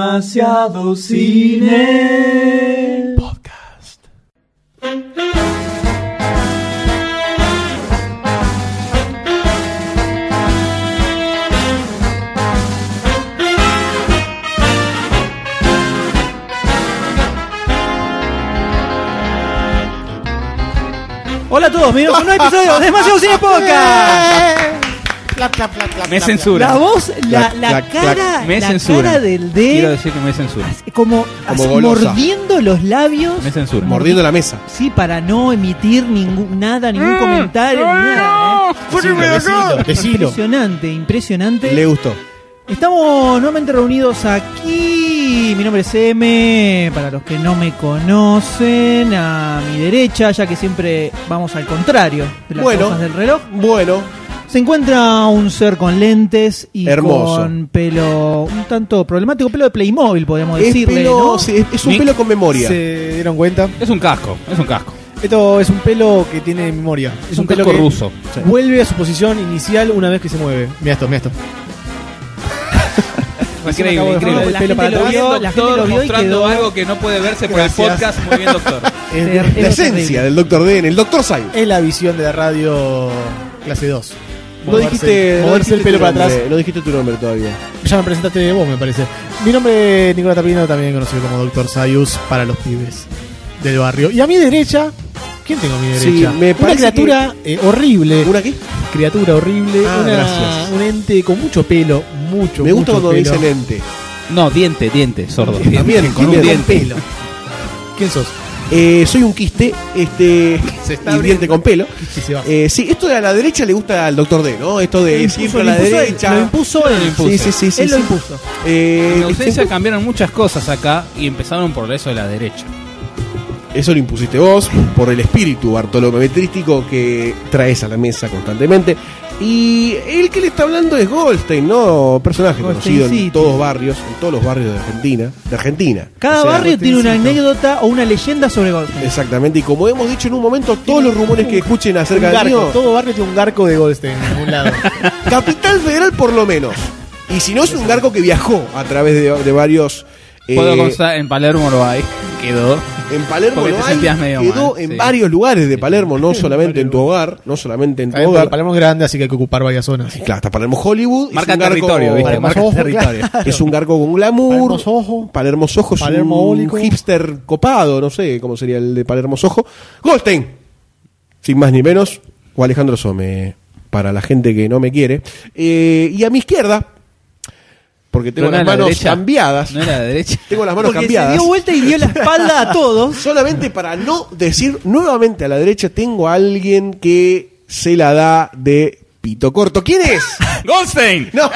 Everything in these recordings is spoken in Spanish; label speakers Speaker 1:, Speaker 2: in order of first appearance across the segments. Speaker 1: Demasiado cine. Podcast.
Speaker 2: Hola a todos, bienvenidos a un nuevo episodio de Demasiado Cine Podcast.
Speaker 3: Clap, clap, clap, clap,
Speaker 4: Me
Speaker 3: clap,
Speaker 4: censura.
Speaker 2: La voz, la,
Speaker 3: Clac,
Speaker 2: la
Speaker 3: clac,
Speaker 2: cara,
Speaker 3: clac.
Speaker 4: Me
Speaker 2: la
Speaker 4: censura.
Speaker 2: cara del
Speaker 4: Quiero
Speaker 2: D,
Speaker 4: decir que me censura.
Speaker 2: como, así,
Speaker 3: golosa.
Speaker 2: mordiendo los labios,
Speaker 4: Me censura.
Speaker 3: clap. Mordiendo la mesa.
Speaker 2: sí, para no emitir ningún nada,
Speaker 3: Mm.
Speaker 2: ningún comentario, ni nada. ¿eh?
Speaker 3: Decilo, decilo, decilo.
Speaker 2: Impresionante, impresionante.
Speaker 3: Le gustó.
Speaker 2: Estamos nuevamente reunidos aquí. Mi nombre es M. Para los que no me conocen, a mi derecha, ya que siempre vamos al contrario de las
Speaker 3: Bueno.
Speaker 2: hojas del reloj.
Speaker 3: Bueno,
Speaker 2: Se encuentra un ser con lentes y
Speaker 3: Hermoso.
Speaker 2: con pelo un tanto problemático, pelo de Playmobil, podríamos
Speaker 3: es,
Speaker 2: decirle,
Speaker 3: pelo-
Speaker 2: ¿no?
Speaker 3: sí, es- es un
Speaker 4: Nick.
Speaker 3: pelo con memoria.
Speaker 5: se dieron cuenta.
Speaker 4: Es un casco, es un casco.
Speaker 5: Esto es un pelo que tiene memoria.
Speaker 4: Es un,
Speaker 5: pelo
Speaker 4: casco
Speaker 5: que
Speaker 4: ruso.
Speaker 5: Vuelve a su posición inicial una vez que se mueve. Mira esto, mira esto.
Speaker 4: Increíble,
Speaker 5: acabo de
Speaker 4: increíble.
Speaker 5: el
Speaker 2: la
Speaker 5: pelo
Speaker 2: gente
Speaker 5: para
Speaker 2: lo
Speaker 5: atrás.
Speaker 2: vio, la gente lo vio y
Speaker 4: mostrando
Speaker 2: quedó
Speaker 4: algo que no puede verse por
Speaker 5: Gracias.
Speaker 4: el podcast. Muy bien, doctor.
Speaker 5: Es,
Speaker 2: Ter-
Speaker 5: es
Speaker 3: la
Speaker 2: Pero
Speaker 3: esencia
Speaker 2: terrible.
Speaker 3: del Doctor D en el Doctor Science.
Speaker 5: la visión de la radio clase 2.
Speaker 3: No dijiste, no
Speaker 5: moverse
Speaker 3: dijiste
Speaker 5: el pelo
Speaker 3: tu
Speaker 5: para atrás.
Speaker 3: nombre, No dijiste tu nombre todavía.
Speaker 5: Ya me presentaste vos, me parece. Mi nombre es Nicolás Tapino, también conocido como Doctor Sayus para los pibes del barrio. Y a mi derecha, ¿quién tengo a mi
Speaker 3: Sí,
Speaker 5: derecha?
Speaker 3: me
Speaker 5: una
Speaker 3: parece
Speaker 5: criatura eh, horrible.
Speaker 3: ¿Una qué?
Speaker 5: criatura horrible,
Speaker 3: Ah,
Speaker 5: una-
Speaker 3: gracias.
Speaker 5: un ente con mucho pelo, mucho,
Speaker 3: Me gusta
Speaker 5: mucho
Speaker 3: cuando
Speaker 5: pelo.
Speaker 3: dicen ente.
Speaker 4: No, diente, diente, sordo.
Speaker 3: También,
Speaker 4: con un
Speaker 3: diente.
Speaker 4: diente.
Speaker 5: ¿Quién sos?
Speaker 3: Eh, soy un quiste, este.
Speaker 5: Se está
Speaker 3: y diente con pelo.
Speaker 5: Sí, se va.
Speaker 3: Eh, sí, esto de a la derecha le gusta al Doctor D, ¿no? Esto de siempre a la
Speaker 2: él,
Speaker 3: derecha.
Speaker 2: lo impuso él.
Speaker 4: Lo
Speaker 3: Sí,
Speaker 4: impuse.
Speaker 3: sí, sí. sí,
Speaker 2: él lo
Speaker 3: sí.
Speaker 2: impuso.
Speaker 3: Eh,
Speaker 4: En ausencia cambiaron muchas cosas acá y empezaron por eso de la derecha.
Speaker 3: Eso lo impusiste vos por el espíritu bartolometrístico que traes a la mesa constantemente. Y el que le está hablando es Goldstein, ¿no? Personaje
Speaker 2: Goldstein
Speaker 3: conocido
Speaker 2: City.
Speaker 3: en todos barrios, en todos los barrios de Argentina. De Argentina.
Speaker 2: Cada
Speaker 3: O sea,
Speaker 2: barrio tiene una
Speaker 5: Goldstein.
Speaker 2: anécdota o una leyenda sobre Goldstein.
Speaker 3: Exactamente, y como hemos dicho en un momento, todos los rumores que escuchen
Speaker 5: Un
Speaker 3: acerca de
Speaker 5: garco.
Speaker 3: mío,
Speaker 5: Todo barrio tiene un garco de Goldstein en algún lado.
Speaker 3: Capital Federal por lo menos. Y si no es un garco que viajó a través de, de varios... eh,
Speaker 4: Puedo constar, en Palermo lo hay. Quedó.
Speaker 3: En Palermo
Speaker 4: Porque
Speaker 3: no
Speaker 4: te
Speaker 3: hay,
Speaker 4: sentías medio
Speaker 3: quedó
Speaker 4: mal,
Speaker 3: en
Speaker 4: sí.
Speaker 3: varios lugares de Palermo, no solamente en tu hogar, no solamente en tu
Speaker 5: También,
Speaker 3: hogar.
Speaker 5: Palermo es grande, así que hay que ocupar varias zonas.
Speaker 3: Claro, está Palermo Hollywood.
Speaker 4: Marca
Speaker 3: es un garco-
Speaker 4: territorio, ¿viste?
Speaker 3: Palermo
Speaker 4: Marca
Speaker 3: Soho,
Speaker 4: territorio.
Speaker 3: claro. Es un garco con glamour.
Speaker 5: Palermo Soho.
Speaker 3: Palermo Soho es
Speaker 5: Palermo
Speaker 3: un
Speaker 5: Ólico.
Speaker 3: hipster copado, no sé cómo sería el de Palermo Soho. Goldstein, sin más ni menos, o Alejandro Some, para la gente que no me quiere. Eh, y a mi izquierda, porque tengo
Speaker 4: Pero no
Speaker 3: las
Speaker 4: era la
Speaker 3: manos
Speaker 4: derecha.
Speaker 3: cambiadas.
Speaker 4: No era la derecha.
Speaker 3: Tengo las manos
Speaker 2: Porque se
Speaker 3: cambiadas.
Speaker 2: dio vuelta y dio la espalda a todos.
Speaker 3: Solamente para no decir nuevamente a la derecha, tengo a alguien que se la da de pito corto. ¿Quién es?
Speaker 4: ¡Goldstein!
Speaker 3: No.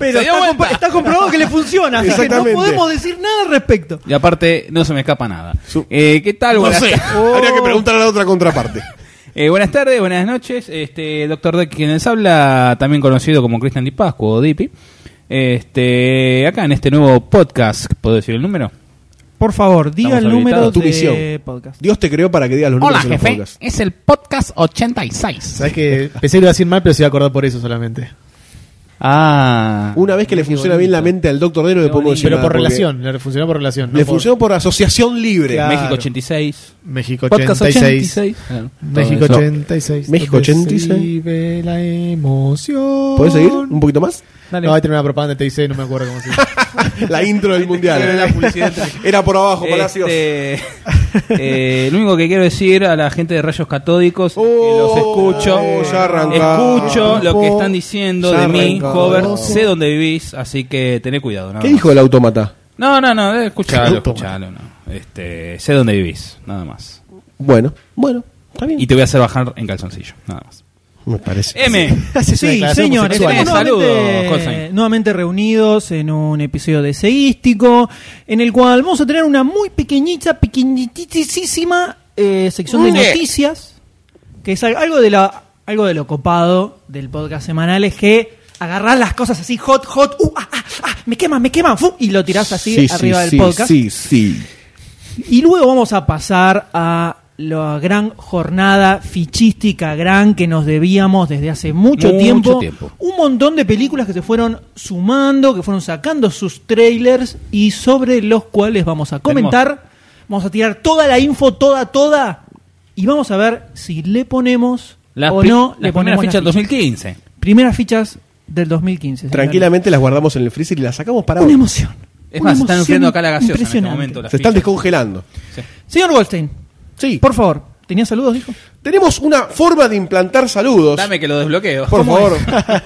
Speaker 2: Pero
Speaker 4: Se dio
Speaker 2: está,
Speaker 4: vuelta.
Speaker 2: comp- está comprobado que le funciona, así que no
Speaker 3: Exactamente.
Speaker 2: podemos decir nada al respecto.
Speaker 4: Y aparte, no se me escapa nada.
Speaker 3: Su-
Speaker 4: Eh, ¿Qué tal?
Speaker 3: No
Speaker 4: Buenas
Speaker 3: sé,
Speaker 4: tardes.
Speaker 3: habría que preguntar a la otra contraparte.
Speaker 4: Eh, buenas tardes, buenas noches. Este, doctor Deck, quien les habla, también conocido como Cristian Di Pascu o Dipi. Este, acá en este nuevo podcast, ¿puedo decir el número?
Speaker 2: Por favor, diga
Speaker 4: Estamos
Speaker 2: el número
Speaker 4: habilitados.
Speaker 3: Tu
Speaker 2: de
Speaker 3: misión.
Speaker 2: podcast.
Speaker 3: Dios te creó para que digas los números en los podcasts.
Speaker 4: Es el podcast 86.
Speaker 5: Sabes que pensé que lo iba a decir mal, pero se iba a acordar por eso solamente.
Speaker 4: Ah.
Speaker 3: Una vez que le funciona bien la mente al doctor Dero, le
Speaker 4: Qué
Speaker 3: podemos decir
Speaker 5: Pero
Speaker 3: nada,
Speaker 5: por
Speaker 3: porque
Speaker 5: relación, le funcionó por relación.
Speaker 3: Le
Speaker 5: no por-
Speaker 3: funcionó por asociación libre.
Speaker 5: Claro.
Speaker 4: México 86.
Speaker 5: México
Speaker 4: Podcast
Speaker 5: 86.
Speaker 4: 86. Claro, todo
Speaker 5: México
Speaker 4: eso.
Speaker 5: 86.
Speaker 3: México
Speaker 5: donde
Speaker 3: 86.
Speaker 5: se Vive la emoción.
Speaker 3: ¿Podés seguir un poquito más?
Speaker 4: Dale.
Speaker 5: No, ahí termina una propaganda, te dice, no me acuerdo cómo se llama.
Speaker 3: La intro del mundial. Era por abajo, Palacios.
Speaker 4: Este, eh, lo único que quiero decir a la gente de Rayos Catódicos,
Speaker 3: Oh,
Speaker 4: que los escucho,
Speaker 3: eh, ya arrancamos.
Speaker 4: escucho lo que están diciendo
Speaker 3: Ya
Speaker 4: de mí,
Speaker 3: arrancamos.
Speaker 4: Hover, sé dónde vivís, así que tené cuidado. nada
Speaker 3: ¿Qué
Speaker 4: más.
Speaker 3: dijo el autómata?
Speaker 4: No, no, no, eh, escuchalo,
Speaker 5: Autómata.
Speaker 4: escuchalo, no. Este, sé dónde vivís, nada más.
Speaker 3: Bueno, bueno, está bien.
Speaker 4: Y te voy a hacer bajar en calzoncillo, nada más.
Speaker 3: Me parece.
Speaker 4: M,
Speaker 5: Es una
Speaker 2: Sí,
Speaker 5: declaración
Speaker 2: señores,
Speaker 5: homosexual.
Speaker 2: estamos
Speaker 4: Saludos,
Speaker 2: nuevamente,
Speaker 4: Goldstein.
Speaker 2: nuevamente reunidos en un episodio de Seístico, en el cual vamos a tener una muy pequeñita, pequeñitísima eh, sección de
Speaker 3: Mire.
Speaker 2: noticias, que es al- algo de, la, algo de lo copado del podcast semanal, es que agarrás las cosas así, hot, hot, uh, ah, ah, ah, me queman, me queman, fu, y lo tirás así
Speaker 3: Sí, sí,
Speaker 2: arriba del
Speaker 3: sí,
Speaker 2: podcast.
Speaker 3: Sí, sí.
Speaker 2: Y luego vamos a pasar a la gran jornada fichística gran que nos debíamos desde hace mucho,
Speaker 4: Mucho
Speaker 2: tiempo.
Speaker 4: tiempo.
Speaker 2: Un montón de películas que se fueron sumando, que fueron sacando sus trailers y sobre los cuales vamos a comentar. Vamos a tirar toda la info, toda, toda. Y vamos a ver si le ponemos
Speaker 4: Las
Speaker 2: o
Speaker 4: pri-
Speaker 2: no
Speaker 4: las
Speaker 2: le
Speaker 4: primeras
Speaker 2: ponemos
Speaker 4: fichas del
Speaker 2: la ficha.
Speaker 4: 2015.
Speaker 2: Primeras fichas del 2015. señores.
Speaker 3: Tranquilamente las guardamos en el freezer y las sacamos para
Speaker 2: Una
Speaker 3: ahora.
Speaker 2: emoción.
Speaker 4: Es
Speaker 2: Una
Speaker 4: más, se están
Speaker 2: emoción
Speaker 4: enfriando acá la gaseosa en este
Speaker 2: impresionante.
Speaker 4: momento, la-
Speaker 3: Se están descongelando.
Speaker 2: Señor Goldstein,
Speaker 3: Sí.
Speaker 2: por favor, ¿tenía saludos, dijo?
Speaker 3: Tenemos una forma de implantar saludos.
Speaker 4: Dame que lo desbloqueo.
Speaker 3: Por favor.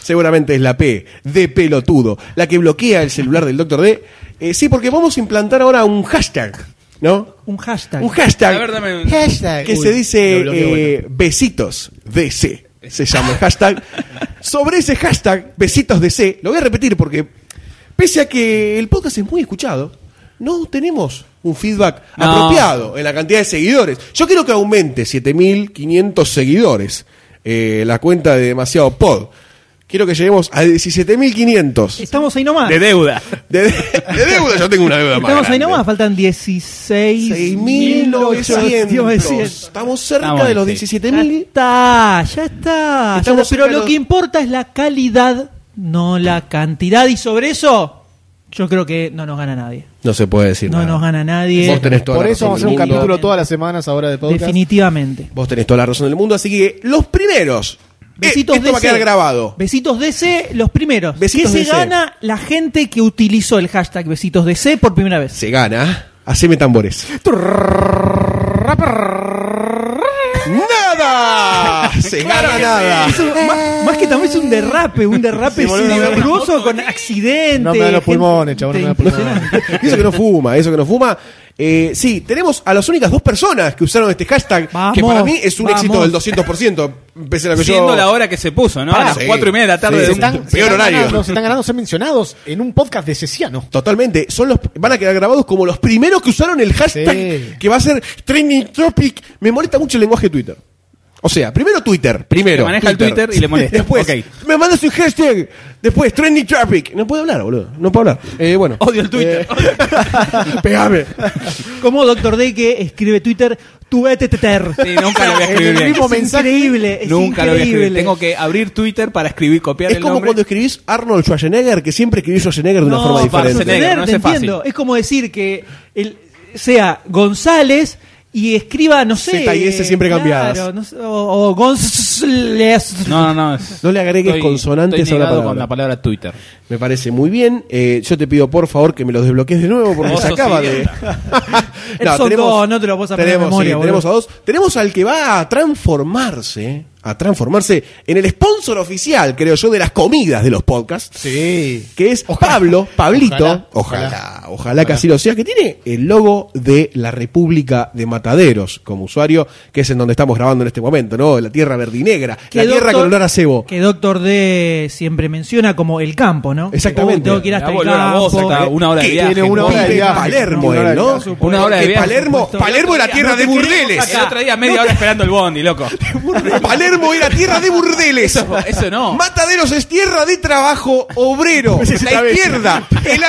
Speaker 3: Seguramente es la P, de pelotudo, la que bloquea el celular del Doctor D. Eh, sí, porque vamos a implantar ahora un hashtag, ¿no?
Speaker 2: Un hashtag.
Speaker 3: Un
Speaker 4: A
Speaker 3: hashtag
Speaker 4: ver, dame un-
Speaker 5: Hashtag.
Speaker 3: que
Speaker 5: Uy,
Speaker 3: se dice
Speaker 5: lo bloqueo,
Speaker 3: eh,
Speaker 5: bueno.
Speaker 3: besitos DC. Se llama el hashtag. Sobre ese hashtag, besitos DC, lo voy a repetir porque, pese a que el podcast es muy escuchado, no tenemos un feedback
Speaker 4: No.
Speaker 3: apropiado en la cantidad de seguidores. Yo quiero que aumente 7500 seguidores eh, la cuenta de Demasiado Pod. Quiero que lleguemos a 17500
Speaker 2: Estamos ahí nomás.
Speaker 4: De deuda.
Speaker 3: de, de deuda. Yo tengo una deuda más.
Speaker 2: Estamos ahí
Speaker 3: grande.
Speaker 2: nomás, faltan 16.
Speaker 3: 6.900. Estamos cerca
Speaker 4: Estamos,
Speaker 3: de los
Speaker 4: sí.
Speaker 3: 17.000.
Speaker 2: Ya está, ya está. ya
Speaker 3: Estamos
Speaker 2: está. Pero
Speaker 3: cerca de
Speaker 2: lo
Speaker 3: los-
Speaker 2: que importa es la calidad, no la cantidad. Y sobre eso, yo creo que no nos gana nadie.
Speaker 3: No se puede decir
Speaker 2: No
Speaker 3: nada.
Speaker 2: nos gana nadie.
Speaker 3: Vos tenés toda
Speaker 5: Por
Speaker 3: la
Speaker 5: eso
Speaker 3: razón
Speaker 5: vamos
Speaker 3: del
Speaker 5: a hacer un
Speaker 3: mundo.
Speaker 5: capítulo todas las semanas ahora de podcast.
Speaker 2: Definitivamente.
Speaker 3: Vos tenés toda la razón del mundo, así que los primeros. Eh,
Speaker 2: Besitos
Speaker 3: esto va a
Speaker 2: DC.
Speaker 3: quedar grabado.
Speaker 2: Besitos DC, los primeros.
Speaker 3: Besitos
Speaker 2: ¿Qué se
Speaker 3: DC?
Speaker 2: gana la gente que utilizó el hashtag Besitos DC por primera vez?
Speaker 3: Se gana. Haceme tambores. ¡Nada! Se gana nada.
Speaker 2: Es un- ma- más que también es un derrape, un derrape sinuoso con accidentes.
Speaker 5: No me dan los pulmones, chabón,
Speaker 2: chavón
Speaker 5: no me dan pulmones.
Speaker 3: Eso que no fuma, eso que no fuma. Eh, sí, tenemos a las únicas dos personas que usaron este hashtag,
Speaker 2: Vamos,
Speaker 3: que para mí es un
Speaker 2: vamos.
Speaker 3: éxito del 200%, pese a lo que yo...
Speaker 4: Siendo la hora que se puso, ¿no?
Speaker 3: Pará,
Speaker 4: a las
Speaker 3: sí.
Speaker 4: 4 y media de la tarde.
Speaker 3: Sí,
Speaker 4: de
Speaker 5: Se
Speaker 4: un-
Speaker 5: están, se
Speaker 3: Peor
Speaker 5: están
Speaker 3: horario.
Speaker 5: ganando, se están ganando ser mencionados en un podcast de Cesiano.
Speaker 3: Totalmente, son los van a quedar grabados como los primeros que usaron el hashtag
Speaker 5: Sí.
Speaker 3: que va a ser trending topic. Me molesta mucho el lenguaje de Twitter. O sea, primero Twitter,
Speaker 4: Que
Speaker 3: primero.
Speaker 4: maneja el Twitter y le molesta.
Speaker 3: Después,
Speaker 4: Ok.
Speaker 3: me mandas un hashtag. Después, trending topic. No puedo hablar, boludo. No puedo hablar. Eh, bueno.
Speaker 4: Odio el Twitter.
Speaker 3: Pegame.
Speaker 2: Como Doctor D que escribe Twitter, tu teter.
Speaker 4: Sí, nunca lo voy a escribir bien.
Speaker 2: es increíble, es
Speaker 4: Nunca lo voy a escribir.
Speaker 2: increíble.
Speaker 4: Tengo que abrir Twitter para escribir, copiar
Speaker 3: Es
Speaker 4: el
Speaker 3: como
Speaker 4: nombre.
Speaker 3: cuando escribís Arnold Schwarzenegger, que siempre escribís Schwarzenegger de una
Speaker 2: No,
Speaker 3: forma
Speaker 2: para
Speaker 3: diferente.
Speaker 4: Schwarzenegger.
Speaker 2: entender,
Speaker 4: no es
Speaker 2: te
Speaker 4: fácil.
Speaker 2: entiendo. Es como decir que el, sea González y escriba, no sé.
Speaker 3: Z y S siempre cambiadas.
Speaker 2: claro, no sé, o, o González.
Speaker 4: No, no, no. es-
Speaker 3: No le agregues
Speaker 4: estoy-
Speaker 3: consonantes
Speaker 4: estoy
Speaker 3: a la
Speaker 4: negado
Speaker 3: palabra.
Speaker 4: con la palabra Twitter.
Speaker 3: Me parece muy bien. Eh, yo te pido por favor que me los desbloquees de nuevo porque
Speaker 4: Vos
Speaker 3: se
Speaker 4: sos
Speaker 3: acaba de.
Speaker 4: idiota.
Speaker 2: Esos dos, no te lo vas a poner
Speaker 3: tenemos,
Speaker 2: en memoria,
Speaker 3: sí,
Speaker 2: boludo.
Speaker 3: tenemos a dos. Tenemos al que va a transformarse, a transformarse en el sponsor oficial, creo yo, de las comidas de los podcasts.
Speaker 5: Sí.
Speaker 3: Que es Pablo, Pablito, ojalá, ojalá, que así lo sea, que tiene el logo de la República de Mataderos como usuario, que es en donde estamos grabando en este momento, ¿no? La tierra verdinegra,
Speaker 2: Que
Speaker 3: la tierra
Speaker 2: Doctor-
Speaker 3: con olor a cebo.
Speaker 2: Que Doctor D siempre menciona como el campo, ¿no?
Speaker 3: Exactamente.
Speaker 2: Tengo que ir hasta
Speaker 4: Me
Speaker 2: el
Speaker 4: va a volver a vos
Speaker 2: campo.
Speaker 4: acá, una hora de
Speaker 3: Que
Speaker 4: viaje.
Speaker 5: tiene una
Speaker 4: ¿no?
Speaker 5: hora de
Speaker 3: Vive en
Speaker 5: viaje.
Speaker 3: Palermo,
Speaker 5: Una hora de
Speaker 3: él, ¿no?
Speaker 5: viaje.
Speaker 4: Una hora de
Speaker 3: Que
Speaker 4: viaje.
Speaker 3: Palermo,
Speaker 2: supuesto.
Speaker 3: Palermo era tierra de burdeles.
Speaker 4: El otro día media hora esperando el bondi, loco.
Speaker 3: Palermo era tierra de burdeles.
Speaker 4: Eso, eso no.
Speaker 3: Mataderos es tierra de trabajo obrero, la izquierda, el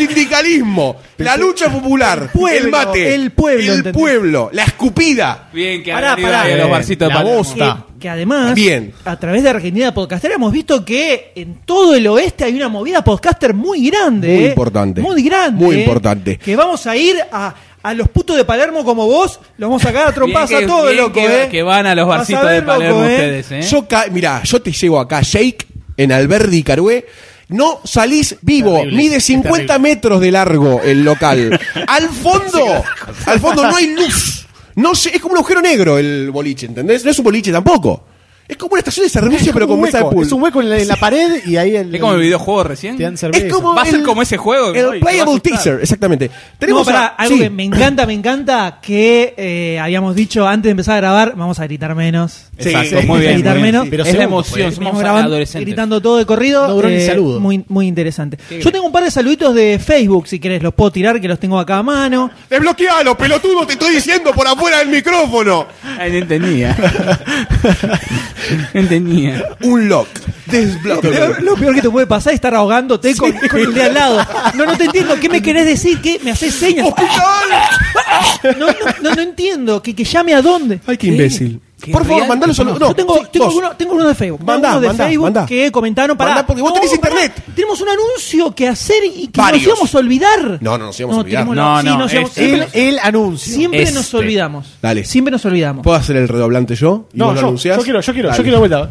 Speaker 3: anarcosindicalismo, la lucha popular, el
Speaker 2: pueblo,
Speaker 3: mate,
Speaker 2: el pueblo,
Speaker 3: el
Speaker 2: ¿entendés?
Speaker 3: pueblo, la escupida.
Speaker 4: Bien que
Speaker 2: Pará,
Speaker 4: han venido
Speaker 2: pará.
Speaker 4: ahí a los barcitos de
Speaker 5: La
Speaker 4: Palermo.
Speaker 5: voz. Está.
Speaker 2: Que, que además,
Speaker 3: Bien.
Speaker 2: a través de Argentina Podcaster hemos visto que en todo el oeste hay una movida podcaster muy grande.
Speaker 3: Muy
Speaker 2: eh.
Speaker 3: importante.
Speaker 2: Muy grande.
Speaker 3: Muy
Speaker 2: eh.
Speaker 3: importante.
Speaker 2: Que vamos a ir a, a los putos de Palermo como vos, los vamos a sacar a trompadas
Speaker 4: Bien que-
Speaker 2: a todos,
Speaker 4: bien
Speaker 2: loco,
Speaker 4: que-
Speaker 2: eh.
Speaker 4: que van a los
Speaker 2: Vas
Speaker 4: barcitos
Speaker 2: ver,
Speaker 4: de Palermo
Speaker 2: loco, eh.
Speaker 4: ustedes, ¿eh?
Speaker 3: Yo ca- mirá, yo te llevo acá, Jake, en Alberdi Carué. No salís vivo,
Speaker 5: Terrible,
Speaker 3: mide 50 metros de largo el local. al fondo, al fondo no hay luz. No sé, es como un agujero negro el boliche, ¿entendés? No es un boliche tampoco. Es como una estación de servicio, pero con
Speaker 5: un
Speaker 3: mesa de
Speaker 5: hueco,
Speaker 3: pool.
Speaker 5: es un hueco en la, en la pared y ahí el,
Speaker 4: Es como el videojuego recién.
Speaker 5: te dan cerveza.
Speaker 3: Es como
Speaker 4: Va a ser como ese juego, ¿no?
Speaker 3: El
Speaker 4: Y te va a
Speaker 3: playable
Speaker 4: asustar.
Speaker 3: teaser, exactamente.
Speaker 2: No,
Speaker 3: Tenemos
Speaker 2: pará,
Speaker 3: a-
Speaker 2: algo
Speaker 3: sí.
Speaker 2: que me encanta, me encanta, que eh, habíamos dicho antes de empezar a grabar, vamos a gritar menos.
Speaker 3: Sí,
Speaker 4: Exacto,
Speaker 3: sí,
Speaker 4: muy
Speaker 2: Vamos a
Speaker 4: bien.
Speaker 2: gritar
Speaker 4: muy bien.
Speaker 2: menos.
Speaker 5: Pero
Speaker 4: es la
Speaker 5: segundo,
Speaker 4: emoción,
Speaker 5: pues.
Speaker 4: somos
Speaker 2: Estamos grabando,
Speaker 4: adolescentes.
Speaker 2: gritando todo de corrido. eh,
Speaker 5: No duró ni saludo.
Speaker 2: Muy, muy interesante. Yo
Speaker 4: bien.
Speaker 2: tengo un par de saluditos de Facebook, si querés, los puedo tirar, que los tengo acá a mano.
Speaker 3: Desbloquealo, pelotudo, te estoy diciendo por afuera del micrófono.
Speaker 4: Ay, Ah, no entendía. no entendía.
Speaker 3: Un lock. Desbloqueo.
Speaker 2: Lo, lo peor que te puede pasar es estar ahogándote con, con el de al lado. No, no te entiendo. ¿Qué me querés decir? ¿Qué? ¿Me haces señas?
Speaker 3: ¡Hospital!
Speaker 2: No, no, no, no entiendo. Que, que llame a dónde.
Speaker 3: Ay, qué imbécil.
Speaker 4: Qué
Speaker 3: Por favor,
Speaker 4: real
Speaker 3: mandalo
Speaker 4: que
Speaker 3: solo.
Speaker 4: somos.
Speaker 3: No,
Speaker 2: Yo tengo,
Speaker 3: sí,
Speaker 2: tengo,
Speaker 3: vos.
Speaker 2: alguno, tengo alguno de Facebook.
Speaker 3: Mandá,
Speaker 2: Tengo alguno de
Speaker 3: mandá,
Speaker 2: Facebook
Speaker 3: mandá.
Speaker 2: que comentaron para.
Speaker 3: Mandá, porque vos tenés internet.
Speaker 2: Tenemos un anuncio que hacer y que
Speaker 3: Varios.
Speaker 2: nos íbamos a olvidar.
Speaker 3: No, no, nos íbamos a olvidar.
Speaker 2: tenemos
Speaker 4: No,
Speaker 2: sí,
Speaker 4: no, este
Speaker 2: nos íbamos-
Speaker 4: es-
Speaker 2: siempre,
Speaker 4: es-
Speaker 5: El anuncio.
Speaker 2: siempre nos
Speaker 4: este.
Speaker 2: olvidamos.
Speaker 3: Dale.
Speaker 2: Siempre nos olvidamos.
Speaker 3: ¿Puedo hacer el redoblante yo? ¿Y
Speaker 5: No,
Speaker 3: vos lo
Speaker 5: yo,
Speaker 3: anunciás?
Speaker 5: yo quiero, yo quiero,
Speaker 3: Dale.
Speaker 5: yo quiero de vuelta.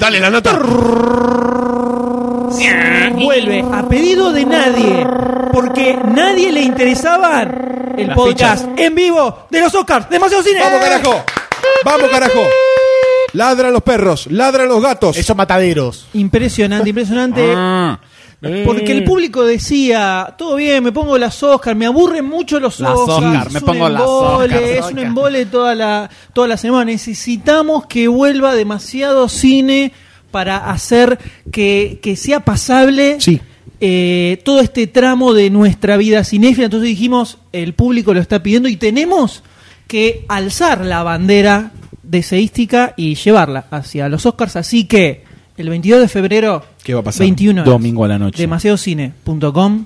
Speaker 3: Dale, la nota.
Speaker 2: Vuelve a pedido de nadie. Porque nadie le interesaba el
Speaker 4: Las
Speaker 2: podcast en vivo de los Oscars. Demasiado cine.
Speaker 3: ¡Vamos, carajo! ¡Vamos, carajo! Ladran los perros, ladran los gatos.
Speaker 5: Esos mataderos.
Speaker 2: Impresionante, impresionante.
Speaker 4: Ah,
Speaker 2: Porque el público decía, todo bien, me pongo las Oscar, me aburren mucho los
Speaker 4: Las
Speaker 2: Oscar,
Speaker 4: Oscar,
Speaker 2: es
Speaker 4: me
Speaker 2: un
Speaker 4: pongo las
Speaker 2: embole,
Speaker 4: Oscar,
Speaker 2: es un
Speaker 4: Oscar.
Speaker 2: embole toda la, toda la semana. Necesitamos que vuelva demasiado cine para hacer que, que sea pasable
Speaker 3: Sí.
Speaker 2: eh, todo este tramo de nuestra vida cinéfila. Entonces dijimos, el público lo está pidiendo y tenemos que alzar la bandera deseística y llevarla hacia los Oscars. Así que el 22 de febrero,
Speaker 3: ¿Qué va a pasar?
Speaker 2: 21 horas.
Speaker 4: Domingo a la noche.
Speaker 2: DemasiadoCine.com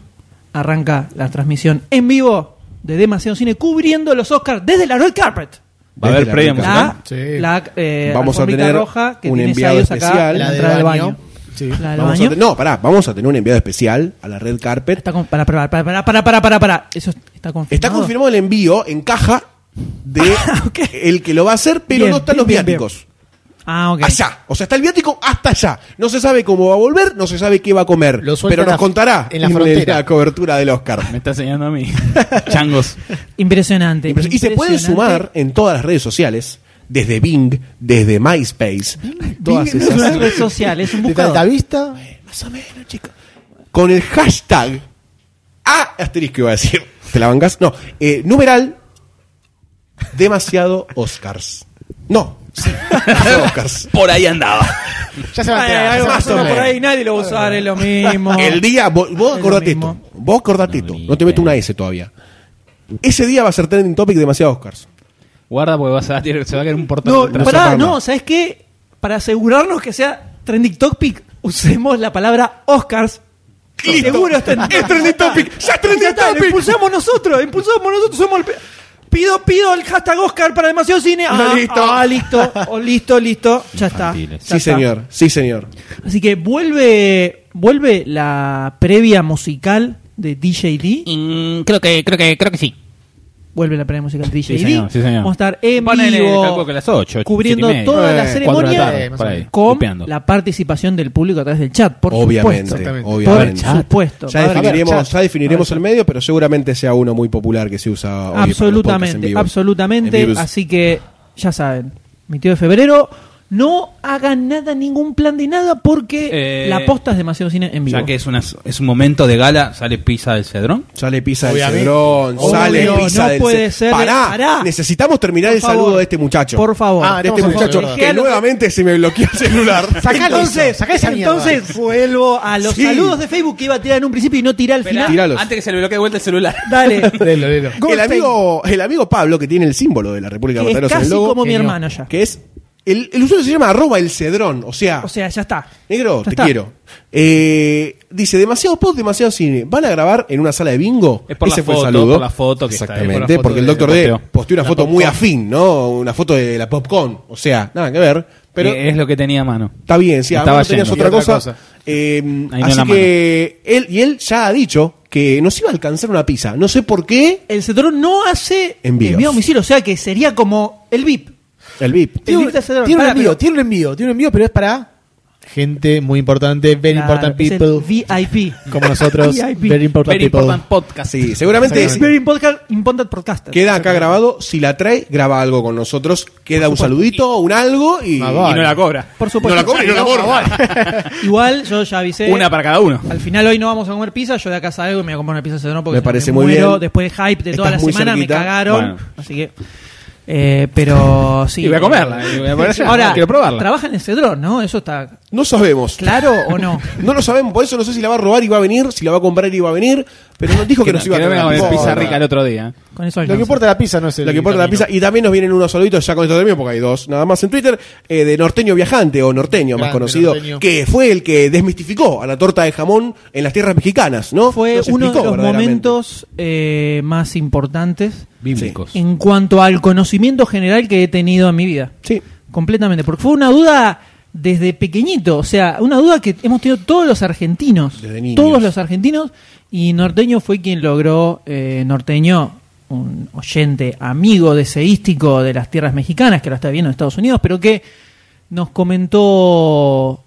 Speaker 2: arranca la transmisión en vivo de Demasiado Cine cubriendo los Oscars desde la Red Carpet.
Speaker 4: Va a haber
Speaker 3: Desde la
Speaker 4: previa
Speaker 3: Red
Speaker 2: La,
Speaker 4: musical.
Speaker 5: Sí.
Speaker 2: la, eh,
Speaker 3: Vamos a
Speaker 2: alfombrita
Speaker 3: tener
Speaker 2: roja que
Speaker 3: un
Speaker 2: tiene
Speaker 3: enviado
Speaker 2: Sayos acá, la
Speaker 3: especial.
Speaker 5: La del
Speaker 2: entrada del
Speaker 5: baño.
Speaker 2: baño.
Speaker 5: Sí.
Speaker 2: La del
Speaker 3: Vamos a
Speaker 2: baño.
Speaker 3: te- no, pará, vamos a tener un enviado especial a la red carpet.
Speaker 2: Está con- para, para, para, para, para, para, para, para. Eso está confirmado.
Speaker 3: Está confirmado el envío en caja de
Speaker 2: ok.
Speaker 3: el que lo va a hacer, pero
Speaker 2: Bien,
Speaker 3: no están
Speaker 2: bien,
Speaker 3: los
Speaker 2: bien, bien.
Speaker 3: viáticos.
Speaker 2: Ah, ok.
Speaker 3: Allá. O sea, está el viático hasta allá. No se sabe cómo va a volver, no se sabe qué va a comer.
Speaker 5: Lo suelta
Speaker 3: pero
Speaker 5: en
Speaker 3: nos
Speaker 5: la-
Speaker 3: contará
Speaker 5: en la
Speaker 3: la
Speaker 5: frontera.
Speaker 3: cobertura del Oscar.
Speaker 4: Me está enseñando a mí. Changos.
Speaker 2: Impresionante.
Speaker 3: Impresion- Y se pueden
Speaker 2: impresionante.
Speaker 3: sumar en todas las redes sociales, desde Bing, desde MySpace, todas
Speaker 2: Bing no es
Speaker 3: esas.
Speaker 2: una red social, es un
Speaker 5: De
Speaker 2: buscador.
Speaker 5: tanta vista.
Speaker 3: Más o menos, chicos. Con el hashtag A asterisco iba a decir. ¿Te la bancas? No. eh, numeral demasiado Oscars. No. sí, demasiado Oscars.
Speaker 4: Por ahí andaba.
Speaker 5: Ya se va a
Speaker 2: Ay,
Speaker 5: enterar.
Speaker 2: hay
Speaker 5: ya se
Speaker 2: una
Speaker 5: va a
Speaker 2: persona
Speaker 5: enterar.
Speaker 2: por ahí, nadie lo va a usar, es lo mismo.
Speaker 3: El día, vos, vos
Speaker 2: Es lo
Speaker 3: acordate
Speaker 2: mismo.
Speaker 3: esto. Vos acordate
Speaker 4: No,
Speaker 3: esto.
Speaker 4: ni
Speaker 3: No te meto
Speaker 4: idea.
Speaker 3: una S todavía. Ese día va a ser trending topic demasiado Oscars.
Speaker 4: Guarda porque vas a, tirar- se va a caer un portal.
Speaker 2: No,
Speaker 4: atrás.
Speaker 3: se
Speaker 2: pará,
Speaker 3: arma.
Speaker 2: no, ¿sabes qué? Para asegurarnos que sea trending topic, usemos la palabra Oscars.
Speaker 3: Listo.
Speaker 2: Seguro está en-
Speaker 3: Es trending topic. Ya es trending
Speaker 2: Ya está, lo
Speaker 3: topic.
Speaker 2: impulsamos nosotros, impulsamos nosotros, somos el pe- Pido, pido el hashtag Oscar para demasiado cine. Ah,
Speaker 3: No, listo.
Speaker 2: ah, listo, oh, listo, listo. Ya está.
Speaker 4: Infantiles.
Speaker 2: ya
Speaker 3: Sí,
Speaker 2: está.
Speaker 3: señor. Sí, señor.
Speaker 2: Así que vuelve, vuelve la previa musical de DJ D.
Speaker 1: Mm, creo que, creo que, creo que sí.
Speaker 2: Vuelve la previa musical de DJ
Speaker 4: Sí, señor,
Speaker 2: D.
Speaker 4: sí, señor.
Speaker 2: Vamos a estar en
Speaker 4: Ponen el
Speaker 2: vivo
Speaker 4: cálculo que las ocho,
Speaker 2: cubriendo
Speaker 4: siete y media. Ah,
Speaker 2: toda la
Speaker 5: Eh,
Speaker 4: Cuatro de
Speaker 2: ceremonia.
Speaker 4: la
Speaker 5: Eh,
Speaker 4: tarde,
Speaker 5: más
Speaker 4: por
Speaker 5: o
Speaker 4: ahí.
Speaker 5: menos.
Speaker 2: con
Speaker 4: Lupeando.
Speaker 2: la participación del público a través del chat, por
Speaker 3: Obviamente.
Speaker 2: supuesto.
Speaker 5: Exactamente.
Speaker 3: Obviamente.
Speaker 2: Por supuesto.
Speaker 3: Ya
Speaker 2: Va a haber
Speaker 3: definiremos,
Speaker 2: chat.
Speaker 3: ya definiremos el medio, pero seguramente sea uno muy popular que se usa hoy para los podcasts en
Speaker 2: Absolutamente,
Speaker 3: vivo. En
Speaker 2: absolutamente.
Speaker 3: vivos.
Speaker 2: Así que ya saben, mi tío de febrero, no hagan nada, ningún plan de nada, porque
Speaker 4: Eh,
Speaker 2: la posta es demasiado cine en vivo.
Speaker 4: Ya que es, una, es un momento de gala, sale pizza del cedrón.
Speaker 3: Sale pizza del
Speaker 5: Obviamente.
Speaker 3: cedrón,
Speaker 5: Obvio,
Speaker 3: sale
Speaker 2: no
Speaker 3: pizza del
Speaker 2: puede
Speaker 3: Ce-
Speaker 2: ser.
Speaker 3: Pará,
Speaker 2: Pará.
Speaker 3: necesitamos terminar
Speaker 2: Por
Speaker 3: el
Speaker 2: favor.
Speaker 3: saludo de este muchacho.
Speaker 2: Por favor.
Speaker 5: Ah,
Speaker 3: de este
Speaker 5: Estamos en
Speaker 3: muchacho
Speaker 5: favor.
Speaker 3: que
Speaker 2: Dejalo-
Speaker 3: nuevamente se me bloqueó el celular.
Speaker 5: Sacalo
Speaker 2: entonces,
Speaker 5: eso, saca esa mierda.
Speaker 2: entonces vuelvo a los
Speaker 3: Sí.
Speaker 2: saludos de Facebook que iba a tirar en un principio y no tiré al final.
Speaker 3: Tiralos.
Speaker 4: Antes que se le bloquee de vuelta el celular.
Speaker 2: Dale.
Speaker 5: Lelo, lelo.
Speaker 3: el amigo, el amigo Pablo que tiene el símbolo de la República de
Speaker 2: este que es
Speaker 3: Monteros en
Speaker 2: casi
Speaker 3: el logo,
Speaker 2: como mi
Speaker 5: Genio.
Speaker 2: hermano ya.
Speaker 3: que es el, el usuario se llama arroba el cedrón, o sea,
Speaker 2: O sea, ya está.
Speaker 3: negro,
Speaker 2: Ya
Speaker 3: te
Speaker 2: está.
Speaker 3: quiero. Eh, dice demasiado post, demasiado cine. ¿Van a grabar en una sala de bingo?
Speaker 4: Es por la
Speaker 3: Ese fue el
Speaker 4: foto,
Speaker 3: saludo.
Speaker 4: por la foto que está ahí, por la
Speaker 3: Exactamente,
Speaker 4: foto
Speaker 3: porque el
Speaker 4: de-
Speaker 3: doctor
Speaker 4: de
Speaker 3: D
Speaker 4: posteo.
Speaker 3: posteó una
Speaker 5: La
Speaker 3: foto muy
Speaker 5: popcorn.
Speaker 3: afín, ¿no? Una foto de la popcorn, o sea, nada que ver, pero
Speaker 4: Eh, es lo que tenía a mano.
Speaker 3: Está bien, si
Speaker 4: Estaba
Speaker 3: no tenías
Speaker 4: yendo.
Speaker 3: otra
Speaker 5: Y otra
Speaker 3: cosa.
Speaker 5: cosa.
Speaker 3: Eh,
Speaker 4: Ahí no
Speaker 3: así
Speaker 4: la
Speaker 3: que él y él ya ha dicho que nos iba a alcanzar una pizza. No sé por qué
Speaker 2: El Cedrón no hace
Speaker 3: Envíos.
Speaker 2: envío a domicilio, o sea que sería como el VIP.
Speaker 3: el VIP.
Speaker 2: Sí,
Speaker 5: Tiene, un-
Speaker 2: ahorita se lo-
Speaker 5: tiene un
Speaker 2: Pará,
Speaker 5: envío,
Speaker 2: pero-
Speaker 5: tiene un envío, tiene un envío, pero es para gente muy importante, very
Speaker 2: Claro,
Speaker 5: important
Speaker 2: es el
Speaker 5: people,
Speaker 2: VIP.
Speaker 5: como nosotros,
Speaker 2: VIP.
Speaker 5: very important
Speaker 4: Very
Speaker 5: people.
Speaker 4: important podcast.
Speaker 3: Sí, seguramente
Speaker 2: Es
Speaker 3: es-
Speaker 2: very important, important podcaster.
Speaker 3: queda acá grabado. Si la trae, graba algo con nosotros. Queda un saludito, un algo y.
Speaker 5: Ah,
Speaker 4: Y
Speaker 5: vale.
Speaker 4: no la cobra.
Speaker 2: Por supuesto.
Speaker 3: No la cobra y no la
Speaker 2: borra. Igual yo ya avisé.
Speaker 4: Una para cada uno.
Speaker 2: Al final hoy no vamos a comer pizza, yo de acá salgo y me voy a comprar una pizza de cedrón porque
Speaker 3: Me
Speaker 2: si no
Speaker 3: parece muy
Speaker 2: muero.
Speaker 3: bien.
Speaker 2: Después de hype de toda
Speaker 3: Estás
Speaker 2: la
Speaker 3: muy
Speaker 2: semana
Speaker 3: cerquita.
Speaker 2: me cagaron.
Speaker 4: Bueno.
Speaker 2: Así que eh, pero sí.
Speaker 4: Y voy a comerla, y voy a poner allá,
Speaker 2: Ahora,
Speaker 4: quiero probarla.
Speaker 2: Trabajan en Cedrón, ¿no? Eso está.
Speaker 3: No sabemos.
Speaker 2: ¿Claro o no?
Speaker 3: No lo sabemos, por eso no sé si la va a robar y va a venir, si la va a comprar y va a venir, pero nos dijo que,
Speaker 4: no-
Speaker 3: nos iba a
Speaker 4: no
Speaker 3: traer
Speaker 4: venga
Speaker 3: la
Speaker 4: con el
Speaker 3: pizza.
Speaker 4: pizza rica el otro día.
Speaker 2: Con eso
Speaker 5: Lo que
Speaker 2: alcanza.
Speaker 5: importa la pizza no es el
Speaker 3: Lo que importa la
Speaker 5: camino.
Speaker 3: pizza. Y también nos vienen unos saluditos ya con esto termino, porque hay dos nada más en Twitter, eh, de Norteño Viajante, o Norteño más
Speaker 5: Grande
Speaker 3: conocido,
Speaker 5: Norteño.
Speaker 3: que fue el que desmistificó a la torta de jamón en las tierras mexicanas, ¿no?
Speaker 2: Fue
Speaker 3: Nos
Speaker 2: uno de
Speaker 3: explicó
Speaker 2: los
Speaker 3: verdaderamente.
Speaker 2: momentos eh, más importantes
Speaker 4: Bíblicos.
Speaker 2: en cuanto al conocimiento general que he tenido en mi vida.
Speaker 3: Sí.
Speaker 2: Completamente. Porque fue una duda desde pequeñito. O sea, una duda que hemos tenido todos los argentinos.
Speaker 3: Desde niños.
Speaker 2: Todos los argentinos. Y Norteño fue quien logró, eh, Norteño, un oyente amigo deseístico de las tierras mexicanas, que ahora está viendo en Estados Unidos, pero que nos comentó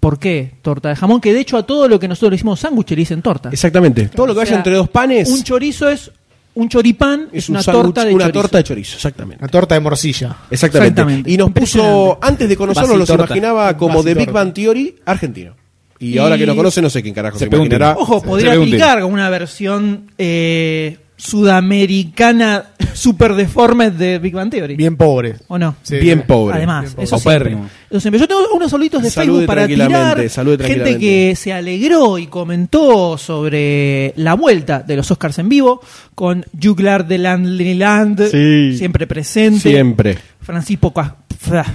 Speaker 2: por qué torta de jamón, que de hecho a todo lo que nosotros le hicimos sándwich le dicen torta.
Speaker 3: Exactamente. Todo lo que
Speaker 2: O
Speaker 3: vaya
Speaker 2: sea,
Speaker 3: entre dos panes
Speaker 2: Un chorizo es un choripán, es,
Speaker 3: es un
Speaker 2: una,
Speaker 3: sándwich,
Speaker 2: torta de
Speaker 3: una
Speaker 2: chorizo.
Speaker 3: torta de chorizo. Exactamente.
Speaker 5: Una torta de morcilla.
Speaker 3: Exactamente.
Speaker 2: Exactamente.
Speaker 3: Y nos puso,
Speaker 2: Impresionante.
Speaker 3: antes de conocerlo, los
Speaker 4: Basitorta.
Speaker 3: imaginaba como de
Speaker 5: Basitorta.
Speaker 3: Big Bang Theory argentino. Y,
Speaker 2: Y-
Speaker 3: ahora que lo conoce, no sé quién carajo se,
Speaker 4: Se pegó un
Speaker 3: imaginará.
Speaker 4: tiro.
Speaker 2: Ojo,
Speaker 4: Se
Speaker 2: podría
Speaker 4: ve un
Speaker 2: aplicar como una versión eh, sudamericana super deforme de Big Bang Theory.
Speaker 5: Bien pobre.
Speaker 2: ¿O no?
Speaker 5: Sí.
Speaker 3: bien pobre.
Speaker 2: Oh, Además,
Speaker 5: Bien
Speaker 2: eso
Speaker 4: pobre.
Speaker 2: siempre.
Speaker 4: Paupérrimo.
Speaker 2: Eso siempre. Yo tengo unos saluditos de
Speaker 3: Salude
Speaker 2: Facebook para
Speaker 3: tranquilamente,
Speaker 2: tirar.
Speaker 3: salude
Speaker 2: gente
Speaker 3: tranquilamente.
Speaker 2: que se alegró y comentó sobre la vuelta de los Oscars en vivo con Juglar de Landliland,
Speaker 3: Sí.
Speaker 2: siempre presente.
Speaker 3: Siempre.
Speaker 2: Francisco Pas- Fra-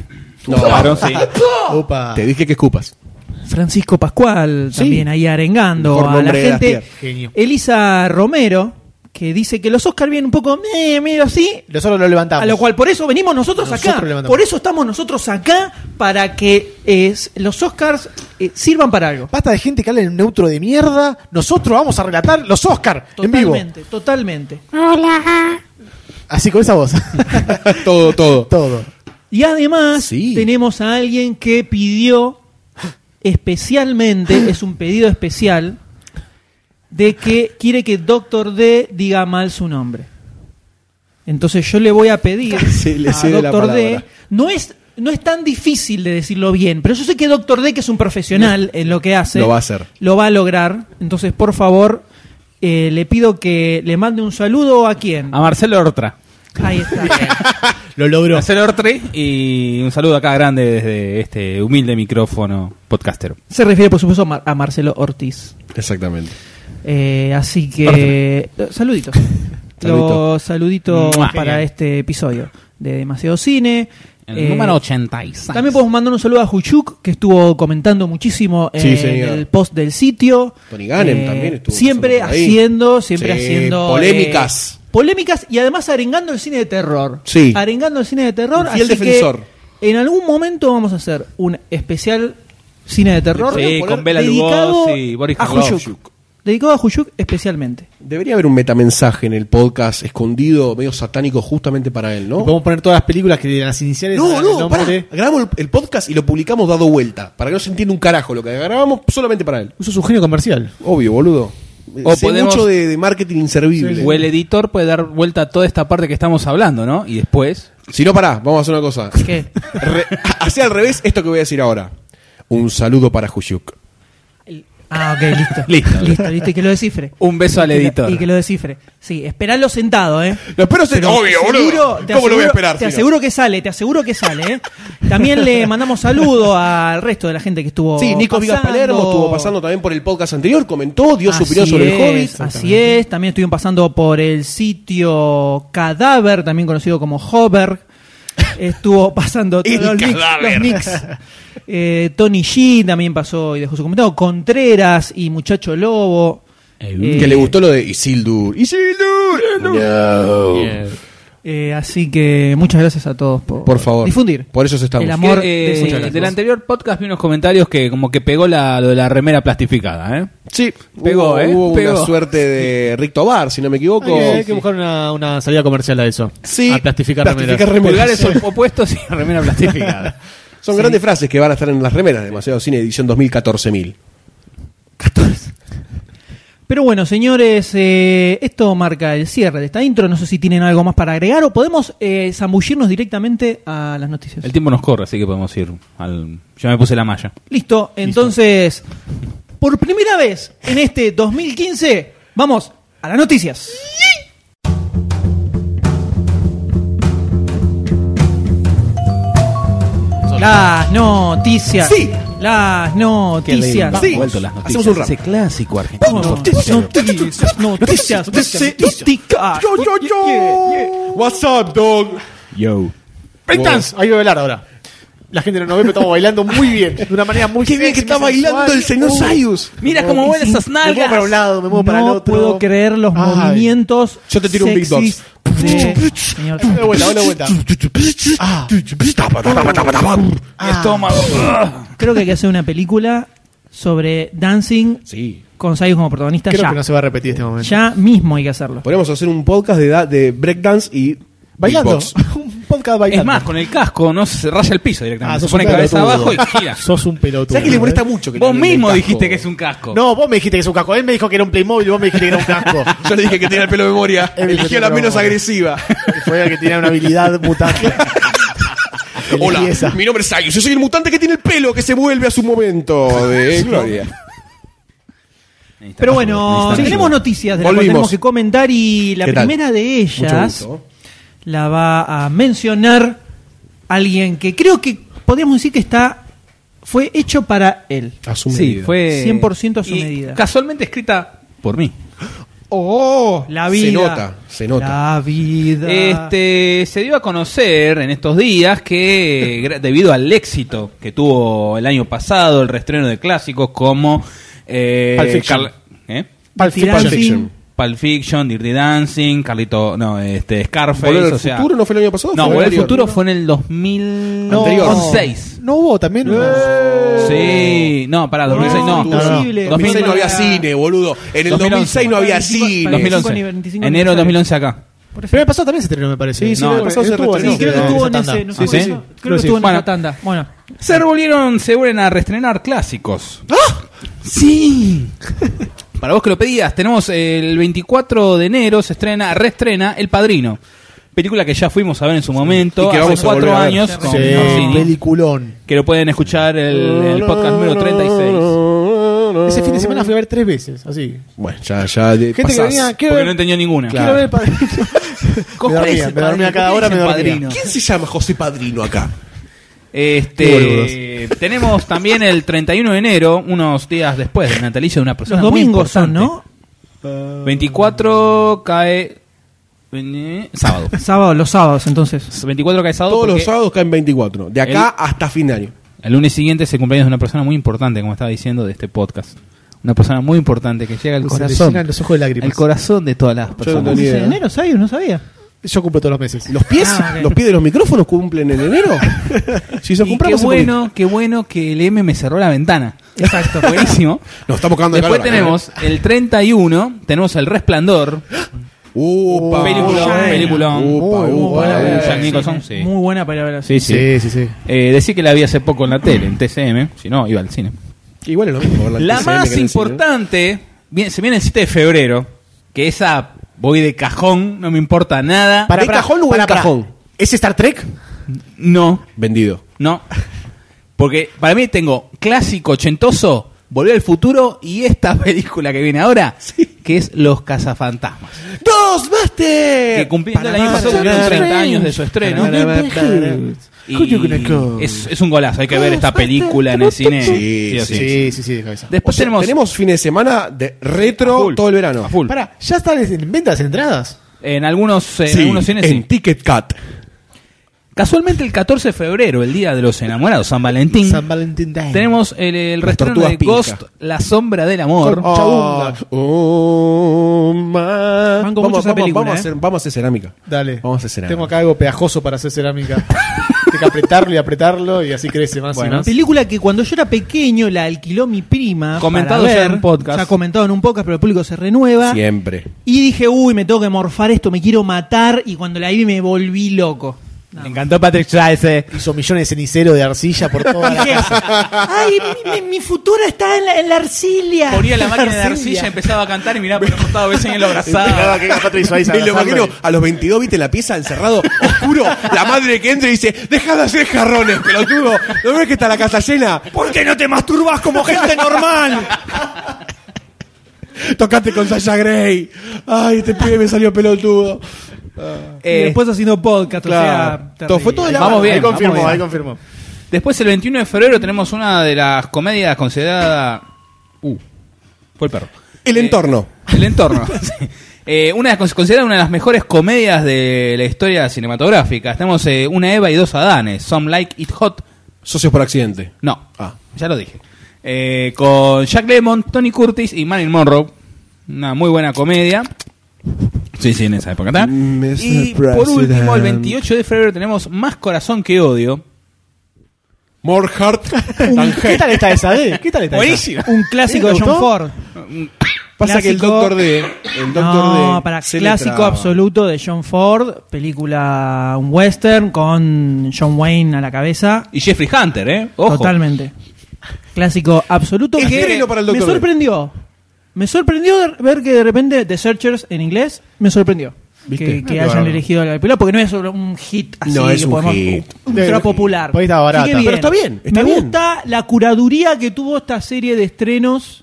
Speaker 3: No,
Speaker 4: Claro, sí.
Speaker 5: Opa.
Speaker 3: te dije que escupas.
Speaker 2: Francisco Pascual
Speaker 3: Sí.
Speaker 2: también ahí arengando
Speaker 3: Mejor
Speaker 2: a la
Speaker 3: nombre de las
Speaker 2: gente.
Speaker 3: tierras.
Speaker 5: Genio.
Speaker 2: Elisa Romero, que dice que los Oscar vienen un poco eh, medio así,
Speaker 5: Nosotros lo levantamos.
Speaker 2: a lo cual por eso venimos nosotros,
Speaker 5: Nosotros
Speaker 2: acá.
Speaker 5: levantamos.
Speaker 2: Por eso estamos nosotros acá, para que eh, los Oscars eh, sirvan para algo.
Speaker 5: Basta de gente que habla en neutro de mierda. Nosotros vamos a relatar los Oscar en vivo.
Speaker 2: Totalmente, totalmente.
Speaker 5: Así con esa voz.
Speaker 3: todo, todo.
Speaker 5: Todo.
Speaker 2: Y además
Speaker 3: Sí.
Speaker 2: tenemos a alguien que pidió especialmente, es un pedido especial, de que quiere que Doctor D diga mal su nombre. Entonces yo le voy a pedir
Speaker 3: Se le
Speaker 2: a
Speaker 3: cede la
Speaker 2: Doctor D.
Speaker 3: palabra.
Speaker 2: No es, no es tan difícil de decirlo bien, pero yo sé que Doctor D, que es un profesional en lo que hace,
Speaker 3: Lo va a hacer.
Speaker 2: Lo va a lograr. Entonces, por favor, eh, le pido que le mande un saludo a quién.
Speaker 4: A Marcelo Ortra.
Speaker 2: Ahí está.
Speaker 5: Lo logró.
Speaker 4: Marcelo Ortri y un saludo acá grande desde este humilde micrófono podcaster.
Speaker 2: Se refiere, por supuesto, a, Mar- a Marcelo Ortiz.
Speaker 3: Exactamente.
Speaker 2: Eh, así que. eh, Saluditos.
Speaker 3: Saludito.
Speaker 2: Los saluditos
Speaker 4: Mua.
Speaker 2: para
Speaker 4: Genial.
Speaker 2: este episodio de Demasiado Cine.
Speaker 4: El
Speaker 2: Eh,
Speaker 4: número 86.
Speaker 2: También podemos mandar un saludo a Juchuk, que estuvo comentando muchísimo
Speaker 3: Sí,
Speaker 2: en
Speaker 3: señor.
Speaker 2: el post del sitio. Eh,
Speaker 3: Tony Gannem también estuvo
Speaker 2: Siempre
Speaker 3: pasando por ahí.
Speaker 2: haciendo, siempre
Speaker 3: Sí,
Speaker 2: haciendo.
Speaker 3: polémicas.
Speaker 2: eh, polémicas y además arengando el cine de terror.
Speaker 3: Sí.
Speaker 2: Arengando el cine de terror.
Speaker 3: Un fiel
Speaker 2: así que
Speaker 3: defensor.
Speaker 2: en algún momento vamos a hacer un especial cine de terror.
Speaker 4: Sí,
Speaker 2: Poner-
Speaker 4: con Bela
Speaker 2: dedicado
Speaker 4: Lugosi, Boris
Speaker 2: a
Speaker 4: Karloff.
Speaker 2: Juchuk. Dedicado a Juyuk especialmente.
Speaker 3: Debería haber un metamensaje en el podcast escondido, medio satánico, justamente para él, ¿no?
Speaker 5: Podemos poner todas las películas que las iniciales
Speaker 3: No,
Speaker 5: hagan el
Speaker 3: no, pará.
Speaker 5: nombre.
Speaker 3: Grabamos el, el podcast y lo publicamos dado vuelta, para que no se entienda un carajo lo que grabamos solamente para él.
Speaker 5: Eso es un genio comercial.
Speaker 3: Obvio, boludo.
Speaker 4: O
Speaker 3: sé
Speaker 4: podemos-
Speaker 3: mucho de, de marketing inservible.
Speaker 4: O el editor puede dar vuelta a toda esta parte que estamos hablando, ¿no? Y después.
Speaker 3: Si no, pará, vamos a hacer una cosa.
Speaker 2: ¿Qué?
Speaker 3: Re- hacia al revés esto que voy a decir ahora. Un saludo para Juyuk.
Speaker 2: Ah, ok, listo.
Speaker 4: Listo.
Speaker 2: listo, listo, Y que lo descifre.
Speaker 4: Un beso al
Speaker 2: Y que lo-
Speaker 4: editor.
Speaker 2: Y que lo descifre. Sí, esperalo sentado, ¿eh?
Speaker 3: Lo espero ser- obvio,
Speaker 2: Te
Speaker 3: boludo.
Speaker 2: aseguro-
Speaker 3: ¿Cómo
Speaker 2: te
Speaker 3: lo voy a
Speaker 2: aseguro-
Speaker 3: esperar?
Speaker 2: Te
Speaker 3: si no?
Speaker 2: aseguro que sale, te aseguro que sale, ¿eh? También le mandamos saludo al resto de la gente que estuvo.
Speaker 3: Sí, Nico Vigas
Speaker 2: pasando.
Speaker 3: Palermo estuvo pasando también por el podcast anterior, comentó, dio
Speaker 2: Así
Speaker 3: su opinión sobre el
Speaker 2: es,
Speaker 3: Hobbit.
Speaker 2: Así es, también estuvieron pasando por el sitio Cadáver, también conocido como Hover. Estuvo pasando todos los nicks. los nicks. Eh, Tony G también pasó y dejó su comentario. Contreras y Muchacho Lobo.
Speaker 4: Eh,
Speaker 3: Que le gustó lo de Isildur. ¡Isildur! No.
Speaker 2: Eh, así que muchas gracias a todos por,
Speaker 3: Por favor.
Speaker 2: difundir.
Speaker 3: Por eso estamos.
Speaker 2: El amor
Speaker 4: Eh,
Speaker 2: de-
Speaker 4: del anterior podcast vi unos comentarios que como que pegó la, lo de la remera plastificada, ¿eh?
Speaker 3: Sí,
Speaker 4: Pegó,
Speaker 3: hubo,
Speaker 4: ¿eh?
Speaker 3: hubo una
Speaker 4: Pegó.
Speaker 3: suerte de Rick Tobar, si no me equivoco.
Speaker 5: Hay que, hay que buscar una, una salida comercial a eso.
Speaker 3: Sí,
Speaker 5: A plastificar,
Speaker 3: plastificar
Speaker 5: remeras.
Speaker 3: remeras.
Speaker 4: Pulgares op- opuestos y remera plastificada.
Speaker 3: Son grandes frases que van a estar en las remeras. Demasiado Cine Edición 2014.000.
Speaker 2: Pero bueno, señores, eh, esto marca el cierre de esta intro. No sé si tienen algo más para agregar o podemos eh, zambullirnos directamente a las noticias.
Speaker 4: El tiempo nos corre, así que podemos ir al... Yo me puse la malla.
Speaker 2: Listo, entonces, por primera vez en este 2015, vamos a las noticias. Las noticias.
Speaker 3: Sí,
Speaker 2: Las
Speaker 4: Qué
Speaker 2: noticias.
Speaker 4: lindo.
Speaker 3: Sí.
Speaker 4: Vuelto las
Speaker 3: Hacemos
Speaker 4: noticias.
Speaker 3: un rap.
Speaker 4: Ese clásico argentino.
Speaker 2: No,
Speaker 3: Noticias.
Speaker 2: Noticias, noticias, noticias, noticias.
Speaker 3: Yo, yo, yo. What's up, dog?
Speaker 4: Yo.
Speaker 5: Breakdance, ahí voy a bailar ahora. La gente no nos ve, pero estamos bailando muy bien. De una manera muy
Speaker 3: Qué bien que
Speaker 5: sexy,
Speaker 3: está
Speaker 5: muy sensual.
Speaker 3: bailando el señor
Speaker 5: Uh,
Speaker 3: Sayus.
Speaker 1: Mira cómo vuelan esas
Speaker 5: Me muevo
Speaker 1: nalgas.
Speaker 5: para un lado, me muevo para el
Speaker 2: no
Speaker 5: otro.
Speaker 2: puedo creer los
Speaker 5: Ay.
Speaker 2: movimientos.
Speaker 3: Yo te tiro un big
Speaker 2: sexys de- Señor-
Speaker 5: Dale vuelta, dale vuelta. Ah.
Speaker 4: Estómago.
Speaker 2: Creo que hay que hacer una película sobre dancing
Speaker 3: Sí.
Speaker 2: con Sayus como protagonista
Speaker 5: Creo
Speaker 2: ya.
Speaker 5: que no se va a repetir este momento.
Speaker 2: Ya mismo hay que hacerlo.
Speaker 3: Podríamos hacer un podcast de, da- de breakdance y
Speaker 5: Bailando.
Speaker 3: beatbox.
Speaker 5: un podcast bailando.
Speaker 4: Es más, con el casco no se raya el piso directamente.
Speaker 5: Ah,
Speaker 4: se
Speaker 5: sos
Speaker 4: pone
Speaker 5: un
Speaker 4: cabeza
Speaker 5: pelotudo.
Speaker 4: abajo y gira.
Speaker 5: Sos un pelotudo. ¿eh?
Speaker 3: ¿Sabes que le molesta mucho? Que le
Speaker 4: Vos
Speaker 3: hablen del
Speaker 4: mismo
Speaker 3: casco?
Speaker 4: dijiste que es un casco.
Speaker 5: No, vos me dijiste que es un casco. Él me dijo que era un Playmobil, vos me dijiste que era un casco.
Speaker 3: Yo le dije que tenía el pelo de memoria.
Speaker 5: Él dijo
Speaker 3: Eligió
Speaker 5: que
Speaker 3: la
Speaker 5: no.
Speaker 3: menos agresiva.
Speaker 5: Fue el que tenía una habilidad mutante. Elegí
Speaker 3: Hola,
Speaker 5: esa.
Speaker 3: mi nombre es Sayus. Yo soy el mutante que tiene el pelo que se vuelve a su momento de gloria.
Speaker 4: Necesitamos
Speaker 2: Pero
Speaker 4: ayuda,
Speaker 2: bueno,
Speaker 4: necesitamos
Speaker 2: tenemos
Speaker 4: ayuda.
Speaker 2: noticias de las
Speaker 3: Volvimos.
Speaker 2: cuales tenemos que comentar y la
Speaker 3: ¿Qué tal?
Speaker 2: primera de
Speaker 3: Mucho
Speaker 2: ellas
Speaker 3: gusto.
Speaker 2: la va a mencionar alguien que creo que podríamos decir que está fue hecho para él.
Speaker 3: A su
Speaker 4: Sí,
Speaker 3: medida.
Speaker 4: fue.
Speaker 2: 100% a su
Speaker 4: y
Speaker 2: medida.
Speaker 4: Casualmente escrita por mí.
Speaker 3: Oh,
Speaker 2: La vida.
Speaker 3: Se nota, se nota.
Speaker 2: La vida.
Speaker 4: Este, se dio a conocer en estos días que, gra- debido al éxito que tuvo el año pasado, el reestreno de clásicos como. Eh,
Speaker 3: Pulp Fiction.
Speaker 4: Carl- ¿eh?
Speaker 5: Pulp
Speaker 2: Dirán
Speaker 3: Pulp
Speaker 2: sin-
Speaker 3: Fiction.
Speaker 4: Pulp Fiction, Dirty Dancing, Carlito. No, este, Scarface.
Speaker 3: ¿Volver al
Speaker 4: o sea-
Speaker 3: futuro no fue el año pasado?
Speaker 4: No,
Speaker 3: Fue el
Speaker 4: Volver al
Speaker 3: anterior,
Speaker 4: futuro
Speaker 3: ¿no?
Speaker 4: fue en el 2006.
Speaker 5: No hubo también.
Speaker 3: Eh.
Speaker 4: Sí, no, pará, 2006
Speaker 3: Ah,
Speaker 4: no.
Speaker 2: No, imposible.
Speaker 3: 2006 no había
Speaker 2: 2011.
Speaker 3: cine, boludo. En el
Speaker 4: 2011.
Speaker 3: 2006 no había
Speaker 2: 25,
Speaker 3: cine.
Speaker 2: 2011.
Speaker 4: 2011. Enero de 2011 acá.
Speaker 5: Pero el año pasado también se estrenó, me parece. ¿eh?
Speaker 3: Sí, sí,
Speaker 4: No, el año
Speaker 3: pasado se
Speaker 5: estuvo,
Speaker 3: reestrenó.
Speaker 2: Sí, creo que
Speaker 5: en
Speaker 2: estuvo
Speaker 5: esa
Speaker 2: en
Speaker 5: tanda.
Speaker 2: ese, no
Speaker 4: Sí,
Speaker 2: sé
Speaker 4: sí.
Speaker 2: por eso, Creo que estuvo en
Speaker 4: Bueno.
Speaker 2: esa tanda. Bueno,
Speaker 4: Se volvieron, se vuelven a reestrenar clásicos. Sí. Para vos que lo pedías, tenemos el 24 de enero se estrena, reestrena El Padrino. Película que ya fuimos a ver en su momento,
Speaker 3: Y que vamos
Speaker 4: hace
Speaker 3: a volver
Speaker 4: cuatro
Speaker 3: a ver.
Speaker 4: años,
Speaker 5: Sí,
Speaker 4: con Mancini,
Speaker 5: peliculón.
Speaker 4: que lo pueden escuchar el, el podcast número 36.
Speaker 5: Ese fin de semana fui a ver tres veces, así.
Speaker 3: Bueno, ya, ya. de-
Speaker 5: Gente que
Speaker 3: pasás.
Speaker 5: venía, quiero
Speaker 4: Porque no
Speaker 5: ver,
Speaker 4: entendió ninguna.
Speaker 5: quiero
Speaker 3: Claro.
Speaker 5: ver el padrino. me dormía, me dormía cada hora, me dormía.
Speaker 3: ¿Quién se llama José Padrino acá?
Speaker 4: Este, tenemos también el 31 de enero, unos días después del natalicio de una persona
Speaker 2: los
Speaker 4: muy
Speaker 2: domingos son,
Speaker 4: importante.
Speaker 2: ¿no?
Speaker 4: 24 cae eh, sábado.
Speaker 2: Sábado, los sábados entonces.
Speaker 4: 24 cae sábado.
Speaker 3: Todos los
Speaker 4: porque
Speaker 3: sábados caen 24. De acá
Speaker 4: El-
Speaker 3: hasta fin de año.
Speaker 4: El lunes siguiente es el cumpleaños de una persona muy importante, como estaba diciendo, de este podcast. Una persona muy importante que llega al
Speaker 5: Se le
Speaker 4: corazón.
Speaker 5: llenan los ojos de lágrimas.
Speaker 4: Al corazón de todas las personas.
Speaker 3: tenía- Ni idea.
Speaker 2: ¿De enero, Sayus? No sabía.
Speaker 5: Yo cumplo todos los meses.
Speaker 3: ¿Los pies?
Speaker 2: Ah, ok.
Speaker 3: ¿Los pies de los micrófonos cumplen en enero? si se
Speaker 4: Y qué
Speaker 3: compramos se
Speaker 4: bueno, qué bueno que el M me cerró la ventana. Exacto. Buenísimo.
Speaker 3: publica. Nos estamos cagando de
Speaker 4: Después
Speaker 3: calor ¿eh? acá,
Speaker 4: tenemos el 31, tenemos El Resplandor.
Speaker 3: ¿eh? Upa,
Speaker 4: Peliculón,
Speaker 3: upa,
Speaker 4: peliculón.
Speaker 3: Upa,
Speaker 5: Muy
Speaker 3: upa,
Speaker 5: buena,
Speaker 3: upa.
Speaker 4: Jack Nicholson, sí.
Speaker 2: Muy buena palabra.
Speaker 4: Sí, sí.
Speaker 5: sí. sí.
Speaker 4: Eh, decí que la vi hace poco en la tele, en TCM. Si no, iba al cine.
Speaker 3: Igual es lo mismo. ver
Speaker 4: La
Speaker 3: TCM que en
Speaker 4: más
Speaker 3: el
Speaker 4: importante, bien, se viene el 7 de febrero, que esa voy de cajón, no me importa nada.
Speaker 3: ¿De cajón o en cajón?
Speaker 5: ¿Es Star Trek?
Speaker 4: No,
Speaker 3: cine. Vendido.
Speaker 4: no. Porque para mí tengo clásico ochentoso, Volver al futuro y esta película que viene ahora, que es Los Cazafantasmas.
Speaker 3: ¡Ghostbusters!
Speaker 4: Que cumpliendo el año pasado cumplieron 30 años de su estreno. Y es, es un golazo, hay que ver esta película en el cine.
Speaker 3: Ah, Sí,
Speaker 4: o
Speaker 3: sí,
Speaker 5: Sí, sí, sí, de cabeza.
Speaker 4: Después
Speaker 3: O sea,
Speaker 4: tenemos,
Speaker 3: tenemos fin de semana de retro
Speaker 4: Full.
Speaker 3: todo el verano.
Speaker 4: A full.
Speaker 5: Pará, ¿ya están en venta las entradas?
Speaker 4: en algunos, en
Speaker 3: Sí,
Speaker 4: algunos cines sí.
Speaker 3: en Ticket Cat.
Speaker 4: Casualmente el 14 de febrero, el día de los enamorados, San Valentín,
Speaker 5: San Valentín Day.
Speaker 4: tenemos el, el
Speaker 3: Las
Speaker 4: reestreno
Speaker 3: tortugas
Speaker 4: de
Speaker 3: pinca.
Speaker 4: Ghost, La Sombra del Amor.
Speaker 5: Chabunda.
Speaker 3: Ah, Oh, ma-
Speaker 2: Mango mucho
Speaker 3: vamos,
Speaker 2: esa
Speaker 3: vamos,
Speaker 2: película,
Speaker 3: vamos a
Speaker 2: eh.
Speaker 3: hacer, vamos a hacer cerámica.
Speaker 5: Dale.
Speaker 3: Vamos a hacer cerámica.
Speaker 5: Tengo acá algo pegajoso para hacer cerámica. Tengo que apretarlo y apretarlo y así crece más y
Speaker 4: Bueno,
Speaker 5: más.
Speaker 2: Película que cuando yo era pequeño la alquiló mi prima.
Speaker 4: Comentado
Speaker 2: para
Speaker 4: ya
Speaker 2: ver.
Speaker 4: en podcast.
Speaker 2: Ya comentado en un podcast, pero el público se
Speaker 4: Ah.
Speaker 2: renueva.
Speaker 3: Siempre.
Speaker 2: Y dije, uy, me tengo que morfar esto, me quiero matar. Y cuando la vi me volví loco.
Speaker 4: Me encantó Patrick Swayze.
Speaker 5: Hizo millones de cenicero de arcilla por toda la
Speaker 2: Dije,
Speaker 5: casa.
Speaker 2: ay, mi, mi- mi futuro está en la, en la arcilla.
Speaker 4: Ponía la máquina de arcilla, empezaba a cantar y miraba por el costado, a veces en lo abrazaba.
Speaker 3: Me lo imagino a los 22, viste la pieza encerrado, oscuro. La madre que entra y dice: Deja de hacer jarrones, pelotudo. ¿No ves que está la casa llena? ¿Por qué no te masturbas como gente normal? Tocate con Sasha Grey. Ay, este pibe me salió pelotudo.
Speaker 2: Y después haciendo podcast, o
Speaker 3: claro.
Speaker 2: sea,
Speaker 3: Todo-
Speaker 2: terrible.
Speaker 3: fue Eh, todo de la
Speaker 4: Vamos
Speaker 3: mano.
Speaker 4: bien,
Speaker 5: Ahí confirmó,
Speaker 4: vamos
Speaker 5: ahí
Speaker 4: bien.
Speaker 5: confirmó.
Speaker 4: Después, el 21 de febrero, tenemos una de las comedias considerada. Uh, fue el perro.
Speaker 3: El
Speaker 4: Eh,
Speaker 3: entorno.
Speaker 4: El entorno. sí. Eh, una de- considerada una de las mejores comedias de la historia cinematográfica. Tenemos eh, una Eva y dos Adanes. Some Like It Hot.
Speaker 3: Socios por accidente.
Speaker 4: No,
Speaker 3: Ah.
Speaker 4: ya lo dije. Eh, con Jack Lemmon, Tony Curtis y Marilyn Monroe. Una muy buena comedia. Sí, sí, en esa época. ¿tá?
Speaker 3: Mr.
Speaker 4: Y por último, el
Speaker 3: President.
Speaker 4: 28 de febrero tenemos Más Corazón que Odio.
Speaker 3: More Heart than
Speaker 5: ¿Qué
Speaker 3: Hate.
Speaker 5: tal está esa, eh? ¿Qué tal está
Speaker 4: Buenísimo.
Speaker 2: Un clásico de
Speaker 5: ¿Te
Speaker 2: John
Speaker 5: gustó?
Speaker 2: Ford.
Speaker 3: Pasa que el
Speaker 2: Clásico.
Speaker 3: Doctor D. El Doctor
Speaker 2: no,
Speaker 3: D
Speaker 2: para
Speaker 3: se le
Speaker 2: clásico
Speaker 3: traba.
Speaker 2: absoluto de John Ford, película un western con John Wayne a la cabeza,
Speaker 4: Y Jeffrey Hunter, ¿eh? Ojo.
Speaker 2: totalmente. Clásico absoluto. que
Speaker 3: Estreno para el
Speaker 2: me
Speaker 3: Dr. D.
Speaker 2: sorprendió. Me sorprendió de- ver que de repente The Searchers en inglés me sorprendió.
Speaker 3: ¿Viste?
Speaker 2: Que, que
Speaker 3: Ah, qué
Speaker 2: hayan
Speaker 3: bárbaro.
Speaker 2: elegido la película, porque no es sobre un hit así
Speaker 3: No, es
Speaker 2: que
Speaker 3: un
Speaker 2: podemos-
Speaker 3: hit.
Speaker 2: ultra popular.
Speaker 5: Porque estaba barata.
Speaker 2: Así que
Speaker 5: Pero
Speaker 3: está bien, está
Speaker 2: Me
Speaker 3: bien.
Speaker 2: gusta la curaduría que tuvo esta serie de estrenos.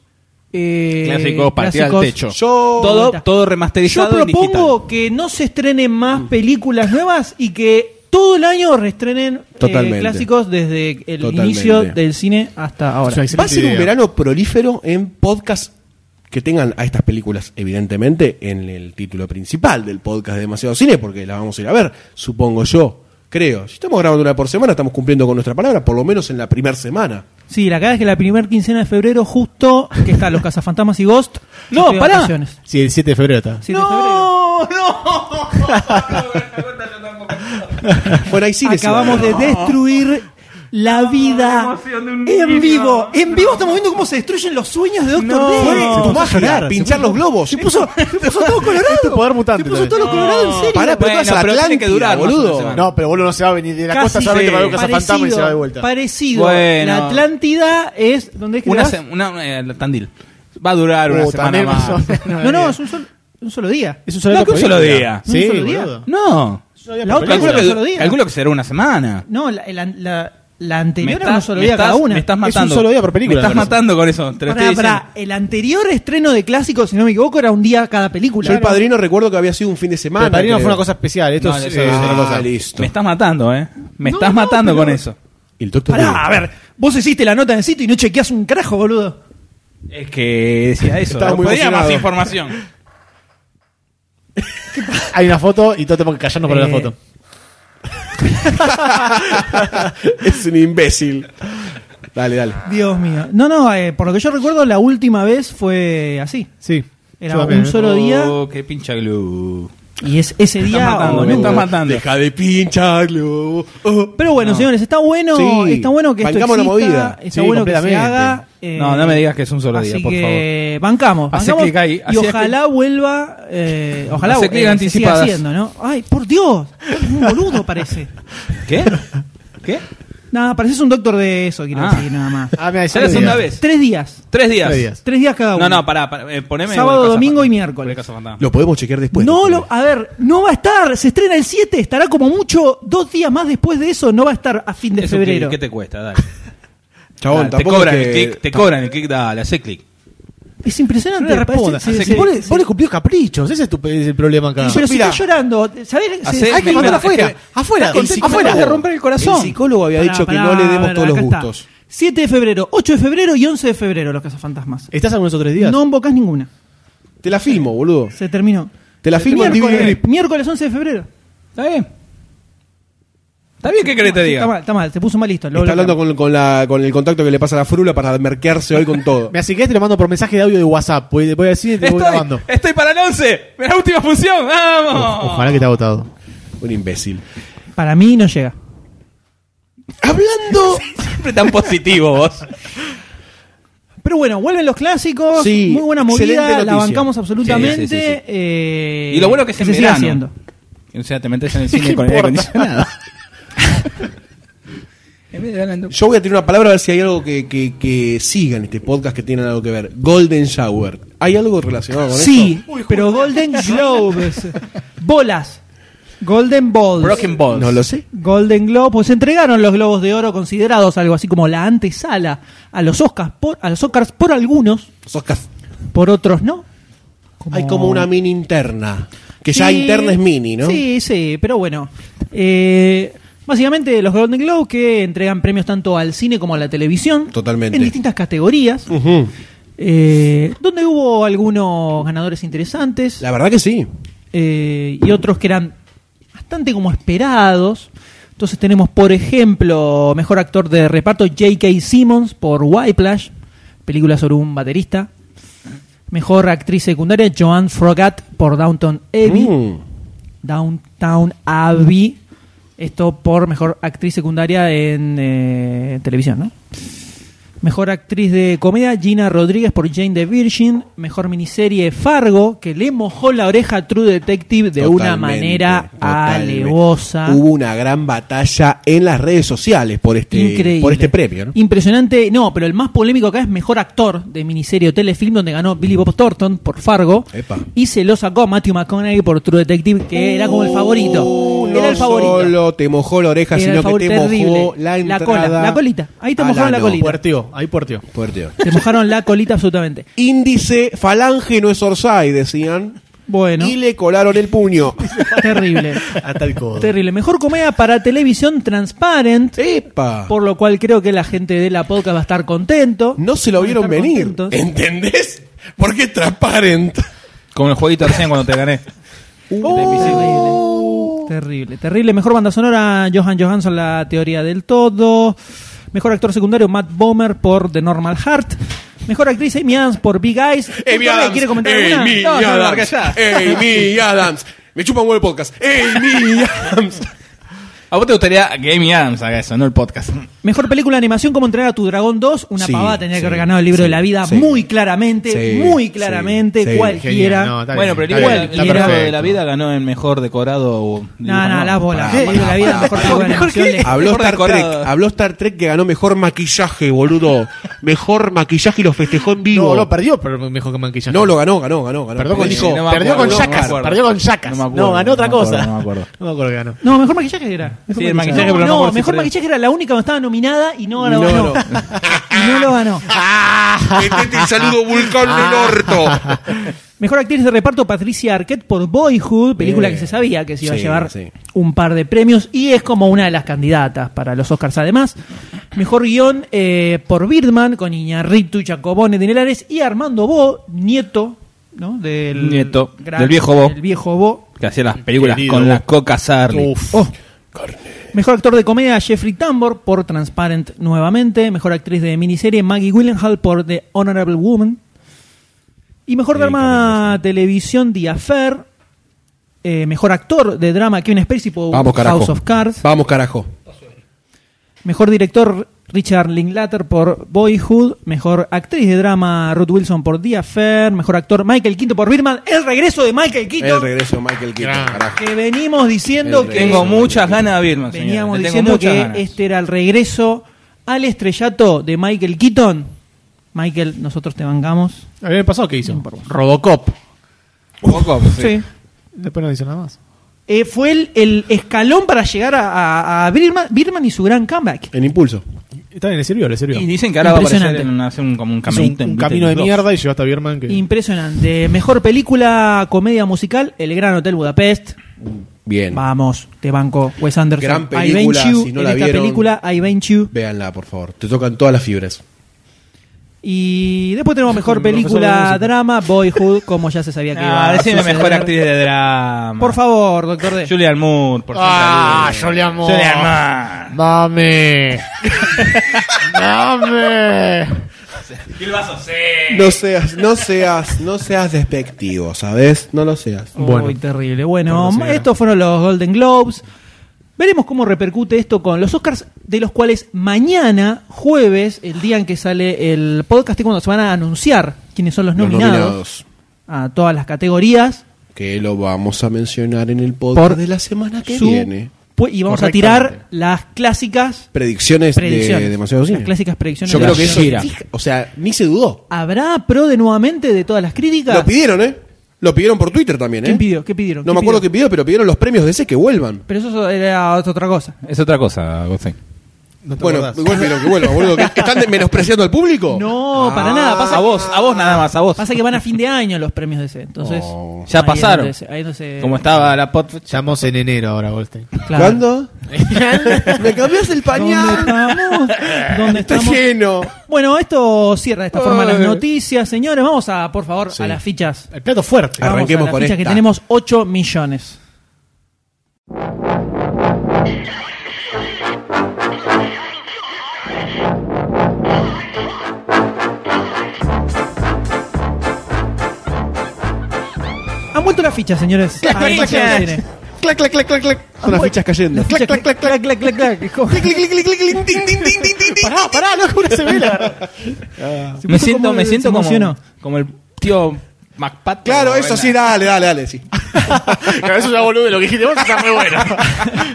Speaker 2: eh,
Speaker 4: Clásico, partida al
Speaker 2: clásicos.
Speaker 4: techo.
Speaker 3: Yo-
Speaker 4: Todo, todo remasterizado
Speaker 2: Yo
Speaker 4: en digital.
Speaker 2: propongo que no se estrenen más películas nuevas y que todo el año reestrenen eh,
Speaker 3: Totalmente.
Speaker 2: clásicos desde el
Speaker 3: Totalmente.
Speaker 2: inicio del cine hasta
Speaker 5: Es una
Speaker 2: ahora.
Speaker 5: excelente
Speaker 3: Va a ser un
Speaker 5: idea.
Speaker 3: verano prolífero en podcast que tengan a estas películas, evidentemente, en el título principal del podcast de Demasiado Cine, porque las vamos a ir a ver, supongo yo, creo. Si estamos grabando una por semana, estamos cumpliendo con nuestra palabra, por lo menos en la primera semana.
Speaker 2: Sí, la cara es que la primera quincena de febrero justo que está Los Cazafantasmas y Ghost.
Speaker 4: No,
Speaker 2: estoy de
Speaker 4: pará.
Speaker 2: vacaciones.
Speaker 5: Sí, el 7 de febrero está.
Speaker 2: Sí, de febrero.
Speaker 3: Bueno, ahí sí les-
Speaker 2: Acabamos de destruir la vida en vivo. En vivo estamos viendo cómo se destruyen los sueños de Doctor D.
Speaker 3: Fue tu
Speaker 5: No, se puso a
Speaker 3: magia,
Speaker 5: llorar,
Speaker 3: pinchar los globos. Se puso, se puso todo colorado.
Speaker 5: Es tu poder mutante,
Speaker 3: Se puso
Speaker 5: lo
Speaker 3: todo
Speaker 5: ves.
Speaker 3: colorado, en serio. Pará, pero
Speaker 4: Bueno,
Speaker 3: tú vas a
Speaker 4: pero tiene que
Speaker 3: Atlántida,
Speaker 4: durar más una
Speaker 3: boludo.
Speaker 4: semana.
Speaker 5: No, pero boludo no se va a venir de la
Speaker 2: Casi
Speaker 5: costa solamente
Speaker 4: sí.
Speaker 5: para ver Casa Fantasma y se va de vuelta.
Speaker 2: Parecido.
Speaker 4: Bueno.
Speaker 2: La Atlántida es donde es que
Speaker 4: Una,
Speaker 2: le vas-
Speaker 4: se- una- eh, Tandil. Va a durar una
Speaker 5: Oh,
Speaker 4: semana
Speaker 5: también
Speaker 4: más.
Speaker 5: más o menos.
Speaker 2: No, no, es un solo, un solo día.
Speaker 5: Es un solo
Speaker 4: No,
Speaker 5: día
Speaker 4: que un
Speaker 5: por
Speaker 4: solo
Speaker 5: película.
Speaker 4: día.
Speaker 5: Sí,
Speaker 2: Un solo día.
Speaker 5: boludo.
Speaker 4: No.
Speaker 2: La otra
Speaker 4: Calculo
Speaker 2: era un solo
Speaker 4: que,
Speaker 2: día.
Speaker 4: calculo que será una semana.
Speaker 2: No, la, la, la- la anterior
Speaker 4: Me
Speaker 2: era un
Speaker 4: estás-
Speaker 2: solo
Speaker 4: me
Speaker 2: día cada
Speaker 4: estás-
Speaker 2: una.
Speaker 4: Me estás
Speaker 5: Es un
Speaker 4: matando.
Speaker 5: solo día por película,
Speaker 4: Me estás
Speaker 5: me parece.
Speaker 4: matando con eso. Te lo
Speaker 2: Pará,
Speaker 4: estoy diciendo.
Speaker 2: pará, el anterior estreno de clásicos, si no me equivoco, era un día cada película.
Speaker 3: Yo el padrino recuerdo que había sido un fin de
Speaker 5: Pero
Speaker 3: semana.
Speaker 5: el padrino
Speaker 3: creo.
Speaker 5: fue una cosa especial. Esto
Speaker 4: No,
Speaker 5: es,
Speaker 4: eso
Speaker 5: eh,
Speaker 4: es
Speaker 5: otra
Speaker 4: otra
Speaker 3: Ah,
Speaker 5: cosa.
Speaker 3: listo.
Speaker 4: Me estás matando, ¿eh? Me
Speaker 5: No,
Speaker 4: estás
Speaker 5: no,
Speaker 4: matando
Speaker 5: pero-
Speaker 4: con eso.
Speaker 3: El doctor D.
Speaker 2: Pará, a ver, vos hiciste la nota en sitio y no chequeás un carajo, boludo.
Speaker 4: Es que decía eso.
Speaker 3: Estaba
Speaker 4: no
Speaker 3: muy
Speaker 4: podía
Speaker 3: emocionado.
Speaker 4: más información.
Speaker 5: Hay una foto y todos tenemos que callarnos para
Speaker 2: Eh,
Speaker 5: la foto.
Speaker 3: es un imbécil. Dale, dale.
Speaker 2: Dios mío. No, no, eh, por lo que yo recuerdo, la última vez fue así.
Speaker 5: Sí.
Speaker 2: Era
Speaker 5: Yo también,
Speaker 2: un
Speaker 5: ¿eh?
Speaker 2: solo día
Speaker 4: Oh, qué pincha glue.
Speaker 2: y es ese
Speaker 4: Me
Speaker 2: día.
Speaker 4: estás matando,
Speaker 2: o
Speaker 4: me
Speaker 2: nunca.
Speaker 4: estás matando.
Speaker 3: Ah, Deja de pincharlo. Oh.
Speaker 2: Pero bueno, señores, está bueno,
Speaker 3: Sí,
Speaker 2: está bueno que esto
Speaker 3: bancamos la
Speaker 2: exista,
Speaker 3: movida.
Speaker 2: está
Speaker 5: Sí,
Speaker 2: bueno que se
Speaker 5: completamente.
Speaker 2: haga.
Speaker 4: este.
Speaker 2: eh,
Speaker 4: No, no me digas que es un solo
Speaker 2: así
Speaker 4: día, por
Speaker 2: que bancamos,
Speaker 4: Hacé
Speaker 2: bancamos
Speaker 4: clic ahí,
Speaker 2: y
Speaker 4: hacé
Speaker 2: ojalá vuelva, eh, ojalá
Speaker 4: Hacé clic
Speaker 2: eh, se siga
Speaker 4: anticipadas.
Speaker 2: haciendo, ¿no? Ay, por Dios, es un boludo parece.
Speaker 4: ¿Qué? ¿Qué?
Speaker 2: Nada, pareces un doctor de eso, quiero
Speaker 4: Ah.
Speaker 2: decir, nada más.
Speaker 5: Ah, mira,
Speaker 4: Ya la
Speaker 5: lo
Speaker 4: segunda
Speaker 5: digo.
Speaker 4: vez.
Speaker 2: Tres días,
Speaker 4: Tres días.
Speaker 5: Tres días.
Speaker 2: tres días cada uno.
Speaker 4: No, no, pará. pará, eh, poneme
Speaker 2: Sábado,
Speaker 4: el Casa
Speaker 2: domingo y
Speaker 4: Fantasma.
Speaker 2: miércoles.
Speaker 4: El Casa Fantasma.
Speaker 3: Lo podemos chequear después.
Speaker 2: no,
Speaker 3: doctor
Speaker 2: lo, a ver, no va a estar, se estrena el 7, estará como mucho dos días más después de eso, no va a estar a fin de
Speaker 4: Es un clic,
Speaker 2: febrero.
Speaker 4: ¿Qué te cuesta? Dale.
Speaker 3: D. Chabón,
Speaker 4: Dale, te
Speaker 3: Ah, tampoco
Speaker 4: cobran el
Speaker 3: es que-
Speaker 4: clic, te cobran el clic, dale, hace clic.
Speaker 2: Es impresionante.
Speaker 5: No le
Speaker 2: parece-
Speaker 5: respondas.
Speaker 2: se-
Speaker 4: Hace
Speaker 2: se
Speaker 4: clic.
Speaker 2: pone-
Speaker 5: Vos le cumplió caprichos. Ese es, tu, es el problema acá.
Speaker 2: Pero si
Speaker 3: Mira.
Speaker 2: está llorando, ¿sabés? Se-
Speaker 4: Hacé-
Speaker 2: hay que
Speaker 4: me-
Speaker 2: mandar
Speaker 4: me-
Speaker 2: afuera.
Speaker 4: es
Speaker 5: Afuera,
Speaker 2: Está contento,
Speaker 5: afuera.
Speaker 2: me acaba de romper
Speaker 4: el corazón.
Speaker 3: El psicólogo había
Speaker 2: Pará,
Speaker 3: dicho que
Speaker 2: pará,
Speaker 3: no le demos
Speaker 2: pará,
Speaker 3: todos los
Speaker 2: acá está.
Speaker 3: gustos.
Speaker 2: 7 de febrero, 8 de febrero y 11 de febrero los cazafantasmas.
Speaker 5: ¿Estás algunos otros Eh, días?
Speaker 2: No invocás ninguna.
Speaker 3: Te la filmo, boludo.
Speaker 2: Se terminó.
Speaker 3: Te la filmo en DVD
Speaker 2: miércoles,
Speaker 3: Grip.
Speaker 2: miércoles 11 de febrero.
Speaker 4: ¿Está bien? ¿Está bien? ¿Qué querés que te
Speaker 2: Sí, Está
Speaker 4: diga?
Speaker 2: mal, está mal, se puso mal listo.
Speaker 3: Está hablando con, con la- con el contacto que le pasa a la frula para merquearse hoy con todo.
Speaker 5: Me acerqué y te lo mando por mensaje de audio de WhatsApp. Voy, voy a decir y te voy
Speaker 4: Estoy,
Speaker 5: grabando.
Speaker 4: estoy para el 11. La última función. ¡Vamos!
Speaker 5: Ojalá que te ha votado.
Speaker 3: Un imbécil.
Speaker 2: Para mí no llega.
Speaker 3: Hablando.
Speaker 4: Siempre tan positivo vos.
Speaker 2: Pero bueno, vuelven los clásicos.
Speaker 3: Sí,
Speaker 2: muy buena
Speaker 3: excelente
Speaker 2: movida, la
Speaker 3: noticia.
Speaker 2: bancamente absolutamente.
Speaker 4: Sí, sí, sí, sí.
Speaker 2: eh,
Speaker 4: Y lo bueno que es en
Speaker 2: se siga
Speaker 4: verano.
Speaker 2: haciendo.
Speaker 4: O sea, te metes en el cine con el aire acondicionado. en vez de hablando.
Speaker 3: Yo voy a tener una palabra a ver si hay algo que, que, que siga en este podcast que tienen algo que ver. Golden Shower. ¿Hay algo relacionado con
Speaker 2: Sí,
Speaker 3: esto?
Speaker 2: pero Golden Globes. Bolas. Golden Balls.
Speaker 4: Broken Balls.
Speaker 3: No lo sé.
Speaker 2: Golden Globe, pues se entregaron los globos de oro considerados algo así como la antesala a los Oscars por, a los Oscars por algunos,
Speaker 3: Sos cas-
Speaker 2: por otros no.
Speaker 3: Hay como una mini interna. Que ya
Speaker 2: Sí,
Speaker 3: interna es mini, ¿no?
Speaker 2: Sí, sí, pero bueno. Eh, Básicamente los Golden Globe que entregan premios tanto al cine como a la televisión.
Speaker 3: Totalmente. Mm.
Speaker 2: En distintas categorías.
Speaker 3: Ujú.
Speaker 2: eh, donde hubo algunos ganadores interesantes.
Speaker 3: La verdad que sí.
Speaker 2: eh, y otros que eran bastante como esperados. Entonces tenemos, por ejemplo, mejor actor de reparto J.K. Simmons por Whiplash, película sobre un baterista. Mejor actriz secundaria Joan Frogat por Downton Abbey.
Speaker 3: Mm.
Speaker 2: Downtown Abbey. Esto por mejor actriz secundaria en eh, televisión, ¿no? Mejor actriz de comedia, Gina Rodríguez por Jane the Virgin. Mejor miniserie, Fargo, que le mojó la oreja a True Detective de una
Speaker 3: Totalmente,
Speaker 2: manera
Speaker 3: totalmente.
Speaker 2: alevosa.
Speaker 3: Hubo una gran batalla en las redes sociales por este,
Speaker 2: Increíble.
Speaker 3: por este premio. ¿no?
Speaker 2: Impresionante. No, pero el más polémico acá es mejor actor de miniserie o telefilm, donde ganó Billy Bob Thornton por Fargo.
Speaker 3: Epa.
Speaker 2: Y se lo sacó a Matthew McConaughey por True Detective, que era como el favorito.
Speaker 3: Uh,
Speaker 2: era el
Speaker 3: no
Speaker 2: favorito.
Speaker 3: Solo te mojó la oreja,
Speaker 2: Era el
Speaker 3: sino que
Speaker 2: favor-
Speaker 3: te mojó
Speaker 2: terrible.
Speaker 3: la
Speaker 2: La
Speaker 3: entrada.
Speaker 2: cola, la colita. Ahí te
Speaker 3: al
Speaker 2: mojaron la
Speaker 3: ano.
Speaker 2: colita.
Speaker 5: Puerteó, ahí puerteó.
Speaker 3: Puerteo.
Speaker 2: Te mojaron la colita absolutamente.
Speaker 3: Índice, falange no es orsay, decían.
Speaker 2: Bueno,
Speaker 3: Y le colaron el puño.
Speaker 2: terrible.
Speaker 5: Hasta el codo.
Speaker 2: terrible. Mejor comedia para televisión transparent.
Speaker 3: ¡Epa!
Speaker 2: Por lo cual creo que la gente de la podcast va a estar contento.
Speaker 3: No se lo
Speaker 2: Van a
Speaker 3: vieron
Speaker 2: estar
Speaker 3: venir.
Speaker 2: contentos.
Speaker 3: ¿Entendés? Porque es transparente.
Speaker 4: Como el jueguito recién cuando te gané.
Speaker 3: Oh.
Speaker 2: Terrible. Terrible, terrible. Mejor banda sonora, Johan Johansson, La Teoría del Todo. Mejor actor secundario, Matt Bomer por The Normal Heart. Mejor actriz, Amy Adams por Big Eyes.
Speaker 3: Amy
Speaker 2: ¿Doctor Ray,
Speaker 3: Adams,
Speaker 2: ¿Quiere comentar alguna?
Speaker 3: Amy
Speaker 4: No, no, larga
Speaker 3: Adams,
Speaker 4: ya.
Speaker 3: Amy Adams. Me chupa un huevo el podcast. Amy Adams.
Speaker 4: A vos te gustaría que Amy Adams haga eso, no el podcast.
Speaker 5: Ah,
Speaker 2: Mejor película de animación, Cómo entrenar a tu dragón 2. Una
Speaker 3: Sí,
Speaker 2: pavada tenía
Speaker 3: sí,
Speaker 2: que haber ganado el libro
Speaker 3: sí,
Speaker 2: de la vida
Speaker 3: sí.
Speaker 2: muy claramente,
Speaker 3: Sí,
Speaker 2: muy
Speaker 3: sí,
Speaker 2: claramente,
Speaker 3: sí,
Speaker 2: cualquiera.
Speaker 5: Genial, no, está
Speaker 4: Bueno,
Speaker 5: bien,
Speaker 4: pero el libro,
Speaker 5: está bien,
Speaker 4: el
Speaker 5: está
Speaker 4: libro
Speaker 5: perfecto.
Speaker 4: de la vida ganó en mejor decorado. o dibujo Ah,
Speaker 2: No, no,
Speaker 4: animado.
Speaker 2: las bolas.
Speaker 4: Pará,
Speaker 2: El libro de la vida, mejor película de animación. les-
Speaker 3: Habló
Speaker 4: Mejor
Speaker 3: Star Trek,
Speaker 4: decorado.
Speaker 3: habló Star Trek que ganó mejor maquillaje, boludo. Mejor maquillaje y lo festejó en vivo.
Speaker 5: No, lo perdió, pero mejor que Manquilla.
Speaker 3: No, lo ganó, ganó, ganó, ganó.
Speaker 5: Perdió con,
Speaker 4: Sí,
Speaker 3: dijo,
Speaker 4: no me
Speaker 5: perdió
Speaker 4: acuerdo,
Speaker 5: con
Speaker 4: no me
Speaker 5: Yacas,
Speaker 4: acuerdo.
Speaker 5: perdió con
Speaker 4: No
Speaker 5: Yacas.
Speaker 4: me
Speaker 5: No,
Speaker 4: acuerdo,
Speaker 5: ganó otra
Speaker 4: no me acuerdo,
Speaker 5: cosa.
Speaker 4: no me acuerdo.
Speaker 5: No me acuerdo que ganó.
Speaker 2: No, mejor maquillaje era.
Speaker 4: Sí, el maquillaje, pero
Speaker 2: No,
Speaker 4: no me
Speaker 2: no,
Speaker 4: acuerdo si
Speaker 2: mejor
Speaker 4: perdió.
Speaker 2: maquillaje era la única donde estaba nominada y no lo
Speaker 3: No,
Speaker 2: ganó.
Speaker 3: no.
Speaker 2: Y no lo ganó.
Speaker 3: metete el saludo vulcán del orto.
Speaker 2: Mejor actriz de reparto Patricia Arquette por Boyhood, película
Speaker 3: Bien.
Speaker 2: que se sabía que se iba
Speaker 3: Sí,
Speaker 2: a llevar
Speaker 3: sí.
Speaker 2: un par de premios y es como una de las candidatas para los Oscars además. Mejor guión eh, por Birdman con Iñarritu, Chacobone, Dinelares y Armando Bo, nieto, ¿no? Del,
Speaker 4: Nieto, del viejo Bo.
Speaker 2: del viejo Bo.
Speaker 4: Que hacía las películas
Speaker 5: Querido.
Speaker 4: con la coca Sarli.
Speaker 5: Uf.
Speaker 2: Oh. Mejor actor de comedia Jeffrey Tambor por Transparent nuevamente. Mejor actriz de miniserie Maggie Willenhall por The Honorable Woman. Y mejor drama televisión The Affair. Eh, mejor actor de drama Kevin Spacey por
Speaker 3: Vamos, carajo.
Speaker 2: House of Cards.
Speaker 3: Vamos, carajo.
Speaker 2: Mejor director Richard Linklater por Boyhood. Mejor actriz de drama Ruth Wilson por The Affair. Mejor actor Michael Quinto por Birdman. El regreso de Michael
Speaker 3: El
Speaker 2: Quinto.
Speaker 3: regreso de Michael Keaton,
Speaker 5: Gran.
Speaker 3: carajo.
Speaker 2: Que venimos diciendo
Speaker 3: El
Speaker 2: que...
Speaker 4: Tengo muchas ganas de Birdman, señores.
Speaker 2: Veníamos
Speaker 4: Le tengo
Speaker 2: diciendo
Speaker 4: muchas
Speaker 2: que
Speaker 4: ganas.
Speaker 2: este era el regreso al estrellato de Michael Keaton. Michael, nosotros te bancamos.
Speaker 5: ¿El año pasado qué hizo? Robocop.
Speaker 4: Robocop, pues, sí.
Speaker 5: Después no hizo nada más.
Speaker 2: Eh, fue el, el escalón para llegar a, a- a Birman, Birman y su gran comeback.
Speaker 3: En impulso.
Speaker 5: Está bien, le sirvió, le sirvió.
Speaker 4: Y dicen que ahora va a aparecer
Speaker 2: Impresionante.
Speaker 4: en una- hacer un, como un
Speaker 5: Hizo un-
Speaker 4: caminito.
Speaker 5: un,
Speaker 4: en-
Speaker 5: camino de
Speaker 4: en-
Speaker 5: mierda y llegó hasta Bierman que...
Speaker 2: Impresionante. Mejor película, comedia musical, El Gran Hotel Budapest.
Speaker 3: Bien.
Speaker 2: Vamos, te banco. Wes Anderson.
Speaker 3: Gran
Speaker 2: I
Speaker 3: película,
Speaker 2: Bench You.
Speaker 3: si no
Speaker 2: en
Speaker 3: la
Speaker 2: esta
Speaker 3: vieron.
Speaker 2: película, I Bench You.
Speaker 3: Véanla, por favor. Te tocan todas las fibras.
Speaker 2: Y después tenemos mejor
Speaker 5: Profesor de
Speaker 2: película,
Speaker 5: música.
Speaker 2: drama, Boyhood, como ya se sabía que iba
Speaker 4: Ah,
Speaker 2: a
Speaker 4: decime
Speaker 2: suceder.
Speaker 4: mejor actriz de drama.
Speaker 2: Por favor, doctor D.
Speaker 4: Julian Moore, por
Speaker 5: Ah,
Speaker 4: siempre
Speaker 5: Julianne
Speaker 4: duda.
Speaker 5: Moore.
Speaker 4: Julianne Moore.
Speaker 5: ¡Dame! ¡Dame!
Speaker 4: Silvazo, sí.
Speaker 3: No seas, no seas, no seas despectivo, ¿sabes? No lo seas.
Speaker 2: Uy,
Speaker 5: Bueno.
Speaker 2: terrible. Bueno,
Speaker 5: Perdón, señora.
Speaker 2: estos fueron los Golden Globes. Veremos cómo repercute esto con los Oscars, de los cuales mañana, jueves, el día en que sale el podcast, es cuando se van a anunciar quiénes son los
Speaker 3: Los
Speaker 2: nominados,
Speaker 3: nominados.
Speaker 2: a todas las categorías.
Speaker 3: Que lo vamos a mencionar en el podcast
Speaker 2: Por
Speaker 3: de la semana que
Speaker 2: Su-
Speaker 3: viene.
Speaker 2: pu- y vamos a tirar las clásicas
Speaker 3: Predicciones,
Speaker 2: predicciones.
Speaker 3: de demasiado cine.
Speaker 2: Las clásicas predicciones.
Speaker 3: Yo
Speaker 2: de
Speaker 3: creo que eso.
Speaker 2: Demasiado Cine.
Speaker 3: fija- O sea, ni se dudó.
Speaker 2: ¿Habrá pro de nuevamente de todas las críticas?
Speaker 3: Lo pidieron, ¿eh? Lo pidieron por Twitter también, ¿eh?
Speaker 2: ¿Quién pidió? ¿Qué pidieron?
Speaker 3: No
Speaker 2: ¿Quién
Speaker 3: me acuerdo
Speaker 2: pidió?
Speaker 3: quién pidió, pero pidieron los premios de ese que vuelvan.
Speaker 2: Pero eso era otra cosa.
Speaker 4: Es otra cosa, Godzilla.
Speaker 5: No te
Speaker 3: Bueno,
Speaker 5: acordás.
Speaker 3: igual pero que vuelva, boludo. que- ¿Están de- menospreciando al público?
Speaker 2: No, para
Speaker 3: Ah.
Speaker 2: nada. Pasa,
Speaker 4: a vos, a vos nada más, a vos.
Speaker 2: pasa que van a fin de año los premios de ese. Entonces,
Speaker 3: Oh.
Speaker 4: Ya
Speaker 2: ahí es
Speaker 4: pasaron.
Speaker 2: donde se- ahí es donde se-
Speaker 4: Como estaba la pot.
Speaker 5: Estamos en enero ahora, Goldstein.
Speaker 2: Claro.
Speaker 3: ¿Cuándo? ¿Me cambias el
Speaker 2: ¿Dónde
Speaker 3: pañal?
Speaker 2: estamos? ¿Dónde
Speaker 3: Está
Speaker 2: estamos?
Speaker 3: lleno.
Speaker 2: Bueno, esto cierra de esta forma las
Speaker 3: Ay.
Speaker 2: noticias, señores. Vamos a, por favor,
Speaker 3: Sí.
Speaker 2: a las fichas.
Speaker 5: El plato fuerte.
Speaker 3: Ah.
Speaker 2: Vamos
Speaker 3: Arranquemos
Speaker 2: a las
Speaker 3: con
Speaker 2: fichas que
Speaker 3: esta.
Speaker 2: tenemos 8 millones. Han vuelto las fichas, señores.
Speaker 3: Clac,
Speaker 2: Al
Speaker 3: clac,
Speaker 2: Paseo
Speaker 3: clac,
Speaker 2: del Cine.
Speaker 3: clac, clac, clac, clac, clac. Son las fichas cayendo.
Speaker 2: Las
Speaker 3: Clac,
Speaker 2: fichas
Speaker 3: clac, clac, clac.
Speaker 2: clac, clac, clac, clac. Es como-
Speaker 3: Clic, clic, clic, clic, clic, tin, tin, tin, tin, tin, tin.
Speaker 5: Pará, pará, loco, una severa.
Speaker 3: Ah.
Speaker 2: Se
Speaker 4: Me
Speaker 2: puso
Speaker 4: siento,
Speaker 2: como-
Speaker 4: me
Speaker 2: se
Speaker 4: siento como,
Speaker 2: emocionó.
Speaker 4: como el tío MacPat.
Speaker 3: Claro, eso sí, dale, dale, dale, sí.
Speaker 5: Eso ya boludo, lo que dijiste vos está muy bueno.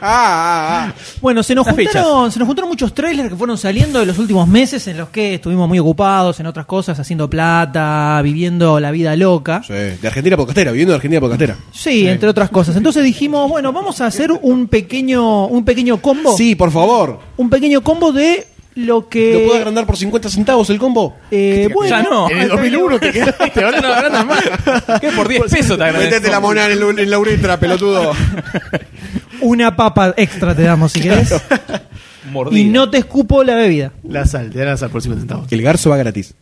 Speaker 3: Ah, ah, ah.
Speaker 2: Bueno, se nos,
Speaker 4: Las
Speaker 2: juntaron, se nos juntaron muchos trailers que fueron saliendo de los últimos meses en los que estuvimos muy ocupados en otras cosas, haciendo plata, viviendo la vida loca.
Speaker 3: Sí, de Argentina Podcastera, viviendo de Argentina Podcastera.
Speaker 2: Sí, entre otras cosas. Entonces dijimos, bueno, vamos a hacer un pequeño, un pequeño combo.
Speaker 3: Sí, por favor.
Speaker 2: Un pequeño combo de lo que.
Speaker 3: ¿Lo puedo agrandar por 50 centavos el combo?
Speaker 2: eh, bueno,
Speaker 4: Ya no.
Speaker 5: En el 2001 te quedaste, ahora no
Speaker 4: Nada más. ¿Qué? Por 10
Speaker 5: Pues,
Speaker 4: pesos te agradezco.
Speaker 3: monada en, la- en la uretra, pelotudo.
Speaker 2: Una papa extra te damos si querés.
Speaker 4: Mordida.
Speaker 2: y no te escupo la bebida.
Speaker 5: La sal, te dan la sal por 50 centavos.
Speaker 3: El garzo va gratis.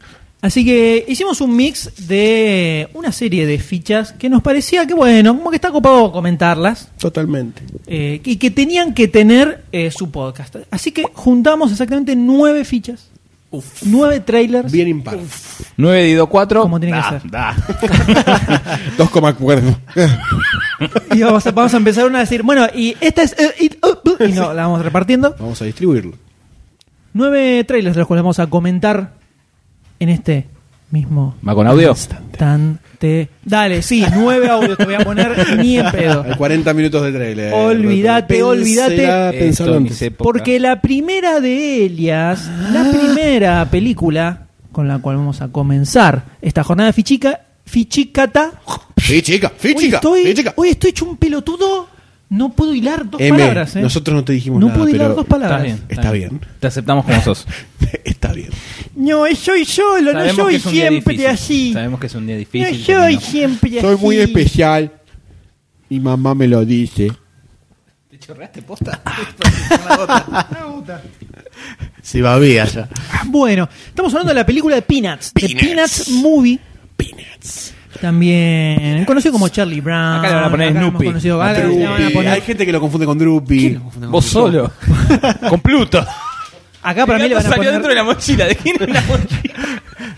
Speaker 2: Así que hicimos un mix de una serie de fichas que nos parecía que, bueno, como que está copado comentarlas.
Speaker 3: Totalmente.
Speaker 2: eh, y que tenían que tener eh, su podcast. Así que juntamos exactamente nueve fichas, nueve trailers,
Speaker 3: Bien impar.
Speaker 4: 9 dividido 4.
Speaker 2: como tiene que ser.
Speaker 3: 2,4.
Speaker 2: Y vamos a, vamos a empezar una a decir, bueno, y esta es... eh, it, uh, bu- y no, la vamos repartiendo.
Speaker 3: Vamos a distribuirlo.
Speaker 2: Nueve trailers de los cuales vamos a comentar en este mismo
Speaker 4: ¿Va con audio?
Speaker 2: instante. Dale, sí, nueve audios te voy a poner ni en pedo.
Speaker 3: Hay 40 minutos de trailer.
Speaker 2: Olvídate, olvídate.
Speaker 4: Esto
Speaker 3: Pensalo
Speaker 4: ni
Speaker 3: antes.
Speaker 4: se po-
Speaker 2: Porque la primera de ellas,
Speaker 3: Ah.
Speaker 2: la primera película con la cual vamos a comenzar esta jornada fichica, fichicata.
Speaker 3: Sí, chica. Sí,
Speaker 2: Hoy
Speaker 3: chica.
Speaker 2: estoy,
Speaker 3: Sí, chica.
Speaker 2: hoy estoy hecho un pelotudo. No puedo hilar dos
Speaker 3: M,
Speaker 2: palabras. ¿eh?
Speaker 3: nosotros no te dijimos
Speaker 2: No
Speaker 3: nada,
Speaker 2: puedo hilar
Speaker 3: pero-
Speaker 2: dos
Speaker 4: Está
Speaker 2: palabras.
Speaker 4: bien.
Speaker 3: Está bien.
Speaker 4: Te aceptamos como sos.
Speaker 3: Está bien.
Speaker 2: No, soy solo,
Speaker 4: Sabemos
Speaker 2: no
Speaker 4: que
Speaker 2: soy
Speaker 4: es un día
Speaker 2: siempre
Speaker 4: difícil.
Speaker 2: así.
Speaker 4: Sabemos que es un día
Speaker 2: No
Speaker 4: difícil.
Speaker 2: soy
Speaker 4: pero no.
Speaker 2: siempre así.
Speaker 3: especial. Mi mamá me lo dice.
Speaker 5: Si va bien ya.
Speaker 2: Ah, Bueno, estamos hablando de la película de Peanuts. De Peanuts Movie. Peanuts. También conocido como Charlie Brown.
Speaker 4: Acá le van a poner
Speaker 2: acá lo hemos
Speaker 4: Snoopy.
Speaker 2: conocido,
Speaker 4: A
Speaker 2: acá le van a
Speaker 3: Drupi. Hay
Speaker 2: poner-
Speaker 3: gente que lo confunde con Drupi.
Speaker 4: Vos solo. con Pluto.
Speaker 2: Acá para mí le van a
Speaker 4: salió dentro de
Speaker 2: poner.
Speaker 4: la mochila. ¿De quién era la mochila?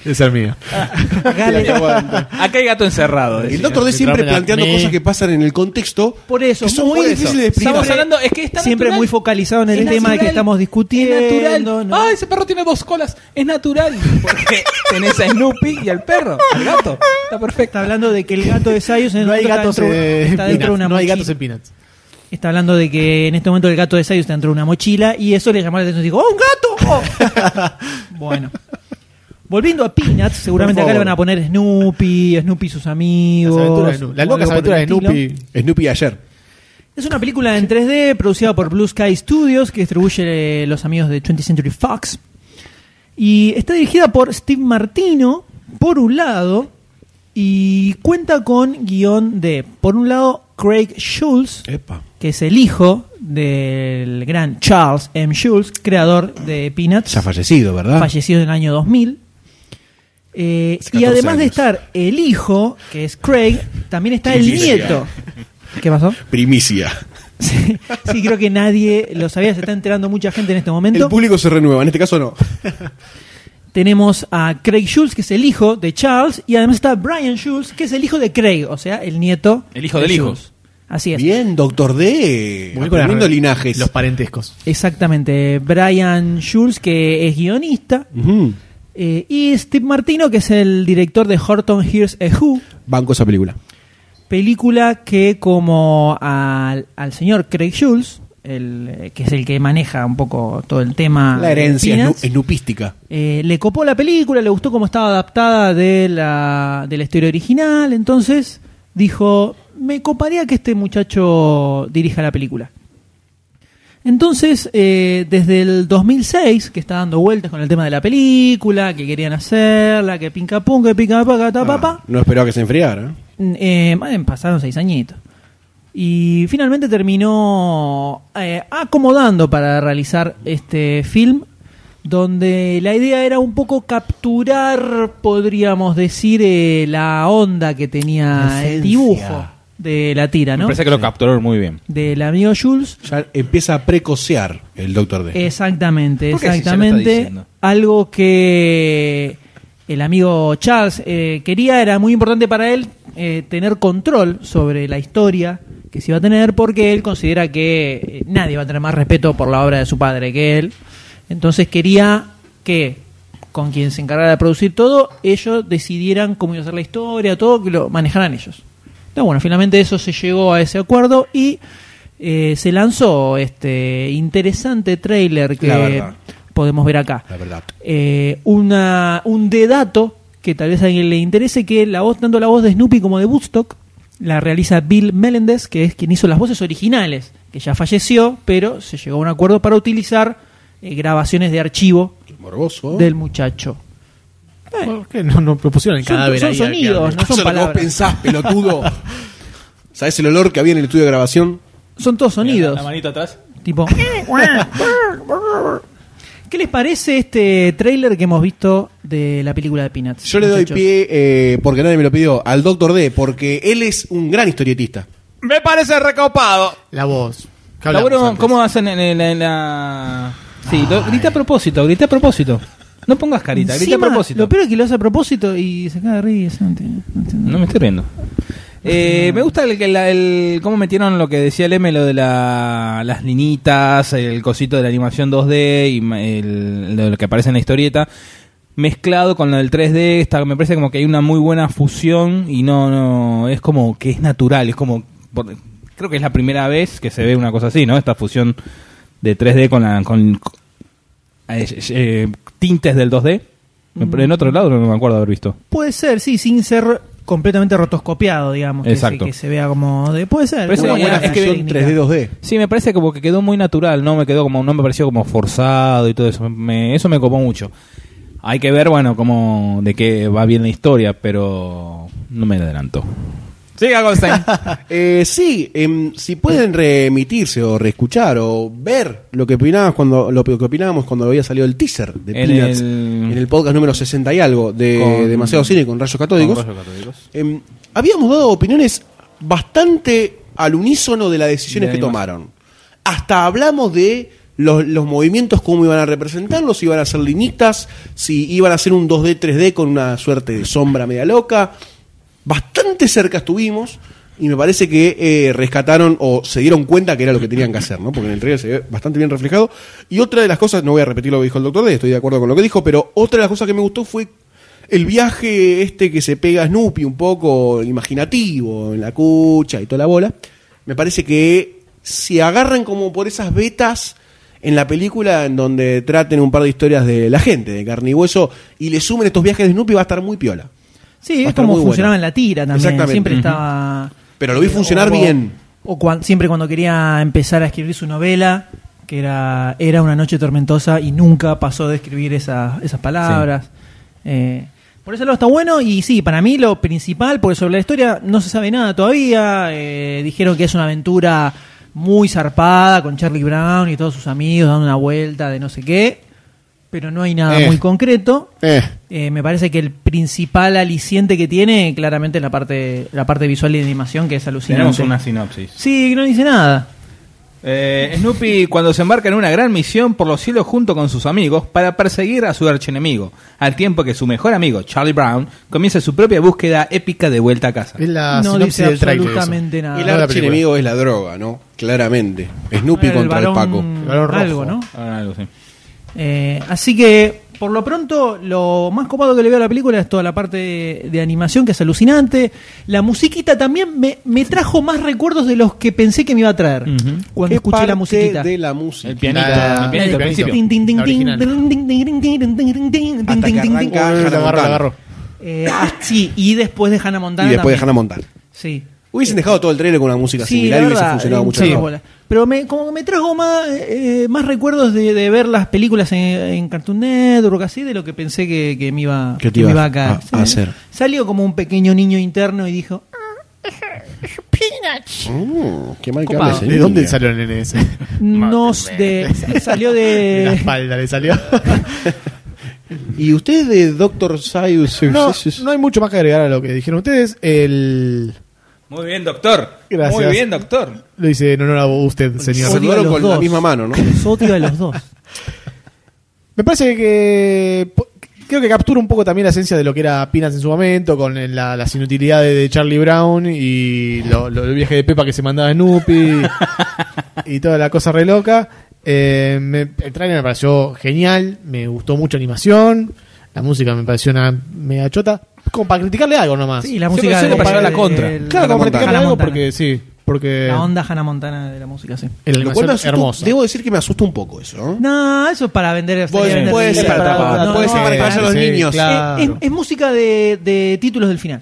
Speaker 5: Esa es mía.
Speaker 2: acá le-
Speaker 4: Acá hay gato encerrado.
Speaker 3: El
Speaker 4: decía.
Speaker 3: Doctor D siempre planteando cosas que pasan en el contexto.
Speaker 2: Por eso,
Speaker 3: que son
Speaker 2: muy
Speaker 3: muy difíciles de explicar.
Speaker 4: Estamos hablando, es que está
Speaker 2: Siempre
Speaker 4: natural.
Speaker 2: muy focalizado en el
Speaker 4: Es
Speaker 2: tema
Speaker 4: natural.
Speaker 2: que estamos discutiendo.
Speaker 4: Es natural.
Speaker 2: ¿no?
Speaker 4: Ah, ese perro tiene dos colas. Es natural. Porque tenés a Snoopy y al perro, al gato. Está perfecto.
Speaker 2: Está hablando de que el gato de Sayus en el
Speaker 5: No hay
Speaker 2: momento
Speaker 5: gatos
Speaker 2: está dentro,
Speaker 5: en
Speaker 2: está dentro de una
Speaker 5: Peanuts. No hay
Speaker 2: mochila.
Speaker 5: gatos en Peanuts.
Speaker 3: Ah,
Speaker 2: Está hablando de que en este momento el gato de Sayus está dentro de una mochila y eso le llamó la atención. Dijo, ¡oh, un gato! Oh". bueno. Volviendo a Peanuts, seguramente
Speaker 5: Por
Speaker 2: acá le
Speaker 5: favor.
Speaker 2: van a poner Snoopy, Snoopy y sus
Speaker 5: Las
Speaker 2: amigos.
Speaker 5: aventuras de Snoopy. Las
Speaker 2: o algo
Speaker 5: locas
Speaker 2: por
Speaker 5: aventuras de
Speaker 2: el estilo.
Speaker 5: Snoopy.
Speaker 3: Snoopy ayer.
Speaker 2: Es una película en 3D producida por Blue Sky Studios que distribuye eh, los amigos de 20th Century Fox. Y está dirigida por Steve Martino, por un lado, y cuenta con guión de, por un lado, Craig Schulz,
Speaker 3: Epa.
Speaker 2: que es el hijo del gran Charles M. Schulz, creador de Peanuts
Speaker 3: Ya fallecido, ¿verdad?
Speaker 2: fallecido en el año 2000. Eh,
Speaker 3: Hace
Speaker 2: y
Speaker 3: 14
Speaker 2: además de
Speaker 3: años.
Speaker 2: estar el hijo, que es Craig, también está el
Speaker 3: Primicia.
Speaker 2: nieto. ¿Qué pasó?
Speaker 3: Primicia.
Speaker 2: Sí, sí, creo que nadie lo sabía, se está enterando mucha gente en este
Speaker 3: El
Speaker 2: momento.
Speaker 3: público se renueva, en este caso no.
Speaker 2: Tenemos a Craig Schulz, que es el hijo de Charles, y además está Brian Schulz, que es el hijo de Craig, o sea, el nieto.
Speaker 4: El hijo
Speaker 2: de
Speaker 4: del hijo.
Speaker 2: Schulz. Así es.
Speaker 3: Bien, Doctor D.
Speaker 5: Muy bien con las
Speaker 3: aprendiendo
Speaker 5: re-
Speaker 3: linajes.
Speaker 5: Los parentescos.
Speaker 2: Exactamente. Brian Schulz, que es guionista,
Speaker 3: Ujú.
Speaker 2: eh, y Steve Martino, que es el director de Horton Hears a Who.
Speaker 3: Banco esa película.
Speaker 2: Película que como al, al señor Craig Schulz, el, eh, que es el que maneja un poco todo el tema
Speaker 3: La herencia
Speaker 2: de
Speaker 3: snu-
Speaker 2: Peanuts,
Speaker 3: snupística.
Speaker 2: eh, le copó la película, le gustó cómo estaba adaptada de la, de la historia original, entonces dijo, me coparía que este muchacho dirija la película. Entonces, eh, desde el 2006, que está dando vueltas con el tema de la película, que querían hacerla, que pinca pum, que pinca paca, ta, pa, pa,
Speaker 3: Ah, no esperaba que se enfriara.
Speaker 2: eh, eh, pasaron seis añitos. Y finalmente terminó eh, acomodando para realizar este film, donde la idea era un poco capturar, podríamos decir, eh, la onda que tenía
Speaker 3: La
Speaker 2: el
Speaker 3: esencia.
Speaker 2: dibujo de la tira,
Speaker 4: Me
Speaker 2: ¿no?
Speaker 4: parece que lo capturaron muy bien.
Speaker 2: Del amigo Jules.
Speaker 3: Ya empieza a precocear el Doctor
Speaker 2: Eh,
Speaker 3: D.
Speaker 2: Exactamente,
Speaker 4: ¿Por qué si ya lo está
Speaker 2: exactamente.
Speaker 4: diciendo?
Speaker 2: Algo que el amigo Charles eh, quería, era muy importante para él eh, tener control sobre la historia que se iba a tener, porque él considera que eh, nadie va a tener más respeto por la obra de su padre que él. Entonces quería que con quien se encargara de producir todo, ellos decidieran cómo iba a ser la historia, todo, que lo manejaran ellos. Pero bueno, finalmente eso se llegó a ese acuerdo y eh, se lanzó este interesante trailer
Speaker 3: La verdad.
Speaker 2: que podemos ver acá.
Speaker 3: La verdad.
Speaker 2: Eh, una, un dedato que tal vez a alguien le interese, que la voz, tanto la voz de Snoopy como de Woodstock, la realiza Bill Melendez, que es quien hizo las voces originales, que ya falleció, pero se llegó a un acuerdo para utilizar eh, grabaciones de archivo
Speaker 3: Morboso.
Speaker 2: del muchacho.
Speaker 5: ¿Por qué no, no pusieron el
Speaker 2: Eh. Son-
Speaker 5: cadáver
Speaker 2: son
Speaker 5: ahí?
Speaker 2: sonidos,
Speaker 5: al-
Speaker 2: no son
Speaker 3: Eso es lo que vos
Speaker 2: palabras.
Speaker 3: pensás, pelotudo. ¿Sabés el olor que había en el estudio de grabación?
Speaker 2: Son todos sonidos.
Speaker 6: La manito atrás.
Speaker 2: Tipo. ¿Qué les parece este trailer que hemos visto de la película de Peanuts?
Speaker 3: Yo le doy
Speaker 2: muchachos?
Speaker 3: pie, eh, porque nadie me lo pidió, al Doctor D, porque él es un gran historietista.
Speaker 4: Me parece recopado.
Speaker 5: La voz. ¿Qué hablamos
Speaker 4: Laburo,
Speaker 5: antes?
Speaker 4: ¿Cómo hacen en, en- en la.? Sí, lo- grita a propósito, grita a propósito. No pongas carita, grita a
Speaker 2: Encima,
Speaker 4: propósito.
Speaker 2: Lo peor es que lo hace a propósito y se cae de risa, No entiendo, no entiendo.
Speaker 4: No me estoy riendo. Eh, me gusta el, que la- el- cómo metieron lo que decía el M, lo de la- las linitas, el cosito de la animación 2D y ma- el- lo que aparece en la historieta, mezclado con lo del 3D. Está, me parece como que hay una muy buena fusión y no, no es como que es natural, es como por- creo que es la primera vez que se ve una cosa así, ¿no? Esta fusión de 3D con, la, con eh, eh, tintes del 2D. Me- En otro lado no me acuerdo haber visto.
Speaker 2: Puede ser, sí, sin ser completamente rotoscopiado, digamos. que
Speaker 4: Exacto.
Speaker 2: se- Que, se, vea como. De, puede ser.
Speaker 4: Pero
Speaker 2: una
Speaker 4: esa
Speaker 2: buena
Speaker 4: es que
Speaker 2: técnica.
Speaker 3: 3D-2D.
Speaker 4: Sí, me parece como que quedó muy natural, no me quedó como no me pareció como forzado y todo eso. Me- eso me copó mucho. Hay que ver, bueno, cómo de qué va bien la historia, pero no me adelanto. Siga Goldstein.
Speaker 3: Eh, sí, em, si pueden remitirse o reescuchar o ver lo que opinabas cuando lo que opinábamos cuando había salido el teaser de
Speaker 4: En
Speaker 3: Peanuts
Speaker 4: el-
Speaker 3: en el podcast número 60 y algo de
Speaker 4: Con-
Speaker 3: Demasiado Cine con Rayos Catódicos. em, habíamos dado opiniones bastante al unísono de las decisiones
Speaker 4: De
Speaker 3: que
Speaker 4: animación.
Speaker 3: tomaron. Hasta hablamos de los, los movimientos, cómo iban a representarlos, si iban a ser linitas, si iban a ser un 2D, 3D con una suerte de sombra media loca. Bastante cerca estuvimos y me parece que eh, rescataron o se dieron cuenta que era lo que tenían que hacer, ¿no? Porque en el trailer se ve bastante bien reflejado. Y otra de las cosas, no voy a repetir lo que dijo el doctor D, estoy de acuerdo con lo que dijo, pero otra de las cosas que me gustó fue el viaje este que se pega a Snoopy un poco imaginativo en la cucha y toda la bola, me parece que si agarran como por esas vetas en la película en donde traten un par de historias de la gente, de carne y hueso, y le sumen estos viajes de Snoopy va a estar muy piola.
Speaker 2: Sí,
Speaker 3: Va a
Speaker 2: es
Speaker 3: estar
Speaker 2: como
Speaker 3: muy bueno.
Speaker 2: funcionaba en la tira también.
Speaker 3: Exactamente.
Speaker 2: Siempre
Speaker 3: Ujú.
Speaker 2: estaba.
Speaker 3: Pero lo vi
Speaker 2: eh,
Speaker 3: funcionar
Speaker 2: o-
Speaker 3: bien.
Speaker 2: O cuan- siempre cuando quería empezar a escribir su novela, que era, era una noche tormentosa y nunca pasó de escribir esa- esas palabras. Eh, por eso lo está bueno y sí, para mí lo principal, porque sobre la historia no se sabe nada todavía. eh, dijeron que es una aventura muy zarpada con Charlie Brown y todos sus amigos dando una vuelta de no sé qué, pero no hay nada
Speaker 5: Eh.
Speaker 2: muy concreto.
Speaker 5: Eh.
Speaker 2: Eh, me parece que el principal aliciente que tiene, claramente, es la parte, la parte visual y de animación, que es alucinante.
Speaker 4: Tenemos una sinopsis.
Speaker 2: Sí, no dice nada.
Speaker 4: Eh, Snoopy cuando se embarca en una gran misión por los cielos junto con sus amigos para perseguir a su archienemigo, al tiempo que su mejor amigo, Charlie Brown, comienza su propia búsqueda épica de vuelta a casa.
Speaker 5: Es la
Speaker 2: no
Speaker 5: sinopsis
Speaker 2: dice
Speaker 5: del trailer.
Speaker 2: absolutamente
Speaker 5: eso.
Speaker 2: nada.
Speaker 3: el
Speaker 5: No la película.
Speaker 3: archienemigo es la droga, ¿no? Claramente. Snoopy
Speaker 2: Era
Speaker 3: contra el
Speaker 2: varón-
Speaker 3: Paco.
Speaker 5: varón rojo.
Speaker 2: Eh, Algo, ¿no?
Speaker 4: Ahora Ah, algo, sí.
Speaker 2: Eh, así que, por lo pronto, lo más copado que le veo a la película es toda la parte de, de animación, que es alucinante. La musiquita también me, me trajo más recuerdos de los que pensé que me iba a traer
Speaker 4: Ujú.
Speaker 2: cuando
Speaker 3: ¿Qué
Speaker 2: escuché
Speaker 3: parte
Speaker 2: la musiquita.
Speaker 3: de la música.
Speaker 4: El pianito,
Speaker 5: La-
Speaker 4: el pianito al
Speaker 5: el
Speaker 4: principio.
Speaker 5: pianito.
Speaker 2: Tin, tin, tin,
Speaker 5: La original.
Speaker 2: tin, tin, tin, tin, tin, tin, tin, tin,
Speaker 3: Hasta que
Speaker 2: tin, tin, tin.
Speaker 3: arranca
Speaker 5: Uy, la agarro, la agarro.
Speaker 2: Eh, ah, sí, y después de Hannah
Speaker 3: Y
Speaker 2: Montana.
Speaker 3: después de Hannah
Speaker 2: también.
Speaker 3: Montana.
Speaker 2: Sí.
Speaker 3: Hubiesen dejado todo el trailer con una música
Speaker 2: Sí,
Speaker 3: similar
Speaker 2: la
Speaker 3: y hubiese
Speaker 2: verdad,
Speaker 3: funcionado
Speaker 2: eh,
Speaker 3: mucho
Speaker 2: sí.
Speaker 3: mejor.
Speaker 2: bola. Pero me, como que me trajo más, eh, más recuerdos de, de ver las películas en, en Cartoon Network, así, de lo que pensé que, que me iba,
Speaker 3: Que te
Speaker 2: que me
Speaker 3: ibas
Speaker 2: iba a caer.
Speaker 3: a-
Speaker 2: Sí.
Speaker 3: a hacer.
Speaker 2: Salió como un pequeño niño interno y dijo,
Speaker 3: Mm, qué mal que
Speaker 5: Copado.
Speaker 3: hables,
Speaker 5: ¿De
Speaker 3: eh,
Speaker 5: dónde
Speaker 3: niña.
Speaker 5: salió el NS?
Speaker 2: "Mm, nos de, salió
Speaker 5: De la
Speaker 2: de...
Speaker 5: espalda le salió.
Speaker 3: ¿Y usted de Doctor Sayus?
Speaker 5: No, no hay mucho más que agregar a lo que dijeron ustedes. El...
Speaker 4: Muy bien, doctor.
Speaker 5: Gracias.
Speaker 4: Muy bien, doctor.
Speaker 5: Lo hice en honor a usted,
Speaker 2: Odio
Speaker 5: señor.
Speaker 2: a
Speaker 3: Saludaron
Speaker 2: los
Speaker 3: con la
Speaker 2: dos.
Speaker 3: misma mano, ¿no?
Speaker 2: Los odio a los dos.
Speaker 5: Me parece que po- creo que captura un poco también la esencia de lo que era Peanuts en su momento, con el- la- las inutilidades de Charlie Brown y lo- lo- el viaje de Pepa que se mandaba Snoopy y toda la cosa re loca. Eh, me- el trailer me pareció genial, me gustó mucho la animación, la música me pareció una mega chota, como para criticarle algo nomás.
Speaker 2: Sí, la
Speaker 4: Siempre
Speaker 2: música...
Speaker 4: suele
Speaker 2: de-
Speaker 4: pasar a la
Speaker 2: de-
Speaker 4: contra.
Speaker 2: del-
Speaker 5: claro, como para
Speaker 3: Hannah eh,
Speaker 5: criticarle
Speaker 2: Hannah
Speaker 5: algo
Speaker 2: Montana.
Speaker 5: porque sí, porque
Speaker 2: La onda Hannah Montana de la música, sí.
Speaker 5: la
Speaker 3: Lo cual
Speaker 5: animación
Speaker 3: me
Speaker 5: es
Speaker 3: asusta-
Speaker 5: hermosa.
Speaker 3: Debo decir que me asusta un poco eso. ¿no?
Speaker 2: No, eso es para vender.
Speaker 3: Puede
Speaker 2: salir a
Speaker 3: ser,
Speaker 2: vender
Speaker 3: puede
Speaker 2: libros.
Speaker 3: ser para
Speaker 2: No,
Speaker 3: tapar,
Speaker 2: no,
Speaker 3: puede
Speaker 2: no,
Speaker 3: ser para
Speaker 2: no,
Speaker 3: callar a los
Speaker 5: sí,
Speaker 3: niños.
Speaker 5: claro.
Speaker 2: Es, es música de, de títulos del final.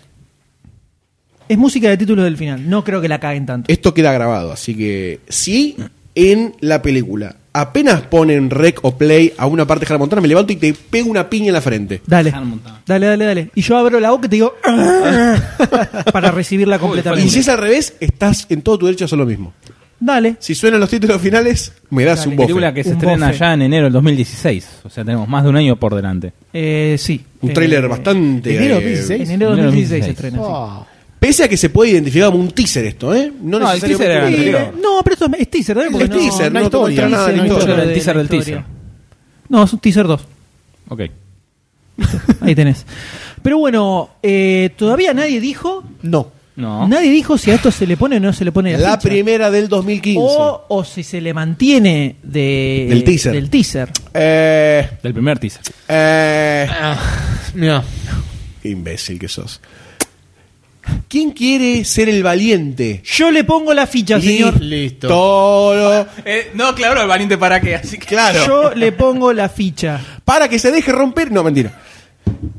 Speaker 2: Es música de títulos del final. No creo que la caguen tanto.
Speaker 3: Esto queda grabado, así que sí, en la película apenas ponen rec o play a una parte de Hannah Montana, me levanto y te pego una piña en la frente.
Speaker 2: Dale.
Speaker 4: Hannah Montana.
Speaker 2: Dale, dale, dale. Y yo abro la boca y te digo. para recibirla
Speaker 3: Y si
Speaker 2: completamente.
Speaker 3: es al revés, estás en todo tu derecho a hacer lo mismo.
Speaker 2: Dale.
Speaker 3: Si suenan los títulos finales, me das
Speaker 2: Dale.
Speaker 3: un bofe.
Speaker 4: Película que se
Speaker 2: Un
Speaker 4: estrena
Speaker 2: bofe.
Speaker 4: ya en enero del 2016. O sea, tenemos más de un año por delante.
Speaker 2: Eh, sí.
Speaker 3: Un
Speaker 2: Eh,
Speaker 3: tráiler bastante...
Speaker 5: enero
Speaker 3: eh,
Speaker 5: 16.
Speaker 2: En enero de 2016 se estrena. sí.
Speaker 3: Ah.
Speaker 5: Oh.
Speaker 3: pese a que se puede identificar como un teaser esto, ¿eh?
Speaker 4: No, el
Speaker 3: necesariamente-
Speaker 4: teaser era
Speaker 3: Sí,
Speaker 4: anterior.
Speaker 2: Eh, No, pero esto es teaser, ¿verdad?
Speaker 3: Es
Speaker 2: Porque
Speaker 3: teaser,
Speaker 2: hay
Speaker 3: no te muestra
Speaker 2: teaser,
Speaker 3: nada de la
Speaker 2: hay
Speaker 3: historia.
Speaker 2: teaser de
Speaker 4: El teaser
Speaker 2: la
Speaker 4: del
Speaker 2: historia.
Speaker 4: teaser.
Speaker 2: No, es un teaser 2.
Speaker 4: Ok.
Speaker 2: Ahí tenés. Pero bueno, eh, todavía nadie dijo
Speaker 5: No.
Speaker 4: No.
Speaker 2: Nadie dijo si a esto se le pone o no se le pone la,
Speaker 3: La
Speaker 2: ficha.
Speaker 3: primera del 2015.
Speaker 2: O, o si se le mantiene de,
Speaker 3: Del teaser.
Speaker 2: del teaser.
Speaker 3: Eh,
Speaker 4: Del primer teaser.
Speaker 3: eh,
Speaker 5: Ah, Mira,
Speaker 3: qué imbécil que sos. ¿Quién quiere ser el valiente?
Speaker 2: Yo le pongo la ficha, señor.
Speaker 5: listo.
Speaker 3: Toro.
Speaker 4: Eh, no, claro, el valiente para qué, así que.
Speaker 3: Claro.
Speaker 2: Yo le pongo la ficha.
Speaker 3: Para que se deje romper. No, mentira.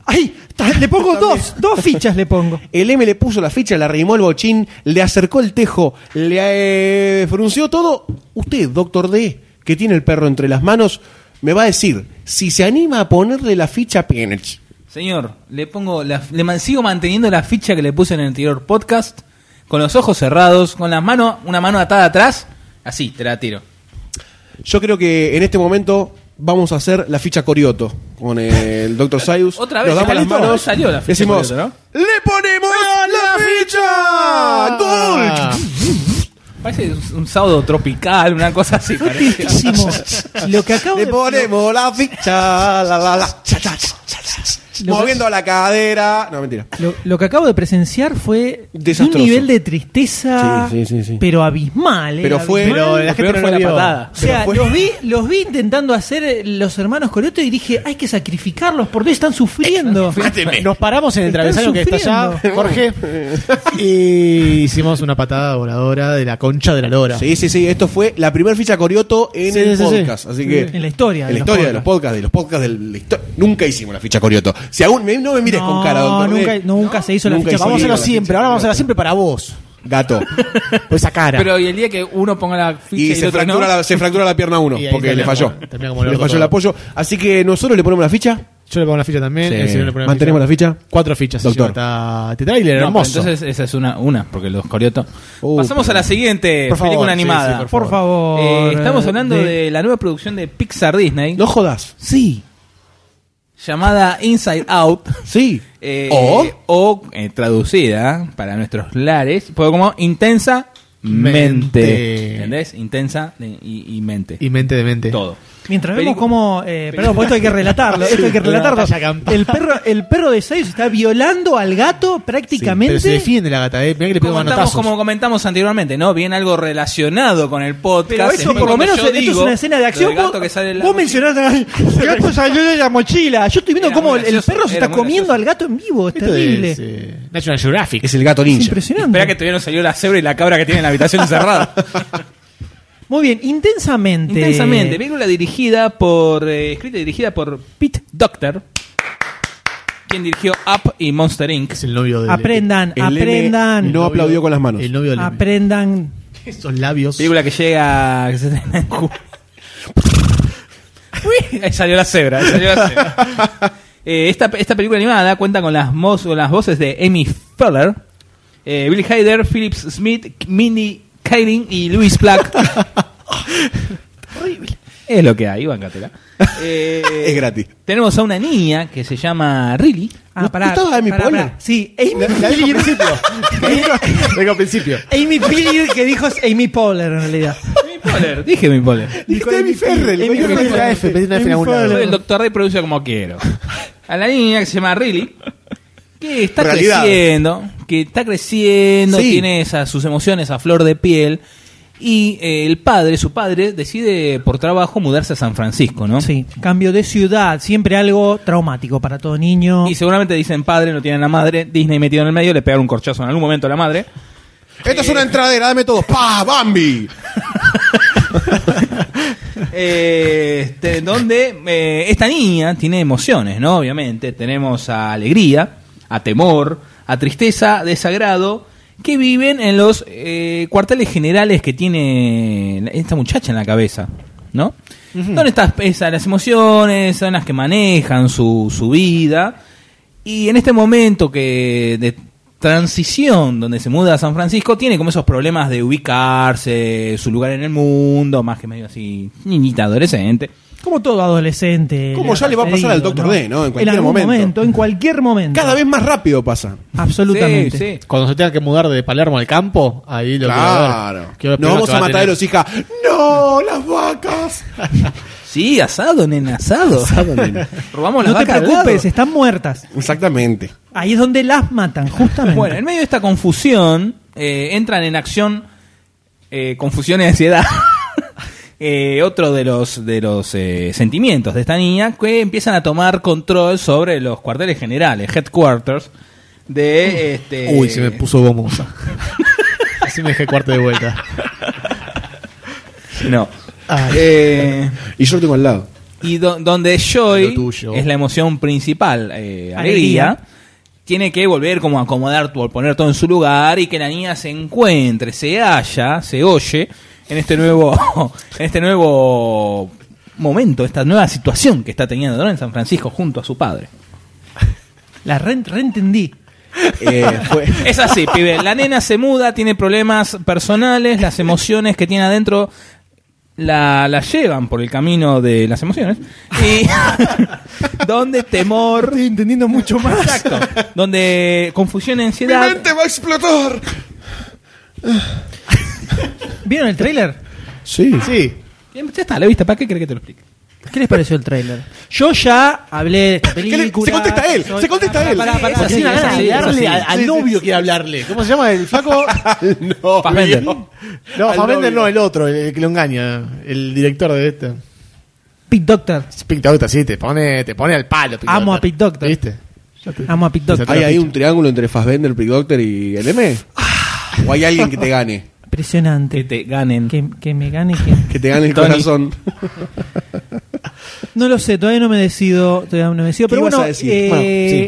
Speaker 2: ¡Ay! ta- Le pongo dos. Dos fichas le pongo.
Speaker 3: El M le puso la ficha, le arrimó el bochín, le acercó el tejo, le eh, frunció todo. Usted, doctor D, que tiene el perro entre las manos, me va a decir si se anima a ponerle la ficha a Pienich.
Speaker 4: Señor, le pongo la- le man- sigo manteniendo la ficha que le puse en el anterior podcast, con los ojos cerrados, con las manos, una mano atada atrás, así, te la tiro.
Speaker 3: Yo creo que en este momento vamos a hacer la ficha Corioto con el Dr. Sayus.
Speaker 4: Otra vez,
Speaker 3: Nos damos las
Speaker 4: ¿salió?
Speaker 3: manos.
Speaker 4: Salió la ficha
Speaker 3: Decimos,
Speaker 4: Corioto, ¡Ah,
Speaker 3: ¡Le ponemos la ficha! ¡Gol!
Speaker 4: Parece un, un sábado tropical, una cosa así. parece.
Speaker 2: Hicimos Lo que acabo
Speaker 3: Le
Speaker 2: de
Speaker 3: ponemos la ficha, la la la, cha, cha, cha, cha, cha, cha. moviendo la cadera. No, mentira.
Speaker 2: lo, lo que acabo de presenciar fue de un
Speaker 3: Desastroso.
Speaker 2: nivel de tristeza,
Speaker 3: Sí, sí, sí, sí.
Speaker 2: pero abismal. ¿eh?
Speaker 3: Pero fue-
Speaker 2: Abismal.
Speaker 5: Pero la gente
Speaker 4: Peor
Speaker 5: no
Speaker 4: fue
Speaker 5: lo
Speaker 4: la
Speaker 5: vio.
Speaker 4: patada.
Speaker 2: O sea,
Speaker 3: Pero fue-
Speaker 2: los, vi, los vi intentando hacer eh, los hermanos Coreto y dije, hay que sacrificarlos porque están sufriendo.
Speaker 3: Eh.
Speaker 5: Nos paramos en el
Speaker 2: Están
Speaker 5: travesaño que está allá,
Speaker 2: sufriendo.
Speaker 5: Jorge, y hicimos una patada voladora de la concha de la lora.
Speaker 3: Sí, sí, sí. Esto fue la primera ficha Corioto en
Speaker 5: Sí,
Speaker 3: el
Speaker 5: sí, sí.
Speaker 3: podcast. Así que.
Speaker 2: En la historia.
Speaker 3: En la historia de los podcasts, de los podcasts de la histo- Nunca hicimos la ficha Corioto. Si aún me- no me mires con cara, doctor.
Speaker 2: nunca,
Speaker 3: D.
Speaker 2: nunca se hizo
Speaker 3: Nunca
Speaker 2: la ficha.
Speaker 3: hizo
Speaker 5: Vamos a hacerlo
Speaker 3: la ficha
Speaker 5: siempre, ahora vamos a hacerlo
Speaker 3: voladora.
Speaker 5: siempre para vos.
Speaker 3: Gato.
Speaker 5: Por esa cara.
Speaker 4: Pero y el día que uno ponga la ficha y,
Speaker 3: Y
Speaker 4: el
Speaker 3: se
Speaker 4: otro
Speaker 3: fractura,
Speaker 4: no,
Speaker 3: la, se fractura la pierna a uno,
Speaker 5: Y ahí
Speaker 3: porque le
Speaker 5: termina
Speaker 3: falló.
Speaker 5: como- termina como
Speaker 3: le
Speaker 5: loco
Speaker 3: falló el
Speaker 5: todo.
Speaker 3: apoyo. Así que nosotros le ponemos la ficha.
Speaker 5: Yo le pongo la ficha también.
Speaker 3: Sí.
Speaker 5: el señor le pone
Speaker 3: ¿Mantenemos la ficha?
Speaker 5: Cuatro fichas.
Speaker 3: Doctor.
Speaker 5: Está este trailer
Speaker 4: No,
Speaker 5: hermoso.
Speaker 4: pero Entonces, esa es una, una porque los coriotos.
Speaker 3: Uh,
Speaker 4: Pasamos a la siguiente
Speaker 5: Por favor,
Speaker 4: película
Speaker 5: sí,
Speaker 4: animada.
Speaker 5: sí,
Speaker 2: Por, favor.
Speaker 4: Eh, estamos hablando de...
Speaker 2: De-
Speaker 4: la nueva producción de Pixar Disney,
Speaker 3: No jodas.
Speaker 2: Sí.
Speaker 4: llamada Inside Out.
Speaker 3: Sí.
Speaker 4: eh,
Speaker 3: o.
Speaker 4: o, eh, traducida para nuestros lares, fue como intensa
Speaker 5: Mente.
Speaker 4: mente. ¿Entendés? Intensa de- y, y mente.
Speaker 5: Y mente de mente.
Speaker 4: todo.
Speaker 2: Mientras
Speaker 4: Pelicu-
Speaker 2: vemos cómo. Eh, perdón, pues esto hay que relatarlo. Esto hay que
Speaker 5: Una
Speaker 2: relatarlo.
Speaker 5: batalla campal.
Speaker 2: El perro, el perro de Sayus está violando al gato
Speaker 5: Sí, pero
Speaker 2: prácticamente.
Speaker 5: se defiende la gata, eh. Mirá que le pego
Speaker 4: Como, estamos-
Speaker 5: manotazos.
Speaker 4: como comentamos anteriormente, ¿no? Viene algo relacionado con el podcast.
Speaker 2: Pero eso,
Speaker 4: Entonces,
Speaker 2: por lo
Speaker 4: cuando
Speaker 2: menos,
Speaker 4: yo
Speaker 2: esto es
Speaker 4: digo
Speaker 2: una escena de
Speaker 4: lo
Speaker 2: acción.
Speaker 4: del gato
Speaker 2: vos
Speaker 4: que sale en la
Speaker 2: vos
Speaker 4: mochila,
Speaker 2: mencionaste, el gato salió de la mochila. Yo estoy viendo
Speaker 4: Era
Speaker 2: cómo
Speaker 4: muy
Speaker 2: el,
Speaker 4: gracioso,
Speaker 2: perro se
Speaker 4: era
Speaker 2: está
Speaker 4: muy
Speaker 2: comiendo
Speaker 4: gracioso.
Speaker 2: al gato en vivo. Es
Speaker 5: Esto
Speaker 2: terrible.
Speaker 5: es, eh, National Geographic.
Speaker 3: Es el gato
Speaker 2: Es
Speaker 3: ninja.
Speaker 2: impresionante.
Speaker 4: Espera que todavía no salió la cebra y la cabra que tiene en la habitación encerrada.
Speaker 2: Muy bien, intensamente.
Speaker 4: Intensamente. Película dirigida por. eh, escrita y dirigida por Pete Doctor. quien dirigió Up y Monster Inc.
Speaker 5: Es el novio de.
Speaker 2: Aprendan,
Speaker 3: El nene
Speaker 2: aprendan,
Speaker 3: No
Speaker 5: Novio-
Speaker 3: aplaudió con las manos.
Speaker 5: El novio de.
Speaker 2: aprendan.
Speaker 5: Esos labios.
Speaker 4: Película que llega. que se estrena en Cuba. Uy, ahí salió la cebra. ahí salió la cebra. Eh, esta, esta película animada cuenta con las, mos- con las voces de Amy Feller, eh, Billy Hyder, Phillips Smith, Mindy Kaling y Louis Black. Horrible. Es lo que hay, bancatela. Eh,
Speaker 3: Es gratis.
Speaker 4: Tenemos a una niña que se llama Riley.
Speaker 2: Ah,
Speaker 3: ¿No-
Speaker 2: pará,
Speaker 3: no estaba Amy
Speaker 2: pará,
Speaker 3: Poehler?
Speaker 2: pará. Sí, Amy,
Speaker 5: La, la dijo al principio. La dijo- la dijo al principio.
Speaker 2: Amy Poehler que dijo es Amy Poehler en realidad.
Speaker 4: Amy Poehler, dije Amy Poehler.
Speaker 3: Dijiste Amy Ferrell.
Speaker 5: Amy
Speaker 3: Amy
Speaker 5: Ferrell.
Speaker 3: Ferrell.
Speaker 5: F, pedí una F en algún lado.
Speaker 4: Soy el doctor Rey produce como quiero. A la niña que se llama Riley, que está
Speaker 3: Realidad.
Speaker 4: creciendo, que está creciendo,
Speaker 3: Sí.
Speaker 4: tiene esas, sus emociones a flor de piel. Y eh, el padre, su padre, decide por trabajo mudarse a San Francisco, ¿no?
Speaker 2: Sí, cambio de ciudad, siempre algo traumático para todo niño.
Speaker 4: Y seguramente dicen padre, no tienen la madre. Disney metido en el medio, le pegaron un corchazo en algún momento a la madre.
Speaker 3: Esta es una entradera, dame todo. ¡Pah! ¡Bambi!
Speaker 4: Eh, este, donde eh, esta niña tiene emociones, ¿no? Obviamente, tenemos a alegría, a temor, a tristeza, desagrado, que viven en los eh, cuarteles generales que tiene la- esta muchacha en la cabeza, ¿no? Donde estas esas, las emociones son las que manejan su, su vida. Y en este momento que de transición, donde se muda a San Francisco, tiene como esos problemas de ubicarse, su lugar en el mundo, más que medio así, niñita adolescente.
Speaker 2: Como todo adolescente.
Speaker 3: Como ya le va a pasar al
Speaker 2: pedido,
Speaker 3: Dr. D, ¿no? En cualquier
Speaker 2: algún
Speaker 3: momento.
Speaker 2: En cualquier momento.
Speaker 3: Cada vez más rápido pasa.
Speaker 2: Absolutamente.
Speaker 4: Sí, sí.
Speaker 5: Cuando se tenga que mudar de Palermo al campo, ahí lo
Speaker 3: Claro.
Speaker 5: quiero ver. Quiero ver
Speaker 3: Nos vamos
Speaker 5: que
Speaker 3: a
Speaker 5: va
Speaker 3: matar a
Speaker 5: tener.
Speaker 3: los hijas. ¡No! ¡Las vacas!
Speaker 4: Sí, asado, nena, asado. Robamos las
Speaker 2: No te
Speaker 4: vacas al
Speaker 2: preocupes,
Speaker 4: lado.
Speaker 2: están muertas.
Speaker 3: Exactamente.
Speaker 2: Ahí es donde las matan, justamente.
Speaker 4: Bueno, en medio de esta confusión, eh, entran en acción eh, confusión y ansiedad. Eh, otro de los, de los eh, sentimientos de esta niña que empiezan a tomar control sobre los cuarteles generales, headquarters, de este...
Speaker 5: Uy, se me puso gomosa. Así me dejé cuarto de vuelta.
Speaker 4: No.
Speaker 5: Ay.
Speaker 4: Eh,
Speaker 3: Y yo lo tengo al lado.
Speaker 4: y do- donde
Speaker 5: Lo
Speaker 4: Joy
Speaker 5: tuyo.
Speaker 4: es la emoción principal, eh, alegría,
Speaker 2: Alegría.
Speaker 4: tiene que volver como a acomodar, tu- poner todo en su lugar y que la niña se encuentre, se halla, se oye en este nuevo, en este nuevo momento, esta nueva situación que está teniendo ¿no? en San Francisco junto a su padre.
Speaker 2: La re- reentendí.
Speaker 3: Eh, fue-
Speaker 4: Es así, pibe. La nena se muda, tiene problemas personales, las emociones que tiene adentro la, la llevan por el camino de las emociones. Y donde temor. Estoy entendiendo mucho más. Exacto. Donde confusión y
Speaker 3: ¡Mi
Speaker 4: ansiedad.
Speaker 3: mente va a explotar!
Speaker 2: ¿Vieron el tráiler?
Speaker 3: Sí.
Speaker 5: Sí.
Speaker 4: Ya está, la viste. ¿Para qué crees que te lo explique?
Speaker 2: ¿Qué les pareció el tráiler? Yo ya hablé de esta
Speaker 3: le- se
Speaker 2: película.
Speaker 3: contesta él, se contesta él.
Speaker 2: Pará, pará,
Speaker 4: Es así,
Speaker 2: sí,
Speaker 4: es
Speaker 2: ganas de
Speaker 4: así, es
Speaker 2: darle
Speaker 4: así.
Speaker 2: a-
Speaker 5: al novio quiere hablarle. Eh, ¿Cómo se llama el flaco?
Speaker 3: no.
Speaker 4: Fassbender.
Speaker 5: No,
Speaker 3: Al
Speaker 5: Fassbender
Speaker 3: novio.
Speaker 5: no, el otro, el, que lo engaña. El director de este.
Speaker 2: Pete Doctor.
Speaker 5: Pink Doctor, sí, te pone, te pone al palo. Pink
Speaker 2: Amo
Speaker 5: Doctor.
Speaker 2: a Pink Doctor.
Speaker 5: ¿Viste?
Speaker 2: Amo a Pete Doctor.
Speaker 3: ¿Hay ahí un triángulo entre Fassbender, Big Doctor y el M? ¿O hay alguien que te gane?
Speaker 4: Que
Speaker 2: Impresionante.
Speaker 4: te ganen.
Speaker 2: Que, que me gane. que-
Speaker 3: Que te gane el
Speaker 4: Tony.
Speaker 3: corazón.
Speaker 2: No lo sé, todavía no me decido. Todavía no me decido.
Speaker 3: ¿Qué
Speaker 2: Pero
Speaker 3: ibas
Speaker 2: bueno,
Speaker 3: a decir?
Speaker 2: eh,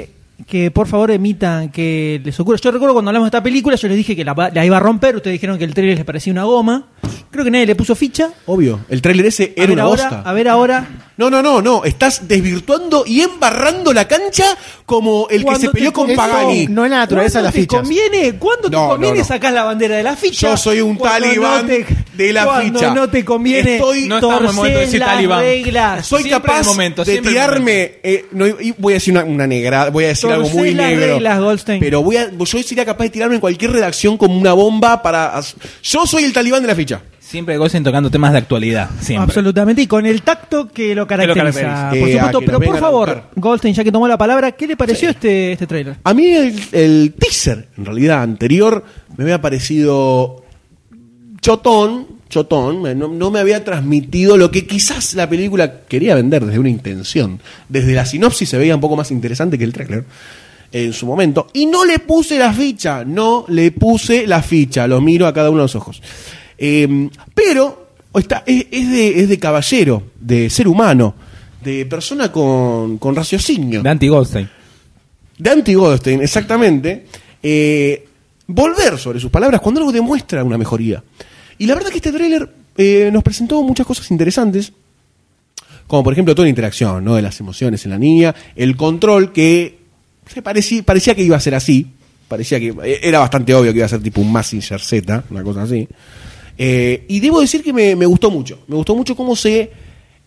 Speaker 3: Bueno,
Speaker 2: que por favor emitan que les ocurra. Yo recuerdo cuando hablamos de esta película, yo les dije que la, va- la iba a romper. Ustedes dijeron que el tráiler les parecía una goma. Creo que nadie le puso ficha.
Speaker 3: Obvio. El tráiler ese
Speaker 2: a
Speaker 3: era
Speaker 2: ver
Speaker 3: una
Speaker 2: ahora,
Speaker 3: bosta.
Speaker 2: A ver ahora.
Speaker 3: No, no, no, no. Estás desvirtuando y embarrando la cancha como el que
Speaker 2: Cuando
Speaker 3: se peleó
Speaker 2: te
Speaker 3: con
Speaker 5: conviene-
Speaker 3: Pagani.
Speaker 5: No es la naturaleza de
Speaker 2: ¿Cuándo
Speaker 5: las
Speaker 2: te
Speaker 5: fichas.
Speaker 2: Conviene, ¿Cuándo
Speaker 3: No,
Speaker 2: te
Speaker 3: no,
Speaker 2: conviene
Speaker 3: no.
Speaker 2: sacar la bandera de la ficha?
Speaker 3: Yo soy un
Speaker 2: Cuando
Speaker 3: talibán de la
Speaker 2: cuando
Speaker 3: ficha.
Speaker 2: no te conviene
Speaker 3: Estoy-
Speaker 4: No estamos en
Speaker 2: torcer
Speaker 4: momento de decir
Speaker 2: las
Speaker 4: talibán.
Speaker 2: reglas.
Speaker 3: Soy
Speaker 4: Siempre
Speaker 3: capaz
Speaker 4: el momento,
Speaker 3: de
Speaker 4: siempre el
Speaker 3: tirarme. eh, no, y voy a decir una, una negra, voy a decir algo
Speaker 2: Torcé
Speaker 3: muy
Speaker 2: las
Speaker 3: negro.
Speaker 2: reglas, Goldstein.
Speaker 3: Pero voy a, yo sería capaz de tirarme en cualquier redacción como una bomba para. as- Yo soy el talibán de la ficha.
Speaker 4: Siempre gocen tocando temas de actualidad. Siempre.
Speaker 2: Absolutamente, y con el tacto que lo caracteriza.
Speaker 4: caracteriza.
Speaker 2: Por
Speaker 3: Eh,
Speaker 2: supuesto,
Speaker 3: a que
Speaker 2: pero
Speaker 3: nos
Speaker 2: por
Speaker 3: vengan a
Speaker 2: favor,
Speaker 3: buscar.
Speaker 2: Goldstein, ya que tomó la palabra, ¿qué le pareció este, este trailer?
Speaker 3: A mí el, el teaser, en realidad anterior, me había parecido chotón, chotón, me- no, no me había transmitido lo que quizás la película quería vender desde una intención. Desde la sinopsis se veía un poco más interesante que el tráiler en su momento. Y no le puse la ficha, no le puse la ficha, lo miro a cada uno de los ojos. Eh, pero está, es, es de, es de caballero, de ser humano, de persona con, con raciocinio.
Speaker 4: De anti Goldstein.
Speaker 3: de anti-Goldstein, exactamente, eh, volver sobre sus palabras cuando algo demuestra una mejoría. Y la verdad que este tráiler eh, nos presentó muchas cosas interesantes, como por ejemplo toda la interacción ¿no? de las emociones en la niña, el control que se parecía, parecía que iba a ser así, parecía que eh, era bastante obvio que iba a ser tipo un Massinger Z, una cosa así. Eh, y debo decir que me, me gustó mucho, me gustó mucho cómo se...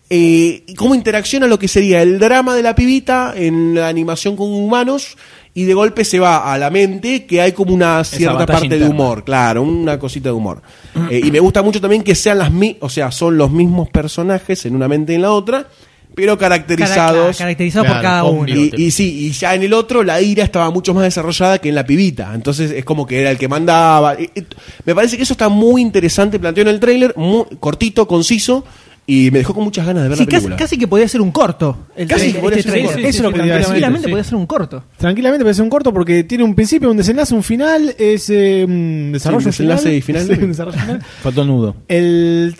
Speaker 3: eh, y cómo interacciona lo que sería el drama de la pibita en la animación con humanos y de golpe se va a la mente que hay como una cierta
Speaker 4: batalla
Speaker 3: parte de
Speaker 4: interna.
Speaker 3: humor humor, claro, una cosita de humor.
Speaker 2: Mm.
Speaker 3: Eh, y me gusta mucho también que sean las mi o sea, son los mismos personajes en una mente y en la otra, pero caracterizados.
Speaker 2: caracterizado por
Speaker 5: Claro,
Speaker 2: cada
Speaker 5: con
Speaker 2: uno.
Speaker 3: y, y sí, y ya en el otro la ira estaba mucho más desarrollada que en la pibita. Entonces es como que era el que mandaba. Eh, eh, Me parece que eso está muy interesante. Planteó en el tráiler, muy cortito, conciso, y me dejó con muchas ganas de ver
Speaker 2: Sí,
Speaker 3: la
Speaker 2: casi,
Speaker 3: película.
Speaker 2: casi que podía ser un corto. El
Speaker 3: Casi
Speaker 2: tráiler,
Speaker 3: que podría ser un
Speaker 2: tráiler.
Speaker 3: corto.
Speaker 5: Sí, sí,
Speaker 2: Eso es lo que
Speaker 5: sí,
Speaker 2: tranquilamente
Speaker 5: sí.
Speaker 2: podía ser un corto.
Speaker 5: Tranquilamente puede ser un corto porque tiene un principio, un desenlace, un final, es eh, un desarrollo
Speaker 3: Sí, un desenlace
Speaker 5: final.
Speaker 3: y final.
Speaker 5: Sí, un desarrollo final.
Speaker 4: Faltó el nudo.
Speaker 5: El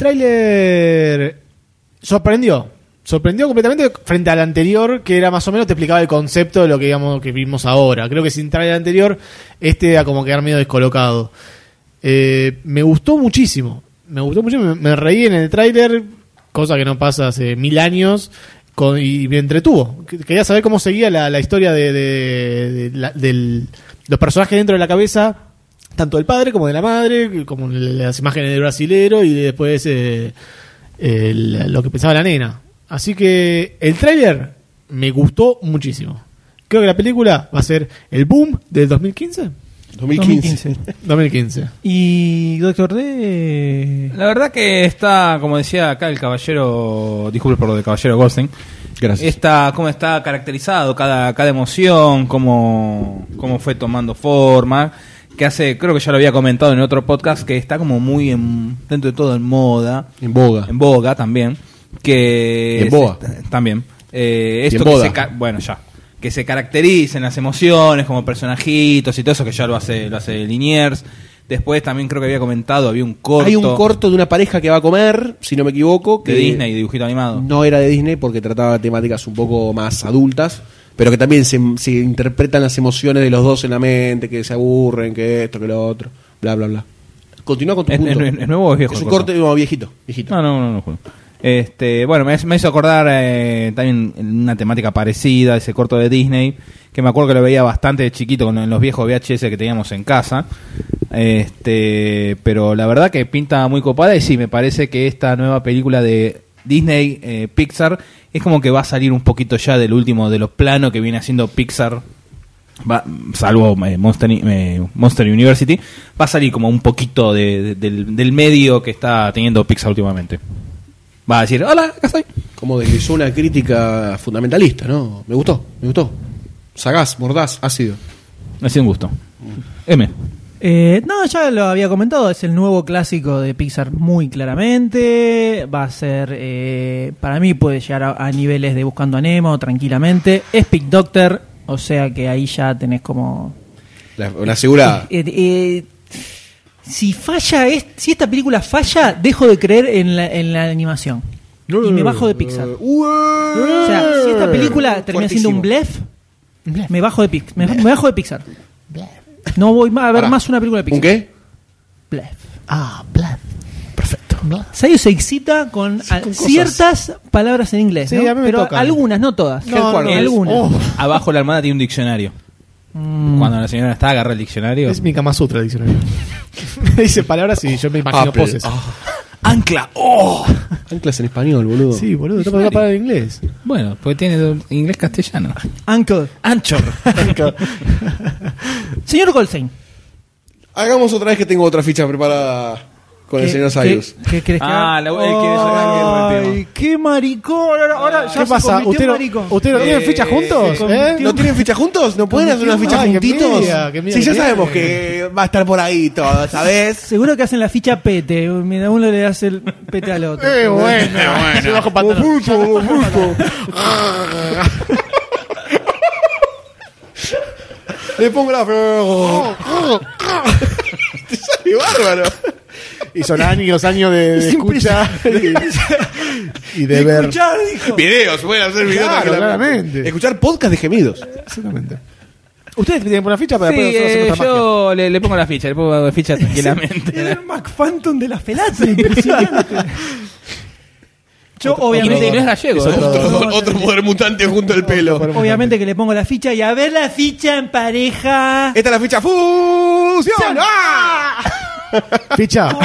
Speaker 5: tráiler sorprendió. Sorprendió completamente frente al anterior, que era más o menos te explicaba el concepto de lo que digamos que vimos ahora. Creo que sin tráiler anterior, este era como quedar medio descolocado. Eh, me gustó muchísimo. Me gustó muchísimo. Me, me reí en el tráiler, cosa que no pasa hace mil años. con- y me entretuvo. Que- Quería saber cómo seguía la, la historia de, de- de la- del- los personajes dentro de la cabeza, tanto del padre como de la madre, como las imágenes del brasilero y después eh, el- lo que pensaba la nena. Así que el tráiler me gustó muchísimo. Creo que la película va a ser el boom del 2015.
Speaker 3: 2015.
Speaker 5: 2015.
Speaker 2: Y Doctor D.
Speaker 4: La verdad que está, como decía acá el caballero, disculpe por lo de caballero Goldstein,
Speaker 3: Gracias.
Speaker 4: está, cómo está caracterizado cada, cada emoción, cómo, cómo fue tomando forma, que hace, creo que ya lo había comentado en otro podcast, que está como muy en- dentro de todo en moda,
Speaker 3: En boga.
Speaker 4: en boga también, que...
Speaker 3: Y en boa.
Speaker 4: se- también. Eh,
Speaker 3: Y en
Speaker 4: esto que
Speaker 3: boda.
Speaker 4: se, ca- bueno, ya. Que se caractericen las emociones como personajitos y todo eso que ya lo hace, lo hace Liniers. Después también creo que había comentado, había un corto.
Speaker 3: Hay un corto de una pareja que va a comer, si no me equivoco.
Speaker 4: de
Speaker 3: que-
Speaker 4: Disney, dibujito animado.
Speaker 3: Eh, No era de Disney porque trataba temáticas un poco más adultas, pero que también se, se interpretan las emociones de los dos en la mente, que se aburren, que esto, que lo otro, bla, bla, bla. Continúa con tu
Speaker 4: ¿Es-
Speaker 3: punto.
Speaker 4: es- es nuevo o es viejo Ah.
Speaker 3: Es un
Speaker 4: el corto?
Speaker 3: corte no, viejito, viejito.
Speaker 4: No, no, no, no, Julio. Este, bueno, me, me hizo acordar eh, también una temática parecida, ese corto de Disney, que me acuerdo que lo veía bastante de chiquito con los viejos VHS que teníamos en casa. Este, pero la verdad que pinta muy copada y sí, me parece que esta nueva película de Disney eh, Pixar es como que va a salir un poquito ya del último de los planos que viene haciendo Pixar va, salvo eh, Monster, eh, Monster University, va a salir como un poquito de- de- del, del medio que está teniendo Pixar últimamente. Va a decir, hola, acá estoy.
Speaker 3: Como deslizó una crítica fundamentalista, ¿no? Me gustó, me gustó. Sagaz, mordaz, ácido.
Speaker 4: Ha sido un gusto. M.
Speaker 2: Eh, no, ya lo había comentado, es el nuevo clásico de Pixar muy claramente. Va a ser, eh, para mí puede llegar a, a niveles de Buscando a Nemo tranquilamente. Es Pick Doctor, o sea que ahí ya tenés como...
Speaker 3: La, la asegurada.
Speaker 2: Eh, eh, si falla, es- si esta película falla, dejo de creer en la, en la animación. Y me bajo de Pixar. O sea, si esta película termina siendo un blef, me bajo de, Pix- me, me bajo de Pixar. No voy más a ver
Speaker 3: Pará.
Speaker 2: más una película de Pixar.
Speaker 3: ¿Un qué?
Speaker 2: Blef.
Speaker 5: Ah, plan.
Speaker 3: Perfecto.
Speaker 2: Sayo se excita con, a-
Speaker 3: con cosas.
Speaker 2: ciertas palabras en inglés,
Speaker 5: Sí,
Speaker 2: ¿no?
Speaker 5: a mí me
Speaker 2: pero
Speaker 5: tocan.
Speaker 2: algunas, no todas.
Speaker 5: No, no,
Speaker 2: Eh,
Speaker 5: es-
Speaker 2: algunas.
Speaker 5: oh,
Speaker 4: Abajo la hermana tiene un diccionario.
Speaker 2: Mm.
Speaker 4: Cuando la señora está, agarra el diccionario.
Speaker 5: es mi Kama Sutra, dice Dice palabras y yo me imagino
Speaker 3: Apple.
Speaker 5: poses.
Speaker 3: Ah,
Speaker 4: Ancla. ¡Oh!
Speaker 3: anclas en español, boludo.
Speaker 5: Sí, boludo, no para hablar en inglés.
Speaker 4: Bueno, porque tiene do- inglés castellano.
Speaker 2: Uncle.
Speaker 4: Anchor.
Speaker 2: Señor Goldstein.
Speaker 3: Hagamos otra vez que tengo otra ficha preparada con el
Speaker 2: ¿qué-
Speaker 3: señor Sayus.
Speaker 2: ¿Qué, qué querés que
Speaker 4: Ah,
Speaker 2: haga?
Speaker 4: la- él quiere sacar el Ah.
Speaker 2: Ay, qué maricón. Ahora, ahora ya
Speaker 5: ¿Qué
Speaker 2: se convirtió
Speaker 5: pasa?
Speaker 2: en
Speaker 5: ¿Usted no,
Speaker 2: maricón.
Speaker 5: ¿Usted no tienen
Speaker 4: Eh,
Speaker 5: fichas juntos?
Speaker 4: se
Speaker 5: ¿Eh?
Speaker 3: ¿No tienen ficha juntos? ¿No pueden hacer una ficha
Speaker 5: Ay, qué
Speaker 3: juntitos?
Speaker 5: envidia, qué envidia
Speaker 3: sí, ya
Speaker 5: que
Speaker 3: sabemos
Speaker 5: tienen.
Speaker 3: que va a estar por ahí todo, ¿sabes?
Speaker 2: Seguro que hacen la ficha pete. Mira, uno le hace el pete al otro.
Speaker 5: Eh, bueno, Yo bajo pantalón.
Speaker 3: Le pongo la Te sale bárbaro.
Speaker 5: Y son años, años de, de escucha y, y de ver.
Speaker 2: Escuchá, dijo.
Speaker 3: Videos, pueden hacer videos.
Speaker 5: Claro,
Speaker 3: tranquilamente.
Speaker 5: claramente.
Speaker 3: Escuchar podcast de gemidos.
Speaker 5: Exactamente. Ustedes tienen una ficha para
Speaker 4: Sí,
Speaker 5: después
Speaker 4: eh,
Speaker 5: nosotros hacer nuestra magia.
Speaker 4: yo le, le pongo la ficha, le pongo la ficha tranquilamente.
Speaker 2: Era el Mac Phantom de la felacia, impresionante. Yo,
Speaker 4: y no, y no es
Speaker 2: obviamente,
Speaker 4: gallego. ¿eh?
Speaker 3: Otro, otro poder mutante junto al pelo.
Speaker 2: obviamente que le pongo la ficha y a ver la ficha en pareja.
Speaker 3: Esta es la ficha fusión. ¡Ah!
Speaker 5: Ficha.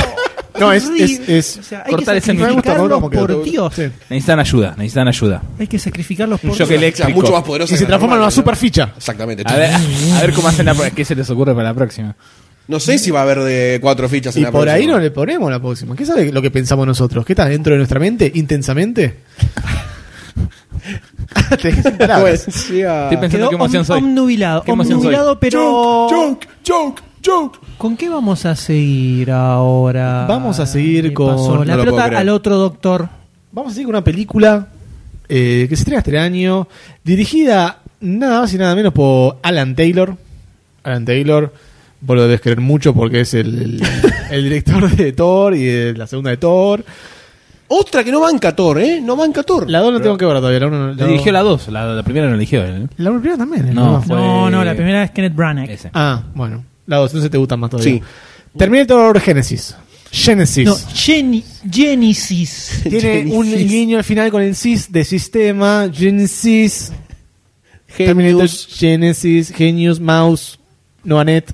Speaker 5: No, es. es, es-
Speaker 2: O sea, hay
Speaker 4: cortar
Speaker 2: que
Speaker 4: ese minuto,
Speaker 2: sacrificarlos
Speaker 5: ¿no?
Speaker 2: por
Speaker 5: Como que-
Speaker 2: Dios.
Speaker 5: Sí.
Speaker 4: Necesitan ayuda, necesitan ayuda.
Speaker 2: Hay que sacrificarlos por
Speaker 4: Yo que le
Speaker 3: O sea,
Speaker 4: explico.
Speaker 3: mucho más poderosa.
Speaker 5: Y
Speaker 3: que
Speaker 5: se
Speaker 3: la
Speaker 5: transforma en
Speaker 3: normal,
Speaker 5: una
Speaker 3: ¿no?
Speaker 5: super ficha.
Speaker 3: Exactamente.
Speaker 4: A ver, a ver cómo hacen la pro- qué se les ocurre para la próxima.
Speaker 3: No sé si va a haber de cuatro fichas en
Speaker 5: Y
Speaker 3: la
Speaker 5: por ahí
Speaker 3: próxima.
Speaker 5: no le ponemos la próxima. ¿Qué sabe lo que pensamos nosotros? ¿Qué está dentro de nuestra mente? ¿Intensamente? Te dejé sin
Speaker 3: Pues,
Speaker 5: palabras.
Speaker 4: Pues.
Speaker 3: ah.
Speaker 4: Estoy pensando
Speaker 2: Quedó
Speaker 4: qué emoción
Speaker 2: om-
Speaker 4: soy.
Speaker 2: omnubilado,
Speaker 4: ¿Qué emoción soy?
Speaker 2: omnubilado, pero...
Speaker 3: Joke, joke, joke.
Speaker 2: ¿Con qué vamos a seguir ahora?
Speaker 5: Vamos a seguir
Speaker 2: ¿Qué
Speaker 5: con-
Speaker 2: pasó? La
Speaker 3: No lo puedo
Speaker 2: pelota
Speaker 3: creer.
Speaker 2: al otro doctor.
Speaker 5: Vamos a seguir con una película eh, que se estrena este año, dirigida nada más y nada menos por Alan Taylor. Alan Taylor, vos lo debes querer mucho porque es el, el- el director de Thor y de la segunda de Thor.
Speaker 3: Otra que no banca Thor, ¿eh? No banca Thor.
Speaker 5: La 2 no tengo que ver todavía. La uno no-
Speaker 4: Le dirigió la 2, la, la primera no la eligió él. ¿eh?
Speaker 5: La primera también.
Speaker 4: No,
Speaker 5: ¿no?
Speaker 4: fue-
Speaker 2: No, no, la primera es Kenneth Branagh.
Speaker 4: Ese.
Speaker 5: Ah, bueno. La 2, entonces te gustan más todavía.
Speaker 3: Sí.
Speaker 5: Terminator Genesis. Genesis.
Speaker 2: No, Geni- Genesis.
Speaker 5: Tiene un guiño al final con el SIS de sistema, Genesis, Terminator Genesis, Genius, Mouse, Noanet.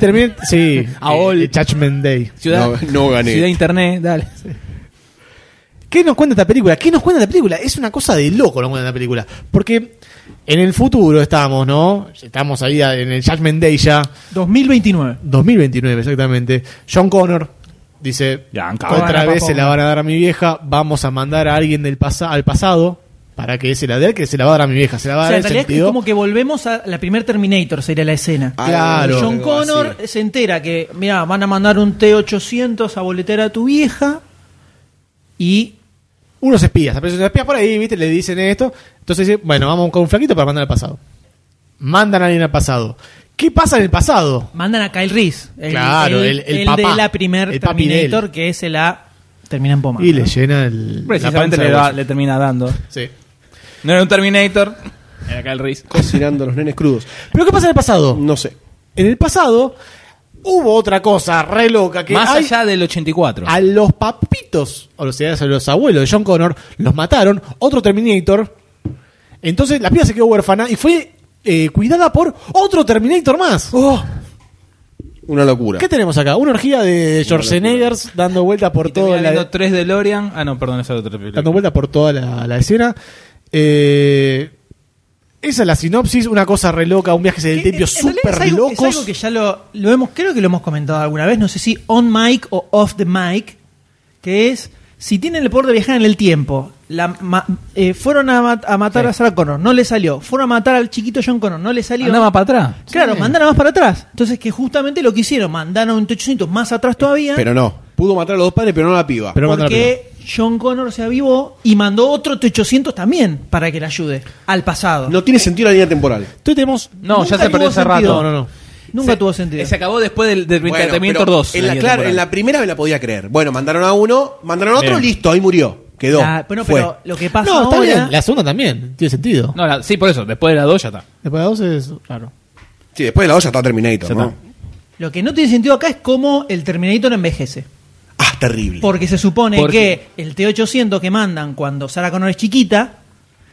Speaker 5: Terminator, sí,
Speaker 4: Aol.
Speaker 5: eh, Judgment Day.
Speaker 4: Ciudad,
Speaker 3: No- no gané.
Speaker 4: Ciudad Internet, dale.
Speaker 5: ¿Qué nos cuenta esta película? ¿Qué nos cuenta esta película? Es una cosa de loco lo que cuenta esta película. Porque en el futuro estamos, ¿no? Estamos ahí en el Judgment Day ya.
Speaker 2: 2029.
Speaker 5: 2029, exactamente. John Connor dice:
Speaker 4: Ya, cabrón.
Speaker 5: Otra
Speaker 2: Bueno,
Speaker 5: vez se
Speaker 2: papá,
Speaker 5: la van a dar a mi vieja. Vamos a mandar a alguien del pasa al pasado para que se la dé, al que se la va a dar a mi vieja. Se la va
Speaker 2: O
Speaker 5: a
Speaker 2: sea,
Speaker 5: dar
Speaker 2: en
Speaker 5: el
Speaker 2: realidad es
Speaker 5: sentido.
Speaker 2: como que volvemos a la primer Terminator, sería la escena.
Speaker 3: Ah,
Speaker 5: Claro.
Speaker 2: John
Speaker 3: algo así.
Speaker 2: Connor se entera que, mira, van a mandar un T-800 a boletear a tu vieja y
Speaker 5: Unos espías, aparecen unos espías por ahí, ¿viste? Le dicen esto. Entonces dice: Bueno, vamos con un flaquito para mandar al pasado. Mandan a alguien al pasado. ¿Qué pasa en el pasado?
Speaker 2: mandan a Kyle Reese.
Speaker 5: Claro, el- el papá,
Speaker 2: de la primer
Speaker 5: el papi de él.
Speaker 2: Terminator que se la termina en poma.
Speaker 5: Y le llena el.
Speaker 4: Precisamente
Speaker 5: la panza de
Speaker 4: le, da-
Speaker 5: hueso.
Speaker 4: le termina dando.
Speaker 5: Sí.
Speaker 4: No era un Terminator, era acá el Riz.
Speaker 3: Cocinando a los nenes crudos.
Speaker 5: ¿Pero qué pasa en el pasado?
Speaker 3: No sé.
Speaker 5: En el pasado hubo otra cosa re loca que
Speaker 4: Más
Speaker 5: hay-
Speaker 4: allá del 84.
Speaker 5: a los papitos, o sea, a los abuelos de John Connor, los mataron, otro Terminator. Entonces la piba se quedó huérfana y fue eh, cuidada por otro Terminator más.
Speaker 4: Oh,
Speaker 3: Una locura.
Speaker 5: ¿Qué tenemos acá? Una orgía de Schwarzenegger dando vuelta por
Speaker 4: Y termina
Speaker 5: toda
Speaker 4: viendo
Speaker 5: la,
Speaker 4: tres de Lorian. Ah, no, perdón, esa era otra película.
Speaker 5: dando vuelta por toda la, la escena. Eh, esa es la sinopsis, una cosa re loca, un viaje del
Speaker 2: Que,
Speaker 5: tiempo
Speaker 2: en realidad es
Speaker 5: súper
Speaker 2: algo-
Speaker 5: locos.
Speaker 2: Es algo que ya lo, lo hemos, creo que lo hemos comentado alguna vez, no sé si on mic o off the mic, que es si tienen el poder de viajar en el tiempo, la ma- eh, fueron a, mat- a matar a Sarah Connor, no le salió, fueron a matar al chiquito John Connor, no le salió.
Speaker 4: Andaba para atrás.
Speaker 2: Claro,
Speaker 5: Sí.
Speaker 2: mandaron más para atrás. Entonces, que justamente lo que hicieron, mandaron un 800 más atrás todavía.
Speaker 3: Pero no. Pudo matar a los dos padres, pero no a la piba.
Speaker 5: Pero mandaron
Speaker 2: porque John Connor se avivó y mandó otro 800 también para que le ayude al pasado.
Speaker 3: No tiene sentido la línea temporal.
Speaker 5: Entonces tenemos...
Speaker 4: No, ya se
Speaker 2: Nunca
Speaker 4: perdió
Speaker 2: tuvo
Speaker 4: hace
Speaker 2: sentido.
Speaker 4: rato.
Speaker 5: No, no, no.
Speaker 2: Nunca
Speaker 4: Se-
Speaker 2: tuvo sentido.
Speaker 4: Se acabó después del, del
Speaker 3: Bueno,
Speaker 4: Terminator
Speaker 3: pero
Speaker 4: 2.
Speaker 3: En la, claro, en la primera me la podía creer. Bueno, mandaron a uno, mandaron a otro,
Speaker 5: Bien.
Speaker 3: listo, ahí murió. Quedó.
Speaker 2: Ah, bueno,
Speaker 3: Fue.
Speaker 2: pero lo que pasa
Speaker 5: no, está
Speaker 2: ahora-
Speaker 5: bien. La segunda también, tiene sentido.
Speaker 4: No, la- sí, por eso, después de la 2 ya está.
Speaker 5: Después de dos es raro.
Speaker 3: Sí, después de la dos ya está Terminator,
Speaker 4: Ya
Speaker 3: ¿no?
Speaker 4: está.
Speaker 2: Lo que no tiene sentido acá es cómo el Terminator envejece.
Speaker 3: Ah, terrible.
Speaker 2: Porque se supone
Speaker 4: Porque-
Speaker 2: que el T-800 que mandan cuando Sarah Connor es chiquita,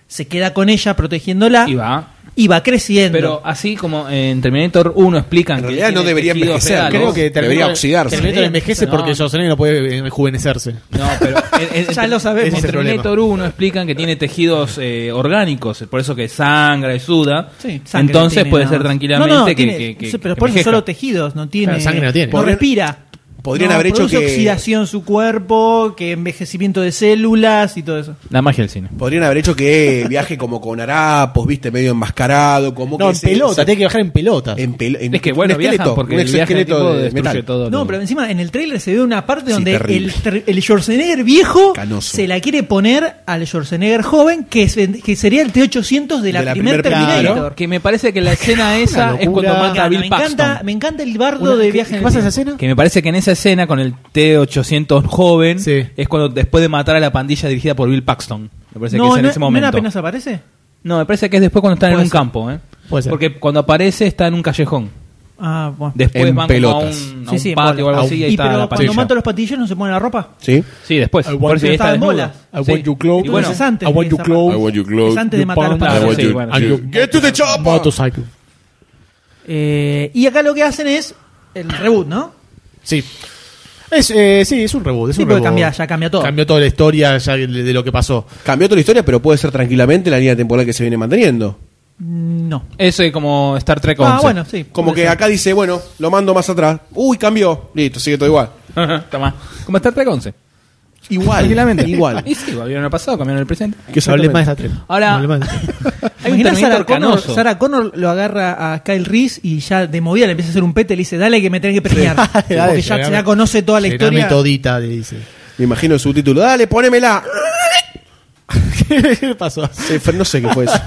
Speaker 2: se queda con ella protegiéndola
Speaker 4: Y
Speaker 5: Ah.
Speaker 4: va.
Speaker 2: y va creciendo.
Speaker 4: Pero así como en Terminator 1 explican
Speaker 3: En
Speaker 4: que
Speaker 3: realidad no
Speaker 4: tiene
Speaker 3: debería
Speaker 4: tejido
Speaker 3: envejecer,
Speaker 4: fetal,
Speaker 3: ¿no?
Speaker 5: Creo que
Speaker 3: Debería
Speaker 5: Terminator-
Speaker 3: oxidarse.
Speaker 5: Terminator envejece
Speaker 4: No.
Speaker 5: porque Schwarzenegger no puede eh, rejuvenecerse.
Speaker 4: No, pero e-, en, en-
Speaker 2: Ya lo sabemos.
Speaker 5: Ese
Speaker 4: En
Speaker 5: es el
Speaker 4: Terminator 1 explican que tiene tejidos eh, orgánicos, por eso que sangra y suda.
Speaker 2: Sí, sangre
Speaker 4: Entonces
Speaker 2: tiene,
Speaker 4: puede
Speaker 2: nada
Speaker 4: ser
Speaker 2: más.
Speaker 4: tranquilamente
Speaker 2: No, no,
Speaker 4: que,
Speaker 2: tiene-
Speaker 4: que- que-
Speaker 2: sí, pero
Speaker 4: que
Speaker 2: por eso
Speaker 4: envejezca.
Speaker 2: solo tejidos, no tiene.
Speaker 5: Claro, sangre no tiene.
Speaker 2: No
Speaker 5: Podrían-
Speaker 2: respira.
Speaker 3: podrían
Speaker 2: No,
Speaker 3: haber hecho
Speaker 2: produce
Speaker 3: que-
Speaker 2: oxidación su cuerpo, que envejecimiento de células y todo eso.
Speaker 4: La magia del cine.
Speaker 3: Podrían haber hecho que viaje como con harapos, viste, medio enmascarado, como
Speaker 5: No,
Speaker 3: que
Speaker 5: en
Speaker 3: se-
Speaker 5: pelota,
Speaker 3: se-
Speaker 5: tiene que bajar en pelota.
Speaker 3: en pelo- en-
Speaker 4: Es que
Speaker 3: un
Speaker 4: bueno,
Speaker 3: esqueleto,
Speaker 4: viajan porque
Speaker 3: un
Speaker 4: el viaje
Speaker 3: exoesqueleto
Speaker 4: tipo
Speaker 3: de
Speaker 4: destruye
Speaker 3: metal.
Speaker 4: todo.
Speaker 2: No,
Speaker 4: lo-
Speaker 2: pero encima en el trailer se ve una parte
Speaker 3: Sí,
Speaker 2: donde el,
Speaker 3: terrible.
Speaker 2: ter- el Schwarzenegger viejo
Speaker 3: Canoso.
Speaker 2: se la quiere poner al Schwarzenegger joven, que, se- que sería el T-800 de la,
Speaker 3: De la
Speaker 2: primer,
Speaker 3: primer película.
Speaker 2: Terminator.
Speaker 4: Que me parece que la escena esa es
Speaker 5: locura.
Speaker 4: cuando mata a
Speaker 2: Claro,
Speaker 4: Bill
Speaker 2: me, encanta,
Speaker 4: Paxton.
Speaker 2: me encanta el bardo
Speaker 5: Una-
Speaker 2: de
Speaker 5: ¿qué-
Speaker 2: viaje en
Speaker 5: ¿Qué
Speaker 2: el
Speaker 5: pasa en esa
Speaker 2: tiempo.
Speaker 5: escena?
Speaker 4: Que me parece que en esa escena con el T-800 joven
Speaker 5: Sí.
Speaker 4: es cuando después de matar a la pandilla dirigida por Bill Paxton. Me parece que
Speaker 2: No,
Speaker 4: es en
Speaker 2: no,
Speaker 4: ese
Speaker 2: no
Speaker 4: momento.
Speaker 2: apenas aparece.
Speaker 4: No, me parece que es después cuando están en
Speaker 2: Puede
Speaker 4: un
Speaker 2: ser.
Speaker 4: campo, ¿eh?
Speaker 5: Puede ser.
Speaker 4: Porque cuando aparece está en un callejón.
Speaker 2: Ah, bueno.
Speaker 4: Después
Speaker 3: En
Speaker 4: van
Speaker 3: pelotas.
Speaker 4: como a un, a
Speaker 2: Sí,
Speaker 4: un
Speaker 2: sí, en
Speaker 4: patio o
Speaker 2: bola.
Speaker 4: algo así y ahí
Speaker 2: Y
Speaker 4: está
Speaker 2: pero
Speaker 4: la
Speaker 2: cuando
Speaker 4: patilla.
Speaker 2: mato a los patillos no se ponen la ropa.
Speaker 3: ¿Sí.
Speaker 4: Sí, después.
Speaker 5: I want
Speaker 4: Por eso
Speaker 5: you-
Speaker 4: ahí está
Speaker 2: estaba en
Speaker 4: desnudo.
Speaker 5: I
Speaker 4: Sí.
Speaker 5: want you close.
Speaker 4: Y bueno,
Speaker 2: Eso es antes
Speaker 5: I want
Speaker 2: de
Speaker 5: you
Speaker 2: esa
Speaker 5: close.
Speaker 2: parte.
Speaker 6: I want you close.
Speaker 2: Es antes de
Speaker 5: your
Speaker 2: matar a los
Speaker 5: palm.
Speaker 6: I
Speaker 4: Claro,
Speaker 2: patillos.
Speaker 6: want
Speaker 4: sí,
Speaker 6: you-
Speaker 4: bueno.
Speaker 5: and your
Speaker 3: Get to the chopper.
Speaker 5: motorcycle.
Speaker 2: Eh, y acá lo que hacen es el reboot, ¿no?
Speaker 5: Sí. Es, eh, sí, es un reboot. Es
Speaker 2: Sí,
Speaker 5: un
Speaker 2: porque
Speaker 5: reboot.
Speaker 2: cambia- ya cambia todo.
Speaker 5: Cambió toda la historia ya de, de lo que pasó.
Speaker 3: Cambió toda la historia, pero puede ser tranquilamente la línea temporal que se viene manteniendo.
Speaker 2: No.
Speaker 4: Eso es como Star Trek 11.
Speaker 2: Ah, bueno, sí.
Speaker 3: Como
Speaker 2: puede
Speaker 3: que
Speaker 2: ser.
Speaker 3: acá dice, bueno, lo mando más atrás. Uy, cambió. Listo, sigue todo igual.
Speaker 4: Toma. Como Star Trek 11.
Speaker 3: Igual.
Speaker 4: Tranquilamente.
Speaker 3: Igual.
Speaker 4: Y sí, volvieron al pasado, cambiaron el presente.
Speaker 3: Que
Speaker 5: No hables más de esta tren.
Speaker 4: Ahora-
Speaker 5: No hables más de esta tren.
Speaker 4: Hay un
Speaker 2: Imaginá a
Speaker 4: Terminator
Speaker 2: Sarah Connor,
Speaker 4: canoso.
Speaker 2: Sarah Connor lo agarra a Kyle Reese y ya de movida le empieza a hacer un pete y le dice, dale que me tenés que premiar.
Speaker 5: Dale, dale,
Speaker 2: porque ya,
Speaker 5: llename-
Speaker 2: ya conoce toda la
Speaker 5: llename
Speaker 2: historia.
Speaker 5: todita, le dice.
Speaker 3: Me imagino el subtítulo. Dale, ponémela.
Speaker 5: ¿Qué pasó?
Speaker 3: Se fre- no sé qué fue eso.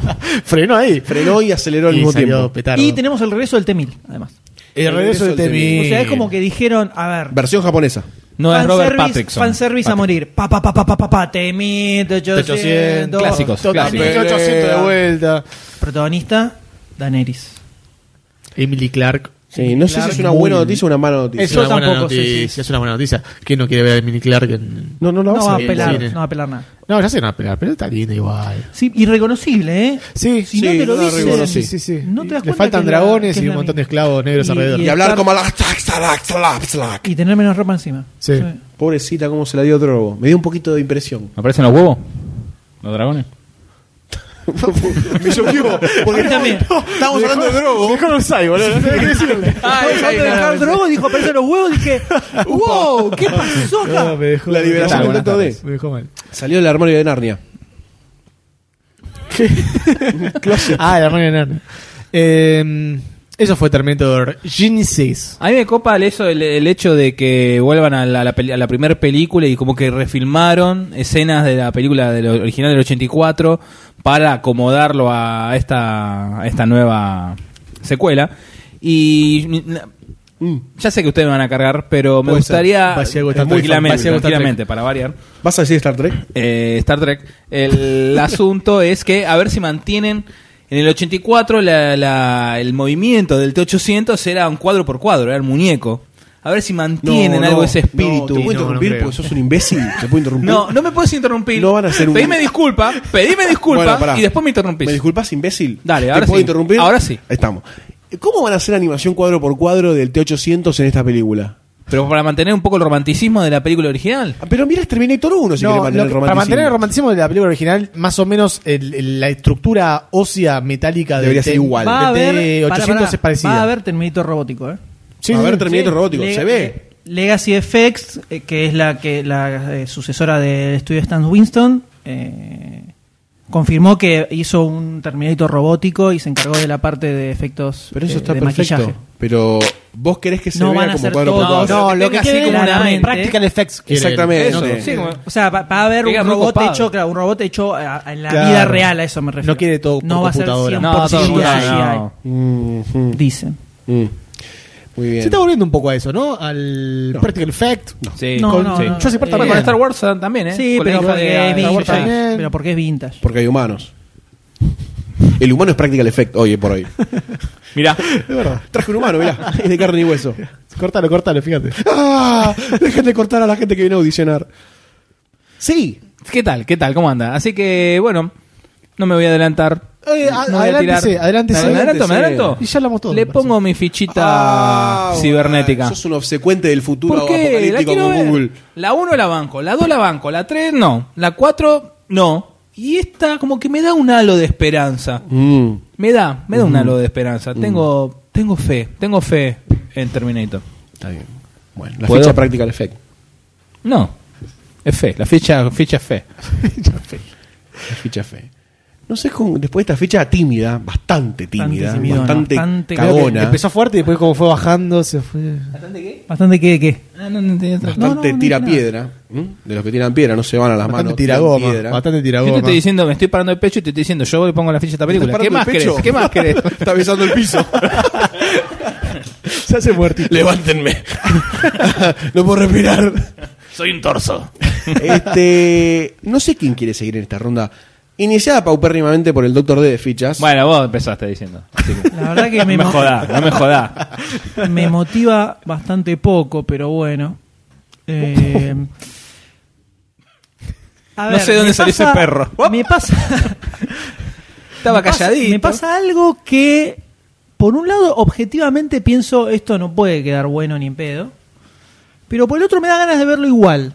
Speaker 5: Frenó ahí.
Speaker 3: Frenó y aceleró al
Speaker 5: Y
Speaker 3: mismo
Speaker 5: salió
Speaker 3: tiempo.
Speaker 5: petardo.
Speaker 2: Y tenemos el regreso del T-1000, además.
Speaker 5: el regreso de Temi.
Speaker 2: O sea, es como que dijeron, a ver...
Speaker 3: Versión japonesa.
Speaker 4: No es Robert
Speaker 2: fanservice-
Speaker 4: Patrickson.
Speaker 2: Fanservice a morir. Pa, pa, pa, pa, pa, pa, pa, T-1000, T-800...
Speaker 4: Clásicos, clásicos.
Speaker 5: 1800 de vuelta.
Speaker 2: Protagonista, Daenerys.
Speaker 5: Emily Clark.
Speaker 3: Sí, no sé si es una buena noticia o una mala noticia.
Speaker 5: Es
Speaker 2: Yo
Speaker 5: una buena
Speaker 2: tampoco, sí,
Speaker 5: noticia.
Speaker 2: sí.
Speaker 5: Es una buena noticia. ¿Quién no quiere ver a Emily Clark? en-
Speaker 3: No, no
Speaker 2: No
Speaker 3: la vas
Speaker 2: va
Speaker 3: a
Speaker 2: a
Speaker 3: ver.
Speaker 2: pelar,
Speaker 5: sí.
Speaker 2: no va a pelar nada.
Speaker 5: No, ya se van a pelar, pero está linda igual.
Speaker 2: Sí, irreconocible, ¿eh?
Speaker 5: Sí,
Speaker 2: Si no te lo
Speaker 3: no,
Speaker 2: dicen,
Speaker 3: rigor, sí.
Speaker 5: sí, sí, sí.
Speaker 2: no te das
Speaker 5: Le
Speaker 2: cuenta
Speaker 5: faltan
Speaker 2: que es la-
Speaker 5: dragones
Speaker 2: que es
Speaker 5: y un
Speaker 2: la
Speaker 5: montón de
Speaker 2: mina.
Speaker 5: esclavos negros
Speaker 2: Y-
Speaker 5: alrededor.
Speaker 3: Y hablar como la... slack, slack, slack, slack.
Speaker 2: Y tener menos ropa encima.
Speaker 5: Sí.
Speaker 3: Pobrecita, cómo se la dio Drogo. Me dio un poquito de impresión.
Speaker 4: ¿Aparecen los huevos? ¿Los dragones?
Speaker 3: Me llovió. Porque
Speaker 2: también.
Speaker 3: estábamos hablando de Drogo.
Speaker 5: Mejor un sai, boludo. No sé qué decirle.
Speaker 2: Cuando dejaron drogo dijo, aparecen los huevos, dije, wow, ¿qué pasó acá?
Speaker 5: No, me dejó.
Speaker 3: La liberación
Speaker 4: ¿Qué
Speaker 3: del
Speaker 4: tal?
Speaker 3: tanto D.
Speaker 4: Buenas
Speaker 5: Me dejó mal.
Speaker 3: Salió del armario de Narnia.
Speaker 5: Ah, la hermana de Narnia. Eh, eso fue Terminator Genesis.
Speaker 4: A mí me copa el, eso, el, el hecho de que vuelvan a la, primera película y como que refilmaron escenas de la película del original del 84 para acomodarlo a esta, a esta nueva secuela. Y mm, ya sé que ustedes me van a cargar, pero me
Speaker 5: Puede ser.
Speaker 4: gustaría
Speaker 5: Va a ser algo Star Trek.
Speaker 4: tranquilamente,
Speaker 5: Va a ser algo Star Trek.
Speaker 4: tranquilamente, para variar.
Speaker 3: ¿Vas a decir Star Trek?
Speaker 4: eh, Star Trek. El asunto es que a ver si mantienen. En el 84 la- la- el movimiento del T-800 era un cuadro por cuadro, era el muñeco. A ver si mantienen
Speaker 3: No,
Speaker 4: algo
Speaker 3: no,
Speaker 4: de ese espíritu.
Speaker 3: No, te puedo
Speaker 5: No, no
Speaker 3: interrumpir
Speaker 5: creo.
Speaker 3: porque sos un imbécil. Te puedo interrumpir.
Speaker 4: No, no, me puedes interrumpir.
Speaker 3: No van a hacer un-
Speaker 4: Pedime disculpa, pedime disculpa
Speaker 3: Bueno, pará.
Speaker 4: y después me interrumpís.
Speaker 3: ¿Me disculpas, imbécil?
Speaker 4: Dale,
Speaker 3: ¿Te
Speaker 4: ahora
Speaker 3: puedo
Speaker 4: sí.
Speaker 3: interrumpir?
Speaker 4: Ahora sí.
Speaker 3: Ahí estamos. ¿Cómo van a hacer animación cuadro por cuadro del T-800 en esta película?
Speaker 4: Pero para mantener un poco el romanticismo de la película original.
Speaker 3: Ah, Pero mira, es Terminator 1 si
Speaker 5: No,
Speaker 3: querés mantener
Speaker 5: lo-
Speaker 3: el romanticismo.
Speaker 5: para mantener el romanticismo de la película original, más o menos el- el- la estructura ósea metálica del
Speaker 3: Debería ser
Speaker 5: T-
Speaker 3: igual.
Speaker 5: del
Speaker 2: Va a haber,
Speaker 5: T-800
Speaker 2: pará, pará,
Speaker 5: es parecida.
Speaker 2: Va a haber Terminator robótico, ¿eh?
Speaker 5: Sí,
Speaker 3: a
Speaker 5: sí,
Speaker 3: ver,
Speaker 5: sí.
Speaker 3: Terminator robótico,
Speaker 2: Le-
Speaker 3: se ve.
Speaker 2: Legacy FX, eh, que es la que la eh, sucesora del estudio Stan Winston, eh, confirmó que hizo un Terminator robótico y se encargó de la parte de efectos
Speaker 3: Pero eso
Speaker 2: eh,
Speaker 3: está
Speaker 2: de
Speaker 3: perfecto.
Speaker 2: maquillaje.
Speaker 3: pero vos querés que se
Speaker 2: No
Speaker 3: vea
Speaker 2: van a
Speaker 3: como
Speaker 2: hacer
Speaker 3: cuadro por
Speaker 2: todos.
Speaker 3: cuadro.
Speaker 5: No,
Speaker 4: Que
Speaker 5: lo que
Speaker 4: tenga así
Speaker 5: quiere es
Speaker 4: como una
Speaker 5: como
Speaker 2: mente.
Speaker 5: practical effects. quiere él.
Speaker 3: Exactamente.
Speaker 4: Eso,
Speaker 3: Eh,
Speaker 4: sí, como-
Speaker 2: O sea, va, va a haber
Speaker 4: Pega
Speaker 2: un
Speaker 4: muy
Speaker 2: robot
Speaker 4: copado.
Speaker 2: hecho, claro, un robot hecho eh, a- a- en la
Speaker 5: Claro.
Speaker 2: vida real, a eso me refiero.
Speaker 5: No quiere todo por
Speaker 2: no va a ser
Speaker 5: computadora.
Speaker 2: 100%
Speaker 4: No, todo computadora,
Speaker 2: CGI,
Speaker 4: no.
Speaker 3: Mm, mm,
Speaker 2: dicen.
Speaker 3: mm. Muy
Speaker 5: Se
Speaker 3: bien.
Speaker 5: está volviendo un poco a eso, ¿no? Al practical effect.
Speaker 4: Sí,
Speaker 2: No,
Speaker 4: con,
Speaker 2: no,
Speaker 4: sí.
Speaker 2: no, eh, no.
Speaker 5: Jurassic Park
Speaker 4: Bueno,
Speaker 5: también.
Speaker 4: con Star Wars ah, también, ¿eh?
Speaker 2: Sí,
Speaker 4: Con la
Speaker 2: pero
Speaker 4: hija de-
Speaker 2: porque, es
Speaker 4: de-
Speaker 5: Star Wars
Speaker 2: vintage,
Speaker 5: también.
Speaker 2: pero porque es vintage.
Speaker 3: Porque hay humanos. El humano es practical effect hoy eh, por hoy.
Speaker 4: Mirá.
Speaker 3: Traje un humano, mirá. Es de carne y hueso.
Speaker 5: Cortalo, cortalo, fíjate.
Speaker 3: ¡Ah! Dejen de cortar a la gente que viene a audicionar. Sí.
Speaker 4: ¿Qué tal? ¿Qué tal? ¿Cómo anda? Así que, bueno, no me voy a adelantar.
Speaker 5: Eh, a-
Speaker 4: no voy a
Speaker 5: adelántese,
Speaker 4: tirar.
Speaker 5: adelántese.
Speaker 4: ¿Me adelanto? ¿Me adelanto?
Speaker 5: Y ya hablamos todo,
Speaker 4: Le
Speaker 5: me parece.
Speaker 4: pongo mi fichita
Speaker 3: Ah,
Speaker 4: cibernética.
Speaker 3: Sos un obsecuente del futuro
Speaker 4: ¿Por qué? La
Speaker 3: apocalíptico
Speaker 4: quiero
Speaker 3: como
Speaker 4: ver.
Speaker 3: Google.
Speaker 4: La 1 la banco, la 2 la banco, la 3 no, la 4 no. Y esta como que me da un halo de esperanza.
Speaker 3: Mm.
Speaker 4: Me da, me da un halo de esperanza. Tengo, tengo fe, tengo fe en Terminator.
Speaker 3: Está bien. Bueno, la
Speaker 4: ¿Puedo?
Speaker 3: ficha practical effect.
Speaker 4: No, es fe, la ficha, ficha es fe.
Speaker 3: La ficha fe. No sé, cómo- después de esta ficha tímida, bastante tímida,
Speaker 2: timidona,
Speaker 3: bastante,
Speaker 2: bastante-
Speaker 5: Creo que
Speaker 3: cagona,
Speaker 5: Empezó fuerte y después como fue bajando, se fue.
Speaker 2: Bastante que qué.
Speaker 3: Ah,
Speaker 2: No,
Speaker 3: bastante
Speaker 2: no, no
Speaker 3: tira
Speaker 2: tiene
Speaker 3: piedra. ¿m? De los que tiran piedra, no se van a las
Speaker 5: Bastante
Speaker 3: manos.
Speaker 5: tiragoma.
Speaker 3: tiran piedra.
Speaker 5: Bastante
Speaker 4: Yo te
Speaker 5: tiragoma.
Speaker 4: estoy diciendo, me estoy parando el pecho y te estoy diciendo, yo le pongo la ficha a esta
Speaker 3: ¿Estás
Speaker 4: película. ¿Qué
Speaker 3: parando
Speaker 4: más
Speaker 3: el pecho?
Speaker 4: querés? ¿Qué más querés?
Speaker 3: Está besando el piso.
Speaker 5: Se hace muertito.
Speaker 3: Levántenme. no puedo respirar.
Speaker 6: Soy un torso.
Speaker 3: Este, no sé quién quiere seguir en esta ronda. Iniciada paupérrimamente por el Doctor D de fichas.
Speaker 4: Bueno, vos empezaste diciendo. así que-
Speaker 2: La verdad que
Speaker 4: no
Speaker 2: me
Speaker 4: me,
Speaker 2: mo-
Speaker 4: jodá, no me jodá.
Speaker 2: me motiva bastante poco, pero bueno. Eh, a
Speaker 4: No sé dónde
Speaker 2: me
Speaker 4: salió ese
Speaker 2: pasa-
Speaker 4: perro.
Speaker 2: Me pasa.
Speaker 4: Estaba
Speaker 2: me pasa-
Speaker 4: calladito.
Speaker 2: Me pasa algo que, por un lado, objetivamente pienso esto no puede quedar bueno ni en pedo. Pero por el otro me da ganas de verlo igual.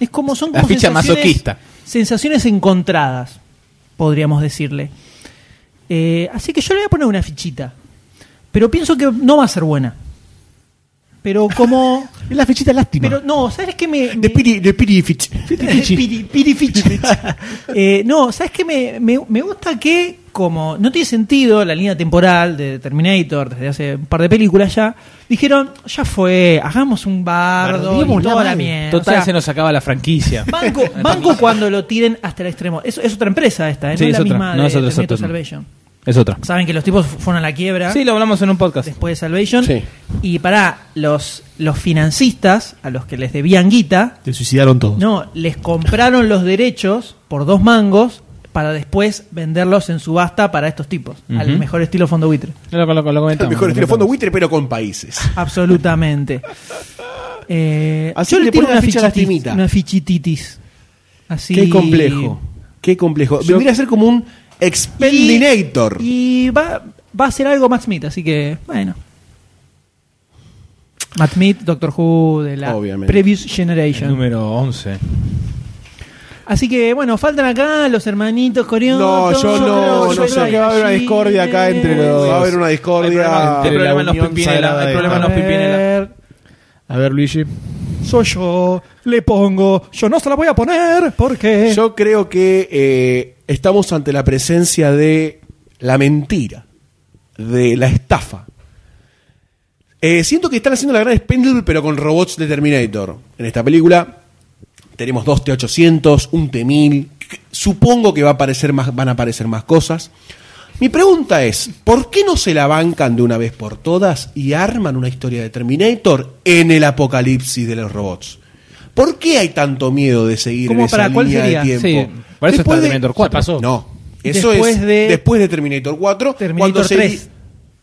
Speaker 2: Es como son
Speaker 4: La
Speaker 2: como
Speaker 4: ficha
Speaker 2: sensaciones-
Speaker 4: masoquista.
Speaker 2: Sensaciones encontradas, podríamos decirle. Eh, así que yo le voy a poner una fichita. Pero pienso que no va a ser buena. Pero como.
Speaker 5: Es la fichita lástima.
Speaker 2: Pero no, ¿sabes qué me.?
Speaker 3: De
Speaker 2: me-
Speaker 3: Piri, de Piri Fitch.
Speaker 2: Piri- pirifichi. Eh, no, ¿sabes qué? Me, me- me gusta que, como no tiene sentido la línea temporal de Terminator desde hace un par de películas ya, dijeron, ya fue, hagamos un bardo y
Speaker 5: Bardeémosla
Speaker 2: toda la
Speaker 5: mal.
Speaker 2: mierda.
Speaker 4: Total,
Speaker 2: O sea,
Speaker 4: se nos acaba la franquicia.
Speaker 2: banco, banco cuando lo tiren hasta el extremo. Es, es otra empresa esta, ¿eh?
Speaker 4: Sí,
Speaker 2: no es la
Speaker 4: es otra.
Speaker 2: misma
Speaker 4: No,
Speaker 2: de
Speaker 4: es otra, es
Speaker 2: Terminator
Speaker 4: otra.
Speaker 2: Salvation.
Speaker 4: Es otra.
Speaker 2: Saben que los tipos fu- fueron a la quiebra
Speaker 4: Sí, lo hablamos en un podcast.
Speaker 2: después de Salvation.
Speaker 3: Sí.
Speaker 2: Y para los, los financistas, a los que les debían guita,
Speaker 5: Te suicidaron todos.
Speaker 2: no, les compraron los derechos por dos mangos para después venderlos en subasta para estos tipos, al
Speaker 4: Ujú.
Speaker 2: mejor estilo fondo buitre.
Speaker 4: Lo, lo- lo comentamos,
Speaker 3: El mejor
Speaker 4: lo
Speaker 3: estilo fondo
Speaker 4: comentamos.
Speaker 3: buitre, pero con países.
Speaker 2: Absolutamente. Eh,
Speaker 3: Así
Speaker 2: yo
Speaker 3: que
Speaker 2: le
Speaker 3: le
Speaker 2: tiro
Speaker 3: pone
Speaker 2: una
Speaker 3: la ficha a la
Speaker 2: fichititis.
Speaker 3: timita.
Speaker 2: Una fichititis. Así.
Speaker 3: Qué complejo. Qué complejo.
Speaker 4: Yo-
Speaker 3: Vendría a ser como un
Speaker 2: Y-
Speaker 3: Expendinator.
Speaker 2: Y, va, va a ser algo Matt Smith, así que, bueno. Matt Smith, Doctor Who, de la
Speaker 3: Obviamente.
Speaker 2: Previous
Speaker 4: El
Speaker 2: Generation.
Speaker 4: número 11.
Speaker 2: Así que bueno, faltan acá los hermanitos coreanos.
Speaker 3: No, yo no,
Speaker 5: yo no creo sé. que va a haber una discordia acá entre los-
Speaker 3: Va a haber una discordia.
Speaker 5: Hay
Speaker 4: El problema en los
Speaker 5: unión sagrada
Speaker 4: pimpinela. El
Speaker 5: de-
Speaker 4: problema en los
Speaker 5: A
Speaker 4: pimpinela.
Speaker 5: A ver, Luigi.
Speaker 2: Soy yo, le pongo, yo no se la voy a poner porque
Speaker 3: Yo creo que eh, estamos ante la presencia de la mentira, de la estafa. Eh, siento que están haciendo la gran Spindle, pero con robots de Terminator. En esta película tenemos dos T800, un T1000. que- Supongo que va a aparecer más, van a aparecer más cosas. Mi pregunta es, ¿por qué no se la bancan de una vez por todas y arman una historia de Terminator en el apocalipsis de los robots? ¿Por qué hay tanto miedo de seguir
Speaker 2: ¿Cómo
Speaker 3: en esa
Speaker 2: para cuál
Speaker 3: línea de
Speaker 2: sería?
Speaker 4: Sí,
Speaker 3: tiempo?
Speaker 4: para eso
Speaker 3: Después
Speaker 4: está
Speaker 3: de-
Speaker 4: Terminator 4.
Speaker 5: pasó.
Speaker 3: No, eso
Speaker 2: Después
Speaker 3: es
Speaker 2: de-
Speaker 3: después de Terminator 4.
Speaker 2: Terminator
Speaker 3: cuando se-
Speaker 2: 3.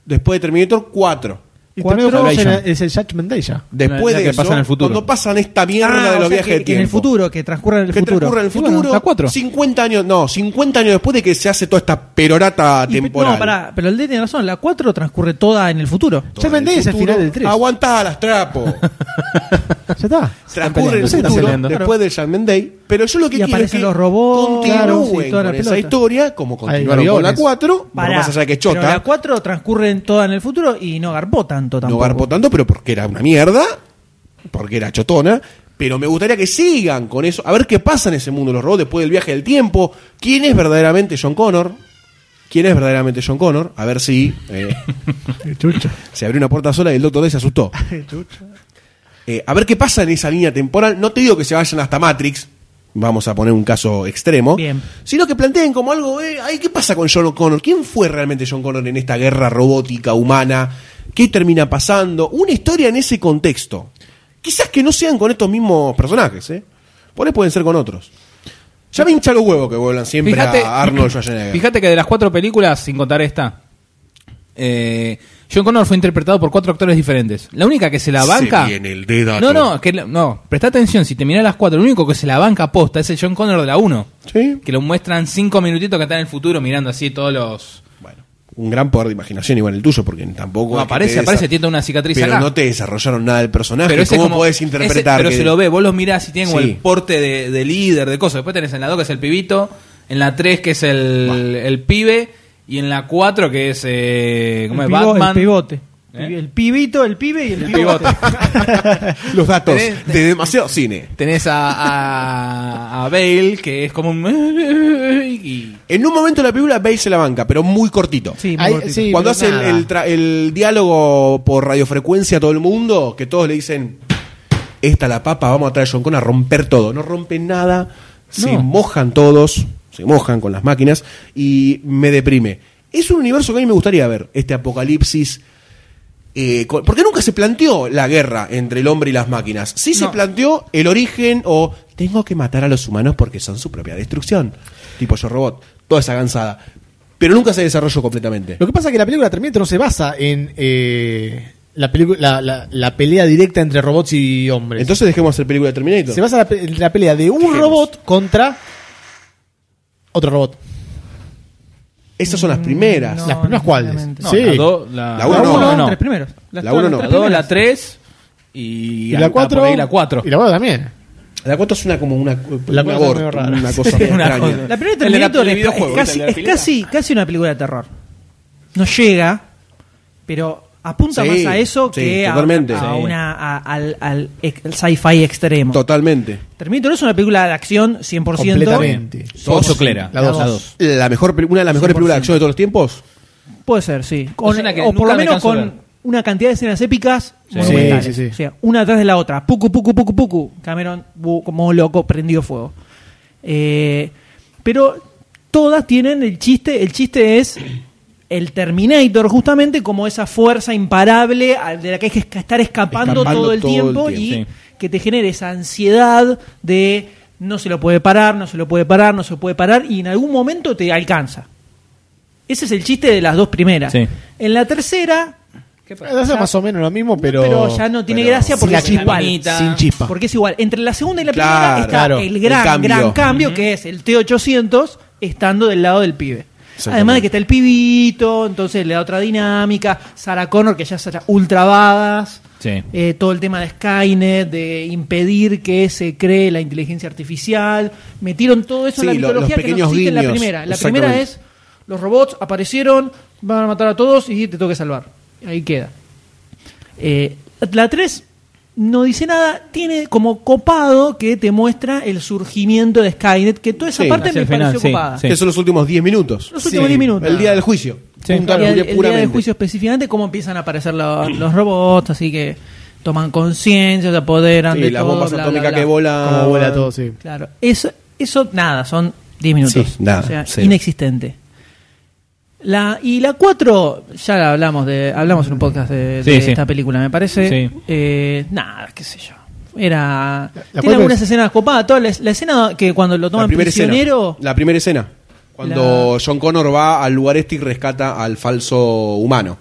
Speaker 3: Después de Terminator 4.
Speaker 5: Y
Speaker 2: Cuatro
Speaker 5: terminó con-
Speaker 4: Salvation.
Speaker 5: es el Judgment Day ya.
Speaker 3: Después
Speaker 4: La- la
Speaker 3: de
Speaker 4: que
Speaker 3: eso,
Speaker 4: pasa en el futuro.
Speaker 3: cuando pasan esta mierda de los viajes de
Speaker 2: Ah, que, en el
Speaker 3: tiempo.
Speaker 2: futuro, que transcurra en el
Speaker 3: que
Speaker 2: futuro.
Speaker 3: transcurre en el
Speaker 4: Y bueno,
Speaker 3: futuro.
Speaker 4: la cuatro.
Speaker 3: 50 años, no, 50 años después de que se hace toda esta perorata
Speaker 2: Y-
Speaker 3: temporal.
Speaker 2: No, pará, pero el D tiene razón, la 4 transcurre toda en el futuro.
Speaker 3: Toda
Speaker 5: Judgment
Speaker 3: en
Speaker 5: Day es el
Speaker 3: futuro.
Speaker 5: final del tres.
Speaker 3: Aguantá las trapos.
Speaker 5: Ya está.
Speaker 3: Transcurre
Speaker 4: peleando,
Speaker 3: el
Speaker 4: se están
Speaker 3: futuro
Speaker 4: peleando.
Speaker 3: después del Judgment Day, pero yo lo que
Speaker 2: Y
Speaker 3: quiero es
Speaker 2: aparecen
Speaker 3: que
Speaker 2: los robots, claro,
Speaker 3: continúen
Speaker 2: sí, toda la
Speaker 3: con esa
Speaker 2: pelota.
Speaker 3: historia como continuaron
Speaker 5: Hay
Speaker 3: con la
Speaker 5: aviones.
Speaker 3: 4, por
Speaker 2: Pará,
Speaker 3: más allá de que es
Speaker 2: pero la
Speaker 3: chota.
Speaker 2: 4 transcurre en- toda en el futuro y no garpó tanto
Speaker 3: No
Speaker 2: tampoco.
Speaker 3: garpo tanto, pero porque era una mierda, porque era chotona. Pero me gustaría que sigan con eso, a ver qué pasa en ese mundo de los robots después del viaje del tiempo. ¿Quién es verdaderamente John Connor? ¿Quién es verdaderamente John Connor? A ver si eh, se abrió una puerta sola y el doctor D se asustó. Eh, a ver qué pasa en esa línea temporal. No te digo que se vayan hasta Matrix, vamos a poner un caso extremo,
Speaker 2: Bien.
Speaker 3: sino que planteen como algo, eh, ay, ¿qué pasa con John Connor? ¿Quién fue realmente John Connor en esta guerra robótica humana? ¿Qué termina pasando? Una historia en ese contexto. Quizás que no sean con estos mismos personajes, ¿eh? Por ahí pueden ser con otros. Ya me hincha los huevos que vuelan siempre
Speaker 4: Fíjate,
Speaker 3: a Arnold Schwarzenegger.
Speaker 4: Fíjate que de las cuatro películas, sin contar esta, eh, John Connor fue interpretado por cuatro actores diferentes. La única que se la
Speaker 3: Se
Speaker 4: banca.
Speaker 3: viene el dedazo.
Speaker 4: no, no, que, la- no, presta atención, si te mirás las cuatro, el único que se la banca posta es el John Connor de la 1.
Speaker 3: Sí.
Speaker 4: Que lo muestran cinco minutitos que está en el futuro mirando así todos los.
Speaker 3: Bueno, un gran poder de imaginación igual el tuyo, porque tampoco.
Speaker 4: No,
Speaker 3: es que
Speaker 4: aparece,
Speaker 3: te
Speaker 4: aparece,
Speaker 3: desa-
Speaker 4: tiene una cicatriz
Speaker 3: Pero
Speaker 4: acá.
Speaker 3: no te desarrollaron nada del personaje.
Speaker 4: Pero ese
Speaker 3: ¿Cómo
Speaker 4: como-
Speaker 3: podés
Speaker 4: ese-
Speaker 3: interpretar?
Speaker 4: pero
Speaker 3: que-
Speaker 4: se lo ve, vos los mirás y tiene como
Speaker 3: Sí.
Speaker 4: el porte de, de líder, de cosas. Después tenés en la 2 que es el pibito, en la 3 que es el, el pibe, y en la 4 que es, eh,
Speaker 2: El,
Speaker 4: ¿cómo es?
Speaker 2: pivo- el
Speaker 4: Batman.
Speaker 2: pivote.
Speaker 4: ¿Eh?
Speaker 2: El pibito, el pibe y el,
Speaker 4: El
Speaker 2: pivote.
Speaker 4: pivote.
Speaker 3: Los datos
Speaker 4: Tenés-
Speaker 3: de demasiado cine.
Speaker 4: tenés a, a, a Bale, que es como un... y-
Speaker 3: En un momento de la película, Bale se la banca, pero muy cortito.
Speaker 2: Sí, muy
Speaker 5: Ahí-
Speaker 2: cortito.
Speaker 5: sí,
Speaker 3: Cuando
Speaker 5: pero
Speaker 3: hace el,
Speaker 5: nada.
Speaker 3: el tra- el diálogo por radiofrecuencia a todo el mundo, que todos le dicen, esta la papa, vamos a traer a John Connor a romper todo. No rompen nada, se
Speaker 4: No.
Speaker 3: mojan todos, se mojan con las máquinas y me deprime. Es un universo que a mí me gustaría ver, este apocalipsis. eh, con- porque nunca se planteó la guerra entre el hombre y las máquinas. Sí se
Speaker 4: No.
Speaker 3: planteó el origen o tengo que matar a los humanos porque son su propia destrucción. Tipo yo robot, toda esa gansada. Pero nunca se desarrolló completamente.
Speaker 5: Lo que pasa es que la película Terminator no se basa en eh, la, pelicu- la, la- la pelea directa entre robots y hombres.
Speaker 3: Entonces dejemos hacer película de Terminator.
Speaker 5: se basa en la, pe- en la pelea de un robot contra otro robot.
Speaker 3: Esas son las
Speaker 7: Mm,
Speaker 3: primeras.
Speaker 5: Las primeras cuáles.
Speaker 7: necesariamente.
Speaker 5: Sí.
Speaker 4: La 2, la,
Speaker 3: La uno
Speaker 7: La
Speaker 3: no,
Speaker 7: uno,
Speaker 3: no, no.
Speaker 7: tres primeros. Las
Speaker 3: La
Speaker 7: todas
Speaker 3: uno
Speaker 7: las
Speaker 3: no.
Speaker 7: tres primeras.
Speaker 4: 3 y,
Speaker 5: Y
Speaker 4: ah,
Speaker 5: la
Speaker 4: por
Speaker 5: 4.
Speaker 4: ahí la 4.
Speaker 5: Y la 4 también.
Speaker 3: La cuota es una como una,
Speaker 5: La
Speaker 3: un
Speaker 5: cuota
Speaker 3: aborto,
Speaker 5: es medio rara.
Speaker 3: una cosa medio extraña.
Speaker 7: La primera
Speaker 4: El de la-
Speaker 7: Terminator
Speaker 4: el
Speaker 7: es,
Speaker 4: videojuego,
Speaker 7: es casi,
Speaker 4: el de la
Speaker 7: es
Speaker 4: pileta.
Speaker 7: casi, casi una película de terror. No llega, pero apunta
Speaker 3: Sí,
Speaker 7: más a eso
Speaker 3: sí,
Speaker 7: que a,
Speaker 3: totalmente.
Speaker 7: a
Speaker 3: Sí.
Speaker 7: una, a- al, al ex- al sci-fi extremo.
Speaker 3: Totalmente.
Speaker 7: Terminator es una película de acción 100%.
Speaker 5: Completamente.
Speaker 4: Sos o Clera.
Speaker 5: La dos.
Speaker 7: La
Speaker 5: La
Speaker 7: dos.
Speaker 5: dos.
Speaker 3: La mejor, peli- una de las mejores películas de acción de todos los tiempos.
Speaker 7: Puede ser, sí. Con-
Speaker 4: Es una que
Speaker 7: o por
Speaker 4: nunca
Speaker 7: lo
Speaker 4: me
Speaker 7: menos
Speaker 4: canso de ver.
Speaker 7: con una cantidad de escenas épicas
Speaker 4: Sí.
Speaker 7: monumentales.
Speaker 5: Sí, sí, sí.
Speaker 7: O sea, una atrás de la otra. Pucu, pucu, pucu, pucu. Cameron, bu- como loco, prendió fuego. Eh, pero todas tienen el chiste. El chiste es el Terminator, justamente como esa fuerza imparable al- de la que hay que esca- estar escapando,
Speaker 3: Escapando
Speaker 7: todo el
Speaker 3: todo el
Speaker 7: tiempo y
Speaker 3: tiempo,
Speaker 7: que te genere esa ansiedad de no se lo puede parar, no se lo puede parar, no se lo puede parar y en algún momento te alcanza. Ese es el chiste de las dos primeras.
Speaker 4: Sí.
Speaker 7: En la tercera,
Speaker 5: La dos es más o menos lo mismo, pero.
Speaker 7: pero ya no tiene
Speaker 3: pero
Speaker 7: gracia
Speaker 5: sin
Speaker 7: porque
Speaker 5: la
Speaker 7: es igual.
Speaker 5: chispa. Sin chispa.
Speaker 7: Porque es igual. Entre la segunda y la primera
Speaker 3: Claro,
Speaker 7: está
Speaker 5: claro,
Speaker 7: el
Speaker 3: el
Speaker 7: gran,
Speaker 3: cambio.
Speaker 7: gran cambio que es el T800 estando del lado del pibe.
Speaker 3: Exactamente.
Speaker 7: Además de que está el pibito, entonces le da otra dinámica. Sarah Connor, que ya es ultra badass.
Speaker 4: Sí.
Speaker 7: Eh, todo el tema de Skynet, de impedir que se cree la inteligencia artificial. Metieron todo eso en la
Speaker 3: Sí, lo- los
Speaker 7: mitología que no
Speaker 3: pequeños
Speaker 7: existe en la
Speaker 3: guiños.
Speaker 7: primera. La
Speaker 3: Exactamente.
Speaker 7: primera es: los robots aparecieron, van a matar a todos y te tengo que salvar. Ahí queda. Eh, la 3 no dice nada, tiene como copado que te muestra el surgimiento de Skynet, que toda esa
Speaker 3: Sí,
Speaker 7: parte
Speaker 4: hacia
Speaker 7: me
Speaker 4: el final,
Speaker 7: pareció
Speaker 4: sí,
Speaker 7: copada.
Speaker 4: sí.
Speaker 3: Que son los últimos 10 minutos.
Speaker 7: Los últimos 10 minutos.
Speaker 3: El día del juicio.
Speaker 4: Sí.
Speaker 3: Punta
Speaker 7: Y el, el día
Speaker 3: puramente.
Speaker 7: del juicio específicamente, cómo empiezan a aparecer lo- los robots, así que toman conciencia, se apoderan
Speaker 3: Sí,
Speaker 7: de
Speaker 3: las
Speaker 7: todo,
Speaker 3: bombas
Speaker 7: bla, bla,
Speaker 3: atómicas
Speaker 7: bla.
Speaker 3: que volan.
Speaker 5: Como vuela todo, sí.
Speaker 7: Claro, eso, eso nada, son 10 minutos.
Speaker 3: Sí, nada,
Speaker 7: o sea,
Speaker 3: cero.
Speaker 7: inexistente. La, y la 4, ya la hablamos de hablamos en un podcast de, de
Speaker 4: Sí, sí.
Speaker 7: esta película, me parece.
Speaker 4: Sí.
Speaker 7: Eh, nada, qué sé yo. Era.
Speaker 5: cuatro
Speaker 7: tiene algunas
Speaker 5: es-
Speaker 7: escenas copadas. Toda la, la escena que cuando lo
Speaker 3: La
Speaker 7: toman
Speaker 3: primera
Speaker 7: prisionero.
Speaker 3: escena. La primera escena. Cuando John Connor va al lugar este y rescata al falso humano.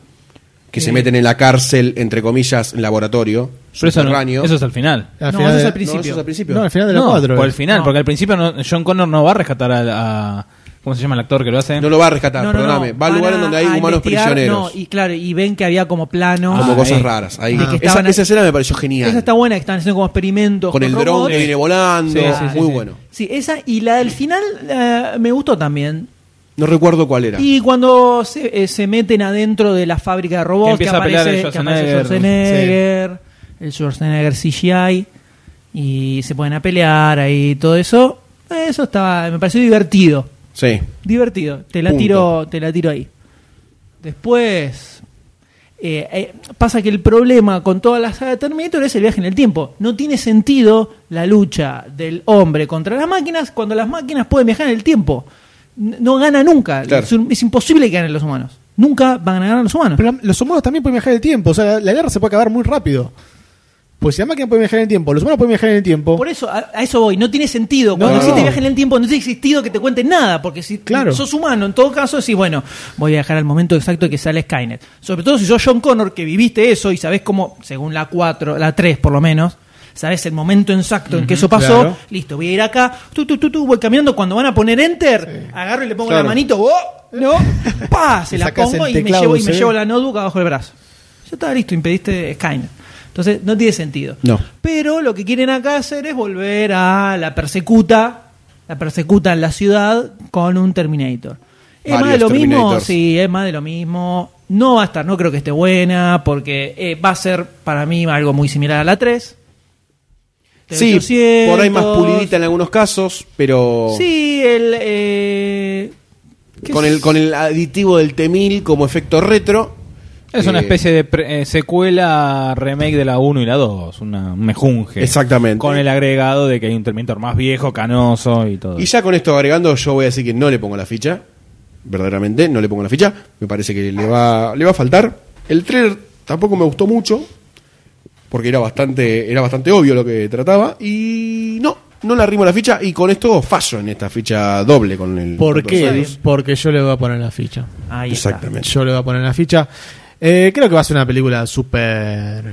Speaker 3: Que se meten en la cárcel, entre comillas, en laboratorio.
Speaker 4: Pero eso, no-
Speaker 3: subterráneo.
Speaker 4: eso es al final.
Speaker 5: Al
Speaker 7: No,
Speaker 5: final
Speaker 7: eso es
Speaker 5: de-
Speaker 7: al
Speaker 3: No,
Speaker 7: principio.
Speaker 3: eso es al principio.
Speaker 5: No, al final de la eh.
Speaker 4: No,
Speaker 5: 4.
Speaker 4: por el final,
Speaker 7: No.
Speaker 4: porque al principio no- John Connor no va a rescatar al- a, ¿Cómo se llama el actor que lo hace?
Speaker 3: No lo va a rescatar,
Speaker 7: Eh, No, no,
Speaker 3: perdóname.
Speaker 7: no,
Speaker 3: Va al
Speaker 7: van
Speaker 3: lugar en
Speaker 7: a-
Speaker 3: donde hay
Speaker 7: a
Speaker 3: humanos
Speaker 7: investigar,
Speaker 3: prisioneros.
Speaker 7: no, y claro, y ven que había como planos.
Speaker 3: Como
Speaker 4: Ah,
Speaker 3: cosas
Speaker 4: ahí.
Speaker 3: raras. Ahí.
Speaker 7: De que
Speaker 3: esa,
Speaker 7: estaban-
Speaker 3: esa escena me pareció genial.
Speaker 7: Esa está buena, que están haciendo como experimentos.
Speaker 3: con el dron
Speaker 7: robots.
Speaker 3: que viene volando.
Speaker 4: Sí, sí, sí,
Speaker 3: muy
Speaker 4: sí.
Speaker 3: bueno.
Speaker 7: Sí, esa y la del final eh, me gustó también.
Speaker 3: No recuerdo cuál era.
Speaker 7: Y cuando se, eh, se meten adentro de la fábrica de robots,
Speaker 4: Que
Speaker 7: que,
Speaker 4: empieza a pelear
Speaker 7: aparece,
Speaker 4: el
Speaker 7: que aparece
Speaker 4: Schwarzenegger.
Speaker 7: Schwarzenegger, el Schwarzenegger CGI, y se ponen a pelear ahí, todo eso. Eso estaba, me pareció divertido.
Speaker 3: Sí.
Speaker 7: Divertido, te la
Speaker 3: Punto.
Speaker 7: tiro, te la tiro ahí. Después eh, eh, pasa que el problema con toda la saga de Terminator es el viaje en el tiempo. No tiene sentido la lucha del hombre contra las máquinas cuando las máquinas pueden viajar en el tiempo. N- No gana nunca.
Speaker 3: Claro.
Speaker 7: Es, un- es imposible que ganen los humanos. Nunca van a ganar los humanos.
Speaker 5: Pero los humanos también pueden viajar en el tiempo. O sea, la, la guerra se puede acabar muy rápido. Pues si la máquina puede viajar en el tiempo, los humanos pueden viajar en el tiempo.
Speaker 7: Por eso, a, a eso voy. No tiene sentido. Cuando
Speaker 5: No.
Speaker 7: existe viaje en el tiempo, no tiene sentido que te cuenten nada. Porque si
Speaker 5: Claro.
Speaker 7: sos humano, en todo caso, decís, bueno, voy a viajar al momento exacto que sale Skynet. Sobre todo si sos John Connor, que viviste eso y sabés cómo, según la 4, la 3 por lo menos, sabés el momento exacto en que eso pasó.
Speaker 5: claro.
Speaker 7: Listo, voy a ir acá. Tú, tú, tú, tú, voy caminando. Cuando van a poner enter, agarro y le pongo
Speaker 3: Claro.
Speaker 7: la manito. ¡oh! ¿No? ¡Pa! Se
Speaker 5: Y
Speaker 7: la
Speaker 5: sacás
Speaker 7: pongo
Speaker 5: el
Speaker 7: y me
Speaker 5: teclado
Speaker 7: llevo, y
Speaker 5: USB.
Speaker 7: me llevo la notebook abajo del brazo. Ya está listo, impediste Skynet. Entonces, no tiene sentido.
Speaker 3: No.
Speaker 7: Pero lo que quieren acá hacer es volver a la persecuta, la persecuta en la ciudad con un Terminator. Es más de
Speaker 3: Varios
Speaker 7: lo mismo,
Speaker 3: Terminators.
Speaker 7: sí, es más de lo mismo. No va a estar, no creo que esté buena, porque eh, va a ser para mí algo muy similar a la 3.
Speaker 3: Sí, por ahí más
Speaker 7: 800.
Speaker 3: pulidita en algunos casos, pero
Speaker 7: Sí, el... eh, ¿qué
Speaker 3: Oh. con,
Speaker 7: es?
Speaker 3: el, con el aditivo del T-1000 como efecto retro.
Speaker 4: Es una
Speaker 3: eh,
Speaker 4: especie de pre- eh, secuela remake de la 1 y la 2, una un mejunje.
Speaker 3: Exactamente.
Speaker 4: Con el agregado de que hay un Terminator más viejo, canoso y todo.
Speaker 3: Y ya con esto agregando, yo voy a decir que no le pongo la ficha. Verdaderamente, no le pongo la ficha. Me parece que le va, le va a faltar. El trailer tampoco me gustó mucho. Porque era bastante, era bastante obvio lo que trataba. Y no, no le arrimo la ficha y con esto fallo en esta ficha doble con el.
Speaker 5: ¿Por
Speaker 3: con dos
Speaker 5: qué?
Speaker 3: años.
Speaker 5: Porque yo le voy a poner la ficha.
Speaker 2: Ahí está.
Speaker 3: Exactamente.
Speaker 5: Yo le voy a poner la ficha. Eh, creo que va a ser una película súper.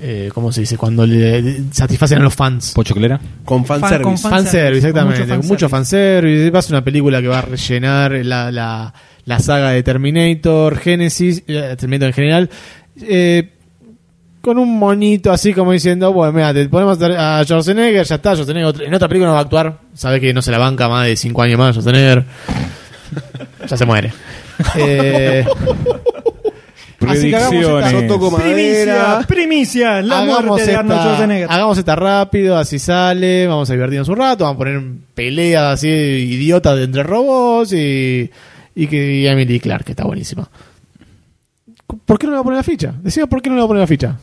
Speaker 5: Eh, ¿Cómo se dice? Cuando le satisfacen a los fans.
Speaker 4: Pochoclera.
Speaker 3: Con fanservice.
Speaker 2: con fan-
Speaker 5: Fanservice,
Speaker 2: Fanservice, con
Speaker 5: exactamente.
Speaker 2: mucho
Speaker 5: Con Mucho fanservice. Va a ser una película que va a rellenar la, la- la saga de Terminator, Genesis, eh, Terminator en general. Eh, con un monito así como diciendo, bueno, mira, te ponemos a a Schwarzenegger, ya está, Schwarzenegger otro- en otra película no va a actuar, sabe que no se la banca más de 5 años más, Schwarzenegger. ya se muere. Eh, así que hagamos esta-
Speaker 3: Yo toco madera.
Speaker 2: Primicia, primicia, la
Speaker 5: hagamos
Speaker 2: muerte de Arnold Schwarzenegger.
Speaker 5: esta, hagamos esta rápido, así sale, vamos a divertirnos un rato, vamos a poner peleas así idiotas de entre robots y, y que y Emily Clark, que está buenísima. ¿Por qué no le voy a poner la ficha? Decime por qué no le voy a poner la ficha.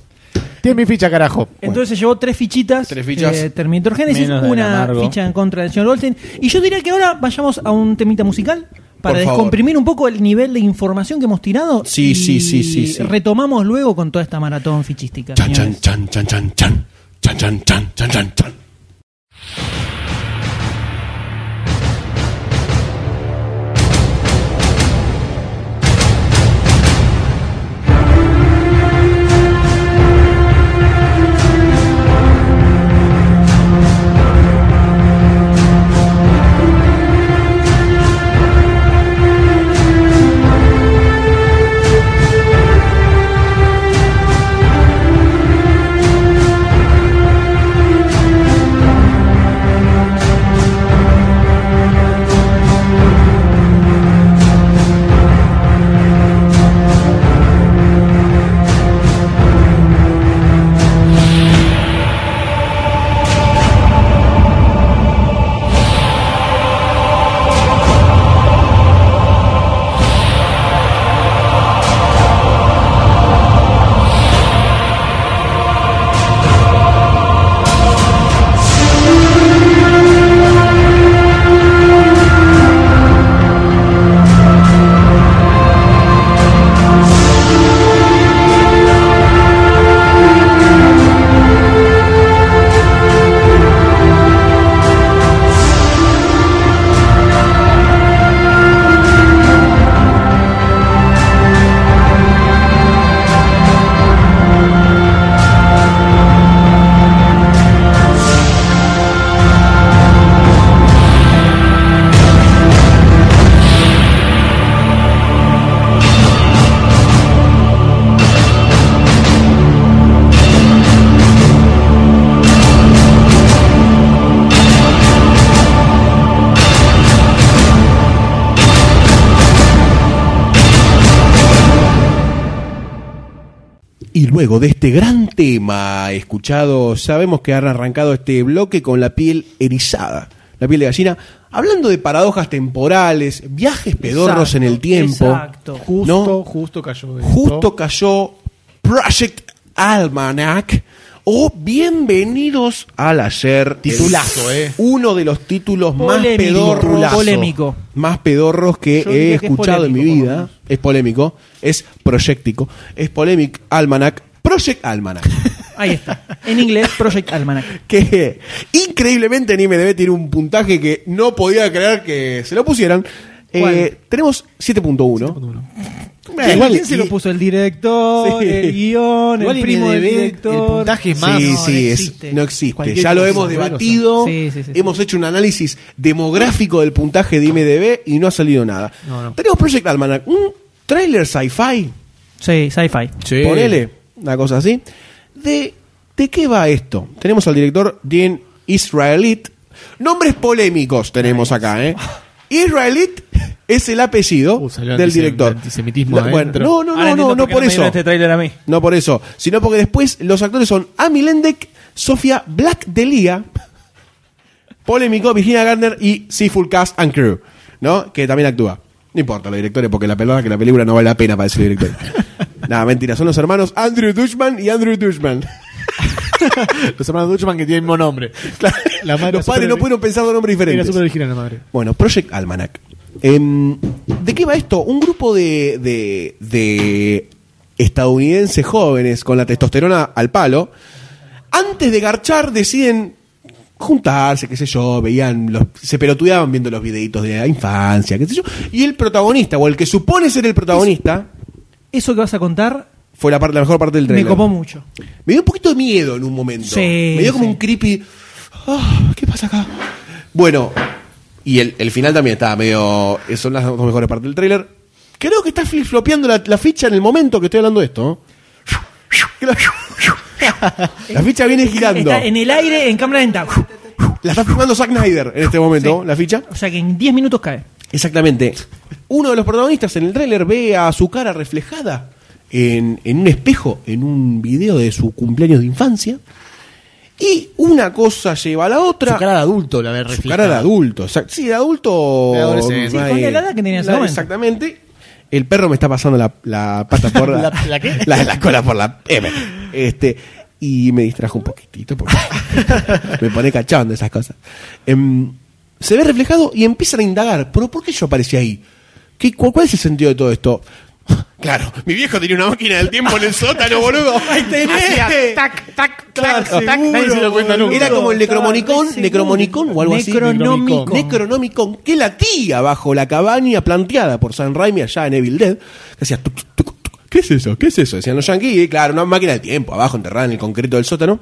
Speaker 5: Tiene mi ficha, carajo.
Speaker 2: Entonces se llevó tres fichitas.
Speaker 3: Tres fichas.
Speaker 2: eh, Terminator Genesis,
Speaker 4: Menos del
Speaker 2: una
Speaker 4: amargo.
Speaker 2: ficha en contra del señor Goldstein. Y yo diría que ahora vayamos a un temita musical para
Speaker 3: Por favor.
Speaker 2: descomprimir un poco el nivel de información que hemos tirado.
Speaker 3: Sí,
Speaker 2: y
Speaker 3: sí, sí, sí, sí.
Speaker 2: Retomamos luego con toda esta maratón fichística.
Speaker 6: Chan, chan,
Speaker 2: señores.
Speaker 6: chan, chan, chan, chan. Chan, chan, chan, chan, chan, chan.
Speaker 3: Y luego de este gran tema escuchado, sabemos que han arrancado este bloque con la piel erizada, la piel de gallina, hablando de paradojas temporales, viajes pedorros
Speaker 2: Exacto,
Speaker 3: en el tiempo.
Speaker 2: exacto.
Speaker 5: Justo,
Speaker 3: ¿no?
Speaker 5: justo cayó esto.
Speaker 3: Justo cayó Project Almanac. O bienvenidos al ayer.
Speaker 5: Titulazo,
Speaker 3: El-
Speaker 5: eh.
Speaker 3: Uno de los títulos
Speaker 2: Polémico,
Speaker 3: más pedorros.
Speaker 2: polémico.
Speaker 3: Más pedorros que
Speaker 2: Yo
Speaker 3: he
Speaker 2: diría que es
Speaker 3: escuchado en mi
Speaker 2: polémico, por lo
Speaker 3: vida.
Speaker 2: menos.
Speaker 3: Es polémico. Es proyectico. Es polémico. Almanac. Project Almanac.
Speaker 2: Ahí está. En inglés, Project Almanac.
Speaker 3: que increíblemente en IMDb tiene un puntaje que no podía creer que se lo pusieran. Eh,
Speaker 2: ¿Cuál?
Speaker 3: tenemos 7.1.
Speaker 2: ¿Quién-
Speaker 3: Igual,
Speaker 2: ¿Quién se
Speaker 3: y-
Speaker 2: lo puso? El director,
Speaker 3: Sí.
Speaker 2: el guión,
Speaker 5: Igual
Speaker 2: el primo del
Speaker 5: IMDb,
Speaker 2: director.
Speaker 5: el puntaje es más.
Speaker 3: sí,
Speaker 2: no,
Speaker 3: sí,
Speaker 2: no
Speaker 3: es-
Speaker 2: existe.
Speaker 3: no existe.
Speaker 5: Cualquier
Speaker 3: ya lo
Speaker 5: cosa,
Speaker 3: hemos
Speaker 5: cualquier
Speaker 3: debatido,
Speaker 2: cosa. Sí, sí, sí, sí.
Speaker 3: hemos hecho un análisis demográfico del puntaje de IMDB y no ha salido nada.
Speaker 5: No, no.
Speaker 3: Tenemos Project Almanac, un trailer sci-fi,
Speaker 2: Sí, sci-fi.
Speaker 5: Sí.
Speaker 3: ponele, una cosa así. ¿De, ¿De qué va esto? Tenemos al director Dean Israelit. Nombres polémicos tenemos acá, ¿eh? Israelit es el apellido
Speaker 5: Uh, salió
Speaker 3: del
Speaker 5: antisem-
Speaker 3: director.
Speaker 5: antisemitismo
Speaker 3: La- bueno,
Speaker 5: adentro.
Speaker 3: no,
Speaker 4: Ah,
Speaker 3: no,
Speaker 8: Ahora
Speaker 3: no, no,
Speaker 8: entiendo
Speaker 3: no
Speaker 8: por qué
Speaker 3: por
Speaker 8: me dieron
Speaker 3: eso.
Speaker 8: este tráiler a mí.
Speaker 3: No por eso, sino porque después los actores son Amy Lendek, Sofía Black Delia, polémico Virginia Gardner y Seafull Cast and Crew, ¿no? Que también actúa. No importa los directores, porque la pelota que la película no vale la pena para decir directores. Nada, mentira, son los hermanos Andrew Dutchman y Andrew Dutchman.
Speaker 5: Los hermanos Dutchman que tienen el mismo nombre. La madre
Speaker 3: los
Speaker 5: era
Speaker 3: padres
Speaker 5: súper-
Speaker 3: no pudieron pensar dos nombres
Speaker 5: Era
Speaker 3: diferentes.
Speaker 5: súper original la madre.
Speaker 3: Bueno, Project Almanac. Em, ¿De qué va esto? Un grupo de, de- de estadounidenses jóvenes con la testosterona al palo, antes de garchar deciden juntarse, qué sé yo, veían, los, se pelotudeaban viendo los videitos de la infancia, qué sé yo. Y el protagonista, o el que supone ser el protagonista,
Speaker 2: Eso que vas a contar
Speaker 3: fue la, parte, la mejor parte del
Speaker 2: me
Speaker 3: trailer.
Speaker 2: copó mucho.
Speaker 3: Me dio un poquito de miedo en un momento.
Speaker 2: Sí,
Speaker 3: me dio como
Speaker 2: sí.
Speaker 3: un creepy. "Ah, ¿Qué pasa acá? Bueno, y el, el final también estaba medio. Son las dos mejores partes del tráiler. Creo que está flip-flopeando la, la ficha en el momento que estoy hablando de esto. ¿no? La ficha viene girando.
Speaker 2: Está en el aire, en cámara lenta.
Speaker 3: La está filmando Zack Snyder en este momento,
Speaker 2: Sí.
Speaker 3: la ficha.
Speaker 2: O sea que en 10 minutos cae.
Speaker 3: Exactamente. Uno de los protagonistas en el tráiler ve a su cara reflejada en, en un espejo, en un video de su cumpleaños de infancia. Y una cosa lleva a la otra.
Speaker 5: Su cara de adulto la ver
Speaker 3: Su cara de adulto. o sea, sí, de adulto.
Speaker 5: De adolescente.
Speaker 2: Sí, con la edad que tenía en ese
Speaker 3: la-
Speaker 2: momento.
Speaker 3: Exactamente. El perro me está pasando la, la pata por la,
Speaker 5: ¿La- la qué?
Speaker 3: La, la cola por la M. Este, y me distrajo un poquitito porque me pone cachando esas cosas. Em, se ve reflejado y empiezan a indagar. ¿Pero por qué yo aparecí ahí? ¿Qué, cuál, cuál es el sentido de todo esto? Claro, mi viejo tenía una máquina del tiempo en el sótano, boludo. ¡Ahí tenés!
Speaker 5: Tac, tac,
Speaker 3: Claro,
Speaker 5: tac, tac.
Speaker 3: seguro,
Speaker 5: Nadie se lo cuenta
Speaker 3: boludo.
Speaker 5: nunca.
Speaker 3: Era como el Necromonicon,
Speaker 2: Estaba re
Speaker 3: Necromonicon
Speaker 2: seguro.
Speaker 3: o algo así.
Speaker 2: Necronomicon.
Speaker 3: Necronomicon, que latía bajo la cabaña planteada por San Raimi allá en Evil Dead, que hacía tuc, tuc, tuc, tuc. ¿Qué es eso? ¿Qué es eso? Decían los yankees, y claro, una máquina del tiempo, abajo enterrada en el concreto del sótano.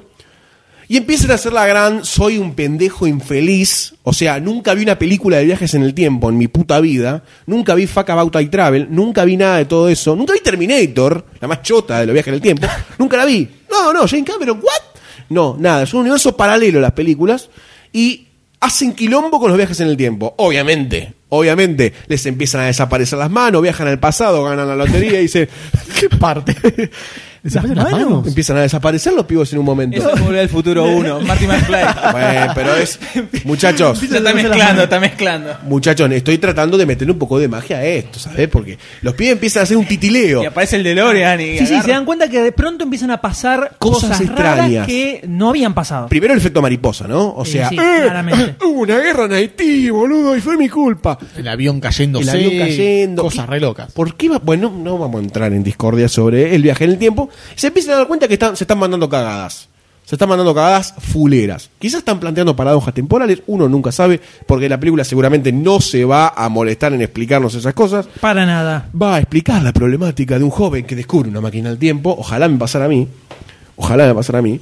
Speaker 3: Y empiezan a hacer la gran soy un pendejo infeliz. O sea, nunca vi una película de viajes en el tiempo en mi puta vida. Nunca vi Fuck About I Travel. Nunca vi nada de todo eso. Nunca vi Terminator, la más chota de los viajes en el tiempo. Nunca la vi. No, no, Jane Cameron, ¿what? No, nada. Es un universo paralelo a las películas. Y hacen quilombo con los viajes en el tiempo. Obviamente. Obviamente, les empiezan a desaparecer las manos, viajan al pasado, ganan la lotería y dicen,
Speaker 5: ¿Qué parte? ¿Desaparecen las
Speaker 2: manos?
Speaker 5: manos?
Speaker 3: empiezan a desaparecer los pibos en un momento.
Speaker 4: Eso es Volver al Futuro 1, Marty McFly.
Speaker 3: Bueno, pero es. Muchachos.
Speaker 4: Se está mezclando, está mezclando.
Speaker 3: Muchachos, estoy tratando de meterle un poco de magia a esto, ¿sabes? Porque los pibes empiezan a hacer un titileo.
Speaker 4: Y aparece el DeLorean y
Speaker 2: Sí, sí,
Speaker 4: agarra.
Speaker 2: se dan cuenta que de pronto empiezan a pasar
Speaker 3: Cosas
Speaker 2: cosas,
Speaker 3: extrañas.
Speaker 2: raras que no habían pasado.
Speaker 3: Primero el efecto mariposa, ¿no? O
Speaker 2: Sí,
Speaker 3: sea, "Eh,
Speaker 2: sí, claramente.
Speaker 3: hubo una guerra en Haití, boludo, y fue mi culpa.
Speaker 5: El avión cayendo,
Speaker 3: El avión cayendo.
Speaker 5: Cosas
Speaker 3: Y-
Speaker 5: re locas.
Speaker 3: ¿Por qué va? Bueno, no vamos a entrar en discordia sobre el viaje en el tiempo. Se empiezan a dar cuenta que están, se están mandando cagadas. Se están mandando cagadas fuleras. Quizás están planteando paradojas temporales, uno nunca sabe, porque la película seguramente no se va a molestar en explicarnos esas cosas.
Speaker 2: Para nada.
Speaker 3: va a explicar la problemática de un joven que descubre una máquina del tiempo, ojalá me pasara a mí, ojalá me pasara a mí,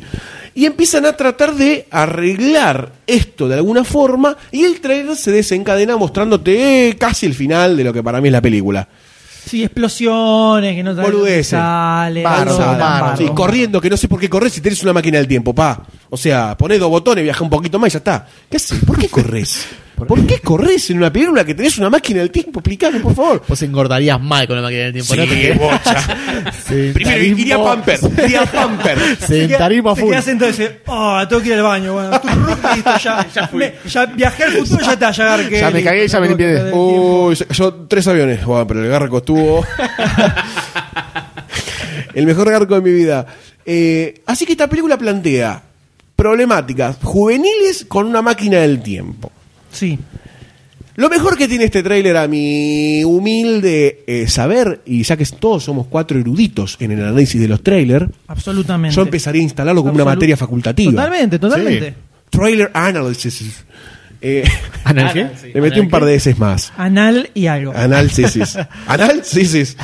Speaker 3: y empiezan a tratar de arreglar esto de alguna forma, y el trailer se desencadena mostrándote eh, casi el final de lo que para mí es la película.
Speaker 2: Sí, explosiones que no saben dónde
Speaker 3: Boludeces.
Speaker 2: sale.
Speaker 5: Barro,
Speaker 2: todo,
Speaker 5: barro.
Speaker 3: Sí,
Speaker 5: Claro.
Speaker 3: corriendo, que no sé por qué corres si tenés una máquina del tiempo, pa. O sea, poné dos botones, viaja un poquito más y ya está. ¿Qué haces? ¿Por qué corres? ¿Por qué corres en una película que tenés una máquina del tiempo? Explícame, por favor.
Speaker 5: Vos engordarías mal con la máquina del tiempo. ¿no? Porque-
Speaker 3: Primero iría a Pamper, iría a Pamper.
Speaker 5: Sedentarismo a
Speaker 2: Se
Speaker 5: full.
Speaker 2: quedas sentado y dices, oh, tengo que ir al baño. Bueno, tú, listo, ya, ya, me- ya viajé al futuro, ya está, ya agarré.
Speaker 5: Ya me cagué, ya me limpié. Oh.
Speaker 3: Uy, se cayó tres aviones. Buah, pero el garco estuvo. el mejor garco de mi vida. Eh, así que esta película plantea problemáticas juveniles con una máquina del tiempo.
Speaker 2: Sí.
Speaker 3: Lo mejor que tiene este tráiler a mi humilde eh, saber, y ya que todos somos cuatro eruditos en el análisis de los trailers,
Speaker 2: Absolutamente.
Speaker 3: yo empezaría a instalarlo como una
Speaker 2: Absolut-
Speaker 3: materia facultativa.
Speaker 2: Totalmente, totalmente.
Speaker 5: Sí.
Speaker 3: Trailer Analysis. Eh,
Speaker 5: ¿Anal qué?
Speaker 3: le metí un par de veces más.
Speaker 2: Anal y algo.
Speaker 3: Análisis. Análisis.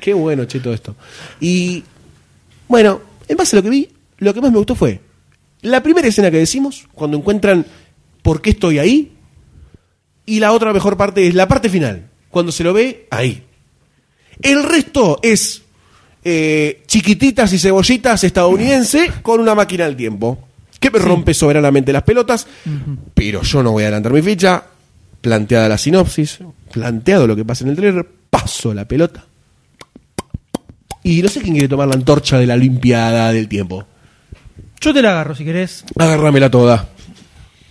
Speaker 3: Qué bueno, che, todo esto. Y bueno, en base a lo que vi, lo que más me gustó fue la primera escena que decimos, cuando encuentran por qué estoy ahí, y la otra mejor parte es la parte final, cuando se lo ve ahí. El resto es eh, chiquititas y cebollitas estadounidense con una máquina del tiempo, que me rompe soberanamente las pelotas, pero yo no voy a adelantar mi ficha, planteada la sinopsis, planteado lo que pasa en el trailer, paso la pelota. Y no sé quién quiere tomar la antorcha de la Olimpiada del tiempo.
Speaker 2: Yo te la agarro si querés.
Speaker 3: Agárramela toda.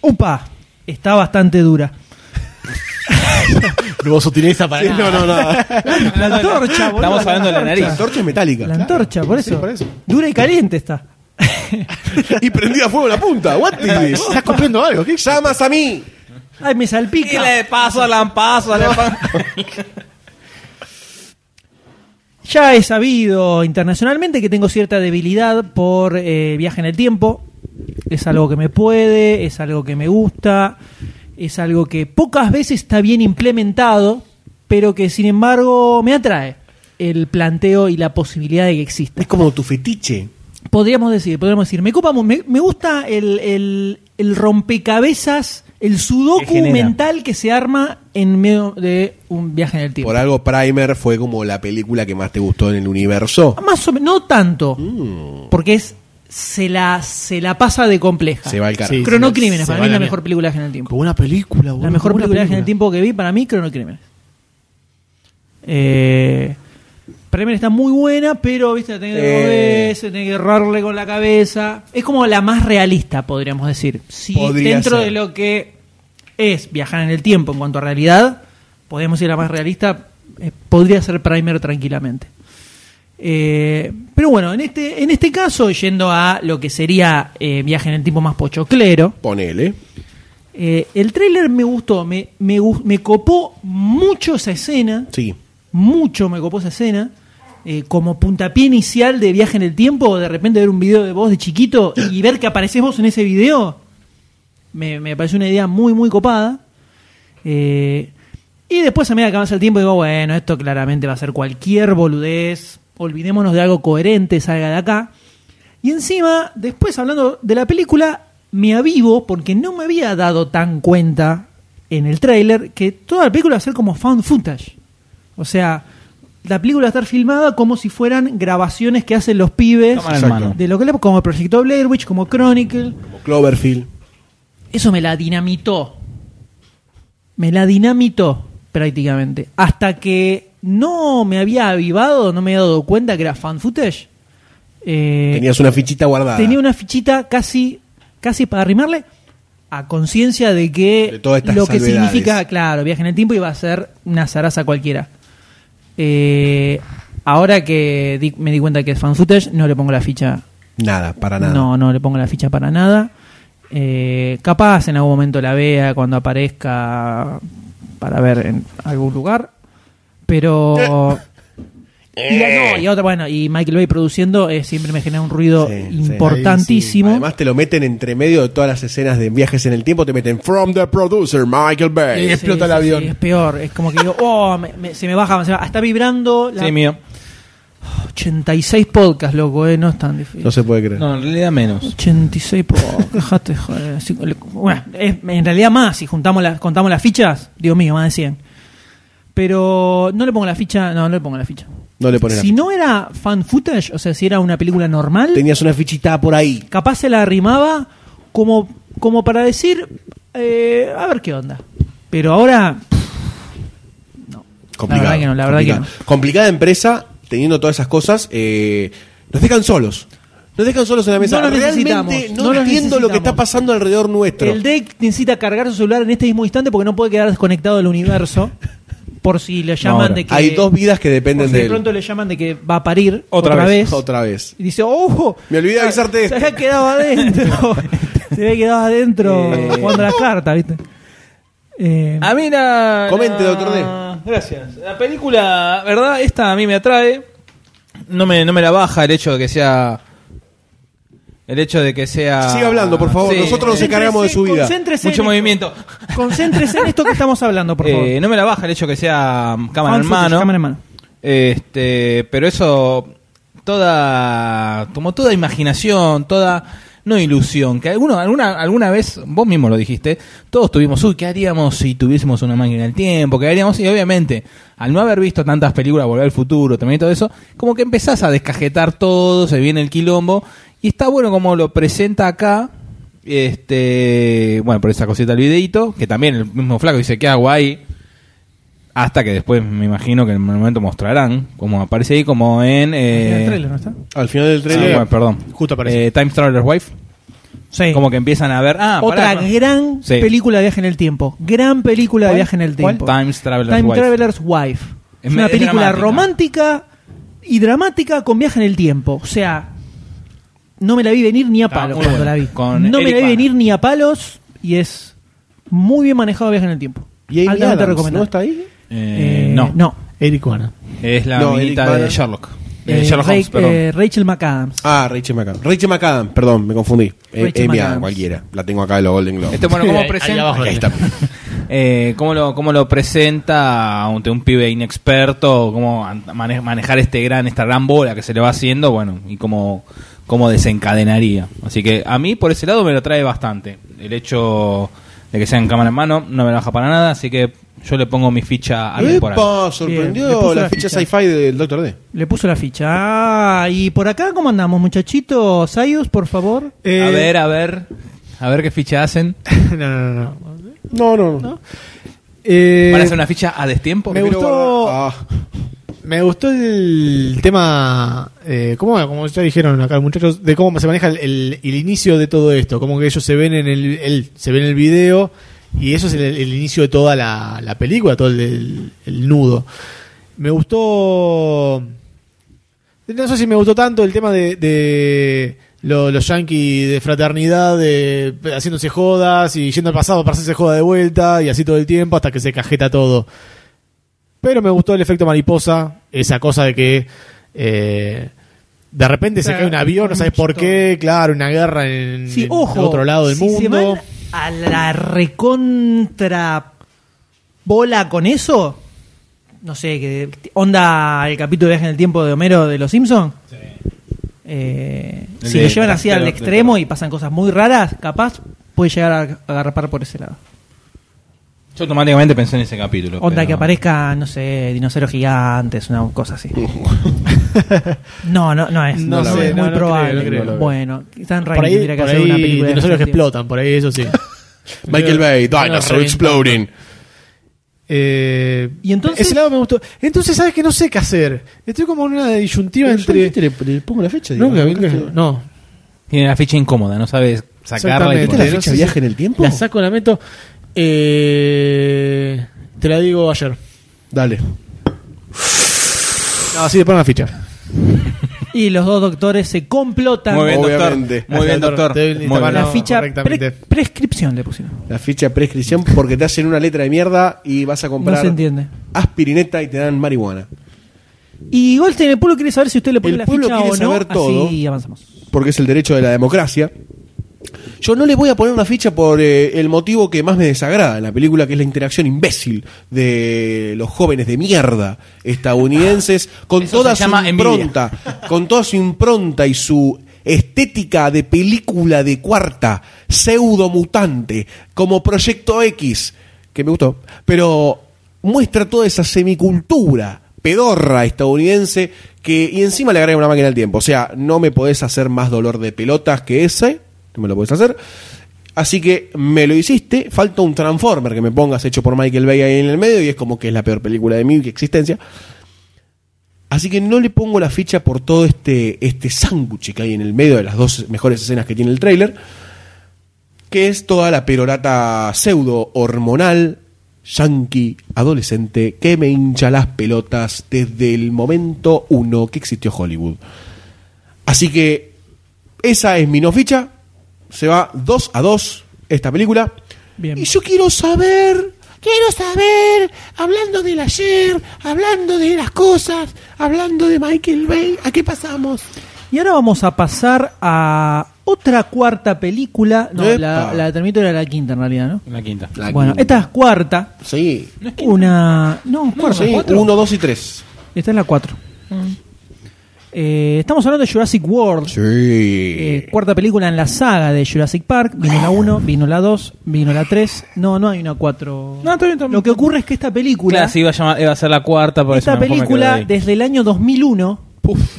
Speaker 2: Upa, está bastante dura.
Speaker 5: No hubo sutileza para nada.
Speaker 3: no, no.
Speaker 2: La antorcha, boludo.
Speaker 4: Estamos hablando de la
Speaker 3: La
Speaker 4: nariz.
Speaker 3: antorcha es metálica.
Speaker 2: La antorcha, por,
Speaker 5: Sí,
Speaker 2: eso.
Speaker 5: por eso.
Speaker 2: Dura y caliente está.
Speaker 3: Y prendida a fuego la punta. What is this?
Speaker 5: Estás comprando algo. ¿Qué
Speaker 3: ¡Llamas a mí!
Speaker 2: Ay, me
Speaker 4: Y
Speaker 2: salpica.
Speaker 4: le paso, la paso, la paso.
Speaker 2: Ya he sabido internacionalmente que tengo cierta debilidad por eh, viaje en el tiempo.
Speaker 7: Es algo que me puede, es algo que me gusta, es algo que pocas veces está bien implementado, pero que sin embargo me atrae el planteo y la posibilidad de que exista.
Speaker 3: Es como tu fetiche.
Speaker 7: Podríamos decir, podríamos decir, me copa, mu- me, me gusta el, el- el rompecabezas, el
Speaker 4: Que
Speaker 7: sudoku
Speaker 4: genera.
Speaker 7: mental que se arma en medio de un viaje en el tiempo.
Speaker 3: Por algo Primer fue como la película que más te gustó en el universo.
Speaker 7: Más o menos, no tanto,
Speaker 3: ¿Mm?
Speaker 5: Hmm.
Speaker 7: porque es se la se la pasa de compleja.
Speaker 3: Se va al carajo.
Speaker 5: Sí.
Speaker 7: Cronocrímenes,
Speaker 5: se
Speaker 7: para
Speaker 5: va
Speaker 7: mí es
Speaker 5: la
Speaker 7: la
Speaker 5: mierda.
Speaker 7: mejor película de viaje en el tiempo.
Speaker 5: Como una película, boludo.
Speaker 7: La mejor
Speaker 5: como una
Speaker 7: película de viaje en el tiempo que vi para mí, Cronocrímenes. Eh, Primer está muy buena, pero viste, la tenés que
Speaker 3: Eh.
Speaker 7: moverse, tenés que errarle con la cabeza. Es como la más realista, podríamos decir. Si
Speaker 3: Podría
Speaker 7: dentro
Speaker 3: ser.
Speaker 7: de lo que es viajar en el tiempo en cuanto a realidad, podemos ir a la más realista, eh, podría ser Primer tranquilamente. Eh, pero bueno, en este, en este caso, yendo a lo que sería eh, viaje en el tiempo más pochoclero,
Speaker 3: Ponele.
Speaker 7: eh, el tráiler me gustó, me, me, gu- me copó mucho esa escena,
Speaker 3: Sí.
Speaker 7: mucho me copó esa escena. eh, como puntapié inicial de viaje en el tiempo, de repente ver un video de vos de chiquito y ver que apareces vos en ese video, me, me pareció una idea muy, muy copada. Eh, y después a medida que avanza el tiempo digo, bueno, esto claramente va a ser cualquier boludez, olvidémonos de algo coherente, salga de acá. Y encima, después hablando de la película, me avivo porque no me había dado tan cuenta en el tráiler que toda la película va a ser como found footage. O sea, la película va a estar filmada como si fueran grabaciones que hacen los pibes
Speaker 4: Cámara en
Speaker 3: Exacto.
Speaker 4: mano.
Speaker 7: de lo que le como Proyecto Blair Witch, como Chronicle.
Speaker 3: Como Cloverfield.
Speaker 7: Eso me la dinamitó. Me la dinamitó prácticamente. Hasta que no me había avivado, no me había dado cuenta que era fan footage. Eh,
Speaker 3: Tenías una fichita guardada.
Speaker 7: tenía una fichita casi, casi para arrimarle a conciencia de que
Speaker 3: De todas estas
Speaker 7: lo que
Speaker 3: salvedades.
Speaker 7: significa, claro, viaje en el tiempo iba a ser una zaraza cualquiera. Eh, ahora que di- me di cuenta que es fan footage, no le pongo la ficha
Speaker 3: Nada, para nada.
Speaker 7: no, no le pongo la ficha para nada. Eh, capaz en algún momento la vea cuando aparezca para ver en algún lugar. Pero.
Speaker 3: Eh.
Speaker 7: Y, la- no, y otra, bueno, y Michael Bay produciendo eh, siempre me genera un ruido
Speaker 3: Sí, sí.
Speaker 7: importantísimo.
Speaker 3: Además te lo meten entre medio de todas las escenas de viajes en el tiempo, te meten From the Producer, Michael Bay.
Speaker 5: Y explota el avión.
Speaker 7: es peor, es como que digo, oh, me- me- se me baja, se me baja. está vibrando la
Speaker 4: Sí, mío.
Speaker 7: 86 podcasts, loco, eh, no es tan difícil.
Speaker 3: No se puede creer.
Speaker 4: No, en realidad menos.
Speaker 7: 86 por. Dejate, joder. Cinco- le- Bueno, es- en realidad más, si juntamos las, contamos las fichas, Dios mío, más de 100. Pero no le pongo la ficha, no, no le pongo la ficha.
Speaker 3: No le pones la
Speaker 7: Si
Speaker 3: ficha.
Speaker 7: no era fan footage, o sea, si era una película normal,
Speaker 3: Tenías una fichita por ahí.
Speaker 7: capaz se la arrimaba como, como para decir, eh, a ver qué onda. Pero ahora,
Speaker 3: Complicado.
Speaker 7: La verdad que no, la verdad que
Speaker 3: complicado. Complicada empresa, teniendo todas esas cosas, eh, nos dejan solos. Nos dejan solos en la mesa.
Speaker 7: No los
Speaker 3: Realmente
Speaker 7: necesitamos,
Speaker 3: no,
Speaker 7: no los
Speaker 3: entiendo lo que está
Speaker 7: necesitamos.
Speaker 3: pasando alrededor nuestro.
Speaker 7: el deck necesita cargar su celular en este mismo instante porque no puede quedar desconectado del universo. Por si le llaman
Speaker 4: ahora.
Speaker 7: de que.
Speaker 3: Hay dos vidas que dependen
Speaker 7: Por si
Speaker 3: de
Speaker 7: de
Speaker 3: él.
Speaker 7: pronto le llaman de que va a parir
Speaker 4: Otra
Speaker 7: otra,
Speaker 4: vez,
Speaker 7: vez,
Speaker 3: Otra vez.
Speaker 7: Y dice, ¡ojo! ah,
Speaker 3: Me olvidé de avisarte
Speaker 7: Se
Speaker 3: esto".
Speaker 7: había quedado adentro. se había quedado adentro
Speaker 4: Eh.
Speaker 7: jugando las cartas, ¿viste? Eh,
Speaker 4: A mí la...
Speaker 3: Comente,
Speaker 4: Ah, la-
Speaker 3: doctor D.
Speaker 4: Gracias. La película, ¿verdad? Esta a mí me atrae. No me, no me la baja el hecho de que sea... El hecho de que sea...
Speaker 3: Siga hablando, por favor.
Speaker 4: Sí.
Speaker 3: Nosotros nos
Speaker 7: Concéntrese,
Speaker 3: encargamos de su vida.
Speaker 7: concéntrese en
Speaker 4: Mucho
Speaker 7: esto.
Speaker 4: movimiento.
Speaker 7: Concéntrese en esto que estamos hablando, por favor.
Speaker 4: Eh, no me la baja el hecho de que sea mm, cámara
Speaker 7: Fan
Speaker 4: en
Speaker 7: footage,
Speaker 4: mano.
Speaker 7: cámara en mano.
Speaker 4: Este, pero eso toda como toda imaginación, toda no ilusión, que alguno, alguna alguna vez vos mismo lo dijiste, todos tuvimos, uy, ¿qué haríamos si tuviésemos una máquina del tiempo? ¿Qué haríamos? Y obviamente, al no haber visto tantas películas Volver al futuro, también todo eso, como que empezás a descajetar todo, se viene el quilombo y está bueno como lo presenta acá. Este, bueno, por esa cosita el videito, que también el mismo flaco dice, ¿qué hago ahí? Hasta que después me imagino que en un momento mostrarán, como aparece ahí, como en. eh,
Speaker 7: Mira el trailer, ¿no está?
Speaker 3: Al final del
Speaker 4: ah,
Speaker 3: trailer.
Speaker 4: bueno, perdón.
Speaker 5: Justo aparece.
Speaker 4: Eh, Time Traveler's Wife.
Speaker 7: Sí.
Speaker 4: Como que empiezan a ver. Ah,
Speaker 7: Otra
Speaker 4: pará.
Speaker 7: gran
Speaker 4: Sí.
Speaker 7: película de viaje en el tiempo. Gran película de
Speaker 4: ¿Cuál?
Speaker 7: viaje en el
Speaker 4: ¿Cuál?
Speaker 7: tiempo.
Speaker 4: Times Traveler's
Speaker 7: Time
Speaker 4: Wife.
Speaker 7: Traveler's Wife.
Speaker 4: Es
Speaker 7: Es una
Speaker 4: me- es
Speaker 7: película
Speaker 4: dramática.
Speaker 7: romántica y dramática con viaje en el tiempo. O sea, no me la vi venir ni a
Speaker 4: Está
Speaker 7: palos
Speaker 4: muy
Speaker 7: cuando
Speaker 4: buena.
Speaker 7: la vi.
Speaker 4: Con
Speaker 7: no me
Speaker 4: Eric
Speaker 7: la vi
Speaker 4: Bana.
Speaker 7: venir ni a palos y es muy bien manejado viaje en el tiempo.
Speaker 3: Y Amy
Speaker 7: Altamente
Speaker 3: Adams, ¿No
Speaker 7: recomendable.
Speaker 3: está ahí?
Speaker 4: Eh,
Speaker 7: Eh,
Speaker 4: no.
Speaker 7: no.
Speaker 5: Eric Juana.
Speaker 4: Es la
Speaker 3: No,
Speaker 4: amiguita
Speaker 3: Eric
Speaker 4: de
Speaker 3: Bana.
Speaker 4: Sherlock. Eh,
Speaker 7: Eh,
Speaker 4: Sherlock
Speaker 7: Ra-
Speaker 4: Holmes, perdón.
Speaker 7: eh, Rachel McAdams.
Speaker 3: Ah, Rachel McAdam. Rachel McAdam, perdón, me confundí. Eh,
Speaker 7: Rachel
Speaker 3: Amy Adams,
Speaker 7: McAdams.
Speaker 3: cualquiera. La tengo acá de los Golden Globes.
Speaker 4: Este, bueno, ¿cómo
Speaker 5: Ahí- ahí
Speaker 4: presenta?
Speaker 5: abajo.
Speaker 3: Ahí está.
Speaker 4: Eh, ¿cómo, lo, ¿Cómo lo presenta ante un pibe inexperto? ¿Cómo an- mane- manejar este gran, esta gran bola que se le va haciendo? Bueno, y cómo, cómo desencadenaría. Así que a mí por ese lado me lo trae bastante. El hecho de que sea en cámara en mano no me lo baja para nada, así que yo le pongo mi ficha al temporal.
Speaker 3: Epa,
Speaker 7: Bien, le
Speaker 3: sorprendió
Speaker 7: puso
Speaker 3: la
Speaker 7: la
Speaker 3: ficha
Speaker 7: ficha.
Speaker 3: sci-fi del Doctor D.
Speaker 7: Le puso la ficha. Ah, y por acá, ¿cómo andamos, muchachitos? Sayus, por favor.
Speaker 5: eh.
Speaker 4: A ver, a ver, a ver qué ficha hacen.
Speaker 5: No, no, no. no.
Speaker 3: No, no, no.
Speaker 5: Eh,
Speaker 4: ¿Van a hacer una ficha a destiempo?
Speaker 5: me
Speaker 3: Pero,
Speaker 5: gustó-
Speaker 3: ah,
Speaker 5: Me gustó el tema, eh, ¿cómo, como ya dijeron acá muchachos, de cómo se maneja el, el- el inicio de todo esto, como que ellos se ven en el, el- se ven en el video y eso es el, el inicio de toda la, la película, todo el, el- el nudo. Me gustó, no sé si me gustó tanto el tema de, de lo- los yankees de fraternidad, de haciéndose jodas y yendo al pasado para hacerse joda de vuelta y así todo el tiempo hasta que se cajeta todo. Pero me gustó el efecto mariposa, esa cosa de que eh, de repente se
Speaker 7: Claro,
Speaker 5: cae un avión, no sabes por qué, claro, una guerra en,
Speaker 7: Sí,
Speaker 5: en
Speaker 7: ojo.
Speaker 5: otro lado del
Speaker 7: si
Speaker 5: mundo.
Speaker 7: Se van a la recontra bola con eso. No sé, que onda el capítulo de Viaje en el Tiempo de Homero de Los Simpsons.
Speaker 4: El
Speaker 7: si
Speaker 4: de-
Speaker 7: lo llevan así
Speaker 4: de-
Speaker 7: al
Speaker 4: de-
Speaker 7: extremo y pasan cosas muy raras, capaz puede llegar a agarrar por ese lado.
Speaker 4: Yo automáticamente pensé en ese capítulo.
Speaker 7: Onda
Speaker 4: pero-
Speaker 7: que aparezca, no sé, dinosaurios gigantes, una cosa así. no, no, no es.
Speaker 5: Uh. No
Speaker 7: No,
Speaker 5: sé,
Speaker 7: es
Speaker 5: no,
Speaker 7: muy
Speaker 5: no
Speaker 7: probable.
Speaker 5: creo, no creo, no creo.
Speaker 7: Bueno, Stan
Speaker 5: por
Speaker 7: Raimi
Speaker 5: ahí,
Speaker 7: tendría que
Speaker 5: por
Speaker 7: hacer una
Speaker 5: ahí
Speaker 7: película. de
Speaker 5: dinosaurios que
Speaker 7: ese tipo.
Speaker 5: explotan, por ahí eso sí.
Speaker 9: Michael Bay,
Speaker 5: Pero-
Speaker 9: Dinosaur Exploding.
Speaker 5: Eh,
Speaker 7: Y entonces-
Speaker 5: ese lado me gustó. Entonces, ¿sabes que No sé qué hacer. Estoy como en una disyuntiva entre.
Speaker 3: Yo le, le pongo la fecha.
Speaker 5: No,
Speaker 3: digamos.
Speaker 5: que- que- no.
Speaker 4: Tiene la ficha incómoda, no sabes sacarla. y
Speaker 5: Exactamente.
Speaker 3: ¿Viste la
Speaker 4: poner.
Speaker 5: no
Speaker 3: fecha
Speaker 5: sé
Speaker 3: de
Speaker 5: si-
Speaker 3: viaje en el tiempo?
Speaker 5: La saco, la meto. Eh, te la digo ayer.
Speaker 3: Dale.
Speaker 5: No, sí, le pongo la ficha.
Speaker 7: Y los dos doctores se complotan.
Speaker 4: Muy bien,
Speaker 3: Obviamente.
Speaker 4: doctor. Muy bien, doctor. Muy
Speaker 5: Te- te-
Speaker 4: bien.
Speaker 7: la
Speaker 5: No,
Speaker 7: ficha
Speaker 5: correctamente.
Speaker 7: pre- prescripción le pusieron.
Speaker 3: La ficha de prescripción porque te hacen una letra de mierda y vas a
Speaker 7: No
Speaker 3: comprar
Speaker 7: se entiende.
Speaker 3: aspirineta y te dan marihuana.
Speaker 7: Y Goldstein, el pueblo quiere saber si usted le pone
Speaker 3: El
Speaker 7: la
Speaker 3: pueblo
Speaker 7: ficha
Speaker 3: quiere
Speaker 7: o no.
Speaker 3: saber todo.
Speaker 7: Así avanzamos.
Speaker 3: Porque es el derecho de la democracia. Yo no le voy a poner una ficha por eh, el motivo que más me desagrada en la película, que es la interacción imbécil de los jóvenes de mierda estadounidenses con
Speaker 4: Eso
Speaker 3: toda
Speaker 4: se
Speaker 3: su
Speaker 4: llama
Speaker 3: impronta, con toda su impronta y su estética de película de cuarta, pseudo mutante, como Proyecto X, que me gustó, pero muestra toda esa semicultura pedorra estadounidense que y encima le agrega una máquina al tiempo, o sea, no me podés hacer más dolor de pelotas que ese, no me lo podés hacer. Así que me lo hiciste, falta un Transformer que me pongas hecho por Michael Bay ahí en el medio y es como que es la peor película de mi existencia. Así que no le pongo la ficha por todo este, este sándwich que hay en el medio de las dos mejores escenas que tiene el tráiler, que es toda la perorata pseudo hormonal yankee adolescente que me hincha las pelotas desde el momento uno que existió Hollywood. Así que esa es mi no ficha. Se va 2 a 2 esta película.
Speaker 7: Bien.
Speaker 3: Y yo quiero saber, quiero saber, hablando del ayer, hablando de las cosas, hablando de Michael Bay, ¿a qué pasamos?
Speaker 7: Y ahora vamos a pasar a otra cuarta película. No,
Speaker 3: Epa.
Speaker 7: la, la de Terminator era la quinta en realidad, ¿no?
Speaker 4: La quinta.
Speaker 7: bueno, esta es cuarta.
Speaker 3: Sí,
Speaker 7: Una. No,
Speaker 3: no,
Speaker 7: cuarta.
Speaker 3: sí,
Speaker 7: cuatro.
Speaker 3: uno, dos y tres.
Speaker 7: Esta es la cuatro. Eh, estamos hablando de Jurassic World.
Speaker 3: Sí.
Speaker 7: Eh, cuarta película en la saga de Jurassic Park. Vino la 1, vino la 2, vino la 3. No, no hay una 4.
Speaker 4: No, está bien, está bien.
Speaker 7: Lo que ocurre es que esta película.
Speaker 4: Claro, sí, iba a, llamar- iba a ser la cuarta. Por
Speaker 7: esta
Speaker 4: eso mejor me
Speaker 7: película,
Speaker 4: quedo ahí.
Speaker 7: desde el año 2001,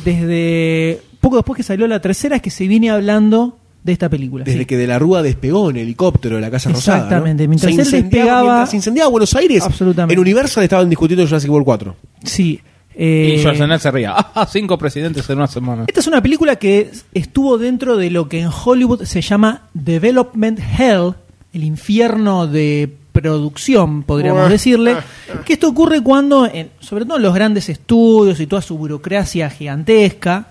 Speaker 7: desde poco después que salió la tercera, es que se viene hablando de esta película.
Speaker 3: Desde
Speaker 7: sí.
Speaker 3: que de la Rúa despegó en helicóptero de la Casa Rosada. ¿no?
Speaker 7: Exactamente, mientras
Speaker 3: se
Speaker 7: él
Speaker 3: incendiaba,
Speaker 7: despegaba-
Speaker 3: mientras se incendiaba Buenos Aires,
Speaker 7: Absolutamente.
Speaker 3: en Universal estaban discutiendo Jurassic World 4.
Speaker 7: Sí. eh,
Speaker 4: Y Schwarzenegger se ría. Ah, cinco presidentes en una semana.
Speaker 7: esta es una película que estuvo dentro de lo que en Hollywood se llama Development Hell, el infierno de producción, podríamos decirle, que esto ocurre cuando, en- sobre todo en los grandes estudios y toda su burocracia gigantesca,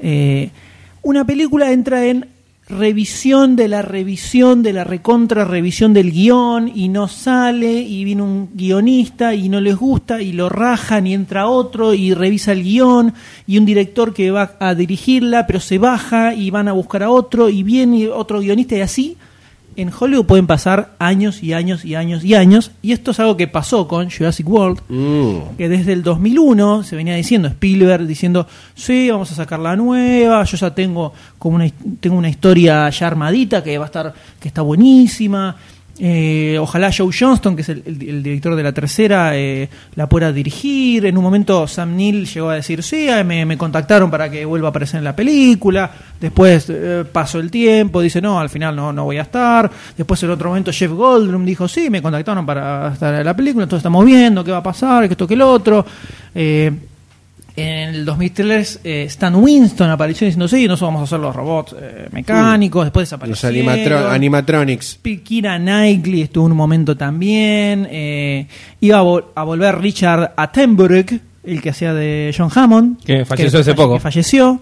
Speaker 7: eh, una película entra en revisión de la revisión de la recontra revisión del guión y no sale y viene un guionista y no les gusta y lo rajan y entra otro y revisa el guión y un director que va a dirigirla pero se baja y van a buscar a otro y viene otro guionista y así en Hollywood pueden pasar años y años y años y años y esto es algo que pasó con Jurassic World
Speaker 3: Mm.
Speaker 7: que desde el 2001 se venía diciendo Spielberg diciendo sí vamos a sacar la nueva yo ya tengo como una tengo una historia ya armadita que va a estar que está buenísima Eh, ojalá Joe Johnston que es el, el- el director de la tercera eh, la pueda dirigir en un momento Sam Neill llegó a decir sí eh, me, me contactaron para que vuelva a aparecer en la película después eh, pasó el tiempo dice no al final no no voy a estar después en otro momento Jeff Goldblum dijo sí me contactaron para estar en la película entonces estamos viendo qué va a pasar que esto que el otro Eh, en el 2003 eh, Stan Winston apareció diciendo, sí, nosotros vamos a hacer los robots eh, mecánicos, después
Speaker 3: Los
Speaker 7: desaparecieron.
Speaker 3: animatro- animatronics.
Speaker 7: Pi- Keira Knightley estuvo en un momento también. eh, iba a, vol- a volver Richard Attenborough, el que hacía de John Hammond.
Speaker 4: Que falleció hace
Speaker 7: falle-
Speaker 4: poco.
Speaker 7: que falleció.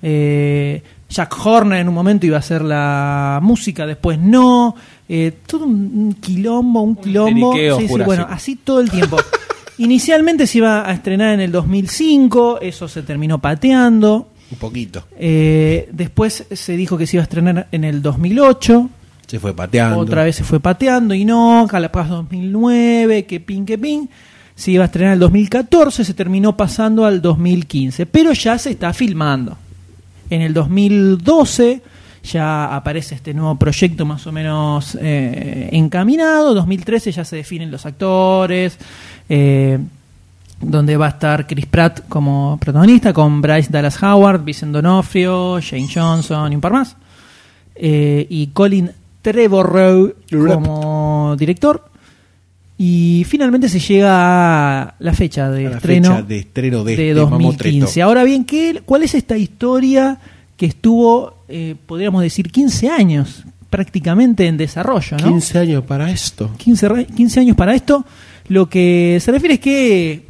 Speaker 7: Eh, Jack Horner en un momento iba a hacer la música, después no. Eh, todo un un quilombo, un quilombo.
Speaker 10: teniqueo
Speaker 7: Sí, sí,
Speaker 10: jurásico.
Speaker 7: bueno, así todo el tiempo. Inicialmente se iba a estrenar en el 2005, eso se terminó pateando.
Speaker 3: Un poquito.
Speaker 7: Eh, después se dijo que se iba a estrenar en el 2008.
Speaker 3: Se fue pateando.
Speaker 7: Otra vez se fue pateando y no, Calapaz 2009, que pin, que pin. Se iba a estrenar en el 2014, se terminó pasando al 2015, pero ya se está filmando. En el 2012 ya aparece este nuevo proyecto más o menos eh, encaminado, 2013 ya se definen los actores, eh, donde va a estar Chris Pratt como protagonista, con Bryce Dallas Howard, Vincent D'Onofrio, Jane Johnson y un par más eh, y Colin Trevorrow como director. Y finalmente se llega a la fecha de
Speaker 3: A la
Speaker 7: estreno
Speaker 3: fecha de estreno de este
Speaker 7: 2015.
Speaker 3: mamotreto.
Speaker 7: Ahora bien, ¿qué, ¿cuál es esta historia que estuvo, eh, podríamos decir, 15 años prácticamente en desarrollo? ¿no?
Speaker 3: 15 años para esto.
Speaker 7: 15, re- 15 años para esto. Lo que se refiere es que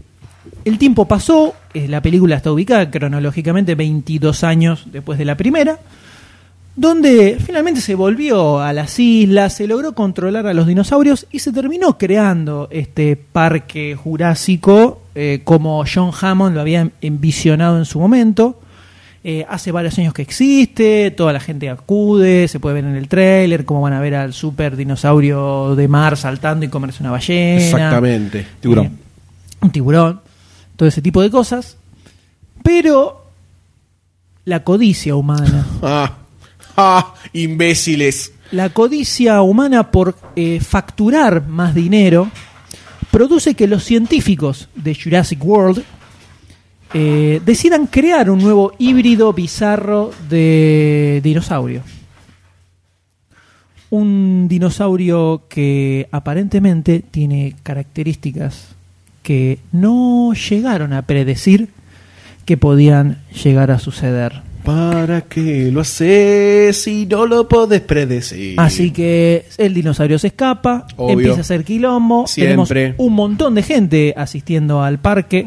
Speaker 7: el tiempo pasó, eh, la película está ubicada cronológicamente 22 años después de la primera, donde finalmente se volvió a las islas, se logró controlar a los dinosaurios y se terminó creando este parque jurásico eh, como John Hammond lo había envisionado en su momento. Eh, hace varios años que existe, toda la gente acude, se puede ver en el tráiler cómo van a ver al super dinosaurio de mar saltando y comerse una ballena.
Speaker 3: Exactamente.
Speaker 7: Eh, un tiburón, todo ese tipo de cosas. Pero la codicia humana.
Speaker 3: Ah, ah, imbéciles.
Speaker 7: La codicia humana por eh, facturar más dinero produce que los científicos de Jurassic World eh, decidan crear un nuevo híbrido bizarro de dinosaurio. Un dinosaurio que aparentemente tiene características que no llegaron a predecir que podían llegar a suceder.
Speaker 3: ¿Para qué lo haces si no lo podés predecir?
Speaker 7: Así que el dinosaurio se escapa,
Speaker 3: Obvio.
Speaker 7: empieza a hacer quilombo,
Speaker 3: Siempre.
Speaker 7: tenemos un montón de gente asistiendo al parque.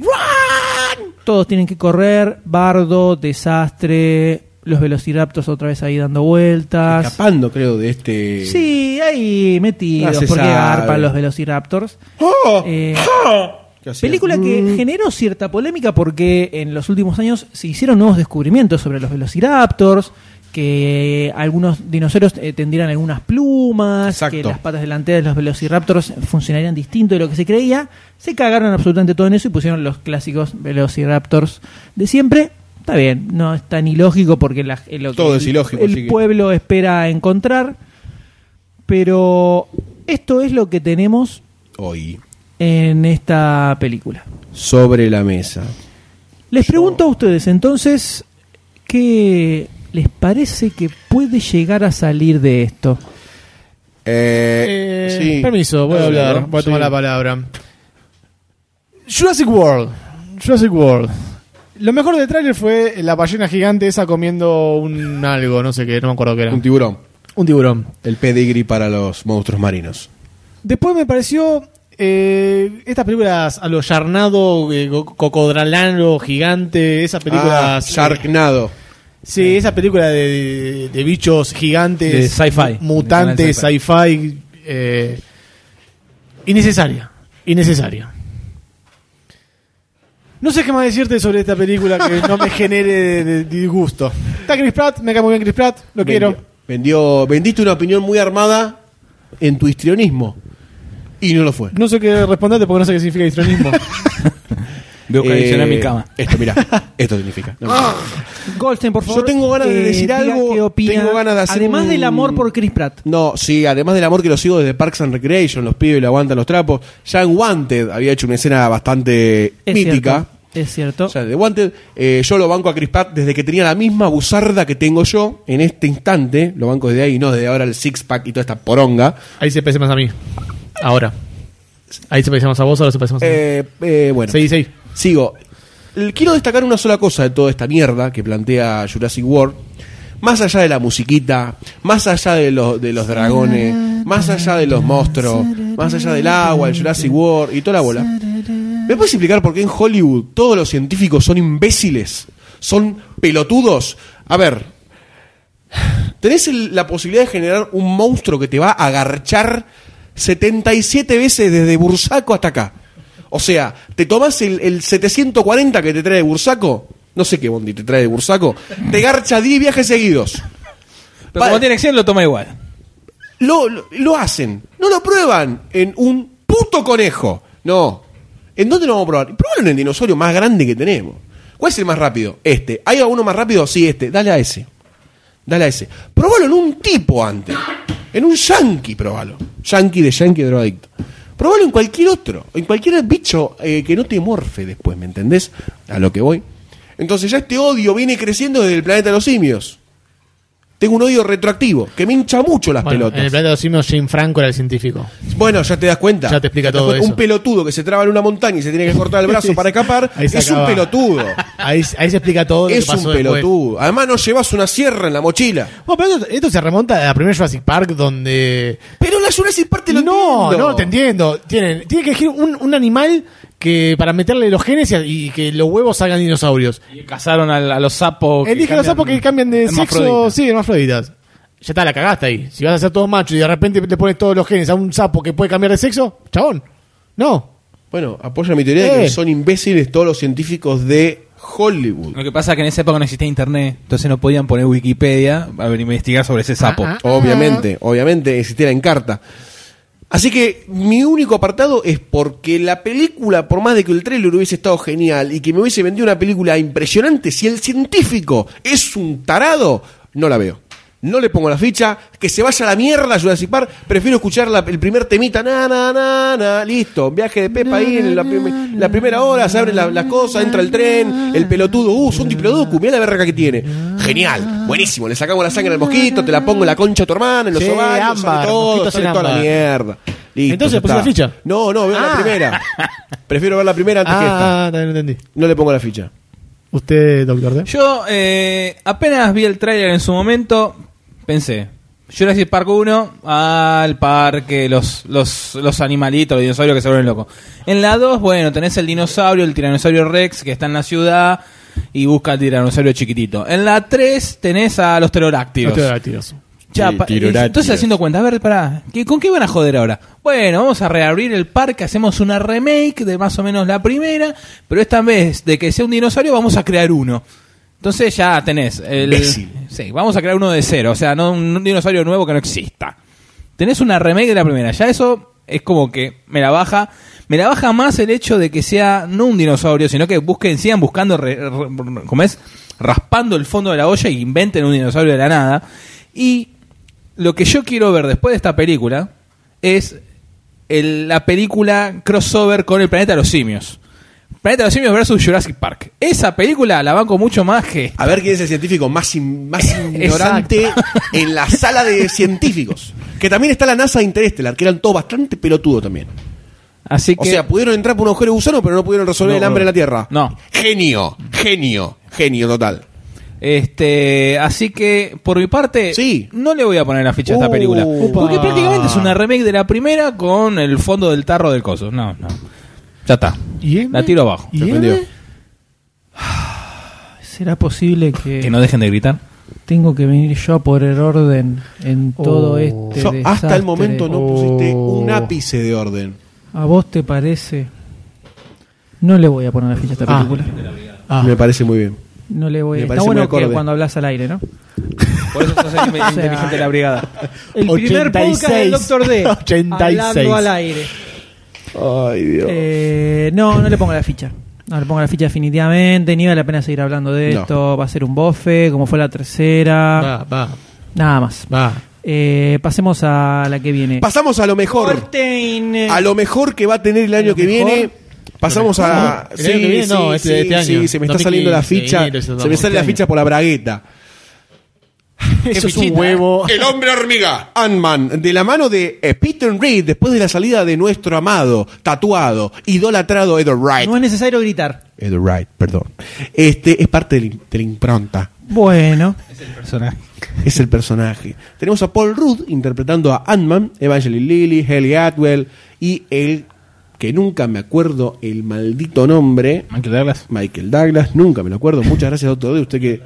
Speaker 7: Todos tienen que correr, bardo, desastre, los velociraptors otra vez ahí dando vueltas.
Speaker 3: Escapando, creo, de este.
Speaker 7: Sí, ahí metidos
Speaker 3: Ah, se
Speaker 7: porque
Speaker 3: sabe.
Speaker 7: garpan los velociraptors.
Speaker 3: ¡Oh!
Speaker 7: Eh,
Speaker 3: ¿Qué hacía?
Speaker 7: Película
Speaker 3: Mm.
Speaker 7: que generó cierta polémica porque en los últimos años se hicieron nuevos descubrimientos sobre los velociraptors, que algunos dinosaurios eh, tendrían algunas plumas,
Speaker 3: Exacto.
Speaker 7: que las patas delanteras de los velociraptors funcionarían distinto de lo que se creía. Se cagaron absolutamente todo en eso y pusieron los clásicos velociraptors de siempre. Está bien, no es tan ilógico porque la- eh, lo que
Speaker 3: Todo
Speaker 7: el-
Speaker 3: es ilógico,
Speaker 7: el
Speaker 3: así que-
Speaker 7: pueblo espera encontrar. Pero esto es lo que tenemos
Speaker 3: Hoy,
Speaker 7: en esta película.
Speaker 3: sobre la mesa.
Speaker 7: Les pregunto a ustedes entonces, ¿qué les parece que puede llegar a salir de esto?
Speaker 3: Eh,
Speaker 5: Eh,
Speaker 3: sí.
Speaker 5: Permiso, voy a
Speaker 3: Dale,
Speaker 5: hablar,
Speaker 3: ¿no?
Speaker 5: voy a tomar
Speaker 3: Sí.
Speaker 5: la palabra. Jurassic World. Jurassic World. Lo mejor del tráiler fue la ballena gigante esa comiendo un algo, no sé qué, no me acuerdo qué era.
Speaker 3: Un tiburón.
Speaker 5: Un tiburón.
Speaker 3: El pedigree para los monstruos marinos.
Speaker 5: Después me pareció eh, estas películas a lo yarnado, eh, co- cocodralano, gigante, esas películas...
Speaker 3: Ah, Sharknado.
Speaker 5: Sí, esa película de, de- de bichos gigantes,
Speaker 4: De sci-fi.
Speaker 5: mu- mutantes,
Speaker 4: De
Speaker 5: sci-fi, eh, innecesaria, innecesaria. No sé qué más decirte sobre esta película que no me genere de- de disgusto. Está Chris Pratt, me cae muy bien Chris Pratt, lo quiero.
Speaker 3: Vendió, vendiste una opinión muy armada en tu histrionismo. Y no lo fue.
Speaker 5: No sé qué responderte porque no sé qué significa histrionismo.
Speaker 4: Veo que
Speaker 3: Eh,
Speaker 4: adicioné a mi cama.
Speaker 3: Esto, mirá. esto significa. No,
Speaker 7: Goldstein, por
Speaker 3: Yo
Speaker 7: favor. eh,
Speaker 3: tengo ganas de decir
Speaker 7: diga
Speaker 3: algo,
Speaker 7: qué opina.
Speaker 3: tengo ganas de hacer
Speaker 7: Además
Speaker 3: un-
Speaker 7: del amor por Chris Pratt.
Speaker 3: No, sí, además del amor que lo sigo desde Parks and Recreation, los pibes le aguantan los trapos. Ya en Wanted había hecho una escena bastante
Speaker 7: Es
Speaker 3: mítica.
Speaker 7: cierto. Es cierto.
Speaker 3: O sea, de Wanted, eh, yo lo banco a Chris Pratt desde que tenía la misma buzarda que tengo yo en este instante. Lo banco desde ahí, no desde ahora el six pack y toda esta poronga.
Speaker 5: Ahí se parece más a mí. Ahora. Ahí se parece más a vos, ahora se parece más a mí.
Speaker 3: Eh, eh, bueno,
Speaker 5: Seguí, seguí.
Speaker 3: sigo. L- Quiero destacar una sola cosa de toda esta mierda que plantea Jurassic World. Más allá de la musiquita, más allá de, los de los dragones, más allá de los monstruos, más allá del agua, el Jurassic World y toda la bola. ¿Me puedes explicar por qué en Hollywood todos los científicos son imbéciles? ¿Son pelotudos? A ver, tenés el- la posibilidad de generar un monstruo que te va a agarchar 77 veces desde Bursaco hasta acá. O sea, te tomás el, el 740 que te trae de Bursaco, no sé qué bondi te trae de Bursaco, te garcha 10 viajes seguidos.
Speaker 4: Pero como tiene acción, lo toma igual.
Speaker 3: Lo, lo- lo hacen, no lo prueban en un puto conejo. No. ¿En dónde lo vamos a probar? Pruébalo en el dinosaurio más grande que tenemos. ¿Cuál es el más rápido? Este. ¿Hay alguno más rápido? Sí, este. Dale a ese. Dale a ese. Probalo en un tipo antes. En un yankee, probalo. Yankee de yankee de drogadicto. Probalo en cualquier otro. En cualquier bicho eh, que no te morfe después, ¿me entendés? A lo que voy. Entonces ya este odio viene creciendo desde el planeta de los simios. Tengo un odio retroactivo que me hincha mucho las
Speaker 5: Bueno,
Speaker 3: pelotas.
Speaker 5: En el planeta de los simios, Jim Franco era el científico.
Speaker 3: Bueno, ya te das cuenta.
Speaker 5: Ya te explica
Speaker 3: das
Speaker 5: todo
Speaker 3: cuenta.
Speaker 5: eso.
Speaker 3: Un pelotudo que se traba en una montaña y se tiene que cortar el brazo para escapar
Speaker 5: Ahí se
Speaker 3: es un
Speaker 5: acaba.
Speaker 3: pelotudo.
Speaker 5: Ahí, ahí se explica todo. lo
Speaker 3: es
Speaker 5: que
Speaker 3: un
Speaker 5: pasó después.
Speaker 3: pelotudo. Además no llevas una sierra en la mochila.
Speaker 5: Bueno, pero esto, esto se remonta a la primera Jurassic Park donde...
Speaker 3: Pero la Jurassic Park te lo
Speaker 5: no,
Speaker 3: entiendo.
Speaker 5: no, te entiendo. Tienen, tienen que elegir un, un animal que para meterle los genes y, y que los huevos salgan dinosaurios.
Speaker 4: Y cazaron al- a, los sapos. que
Speaker 5: Eligen los
Speaker 4: cambian-
Speaker 5: sapos que cambian de sexo,
Speaker 4: hermafroditas.
Speaker 5: sí, hermafroditas. Ya está, la cagaste ahí. Si vas a ser todo macho y de repente le pones todos los genes a un sapo que puede cambiar de sexo, chabón. No.
Speaker 3: Bueno, apoya mi teoría de que
Speaker 5: Eh.
Speaker 3: son imbéciles todos los científicos de Hollywood.
Speaker 4: Lo que pasa es que en esa época no existía internet, entonces no podían poner Wikipedia a ver, investigar sobre ese sapo.
Speaker 5: Ah, ah.
Speaker 3: Obviamente, obviamente existiera en carta. Así que mi único apartado es porque la película, por más de que el trailer hubiese estado genial y que me hubiese vendido una película impresionante, si el científico es un tarado, no la veo. No le pongo la ficha, que se vaya a la mierda Jurassic Park, prefiero escuchar la- el primer temita, na, na, na, na, listo, viaje de Pepa ahí, en la, prim- la primera hora, se abre la, la cosa, entra el tren, el pelotudo, uh, son diplodocu, mirá la verga que tiene. Genial, buenísimo, le sacamos la sangre al mosquito, te la pongo en la concha a tu hermana, en los
Speaker 5: Sí,
Speaker 3: ovarios, sale
Speaker 5: ámbar,
Speaker 3: todo,
Speaker 5: mosquitos
Speaker 3: sale
Speaker 5: en
Speaker 3: toda la
Speaker 5: ámbar.
Speaker 3: mierda. Listo,
Speaker 5: Entonces,
Speaker 3: ya
Speaker 5: ¿le puse
Speaker 3: está.
Speaker 5: la ficha?
Speaker 3: No, no, veo la
Speaker 5: Ah.
Speaker 3: primera. Prefiero ver la primera antes que esta.
Speaker 5: Ah, también entendí.
Speaker 3: No le pongo la ficha.
Speaker 5: ¿Usted, doctor D?
Speaker 4: Yo eh, apenas vi el tráiler en su momento, pensé, Jurassic Park 1, al parque, los, los, los animalitos, los dinosaurios que se vuelven locos. En la 2, bueno, tenés el dinosaurio, el tiranosaurio Rex, que está en la ciudad y busca al tiranosaurio chiquitito. En la 3 tenés a los pterodáctilos.
Speaker 5: Doctor Dáctilos.
Speaker 4: Ya,
Speaker 11: Sí,
Speaker 4: pa- eh,
Speaker 11: tirorátidos.
Speaker 4: entonces haciendo cuenta, a ver, pará, ¿qué- ¿con qué van a joder ahora? Bueno, vamos a reabrir el parque, hacemos una remake de más o menos la primera, pero esta vez de que sea un dinosaurio vamos a crear uno. Entonces ya tenés el... Sí, vamos a crear uno de cero, o sea, no un, un dinosaurio nuevo que no exista. Tenés una remake de la primera, ya eso es como que me la baja. Me la baja más el hecho de que sea no un dinosaurio, sino que busquen, sigan buscando, re- re- re- ¿cómo es? Raspando el fondo de la olla y inventen un dinosaurio de la nada. Y lo que yo quiero ver después de esta película es el- la película crossover con el planeta de los simios. Planeta de los simios versus Jurassic Park. Esa película la banco mucho más que.
Speaker 3: A ver quién es el científico más, in- más ignorante en la sala de científicos. Que también está la NASA de Interestelar, que eran todos bastante pelotudos también.
Speaker 4: Así que.
Speaker 3: O sea, pudieron entrar por un agujero de gusano, pero no pudieron resolver
Speaker 4: No,
Speaker 3: el hambre
Speaker 4: no.
Speaker 3: en la Tierra.
Speaker 4: No.
Speaker 3: Genio, genio, genio total.
Speaker 4: este, así que, por mi parte,
Speaker 3: Sí.
Speaker 4: no le voy a poner la ficha a esta
Speaker 3: Uh,
Speaker 4: película.
Speaker 3: upa.
Speaker 4: Porque prácticamente es una remake de la primera con el fondo del tarro del coso. No, no. Ya está.
Speaker 5: ¿Y M?
Speaker 4: La tiro abajo.
Speaker 5: ¿Y
Speaker 3: Sorprendido.
Speaker 5: M?
Speaker 7: Sí, ¿Será posible que,
Speaker 8: Que no dejen de gritar.
Speaker 7: tengo que venir yo a poner orden en todo este
Speaker 3: Oh. Yo hasta
Speaker 7: desastre?
Speaker 3: el momento no pusiste un
Speaker 5: Oh.
Speaker 3: ápice de orden.
Speaker 7: ¿A vos te parece? No le voy a poner la ficha a esta película.
Speaker 5: Ah.
Speaker 3: Me parece muy bien.
Speaker 7: No le voy
Speaker 3: Me
Speaker 7: a... Está
Speaker 3: parece muy
Speaker 7: bueno que
Speaker 3: acorde.
Speaker 7: cuando hablas al aire, ¿no?
Speaker 8: Por eso sos el inteligente de la brigada.
Speaker 7: El primer podcast
Speaker 5: 86.
Speaker 7: del Doctor D.
Speaker 5: 86.
Speaker 7: Hablando al aire.
Speaker 3: Ay, Dios.
Speaker 7: Eh, no, no le pongo la ficha. No le pongo la ficha definitivamente. Ni vale la pena seguir hablando de
Speaker 3: No.
Speaker 7: esto. Va a ser un bofe, como fue la tercera.
Speaker 5: Va, va,
Speaker 7: Nada más.
Speaker 5: va.
Speaker 7: Eh, pasemos a la que viene. eh,
Speaker 3: Pasamos a lo mejor.
Speaker 7: Coltein.
Speaker 3: A lo mejor que va a tener el año que
Speaker 7: mejor.
Speaker 3: viene. Pasamos a.
Speaker 5: ¿El año que viene? No, este- este año.
Speaker 3: sí, se me está
Speaker 5: 2015,
Speaker 3: saliendo la ficha.
Speaker 5: enero, eso
Speaker 3: Se me
Speaker 5: estamos,
Speaker 3: sale la
Speaker 5: este
Speaker 3: ficha por la bragueta.
Speaker 5: Eso es un
Speaker 8: fichita,
Speaker 5: huevo.
Speaker 7: ¿eh?
Speaker 6: El hombre hormiga.
Speaker 3: Ant-Man, de la mano de eh, Peter Reed, después de la salida de nuestro amado, tatuado, idolatrado Edward Wright.
Speaker 2: No es necesario gritar.
Speaker 3: Edward Wright, perdón. Este es parte de la, im- de la impronta.
Speaker 7: Bueno,
Speaker 3: Es el personaje. Tenemos a Paul Rudd interpretando a Ant-Man, Evangeline Lilly, Haley Atwell y el que nunca me acuerdo el maldito nombre,
Speaker 8: Michael Douglas.
Speaker 3: Michael Douglas, nunca me lo acuerdo. Muchas gracias, doctor D, usted que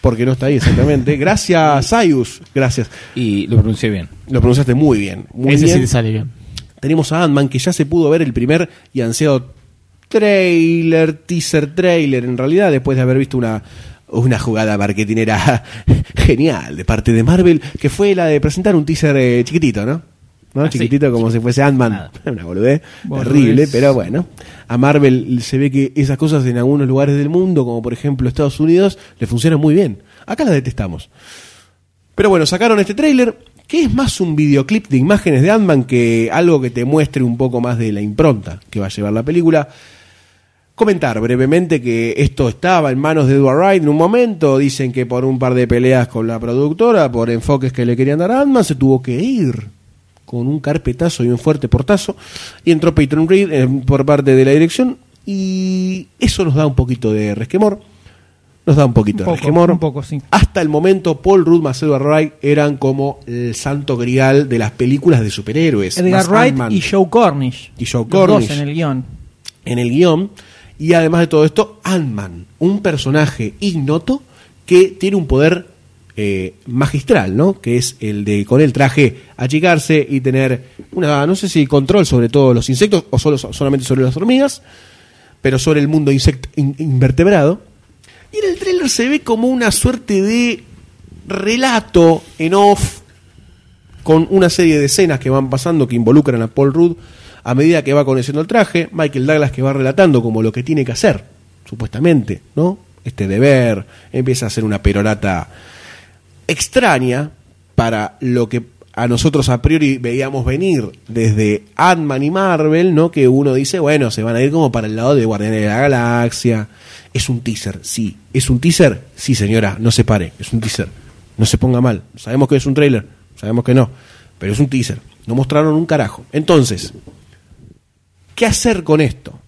Speaker 3: porque no está ahí exactamente. Gracias, Sayus. Gracias.
Speaker 8: Y lo pronuncié bien.
Speaker 3: Lo pronunciaste muy bien. Muy
Speaker 5: Ese sí
Speaker 3: bien.
Speaker 5: te sale bien.
Speaker 3: Tenemos a Ant-Man, que ya se pudo ver el primer y ansiado trailer, teaser trailer, en realidad, después de haber visto una, una jugada marketinera genial de parte de Marvel, que fue la de presentar un teaser eh, chiquitito, ¿no? ¿No? Chiquitito como si fuese Ant-Man.
Speaker 8: Nada.
Speaker 3: Una boludez.
Speaker 7: Boludez.
Speaker 3: Terrible, pero bueno. A Marvel se ve que esas cosas en algunos lugares del mundo, como por ejemplo Estados Unidos, le funcionan muy bien. Acá las detestamos. Pero bueno, sacaron este tráiler, que es más un videoclip de imágenes de Ant-Man que algo que te muestre un poco más de la impronta que va a llevar la película. Comentar brevemente que esto estaba en manos de Edward Wright en un momento. Dicen que por un par de peleas con la productora, por enfoques que le querían dar a Ant-Man, se tuvo que ir con un carpetazo y un fuerte portazo. Y entró Peyton Reed eh, por parte de la dirección. Y eso nos da un poquito de resquemor. Nos da un poquito de
Speaker 7: un poco,
Speaker 3: resquemor.
Speaker 7: un poco, sí.
Speaker 3: Hasta el momento, Paul Rudd, Marcelo Wright eran como el santo grial de las películas de superhéroes.
Speaker 7: Edgar
Speaker 3: más
Speaker 7: Wright
Speaker 3: Ant-Man
Speaker 7: y Joe Cornish.
Speaker 3: Y Joe
Speaker 7: Los
Speaker 3: Cornish.
Speaker 7: dos en el guión.
Speaker 3: en el guión. Y además de todo esto, Ant-Man, un personaje ignoto que tiene un poder eh, magistral, ¿no? Que es el de, con el traje, achicarse y tener una, no sé si control sobre todos los insectos o solo, solamente sobre las hormigas, pero sobre el mundo insect- in- invertebrado. Y en el trailer se ve como una suerte de relato en off con una serie de escenas que van pasando que involucran a Paul Rudd a medida que va conociendo el traje, Michael Douglas que va relatando como lo que tiene que hacer, supuestamente, ¿no? Este deber, empieza a hacer una perorata extraña para lo que a nosotros a priori veíamos venir desde Ant-Man y Marvel, ¿no? Que uno dice, bueno, se van a ir como para el lado de Guardianes de la Galaxia. Es un teaser, sí. ¿Es un teaser? Sí, señora, no se pare, es un teaser. No se ponga mal. Sabemos que es un trailer, sabemos que no, pero es un teaser. No mostraron un carajo. Entonces, ¿qué hacer con esto?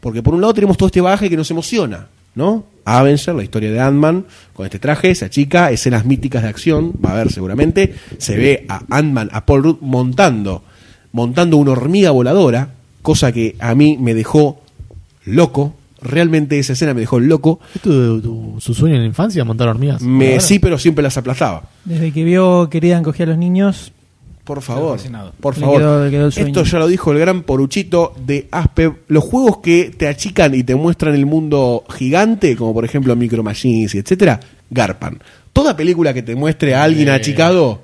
Speaker 3: Porque por un lado tenemos todo este bagaje que nos emociona, ¿no? Avenger, la historia de Ant-Man, con este traje, esa chica, escenas míticas de acción, va a haber seguramente, se ve a Ant-Man, a Paul Rudd montando, montando una hormiga voladora, cosa que a mí me dejó loco, realmente esa escena me dejó loco,
Speaker 5: ¿Es tu, tu- su sueño en la infancia montar hormigas?
Speaker 3: me,
Speaker 5: Ahora.
Speaker 3: sí, pero siempre las aplastaba.
Speaker 7: Desde que vio Querida encogía a los niños,
Speaker 3: Por favor,
Speaker 8: fascinado.
Speaker 3: por
Speaker 7: Le
Speaker 3: favor.
Speaker 7: quedó- le quedó el sueño.
Speaker 3: Esto ya lo dijo el gran poruchito de Aspe. Los juegos que te achican y te muestran el mundo gigante, como por ejemplo Micro Machines y etcétera, garpan. Toda película que te muestre a alguien achicado,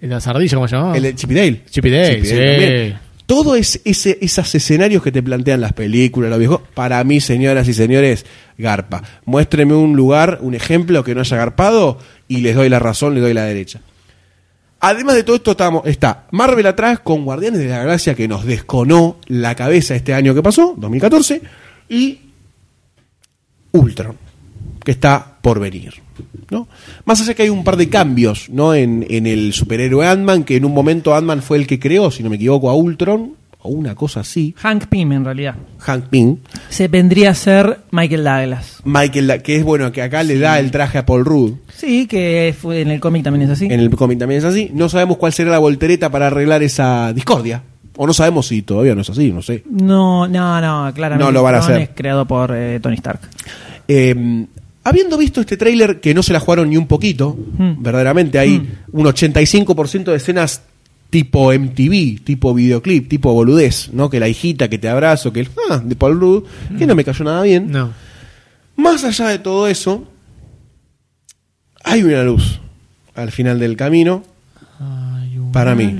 Speaker 5: En las ardillas, ¿cómo se
Speaker 7: Oh.
Speaker 5: llamaba?
Speaker 3: el de Chip y Dale.
Speaker 5: Chip y Dale,
Speaker 3: Chip y
Speaker 5: sí.
Speaker 3: también. Todos es, ese- esos escenarios que te plantean las películas, los viejos, para mí, señoras y señores, garpa. Muéstreme un lugar, un ejemplo que no haya garpado y les doy la razón, les doy la derecha. Además de todo esto, estamos, está Marvel atrás con Guardianes de la Galaxia que nos desconó la cabeza este año que pasó, 2014, y Ultron, que está por venir. ¿no? Más allá que hay un par de cambios ¿no? en, en el superhéroe Ant-Man, que en un momento Ant-Man fue el que creó, si no me equivoco, a Ultron, o una cosa así,
Speaker 7: Hank Pym en realidad,
Speaker 3: Hank Pym,
Speaker 7: se vendría a ser Michael Douglas.
Speaker 3: Michael, Da- que es bueno, que acá le da el traje a Paul Rudd.
Speaker 7: Sí, que fue- en el cómic también es así.
Speaker 3: En el cómic también es así. No sabemos cuál será la voltereta para arreglar esa discordia. O no sabemos si todavía no es así, no sé.
Speaker 7: No, no, no, claramente
Speaker 3: No lo van a
Speaker 7: Ultron
Speaker 3: hacer.
Speaker 7: es creado por eh, Tony Stark.
Speaker 3: Eh, Habiendo visto este tráiler, que no se la jugaron ni un poquito, verdaderamente hay un 85% de escenas tipo MTV, tipo videoclip, tipo boludez, ¿no? Que la hijita que te abrazo, que el ah, de Paul Rudd, que no me cayó nada bien.
Speaker 5: No.
Speaker 3: Más allá de todo eso, hay una luz al final del camino para mí.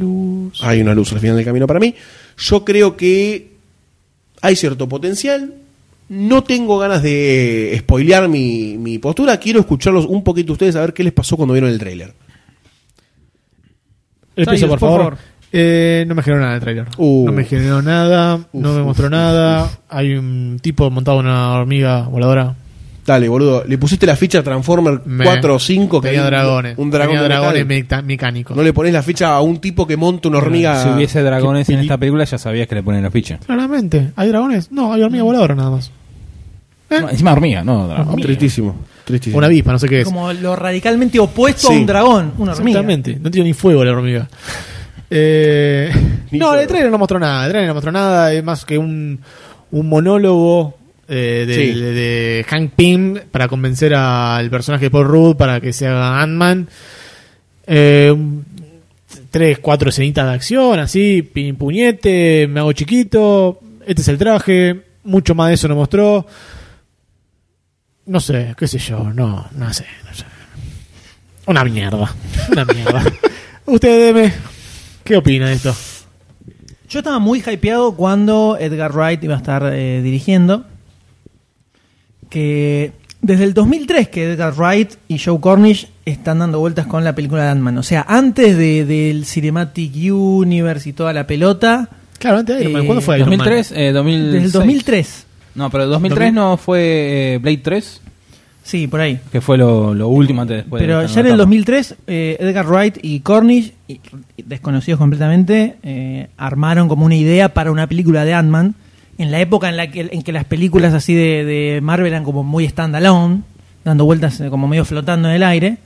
Speaker 3: Hay una luz al final del camino para mí. Yo creo que hay cierto potencial. No tengo ganas de spoilear mi, mi postura. Quiero escucharlos un poquito ustedes a ver qué les pasó cuando vieron el tráiler.
Speaker 5: Empiezo, por,
Speaker 7: por
Speaker 5: favor.
Speaker 7: favor.
Speaker 5: Eh, no me generó nada el trailer.
Speaker 3: Uh.
Speaker 5: No me generó nada, no
Speaker 3: Uf,
Speaker 5: me mostró
Speaker 3: uf,
Speaker 5: nada. Hay un tipo montado en una hormiga voladora.
Speaker 3: Dale, boludo. Le pusiste la ficha a Transformer
Speaker 5: Me-
Speaker 3: 4 o 5 que
Speaker 5: tenía
Speaker 3: hay un-
Speaker 5: dragones.
Speaker 3: Un dragón.
Speaker 5: Tenía
Speaker 3: de
Speaker 5: dragones
Speaker 3: metal.
Speaker 5: meca- mecánicos.
Speaker 3: No le pones la ficha a un tipo que monta una hormiga.
Speaker 8: Si hubiese dragones
Speaker 5: qué
Speaker 8: en
Speaker 5: peli-
Speaker 8: esta película, ya sabías que le ponen la ficha.
Speaker 5: Claramente. ¿Hay dragones? No, hay hormiga voladora nada más. ¿Eh?
Speaker 8: No, encima hormiga, no dragón.
Speaker 3: Tristísimo. Tristísimo.
Speaker 5: Una avispa, no sé qué es.
Speaker 7: Como lo radicalmente opuesto
Speaker 3: Sí.
Speaker 7: a un dragón, una hormiga.
Speaker 5: Exactamente. No tiene ni fuego la hormiga. Eh,
Speaker 3: Ni
Speaker 5: no,
Speaker 3: fuego.
Speaker 5: el trailer no mostró nada. El trailer no mostró nada. Es más que un, un monólogo eh, de,
Speaker 3: Sí.
Speaker 5: de- de Hank Pym para convencer al personaje de Paul Rudd para que se haga Ant-Man. Eh, un- tres, cuatro escenitas de acción, así, pin puñete, me hago chiquito. Este es el traje. Mucho más de eso no mostró. No sé, qué sé yo, no, no sé, no sé. Una mierda, una mierda. Usted, deme, ¿qué opina de esto?
Speaker 7: Yo estaba muy hypeado cuando Edgar Wright iba a estar eh, dirigiendo. Que desde el 2003 que Edgar Wright y Joe Cornish están dando vueltas con la película de Ant-Man. O sea, antes de- del Cinematic Universe y toda la pelota.
Speaker 5: Claro, antes de Iron Man,
Speaker 7: Eh,
Speaker 5: ¿cuándo fue Iron Man?
Speaker 8: 2003, eh, 2006.
Speaker 7: Desde el 2003.
Speaker 8: No, pero 2003 no fue eh, Blade 3,
Speaker 7: Sí, por ahí.
Speaker 8: que fue lo, lo último antes después. de
Speaker 7: Pero
Speaker 8: esta
Speaker 7: ya en
Speaker 8: nueva
Speaker 7: el
Speaker 8: etapa.
Speaker 7: 2003, eh, Edgar Wright y Cornish, y- y desconocidos completamente, eh, armaron como una idea para una película de Ant-Man, en la época en la que, en que las películas así de, de Marvel eran como muy standalone, dando vueltas eh, como medio flotando en el aire.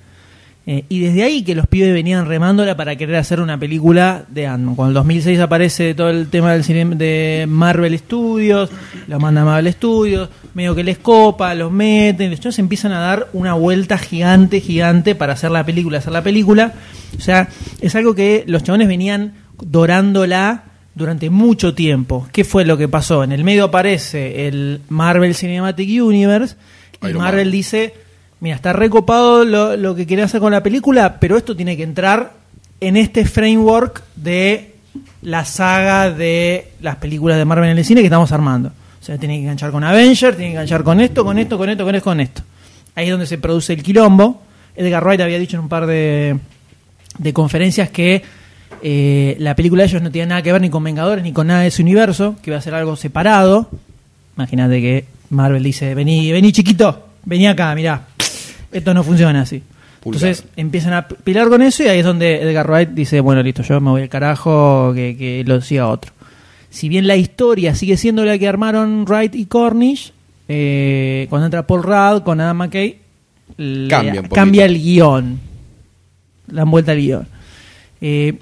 Speaker 7: Eh, y desde ahí que los pibes venían remándola para querer hacer una película de Ant-Man. Cuando el 2006 aparece todo el tema del cine de Marvel Studios, los manda a Marvel Studios, medio que les copa, los meten, ellos empiezan a dar una vuelta gigante, gigante para hacer la película, hacer la película. O sea, es algo que los chabones venían dorándola durante mucho tiempo. ¿Qué fue lo que pasó? En el medio aparece el Marvel Cinematic Universe y
Speaker 6: Iron Man.
Speaker 7: Marvel dice, mira, está recopado lo, lo que quería hacer con la película, pero esto tiene que entrar en este framework de la saga de las películas de Marvel en el cine que estamos armando. O sea, tiene que enganchar con Avenger, tiene que enganchar con esto, con esto, con esto, con esto, con esto. Ahí es donde se produce el quilombo. Edgar Wright había dicho en un par de, de conferencias que eh, la película de ellos no tenía nada que ver ni con Vengadores ni con nada de ese universo, que iba a ser algo separado. Imagínate que Marvel dice, vení, vení chiquito, vení acá, mirá, esto no funciona así. Entonces empiezan a pilar con eso y ahí es donde Edgar Wright dice, bueno, listo, yo me voy al carajo, que, que lo siga otro. Si bien la historia sigue siendo la que armaron Wright y Cornish, eh, cuando entra Paul Rudd con Adam McKay, le-
Speaker 6: Cambia un
Speaker 7: cambia
Speaker 6: poquito.
Speaker 7: el guión. La vuelta al guión. Eh,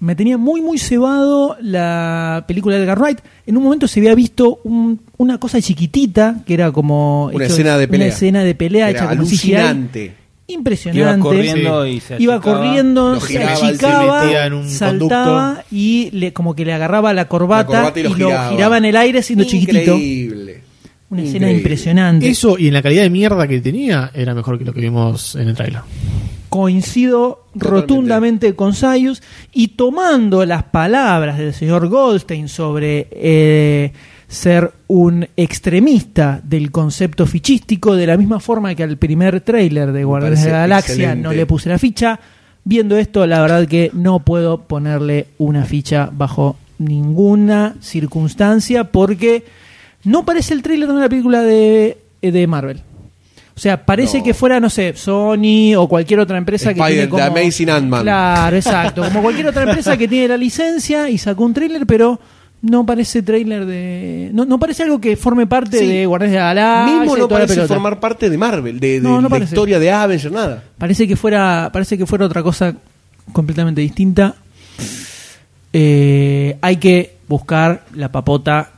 Speaker 7: me tenía muy, muy cebado la película de Edgar Wright. En un momento se había visto un- una cosa chiquitita, que era como...
Speaker 3: Una escena de pelea.
Speaker 7: Una escena de pelea
Speaker 3: Era
Speaker 7: hecha como CGI.
Speaker 3: alucinante.
Speaker 7: Impresionante.
Speaker 8: Iba corriendo y se
Speaker 7: Iba
Speaker 8: achicaba.
Speaker 7: corriendo,
Speaker 6: lo
Speaker 7: se
Speaker 6: giraba, se
Speaker 7: achicaba,
Speaker 5: metía en un
Speaker 7: saltaba y le, como que le agarraba la corbata,
Speaker 3: La corbata
Speaker 7: y, lo giraba. en el aire siendo chiquitito.
Speaker 3: Increíble.
Speaker 7: Una escena
Speaker 3: Increíble.
Speaker 7: impresionante.
Speaker 5: Eso y en la calidad de mierda que tenía, era mejor que lo que vimos en el trailer.
Speaker 7: coincido
Speaker 3: Totalmente.
Speaker 7: rotundamente con Sayus y tomando las palabras del señor Goldstein sobre eh, ser un extremista del concepto fichístico, de la misma forma que al primer tráiler de Guardianes de la
Speaker 3: parece
Speaker 7: Galaxia
Speaker 3: excelente.
Speaker 7: no le puse la ficha, viendo esto la verdad que no puedo ponerle una ficha bajo ninguna circunstancia porque no parece el tráiler de una película de, de Marvel. O sea, parece que fuera, no sé, Sony o cualquier otra empresa que
Speaker 3: Spider-
Speaker 7: tiene como...
Speaker 3: The Amazing Ant-Man.
Speaker 7: Claro, exacto. Como cualquier otra empresa que tiene la licencia y sacó un tráiler, pero no parece tráiler de... No, no parece algo que forme parte
Speaker 3: Sí.
Speaker 7: de Guardianes de la Galaxia
Speaker 3: Mismo
Speaker 7: y
Speaker 3: no
Speaker 7: toda la
Speaker 3: parece
Speaker 7: pelota.
Speaker 3: formar parte de Marvel, de, de
Speaker 7: No, no
Speaker 3: la
Speaker 7: parece.
Speaker 3: historia de Avenger, nada.
Speaker 7: Parece que fuera, parece que fuera otra cosa completamente distinta. Eh, hay que buscar la papota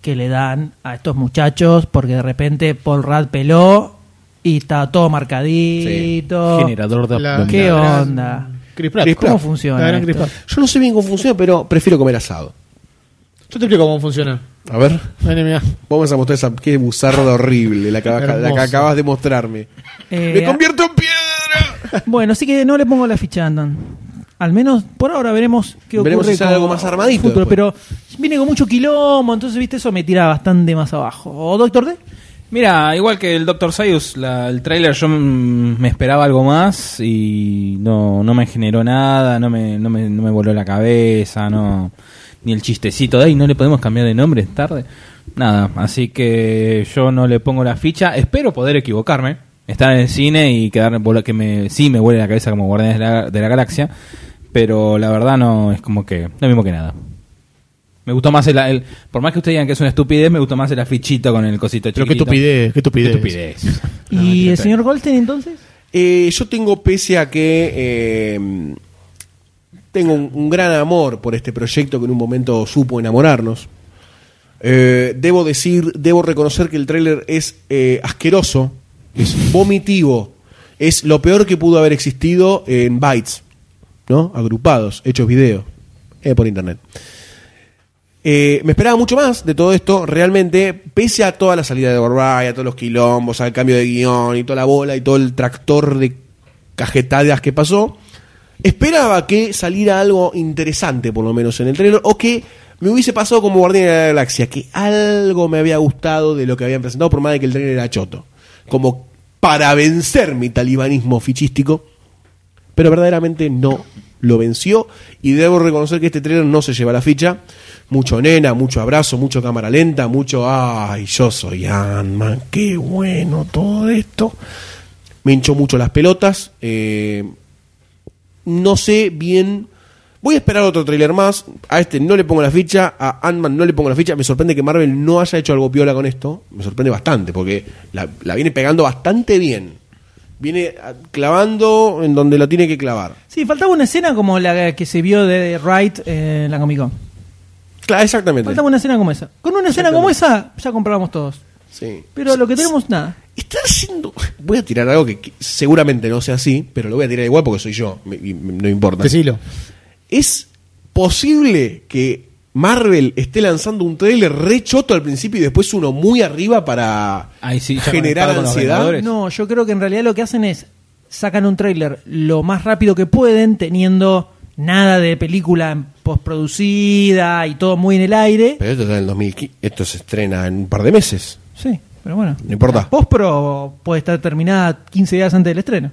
Speaker 7: que le dan a estos muchachos, porque de repente Paul Rudd peló, Y está todo marcadito.
Speaker 4: Generador de
Speaker 5: La-
Speaker 4: abdominales.
Speaker 7: ¿Qué
Speaker 5: gran
Speaker 7: onda?
Speaker 5: Chris Pratt.
Speaker 3: Chris
Speaker 7: ¿Cómo
Speaker 3: Pratt.
Speaker 5: La
Speaker 7: funciona?
Speaker 5: gran
Speaker 7: esto?
Speaker 5: Chris Pratt.
Speaker 3: Yo no sé bien cómo funciona, pero prefiero comer asado.
Speaker 5: Yo te explico cómo funciona.
Speaker 3: A ver,
Speaker 5: Ven, mirá.
Speaker 3: vamos a mostrar esa qué buzarda horrible la que, acabas- la que
Speaker 5: Hermoso.
Speaker 3: acabas de mostrarme.
Speaker 7: Eh,
Speaker 3: ¡Me convierto en piedra!
Speaker 7: Bueno, así que no le pongo la ficha a Ant-Man. Al menos por ahora veremos qué ocurre.
Speaker 3: Veremos si sale
Speaker 7: con
Speaker 3: algo más armadito
Speaker 7: futuro,
Speaker 3: después.
Speaker 7: pero viene con mucho quilombo, entonces, viste, eso me tira bastante más abajo. ¿O Doctor D?
Speaker 4: Mira, igual que el Dr. Sayus, la- el tráiler yo mm, me esperaba algo más y no, no me generó nada, no me, no, me, no me voló la cabeza, no ni el chistecito de ahí, no le podemos cambiar de nombre, es tarde. Nada, así que yo no le pongo la ficha, espero poder equivocarme, estar en el cine y quedar vol- que me sí me vuele la cabeza como Guardianes de la, de la Galaxia, pero la verdad no es como que lo mismo que nada. Me gustó más el, el- por más que ustedes digan que es una estupidez, me gustó más el afichito con el cosito
Speaker 5: Pero qué
Speaker 4: chiquitito.
Speaker 5: estupidez, qué estupidez.
Speaker 4: Estupidez.
Speaker 7: ¿Y el señor Goldstein entonces?
Speaker 3: Eh, yo tengo, pese a que eh, tengo un, un gran amor por este proyecto que en un momento supo enamorarnos, eh, debo decir, debo reconocer que el tráiler es eh, asqueroso, es vomitivo, es lo peor que pudo haber existido en bytes, ¿no? Agrupados, hechos video, eh, por internet. Eh, me esperaba mucho más de todo esto, realmente, pese a toda la salida de Borbay, a todos los quilombos, al cambio de guión y toda la bola y todo el tractor de cajetadas que pasó. Esperaba que saliera algo interesante, por lo menos en el trailer, o que me hubiese pasado como Guardián de la Galaxia, que algo me había gustado de lo que habían presentado, por más de que el trailer era choto. Como para vencer mi talibanismo fichístico pero verdaderamente no lo venció y debo reconocer que este trailer no se lleva la ficha. Mucho nena, mucho abrazo, mucho cámara lenta, mucho ay, yo soy Ant-Man, qué bueno todo esto. Me hinchó mucho las pelotas. eh, no sé bien. Voy a esperar otro trailer más. A este no le pongo la ficha. A Ant-Man no le pongo la ficha. Me sorprende que Marvel no haya hecho algo piola con esto. Me sorprende bastante porque la, la viene pegando bastante bien. Viene ah, clavando en donde la tiene que clavar.
Speaker 7: Sí, faltaba una escena como la que se vio de Wright eh, en la Comic Con.
Speaker 3: Claro, exactamente.
Speaker 7: Faltaba una escena como esa. Con una escena como esa, ya comprábamos todos.
Speaker 3: Sí.
Speaker 7: Pero lo que tenemos, nada.
Speaker 3: Está haciendo. Voy a tirar algo que, que seguramente no sea así, pero lo voy a tirar igual porque soy yo. me- y me- no importa.
Speaker 5: Decilo.
Speaker 3: ¿Es posible que Marvel esté lanzando un trailer re choto al principio y después uno muy arriba para
Speaker 4: Ay, sí, ya
Speaker 3: generar
Speaker 4: conectado con los
Speaker 3: ansiedad?
Speaker 4: Vengadores.
Speaker 7: No, yo creo que en realidad lo que hacen es sacan un tráiler lo más rápido que pueden, teniendo nada de película postproducida y todo muy en el aire.
Speaker 3: Pero esto está en el 2015. Esto se estrena en un par de meses.
Speaker 7: Sí, pero bueno.
Speaker 3: No importa.
Speaker 7: La postpro puede estar terminada 15 días antes del estreno.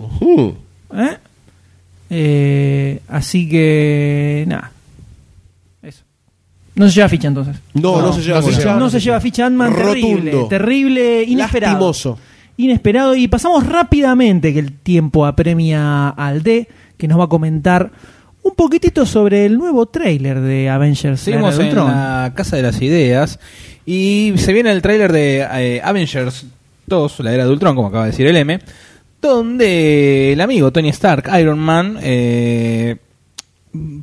Speaker 3: Ujú.
Speaker 7: ¿eh? Eh, así que nada. Eso. No se lleva ficha entonces.
Speaker 3: No, no, se lleva.
Speaker 5: no se
Speaker 3: ficha.
Speaker 5: lleva.
Speaker 7: No se lleva ficha Ant-Man, terrible,
Speaker 3: Rotundo.
Speaker 7: terrible, inesperado.
Speaker 3: Lastimoso.
Speaker 7: Inesperado. Y pasamos rápidamente, que el tiempo apremia al D, que nos va a comentar un poquitito sobre el nuevo tráiler de Avengers. Era
Speaker 4: Seguimos
Speaker 7: de
Speaker 4: en
Speaker 7: Ultron.
Speaker 4: la Casa de las Ideas y se viene el tráiler de eh, Avengers 2, la era de Ultron, como acaba de decir el M, donde el amigo Tony Stark, Iron Man, eh,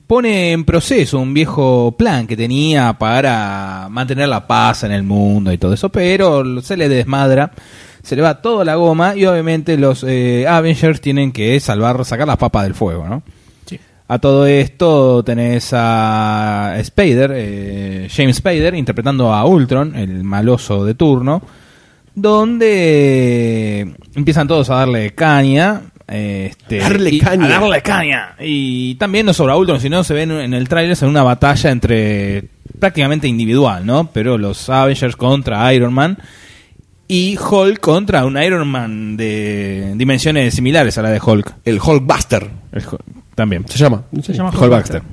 Speaker 4: pone en proceso un viejo plan que tenía para mantener la paz en el mundo y todo eso, pero se le desmadra, se le va toda la goma y obviamente los eh, Avengers tienen que salvar, sacar las papas del fuego, ¿no? A todo esto tenés a Spader, eh, James Spader, interpretando a Ultron, el maloso de turno, donde empiezan todos a darle caña. Este,
Speaker 3: Darle
Speaker 4: y-
Speaker 3: caña.
Speaker 4: A darle caña. Y también no sobre a Ultron, sino se ven en el tráiler en una batalla entre prácticamente individual, ¿no? Pero los Avengers contra Iron Man y Hulk contra un Iron Man de dimensiones similares a la de Hulk.
Speaker 3: El Hulkbuster.
Speaker 4: El Hulk, también.
Speaker 3: Se llama.
Speaker 7: Se llama
Speaker 4: Hulk Baxter.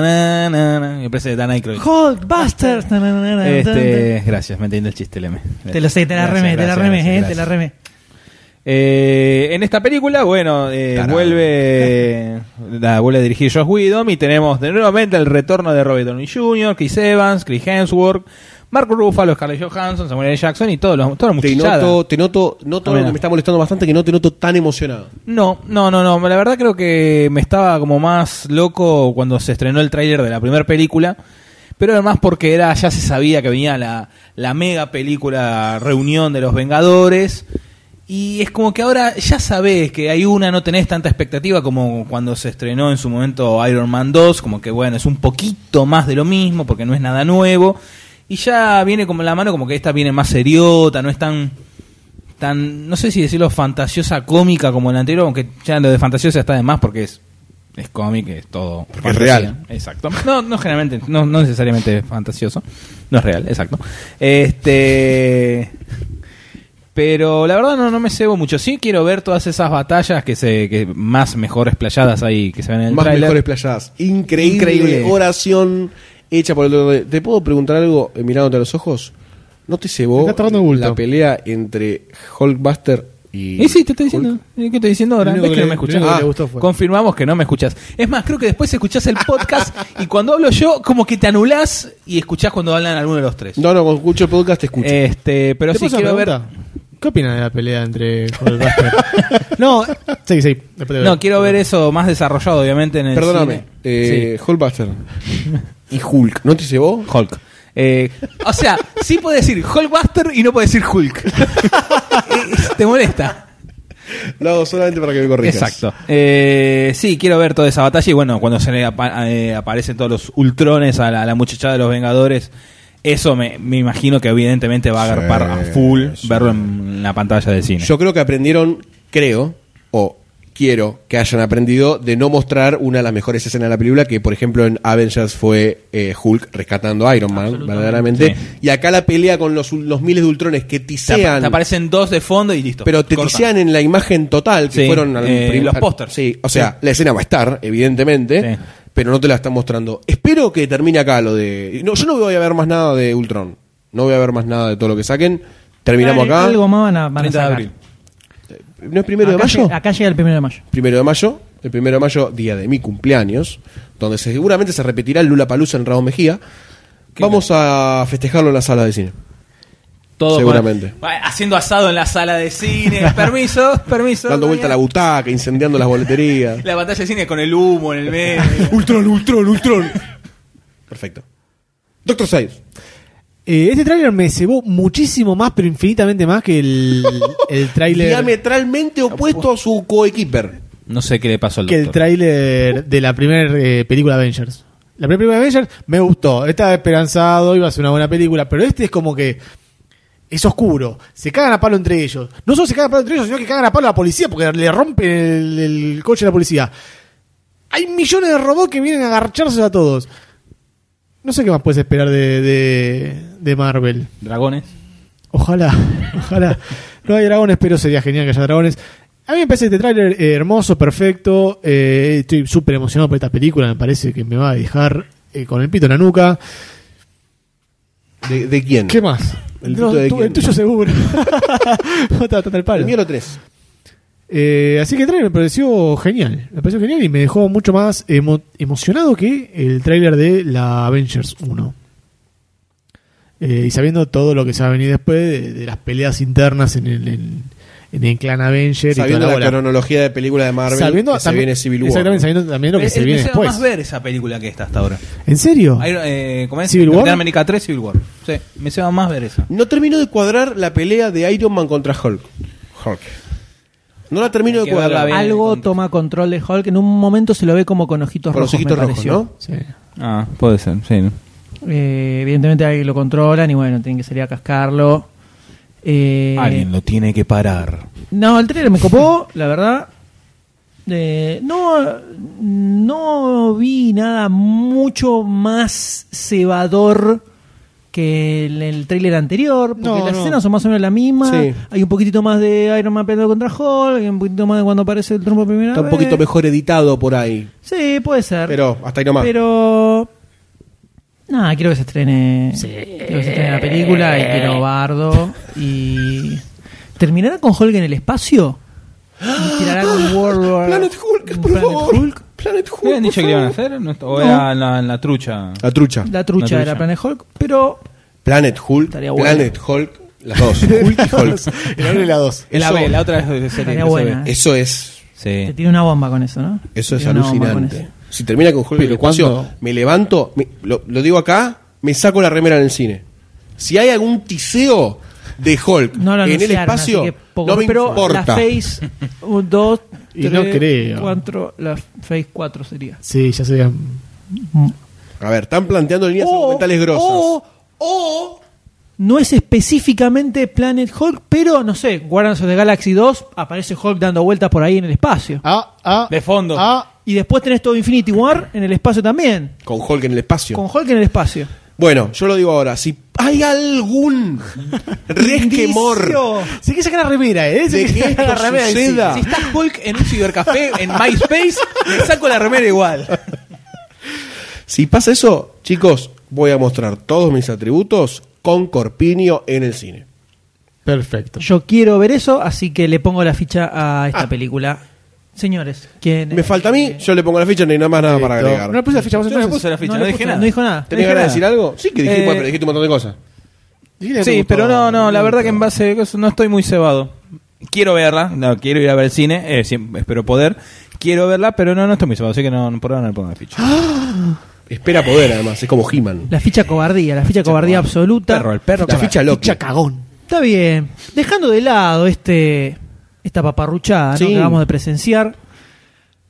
Speaker 4: Tananana, Me parece Dan Aykroyd.
Speaker 7: Hulkbusters.
Speaker 4: Este, gracias, me entiendo el chiste, Leme.
Speaker 7: Te lo sé, te la
Speaker 4: Gracias,
Speaker 7: remé, te la
Speaker 4: gracias,
Speaker 7: remé, eh,
Speaker 4: gracias,
Speaker 7: te la
Speaker 4: gracias.
Speaker 7: remé.
Speaker 4: Eh, en esta película, bueno, eh,
Speaker 3: Tarán.
Speaker 4: vuelve la vuelve a dirigir Josh Whedon y tenemos de nuevamente el retorno de Robert Downey Jr., Chris Evans, Chris Hemsworth, Marco Ruffalo, Scarlett Johansson, Samuel L. Jackson y todos los todos los
Speaker 3: Te noto, te noto, noto
Speaker 4: Ah,
Speaker 3: algo
Speaker 4: mira.
Speaker 3: que me está molestando bastante que no te noto tan emocionado.
Speaker 4: No, no, no, no. La verdad creo que me estaba como más loco cuando se estrenó el tráiler de la primera película. pero era más porque era, ya se sabía que venía la, la mega película reunión de los Vengadores. Y es como que ahora ya sabes que hay una, no tenés tanta expectativa como cuando se estrenó en su momento Iron Man 2, como que bueno, es un poquito más de lo mismo porque no es nada nuevo. Y ya viene como en la mano, como que esta viene más seriota, no es tan, tan no sé si decirlo fantasiosa cómica como la anterior, aunque ya lo de fantasiosa está de más porque es, es cómic, es todo.
Speaker 3: Porque es real.
Speaker 4: Exacto. No, no generalmente, no, no necesariamente fantasioso, no es real, exacto. Este. Pero la verdad no, no me cebo mucho. Sí quiero ver todas esas batallas que se que más mejores playadas ahí que se ven en el
Speaker 3: Más
Speaker 4: tráiler.
Speaker 3: mejores playadas. Increíble,
Speaker 4: Increíble.
Speaker 3: oración hecha por el otro lado. ¿Te puedo preguntar algo eh, mirándote a los ojos? ¿No te
Speaker 5: Me
Speaker 3: cebó
Speaker 5: está tocando el bulto.
Speaker 3: la pelea entre Hulkbuster y.
Speaker 4: Y sí, te estoy diciendo. Eh, ¿Qué estoy diciendo ahora?
Speaker 5: Lo
Speaker 4: ¿Ves
Speaker 5: único
Speaker 4: que no me
Speaker 5: que le-
Speaker 4: escuchás?
Speaker 5: lo único que
Speaker 4: Ah,
Speaker 5: le gustó fue.
Speaker 4: Confirmamos que no me escuchás. Es más, creo que después escuchás el podcast y cuando hablo yo, como que te anulás y escuchás cuando hablan alguno de los tres.
Speaker 3: No, no, cuando escucho el podcast te escucho.
Speaker 4: Este, pero
Speaker 5: ¿Te
Speaker 4: sí
Speaker 5: puedo hacer
Speaker 4: quiero
Speaker 5: una
Speaker 4: ver.
Speaker 5: pregunta? ¿Qué opinas de la pelea entre Hulkbuster? no, sí, sí. después te
Speaker 4: eh, No, quiero ver eso más desarrollado, obviamente, en el
Speaker 3: Perdóname,
Speaker 4: cine.
Speaker 3: eh, Hulkbuster y Hulk. ¿No te cebó?
Speaker 4: Sí. Hulk. Eh, o sea, sí puede decir Hulkbuster y no puede decir Hulk. te molesta.
Speaker 3: Lo hago solamente para que me corrijas.
Speaker 4: Exacto. Eh, sí, quiero ver toda esa batalla y bueno, cuando se le apa- eh, aparecen todos los ultrones a la, a la muchachada de los Vengadores, eso me, me imagino que evidentemente va a agarpar a full verlo en la pantalla del cine.
Speaker 3: Yo creo que aprendieron, creo, o quiero que hayan aprendido de no mostrar una de las mejores escenas de la película, que por ejemplo en Avengers fue eh, Hulk rescatando a Iron Man, verdaderamente.
Speaker 4: Sí.
Speaker 3: Y acá la pelea con los, los miles de ultrones que
Speaker 4: te, apa-
Speaker 3: tisean.
Speaker 4: te aparecen dos de fondo y listo.
Speaker 3: pero te
Speaker 4: corta.
Speaker 3: tisean en la imagen total, que
Speaker 4: Sí,
Speaker 3: fueron al
Speaker 4: eh,
Speaker 3: prim-
Speaker 4: los
Speaker 3: al-
Speaker 4: pósters.
Speaker 3: Sí, o sea, la escena va a estar, evidentemente,
Speaker 4: Sí.
Speaker 3: pero no te la están mostrando. Espero que termine acá lo de. No, yo no voy a ver más nada de Ultron. No voy a ver más nada de todo lo que saquen. Terminamos acá.
Speaker 7: Algo más van a, van a
Speaker 4: 30 de
Speaker 7: sacar.
Speaker 4: abril.
Speaker 3: ¿No es primero de
Speaker 7: acá,
Speaker 3: mayo?
Speaker 7: llega- acá llega el primero de mayo.
Speaker 3: primero de mayo, el primero de mayo, día de mi cumpleaños, donde se- seguramente se repetirá el Lula Palusa en Ramos Mejía. Vamos a festejarlo en la sala de cine.
Speaker 4: Todo
Speaker 3: Seguramente.
Speaker 4: con- va- haciendo asado en la sala de cine. permiso, permiso.
Speaker 3: Dando vuelta a la
Speaker 4: Daniel.
Speaker 3: butaca, incendiando las boleterías.
Speaker 4: La pantalla de cine con el humo en el medio.
Speaker 3: ultron, ultron, ultron. Perfecto. Doctor Sayers.
Speaker 5: Eh, este tráiler me cebó muchísimo más, pero infinitamente más que el, el tráiler
Speaker 3: Diametralmente opuesto a su coequiper.
Speaker 4: No sé qué le pasó al
Speaker 5: que el
Speaker 4: doctor.
Speaker 5: tráiler de la primera película Avengers. La primera película Avengers me gustó, estaba esperanzado, iba a ser una buena película, pero este es como que es oscuro, se cagan a palo entre ellos. No solo se cagan a palo entre ellos, sino que cagan a palo a la policía porque le rompen el, el coche a la policía. Hay millones de robots que vienen a agarcharse a todos. No sé qué más puedes esperar de- de, de Marvel.
Speaker 4: Dragones.
Speaker 5: Ojalá, ojalá. No hay dragones, pero sería genial que haya dragones. A mí me parece este tráiler eh, hermoso, perfecto. eh, estoy súper emocionado por esta película. Me parece que me va a dejar eh, con el pito en la nuca.
Speaker 3: ¿De, de quién?
Speaker 5: ¿Qué más?
Speaker 3: ¿El pito de
Speaker 5: tu-
Speaker 3: quién?
Speaker 5: el tuyo seguro. no te va a tratar el palo.
Speaker 3: El mío lo tres.
Speaker 5: Eh, así que el tráiler me pareció genial. Me pareció genial y me dejó mucho más emo- emocionado que el tráiler de la Avengers 1. Eh, y sabiendo todo lo que se va a venir después de, de las peleas internas en el, en, en el clan Avengers
Speaker 3: Sabiendo
Speaker 5: y
Speaker 3: la,
Speaker 5: toda la, bola.
Speaker 3: cronología de película de Marvel,
Speaker 5: Sabiendo
Speaker 3: que se
Speaker 5: también-
Speaker 3: viene Civil War.
Speaker 5: Exactamente, sabiendo también lo que
Speaker 4: Eh,
Speaker 5: se
Speaker 4: eh,
Speaker 5: viene
Speaker 4: me ceba
Speaker 5: después.
Speaker 4: más ver esa película que esta hasta ahora.
Speaker 5: ¿En serio?
Speaker 4: Iron- eh, ¿Cómo es?
Speaker 5: Civil War.
Speaker 4: Capitán América 3, Civil War. Sí, me se va más ver esa.
Speaker 3: No termino de cuadrar la pelea de Iron Man contra Hulk. Hulk. No la termino
Speaker 4: Hay
Speaker 3: de
Speaker 4: que verla
Speaker 3: cuadrar.
Speaker 4: bien.
Speaker 7: Algo
Speaker 4: con-
Speaker 7: toma control de Hulk. En un momento se lo ve como con ojitos
Speaker 3: Con los
Speaker 7: rojos.
Speaker 3: ojitos
Speaker 7: me
Speaker 3: rojos,
Speaker 7: pareció.
Speaker 3: ¿no?
Speaker 5: Sí.
Speaker 4: Ah, puede ser, sí. ¿no?
Speaker 7: Eh, evidentemente ahí lo controlan y bueno, tienen que salir a cascarlo. Eh,
Speaker 4: Alguien lo tiene que parar.
Speaker 7: No, el trailer me copó, la verdad. Eh, no, no vi nada mucho más cebador que el, el trailer anterior, porque
Speaker 5: No,
Speaker 7: las
Speaker 5: no.
Speaker 7: escenas son más o menos la misma.
Speaker 3: Sí.
Speaker 7: Hay un poquitito más de Iron Man peleando contra Hulk, hay un poquitito más de cuando aparece el trompo por primera
Speaker 3: Está un
Speaker 7: vez.
Speaker 3: poquito mejor editado por ahí.
Speaker 7: Sí, puede ser.
Speaker 3: Pero hasta ahí nomás.
Speaker 7: Pero. Nada, quiero que se estrene. Quiero que se estrene la película y quiero Bardo. Y. ¿Terminará con Hulk en el espacio? ¿Y tirará con World War
Speaker 3: ¡Ah! Planet Hulk,
Speaker 7: un
Speaker 3: por
Speaker 7: Planet
Speaker 3: favor.
Speaker 7: Hulk?
Speaker 3: Planet Hulk.
Speaker 4: ¿Habían dicho
Speaker 3: por
Speaker 4: que iban a
Speaker 3: favor.
Speaker 4: hacer? ¿No? ¿O era en la, en la trucha?
Speaker 3: La trucha.
Speaker 7: La trucha
Speaker 4: La
Speaker 7: era
Speaker 4: trucha.
Speaker 7: Planet Hulk, pero.
Speaker 3: Planet Hulk.
Speaker 7: Estaría bueno.
Speaker 3: Planet Hulk. Las dos. Hulk y Hulk.
Speaker 5: El uno y la dos.
Speaker 4: La
Speaker 3: Eso,
Speaker 4: B, la otra es
Speaker 7: Estaría
Speaker 4: la
Speaker 7: buena,
Speaker 4: B.
Speaker 7: eh.
Speaker 3: eso es.
Speaker 7: Te
Speaker 4: Sí.
Speaker 7: tiene una bomba con eso, ¿no?
Speaker 3: Eso es
Speaker 7: Te tira una bomba con
Speaker 3: alucinante. Si termina con Hulk en el
Speaker 5: Pero
Speaker 3: espacio,
Speaker 5: cuando-
Speaker 3: me levanto. me- lo, lo digo acá. me saco la remera en el cine. Si hay algún tiseo de Hulk
Speaker 7: No lo
Speaker 3: en el
Speaker 7: anunciaron,
Speaker 3: espacio,
Speaker 7: así que poco.
Speaker 3: no me
Speaker 7: Pero
Speaker 3: importa.
Speaker 7: La Phase 2,
Speaker 5: Y no creo.
Speaker 7: 4, la Phase 4 sería.
Speaker 5: Sí, ya sería.
Speaker 3: A ver, están planteando líneas
Speaker 7: Oh,
Speaker 3: argumentales grosas.
Speaker 7: O, o no es específicamente Planet Hulk, pero no sé, Guardians of the Galaxy 2 aparece Hulk dando vueltas por ahí en el espacio.
Speaker 5: Ah, ah.
Speaker 8: De fondo.
Speaker 5: Ah,
Speaker 7: Y después tenés todo Infinity War en el espacio también.
Speaker 3: Con Hulk en el espacio.
Speaker 7: Con Hulk en el espacio.
Speaker 3: Bueno, yo lo digo ahora. Si hay algún resquemor
Speaker 7: Indicio.
Speaker 5: sí que saca la remera, ¿eh? Sí
Speaker 3: de que
Speaker 5: que saca la
Speaker 3: esto
Speaker 5: remera. y sí.
Speaker 3: suceda,
Speaker 8: Si está Hulk en un cibercafé, en MySpace, le saco la remera igual.
Speaker 3: si pasa eso, chicos, voy a mostrar todos mis atributos con Corpinio en el cine.
Speaker 5: Perfecto.
Speaker 7: Yo quiero ver eso, así que le pongo la ficha a esta película. Señores, ¿quién
Speaker 3: Me falta a mí, yo le pongo la ficha, no hay nada más nada para agregar.
Speaker 5: No le puse la ficha vos
Speaker 8: Yo no
Speaker 5: entonces.
Speaker 8: puse la ficha, no,
Speaker 7: le
Speaker 8: dije
Speaker 7: puse-
Speaker 8: nada.
Speaker 7: No dijo nada.
Speaker 3: ¿Tenés
Speaker 8: dije
Speaker 3: ganas de
Speaker 8: nada.
Speaker 3: decir algo? Sí, que dije,
Speaker 8: Eh,
Speaker 3: bueno, pero dijiste un montón de cosas.
Speaker 5: Dijiste que te
Speaker 8: Sí,
Speaker 5: gustó.
Speaker 8: pero no, no, la verdad que en base a eso no estoy muy cebado. Quiero verla, no, quiero ir a ver el cine, eh, sí, espero poder. Quiero verla, pero no, no estoy muy cebado, así que no, por ahora no le pongo la ficha.
Speaker 3: Espera poder, además, es como He-Man.
Speaker 7: La ficha cobardía, la ficha cobardía absoluta.
Speaker 8: Perro, el perro.
Speaker 3: La
Speaker 8: con la-
Speaker 3: ficha Loki.
Speaker 5: Cagón.
Speaker 7: Está bien. Dejando de lado este esta paparruchada ¿no?
Speaker 3: Sí.
Speaker 7: que acabamos de presenciar,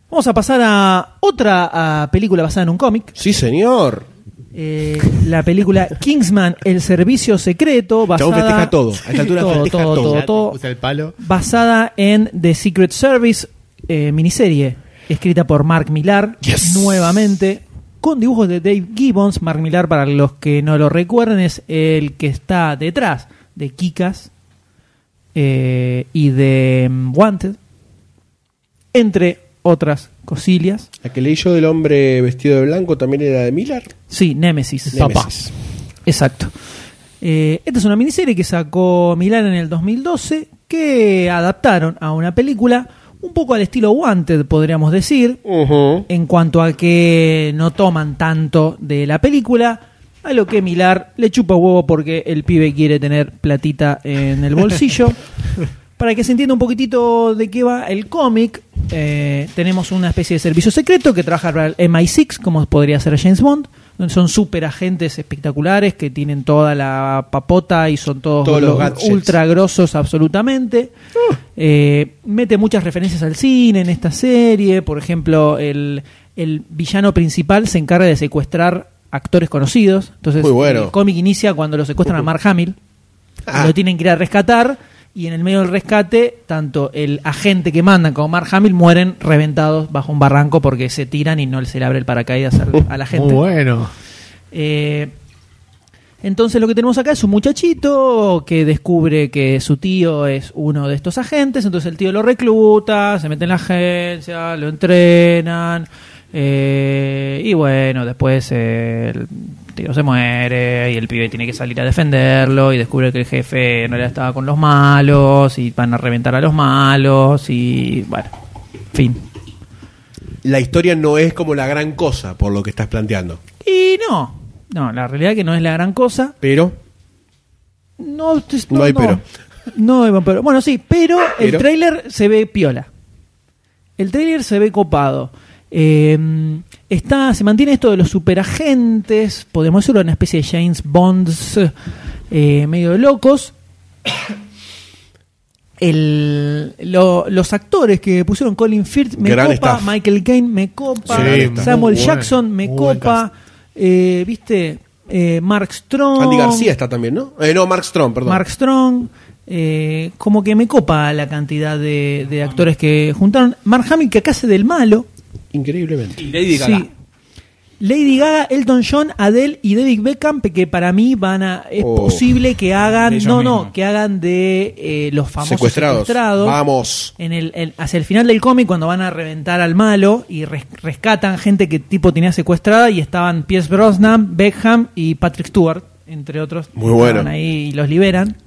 Speaker 7: vamos a pasar a otra ah, película basada en un cómic.
Speaker 3: Sí, señor.
Speaker 7: Eh, la película Kingsman, El Servicio Secreto, basada...
Speaker 3: Chabón festeja todo. A esta altura
Speaker 7: todo,
Speaker 3: festeja
Speaker 7: todo,
Speaker 3: todo.
Speaker 7: todo, todo.
Speaker 5: Puse el palo.
Speaker 7: Basada en The Secret Service, eh, miniserie, escrita por Mark Millar,
Speaker 3: Yes.
Speaker 7: nuevamente, con dibujos de Dave Gibbons. Mark Millar, para los que no lo recuerden, es el que está detrás de Kikas eh, y de mm, Wanted, entre otras cosillas.
Speaker 3: La que leí yo del hombre vestido de blanco también era de Miller.
Speaker 7: Sí, Nemesis.
Speaker 3: Nemesis.
Speaker 7: Exacto. Eh, esta es una miniserie que sacó Milán en el 2012 que adaptaron a una película un poco al estilo Wanted, podríamos decir,
Speaker 3: Ujú.
Speaker 7: en cuanto a que no toman tanto de la película, a lo que Milar le chupa huevo porque el pibe quiere tener platita en el bolsillo. Para que se entienda un poquitito de qué va el cómic, eh, tenemos una especie de servicio secreto que trabaja para el MI6, como podría ser James Bond. Son super agentes espectaculares que tienen toda la papota y son todos,
Speaker 3: Todos los
Speaker 7: lo-
Speaker 3: gadgets.
Speaker 7: ultra grosos absolutamente.
Speaker 3: Uh.
Speaker 7: Eh, mete muchas referencias al cine en esta serie. Por ejemplo, el, el villano principal se encarga de secuestrar actores conocidos. Entonces,
Speaker 3: Muy bueno. Uh-huh.
Speaker 7: el cómic inicia cuando lo secuestran a Mark Hamill.
Speaker 3: Ah.
Speaker 7: Lo tienen que ir a rescatar. Y en el medio del rescate, tanto el agente que mandan como Mark Hamill mueren reventados bajo un barranco porque se tiran y no se le abre el paracaídas al- a la gente.
Speaker 5: Muy bueno.
Speaker 7: Eh, entonces lo que tenemos acá es un muchachito que descubre que su tío es uno de estos agentes, entonces el tío lo recluta, se mete en la agencia, lo entrenan, eh, y bueno, después eh, el tío se muere y el pibe tiene que salir a defenderlo y descubre que el jefe en realidad estaba con los malos y van a reventar a los malos y bueno, fin.
Speaker 3: La historia no es como la gran cosa, por lo que estás planteando.
Speaker 7: Y no, no, la realidad es que no es la gran cosa.
Speaker 3: Pero,
Speaker 7: No, t-
Speaker 3: No hay pero.
Speaker 7: No hay pero. Bueno, sí, pero,
Speaker 3: Pero.
Speaker 7: el tráiler se ve piola. El tráiler se ve copado. Eh, está, se mantiene esto de los superagentes, podemos decirlo, una especie de James Bonds eh, medio locos. El- lo- los actores que pusieron Colin Firth me
Speaker 3: Gran
Speaker 7: copa,
Speaker 3: staff.
Speaker 7: Michael Caine me copa,
Speaker 3: Sí,
Speaker 5: muy
Speaker 7: Samuel
Speaker 5: bueno,
Speaker 7: Jackson me
Speaker 5: muy buen
Speaker 7: copa, eh, viste, eh, Mark Strong,
Speaker 3: Andy García está también, ¿no? Eh, no, Mark Strong, perdón.
Speaker 7: Mark Strong. eh, como que me copa la cantidad de, de actores que juntaron. Mark Hamill, que acá hace del malo.
Speaker 3: Increíblemente.
Speaker 7: Eh,
Speaker 8: Y Lady Gaga.
Speaker 7: Sí. Lady Gaga, Elton John, Adele y David Beckham, que para mí van a. Es
Speaker 3: Oh.
Speaker 7: posible que hagan.
Speaker 8: Ellos
Speaker 7: No,
Speaker 8: mismos.
Speaker 7: no, que hagan de eh, los famosos
Speaker 3: Secuestrados.
Speaker 7: secuestrados.
Speaker 3: Vamos.
Speaker 7: En el, en- hacia el final del cómic, cuando van a reventar al malo y res- rescatan gente que tipo tenía secuestrada y estaban Pierce Brosnan, Beckham y Patrick Stewart, entre otros.
Speaker 3: Muy bueno.
Speaker 7: Estaban ahí y los liberan.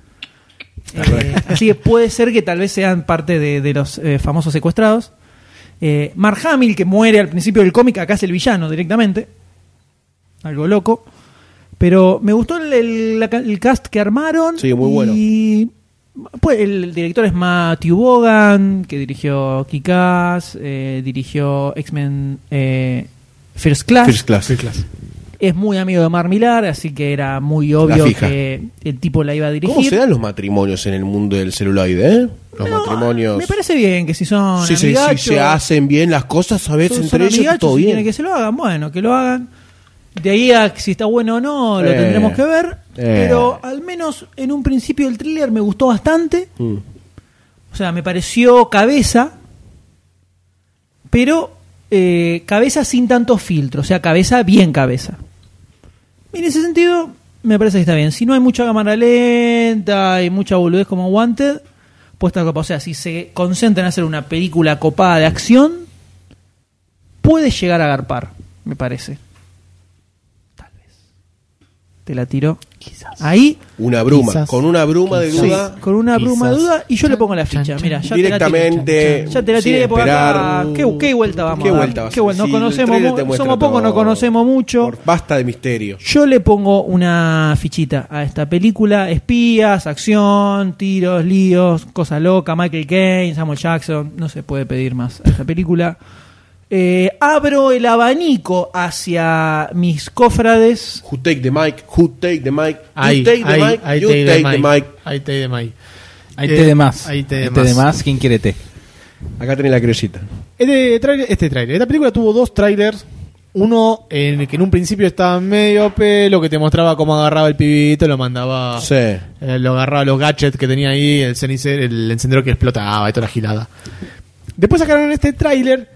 Speaker 7: Eh, así que puede ser que tal vez sean parte de, de los eh, famosos secuestrados. Eh, Mark Hamill, que muere al principio del cómic, acá es el villano directamente. Algo loco. Pero me gustó el, el- la ca- el cast que armaron.
Speaker 3: Sí, muy bueno.
Speaker 7: Y pues, el director es Matthew Bogan, que dirigió Kikas, dirigió X-Men eh, First Class.
Speaker 3: First class.
Speaker 7: Es muy amigo de Mar Millar, así que era muy obvio
Speaker 3: fija.
Speaker 7: que el tipo la iba a dirigir.
Speaker 3: ¿Cómo se dan los matrimonios en el mundo del celuloide, eh? Los
Speaker 7: No,
Speaker 3: matrimonios.
Speaker 7: Me parece bien que si son
Speaker 3: si, se, si
Speaker 7: amigachos,
Speaker 3: se hacen bien las cosas, sabes,
Speaker 7: son- son
Speaker 3: entre ellos
Speaker 7: amigachos,
Speaker 3: todo
Speaker 7: si
Speaker 3: bien.
Speaker 7: quieren que se lo hagan, bueno, que lo hagan. De ahí a si está bueno o no, lo
Speaker 3: Eh,
Speaker 7: tendremos que ver.
Speaker 3: eh.
Speaker 7: Pero al menos en un principio el thriller me gustó bastante.
Speaker 3: Mm.
Speaker 7: O sea, me pareció cabeza, pero eh, cabeza sin tantos filtros. O sea, cabeza bien cabeza. Y en ese sentido, me parece que está bien. Si no hay mucha cámara lenta y mucha boludez como Wanted, puede estar copa. O sea, si se concentra en hacer una película copada de acción, puede llegar a garpar, me parece. Tal vez. Te la tiro. Quizás. Ahí,
Speaker 3: Una bruma,
Speaker 5: Quizás.
Speaker 3: con una bruma de
Speaker 7: sí,
Speaker 3: duda.
Speaker 7: con una bruma de
Speaker 5: Quizás.
Speaker 7: duda, y yo le pongo la
Speaker 5: Chan,
Speaker 7: ficha.
Speaker 5: chan,
Speaker 7: Mira, ya Te la
Speaker 3: Directamente,
Speaker 7: tiré, ya te la
Speaker 3: sin
Speaker 7: tiré por acá.
Speaker 3: esperar.
Speaker 7: ¿Qué, qué vuelta vamos
Speaker 3: ¿Qué
Speaker 7: a dar?
Speaker 3: vuelta va a
Speaker 7: Qué
Speaker 3: ser?
Speaker 7: vuelta.
Speaker 3: Si
Speaker 7: No
Speaker 3: el
Speaker 7: conocemos,
Speaker 3: trailer
Speaker 7: mu-
Speaker 3: te muestra
Speaker 7: somos pocos, no
Speaker 3: todo.
Speaker 7: conocemos mucho.
Speaker 3: Por- basta de misterio.
Speaker 7: Yo le pongo una fichita a esta película. Espías, acción, tiros, líos, cosa loca. Michael Caine, Samuel Jackson. No se puede pedir más a esta película. Eh, abro el abanico hacia mis cofrades.
Speaker 3: Who take the mic? Who take the mic? You
Speaker 5: Ahí,
Speaker 3: take the
Speaker 5: ahí,
Speaker 3: mic.
Speaker 5: ahí
Speaker 3: you
Speaker 5: te
Speaker 3: take the mic.
Speaker 5: Ahí te de Mike.
Speaker 4: Hay
Speaker 5: Eh,
Speaker 4: té de más.
Speaker 5: hay té de
Speaker 4: Hay
Speaker 5: más.
Speaker 4: ¿Quién quiere té?
Speaker 3: Acá tenés la criollita.
Speaker 5: Este tráiler, este tráiler. Esta película tuvo dos trailers. Uno en el que en un principio estaba medio pelo, que te mostraba cómo agarraba el pibito, lo
Speaker 4: Ah.
Speaker 5: mandaba.
Speaker 3: Sí.
Speaker 5: Eh, lo agarraba los gadgets que tenía ahí, el cenicero, el encendedor que explotaba y toda la gilada. Después sacaron este tráiler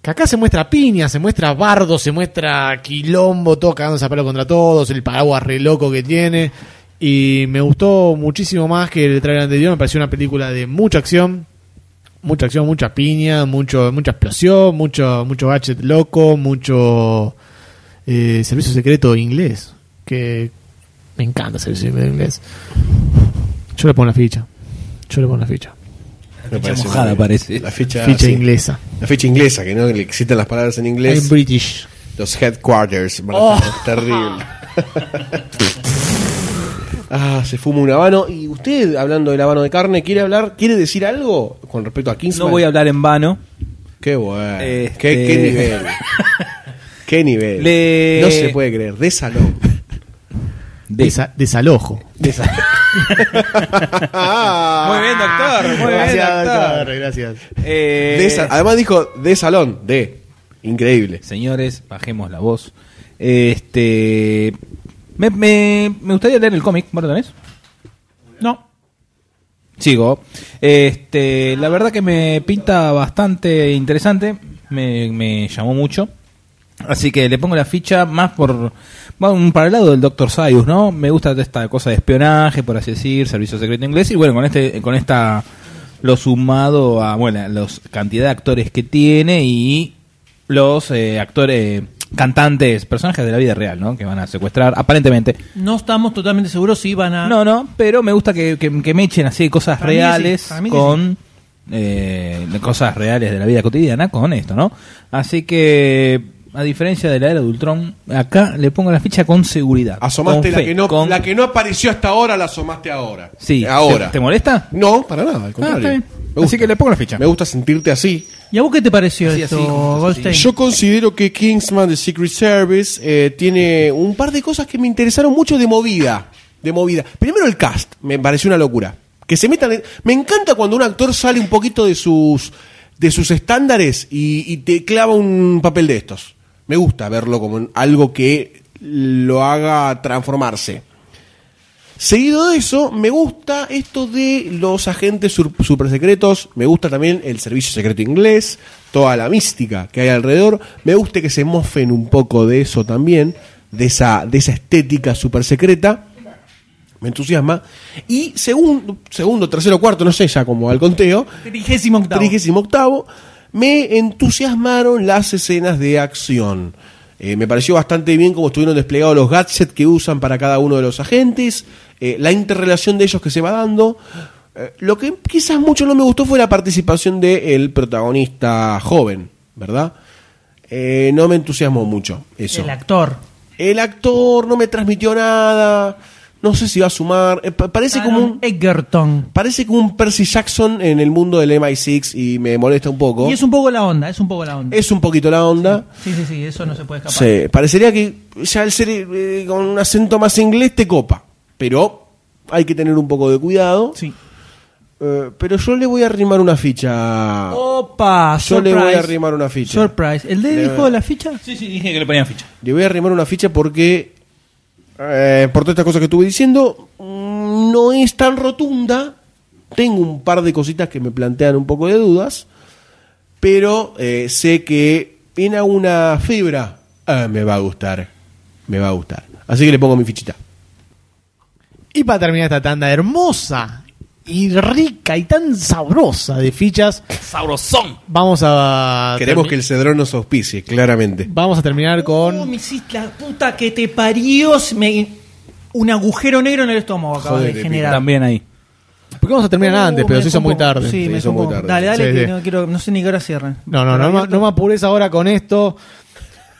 Speaker 5: que acá se muestra piña, se muestra bardo, se muestra quilombo, todo cagándose a palo contra todos, el paraguas re loco que tiene. Y me gustó muchísimo más que el tráiler anterior, me pareció una película de mucha acción, mucha acción, mucha piña, mucho, mucha explosión, mucho, mucho gadget loco, mucho eh, servicio secreto inglés, que me encanta servicio secreto inglés. Yo le pongo la ficha, yo le pongo la ficha,
Speaker 3: Me parece
Speaker 4: mojada,
Speaker 3: muy bien.
Speaker 4: parece.
Speaker 3: La ficha,
Speaker 5: ficha
Speaker 3: sí.
Speaker 5: inglesa,
Speaker 3: La ficha inglesa, que no le existen las palabras en inglés.
Speaker 5: I'm British.
Speaker 3: Los headquarters. van a
Speaker 4: Oh.
Speaker 3: estar Terrible. ah, se fuma un habano. Y usted, hablando del habano de carne, ¿quiere hablar? ¿Quiere decir algo con respecto a Kingsman?
Speaker 4: No voy a hablar en vano.
Speaker 3: Qué bueno.
Speaker 4: Este-
Speaker 3: Qué, qué nivel. qué nivel.
Speaker 4: Le-
Speaker 3: No se puede creer. De salón.
Speaker 5: Desa- desalojo.
Speaker 4: Muy bien, doctor. Muy bien, doctor.
Speaker 5: gracias.
Speaker 4: Eh,
Speaker 3: De sa- Además dijo de salón. De. Increíble.
Speaker 4: Señores, bajemos la voz. Este. Me, me- me gustaría leer el cómic, ¿vos lo tenés?
Speaker 7: No.
Speaker 4: Sigo. Este, la verdad que me pinta bastante interesante. Me, me llamó mucho. Así que le pongo la ficha más por. Va un- para el lado del Dr. Sayus, ¿no? Me gusta esta cosa de espionaje, por así decir, servicio secreto inglés. Y bueno, con este, con esta. Lo sumado a, bueno, la cantidad de actores que tiene y los eh, actores, cantantes, personajes de la vida real, ¿no? Que van a secuestrar, aparentemente.
Speaker 7: No estamos totalmente seguros si van a.
Speaker 4: No, no, pero me gusta que, que- que me echen así cosas
Speaker 7: Para mí que
Speaker 4: reales
Speaker 7: sí, para mí que
Speaker 4: con eh, de cosas reales de la vida cotidiana con esto, ¿no? Así que, a diferencia de la era de Ultron, acá le pongo la ficha con seguridad.
Speaker 3: Asomaste
Speaker 4: con
Speaker 3: la,
Speaker 4: fe,
Speaker 3: que no,
Speaker 4: con-
Speaker 3: la que no apareció hasta ahora, la asomaste ahora. Eh,
Speaker 4: Sí,
Speaker 3: Ahora.
Speaker 4: ¿Te, te molesta?
Speaker 3: No, para nada, al
Speaker 4: Ah,
Speaker 3: contrario.
Speaker 4: está bien.
Speaker 3: Me gusta.
Speaker 4: Así que le pongo la ficha.
Speaker 3: Me gusta sentirte así.
Speaker 7: ¿Y a vos qué te pareció
Speaker 4: Así,
Speaker 7: esto,
Speaker 4: así, así.
Speaker 7: Goldstein?
Speaker 3: Yo considero que Kingsman The Secret Service eh, tiene un par de cosas que me interesaron mucho de movida. De movida. Primero el cast, me pareció una locura. Que se metan en- Me encanta cuando un actor sale un poquito de sus de sus estándares y, y te clava un papel de estos. Me gusta verlo como en algo que lo haga transformarse. Seguido de eso, me gusta esto de los agentes sur- supersecretos, me gusta también el servicio secreto inglés, toda la mística que hay alrededor, me gusta que se mofen un poco de eso también, de esa, de esa estética supersecreta, me entusiasma. Y segundo, segundo, tercero, cuarto, no sé ya como al conteo,
Speaker 7: Trigésimo octavo.
Speaker 3: 38, me entusiasmaron las escenas de acción. Eh, me pareció bastante bien cómo estuvieron desplegados los gadgets que usan para cada uno de los agentes, eh, la interrelación de ellos que se va dando. Eh, lo que quizás mucho no me gustó fue la participación del protagonista joven, ¿verdad? Eh, no me entusiasmó mucho eso.
Speaker 7: El actor.
Speaker 3: El actor no me transmitió nada. No sé si va a sumar. eh, pa- parece como un.
Speaker 7: Egerton.
Speaker 3: Parece como un Percy Jackson en el mundo del MI6 y me molesta un poco.
Speaker 7: Y es un poco la onda, es un poco la onda.
Speaker 3: Es un poquito la onda.
Speaker 7: Sí, sí, sí, eso no se puede escapar.
Speaker 3: Sí, parecería que ya el ser eh, con un acento más inglés te copa. Pero hay que tener un poco de cuidado.
Speaker 7: Sí.
Speaker 3: Eh, pero yo le voy a arrimar una ficha.
Speaker 7: Oh, Opa,
Speaker 3: Yo
Speaker 7: surprise.
Speaker 3: le voy a arrimar una ficha.
Speaker 7: Surprise. ¿El D
Speaker 3: Le-
Speaker 7: dijo la ficha?
Speaker 8: Sí, sí, dije que le ponían ficha.
Speaker 3: Le voy a arrimar una ficha porque. eh, por todas estas cosas que estuve diciendo, mm, no es tan rotunda. Tengo un par de cositas que me plantean un poco de dudas. Pero eh, sé que en alguna fibra ah, me va a gustar. Me va a gustar. Así que le pongo mi fichita.
Speaker 5: Y para terminar esta tanda hermosa y rica y tan sabrosa de fichas,
Speaker 8: ¡Sabrosón!
Speaker 5: vamos a
Speaker 3: Queremos que el Cedrón nos auspicie, claramente.
Speaker 5: vamos a terminar
Speaker 7: Oh,
Speaker 5: con
Speaker 7: me hiciste la puta que te parió. se Me... Un agujero negro en el estómago acabas de
Speaker 3: Joder,
Speaker 7: generar.
Speaker 8: También ahí.
Speaker 5: porque vamos a terminar
Speaker 7: Uh,
Speaker 5: antes,
Speaker 7: me
Speaker 5: pero se hizo muy
Speaker 7: descompongo.
Speaker 5: tarde.
Speaker 7: Sí,
Speaker 3: Se
Speaker 7: me
Speaker 3: hizo muy
Speaker 7: descompongo.
Speaker 3: tarde.
Speaker 7: Dale, dale,
Speaker 5: Sí,
Speaker 7: que
Speaker 5: sí.
Speaker 7: No, quiero, no sé ni qué hora cierran.
Speaker 5: No, no, no, me- no me apures ahora con esto.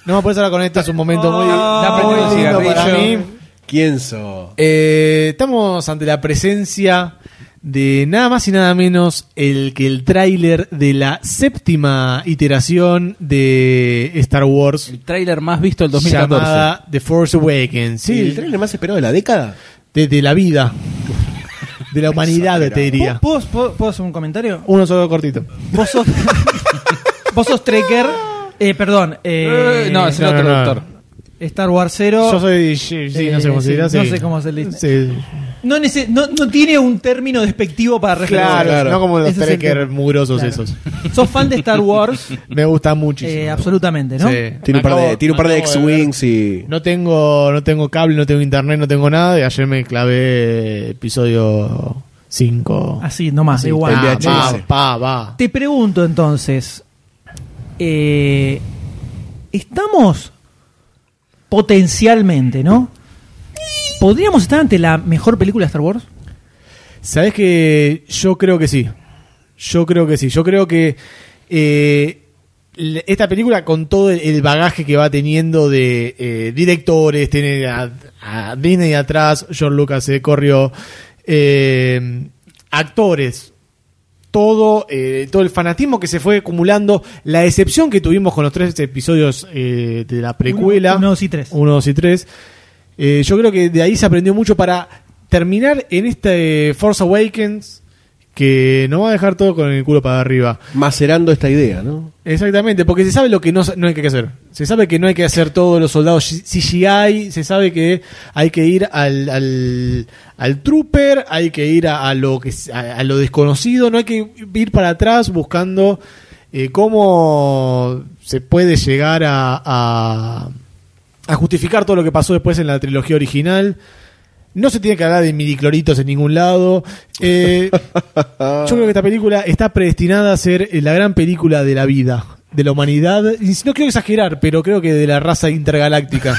Speaker 5: No me apures ahora con esto, es un momento muy,
Speaker 7: Está prendido
Speaker 5: muy
Speaker 7: el
Speaker 5: lindo para
Speaker 8: cigarrillo.
Speaker 5: mí.
Speaker 3: ¿Quién sos?
Speaker 5: Eh, estamos ante la presencia de nada más y nada menos el que el tráiler de la séptima iteración de Star Wars
Speaker 8: El tráiler más visto del 2014.
Speaker 5: llamada The Force Awakens. Sí,
Speaker 3: ¿El trailer más esperado de la década?
Speaker 5: de, de la vida, de la humanidad, te
Speaker 7: ¿Puedo,
Speaker 5: diría.
Speaker 7: puedo, puedo- puedo hacer un comentario?
Speaker 5: Uno solo cortito.
Speaker 7: Vos sos. vos sos Trekker. Eh, perdón. eh,
Speaker 8: Eh, no, es el
Speaker 5: No, no,
Speaker 8: otro
Speaker 5: no.
Speaker 8: doctor.
Speaker 7: Star Wars 0.
Speaker 5: Yo soy. Sí, sí, no sé cómo se
Speaker 7: Eh,
Speaker 5: dirá.
Speaker 7: sí, no
Speaker 5: sí.
Speaker 7: sé cómo se le dice.
Speaker 5: Sí.
Speaker 7: No, nece- no, no tiene un término despectivo para referirse.
Speaker 5: Claro,
Speaker 3: Claro.
Speaker 5: no como los
Speaker 7: Ese es el
Speaker 5: trekker
Speaker 7: tema.
Speaker 5: mugrosos
Speaker 7: Claro.
Speaker 5: esos.
Speaker 7: Sos fan de Star Wars.
Speaker 5: Me gusta muchísimo.
Speaker 7: eh, absolutamente, ¿no?
Speaker 5: Sí.
Speaker 3: Tiene un par de,
Speaker 5: Acabo-
Speaker 3: tiene un par de
Speaker 5: acabo ver.
Speaker 3: X-Wings y.
Speaker 5: No tengo, no tengo cable, no tengo internet, no tengo nada. Y ayer me clavé episodio 5.
Speaker 7: Así, nomás, Ah, igual.
Speaker 3: el
Speaker 5: va,
Speaker 3: VHS.
Speaker 5: va, va, va.
Speaker 7: Te pregunto entonces, eh, ¿estamos potencialmente, no? ¿Podríamos estar ante la mejor película de Star Wars?
Speaker 5: ¿Sabes que Yo creo que sí. Yo creo que sí. Yo creo que eh, l- esta película, con todo el- el bagaje que va teniendo de eh, directores, tiene a, a Disney atrás, George Lucas se corrió, eh, actores, todo, eh, todo el fanatismo que se fue acumulando, la decepción que tuvimos con los tres episodios eh, de la precuela.
Speaker 7: Uno, dos y tres.
Speaker 5: 1, 2 y 3. yo creo que de ahí se aprendió mucho para terminar en este Force Awakens que nos va a dejar todo con el culo para arriba.
Speaker 3: macerando esta idea, ¿no?
Speaker 5: Exactamente, porque se sabe lo que no, no hay que hacer. Se sabe que no hay que hacer todos los soldados CGI, se sabe que hay que ir al, al, al trooper, hay que ir a, a lo que, s- a, a lo desconocido, no hay que ir para atrás buscando eh, cómo se puede llegar a, a, a justificar todo lo que pasó después en la trilogía original. No se tiene que hablar de midicloritos en ningún lado. Eh, yo creo que esta película está predestinada a ser eh, la gran película de la vida, de la humanidad. Y No quiero exagerar, pero creo que de la raza intergaláctica.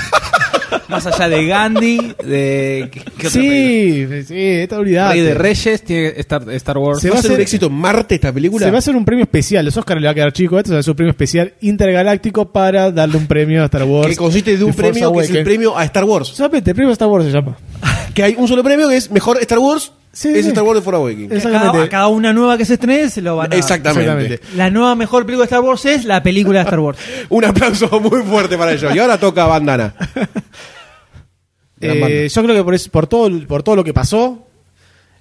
Speaker 8: Más allá de Gandhi, de. ¿qué- qué otra película?
Speaker 5: sí, sí, esta olvidada.
Speaker 8: Rey de Reyes, tiene que estar Star Wars.
Speaker 5: Se
Speaker 3: ¿Va
Speaker 5: va
Speaker 3: a
Speaker 5: a
Speaker 3: ser un
Speaker 5: hacer-
Speaker 3: éxito en Marte esta película?
Speaker 5: Se va a hacer un premio especial. Los Oscar le va a quedar chico. Esto se va a hacer un premio especial intergaláctico para darle un premio a Star Wars.
Speaker 3: que consiste de un
Speaker 5: The Force
Speaker 3: premio que es el
Speaker 5: Awakens.
Speaker 3: premio a Star Wars.
Speaker 5: Solamente, el premio Star Wars se llama.
Speaker 3: Que hay un solo premio que es mejor Star Wars,
Speaker 5: Sí,
Speaker 3: es
Speaker 5: sí.
Speaker 3: Star Wars de For Awakening.
Speaker 7: A cada, a cada una nueva que se estrene se lo van a...
Speaker 3: Exactamente.
Speaker 5: Exactamente.
Speaker 7: La nueva mejor película de Star Wars es la película de Star Wars.
Speaker 3: Un aplauso muy fuerte para ellos. Y ahora toca bandana. Gran
Speaker 5: Eh,
Speaker 3: banda.
Speaker 5: yo creo que por, eso- por, todo, por todo lo que pasó,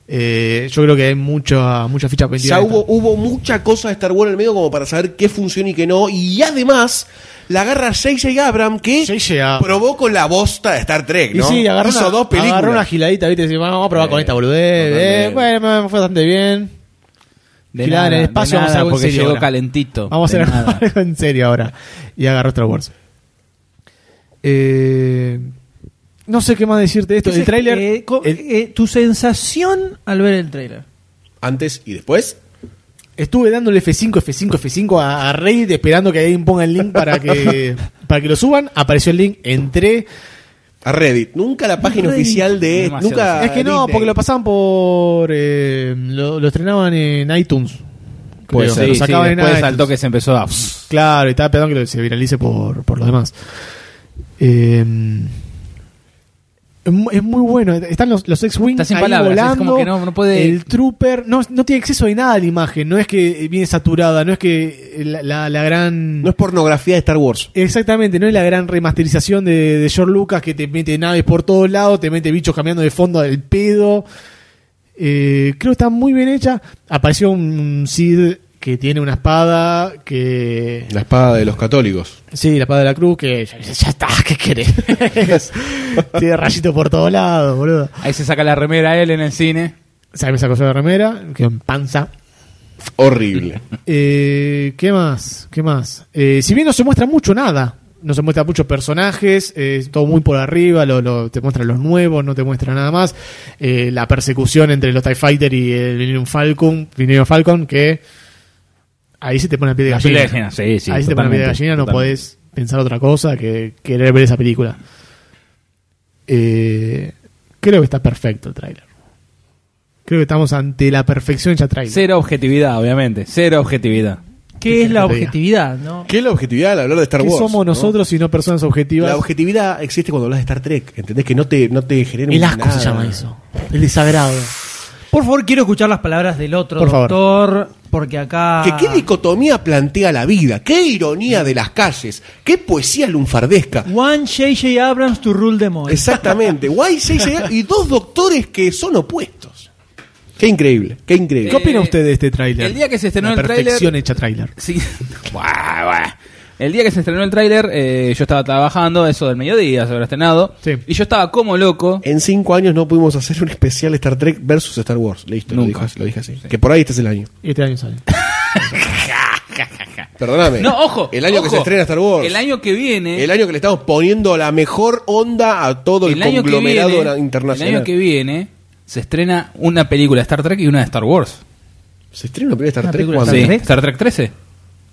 Speaker 5: eh, yo creo que hay mucha, mucha ficha pendiente.
Speaker 3: Ya hubo, hubo mucha cosa de Star Wars en el medio como para saber qué funciona y qué no. Y además, la agarra J.J. Abram que
Speaker 5: J.J. Abrams.
Speaker 3: probó con la bosta de Star Trek,
Speaker 5: Y
Speaker 3: ¿no?
Speaker 5: sí, agarró
Speaker 3: Hizo
Speaker 5: una,
Speaker 3: dos películas.
Speaker 5: agarró una giladita, ¿viste? Y decía, vamos a probar con esta boludez.
Speaker 3: totalmente.
Speaker 5: eh, bueno, me fue bastante bien.
Speaker 8: De
Speaker 5: Gilada en el
Speaker 8: nada,
Speaker 5: espacio,
Speaker 8: de
Speaker 5: vamos a
Speaker 8: nada,
Speaker 5: algo en
Speaker 8: porque
Speaker 5: serio
Speaker 8: llegó
Speaker 5: ahora.
Speaker 8: calentito.
Speaker 5: Vamos a
Speaker 8: De
Speaker 5: hacer
Speaker 8: nada.
Speaker 5: algo en serio ahora. Y agarró Star Wars. Eh, no sé qué más decirte de esto. El
Speaker 7: Entonces,
Speaker 5: tráiler...
Speaker 7: eh, co-
Speaker 5: el-
Speaker 7: eh, tu sensación al ver el trailer.
Speaker 3: Antes y después.
Speaker 5: Estuve dándole F5, F5, F5 a, a Reddit esperando que alguien ponga el link para que, para que lo suban. Apareció el link, entré.
Speaker 3: A Reddit. Nunca la página
Speaker 7: Reddit.
Speaker 3: oficial de...
Speaker 8: Demasiado
Speaker 3: nunca
Speaker 5: es que no,
Speaker 3: Ah, Disney.
Speaker 5: porque lo pasaban por. eh, lo, lo estrenaban en iTunes.
Speaker 8: Pues
Speaker 5: creo.
Speaker 8: sí,
Speaker 5: lo
Speaker 8: sí,
Speaker 5: sacaban en
Speaker 8: después
Speaker 5: iTunes.
Speaker 8: saltó que se empezó a.
Speaker 5: Claro, y estaba esperando que lo- se viralice por, por los demás. Eh, Em, Es mu- es muy bueno. Están los, los X-Wing
Speaker 4: Está sin
Speaker 5: ahí
Speaker 4: palabras, es
Speaker 5: volando.
Speaker 4: como que no- no puede-
Speaker 5: El Trooper. No, no tiene exceso de nada la imagen. No es que viene saturada. No es que eh, la, la- la gran.
Speaker 3: No es pornografía de Star Wars.
Speaker 5: Exactamente, no es la gran remasterización de, de George Lucas que te mete naves por todos lados, te mete bichos cambiando de fondo del pedo. Eh, creo que está muy bien hecha. Apareció un Cid que tiene una espada que.
Speaker 6: La espada de los católicos.
Speaker 5: Sí, la espada de la cruz que. Ya, ya está, ¿qué querés? tiene rayitos por todos lados, boludo.
Speaker 4: Ahí se saca la remera él en el cine.
Speaker 5: O sea, me sacó yo la remera, quedó en panza.
Speaker 6: Horrible.
Speaker 5: Eh, ¿Qué más? ¿Qué más? Eh, si bien no se muestra mucho nada, no se muestra muchos personajes, eh, todo muy por arriba, lo, lo- te muestran los nuevos, no te muestra nada más. Eh, la persecución entre los TIE Fighter y el Millennium Falcon, Millennium Falcon que ahí se te pone a pie de
Speaker 4: La
Speaker 5: gallina.
Speaker 4: piel de gallina, sí, sí,
Speaker 5: ahí se te pone a pie de
Speaker 4: totalmente,
Speaker 5: gallina, no
Speaker 4: totalmente.
Speaker 5: podés pensar otra cosa que querer ver esa película. Eh, creo que está perfecto el tráiler. Creo que estamos ante la perfección hecha tráiler.
Speaker 4: Cero objetividad, obviamente. Cero objetividad.
Speaker 7: ¿Qué es la
Speaker 5: Te diga.
Speaker 7: objetividad? ¿no?
Speaker 6: ¿Qué es la objetividad al hablar de Star
Speaker 5: ¿Qué
Speaker 6: Wars?
Speaker 5: somos
Speaker 6: no?
Speaker 5: nosotros si no personas objetivas?
Speaker 3: La objetividad existe cuando hablas de Star Trek. ¿Entendés? Que no te, no te genera
Speaker 5: el
Speaker 3: nada.
Speaker 5: asco se llama eso. El desagrado.
Speaker 7: Por favor, quiero escuchar las palabras del otro
Speaker 5: Por favor.
Speaker 7: doctor, porque acá...
Speaker 3: Que
Speaker 5: Ah.
Speaker 3: qué dicotomía plantea la vida, qué ironía de las calles, qué poesía lunfardesca.
Speaker 7: One J.J. Abrams to rule them all.
Speaker 3: Exactamente. Guay, seis ideas y dos doctores que son opuestos. Qué increíble, qué increíble.
Speaker 5: ¿Qué opina usted de este tráiler?
Speaker 4: el día que se estrenó el
Speaker 5: La
Speaker 4: tráiler-
Speaker 5: perfección hecha tráiler.
Speaker 4: Sí. Buah, buah. El día que se estrenó el tráiler, eh, yo estaba trabajando, eso del mediodía se habrá estrenado.
Speaker 5: Sí.
Speaker 4: Y yo estaba como loco.
Speaker 3: En cinco años no pudimos hacer un especial Star Trek versus Star Wars. Listo, lo
Speaker 4: Nunca.
Speaker 3: dije, lo dije así. Que por ahí este es el año.
Speaker 5: Y este año sale.
Speaker 8: Eh,
Speaker 3: Perdóname.
Speaker 4: No, ojo.
Speaker 3: El año que
Speaker 4: ojo.
Speaker 3: se estrena Star Wars.
Speaker 4: El año que viene.
Speaker 3: El año que le estamos poniendo la mejor onda a todo el,
Speaker 4: el año que
Speaker 3: conglomerado
Speaker 4: viene-
Speaker 3: internacional.
Speaker 4: El año que viene se estrena una película de Star Trek y una de Star Wars.
Speaker 3: ¿Se estrena la primera Star
Speaker 7: Una
Speaker 3: Trek?
Speaker 7: película de
Speaker 3: ¿Cuándo?
Speaker 4: Sí,
Speaker 7: Star Trek?
Speaker 4: Star Trek 13.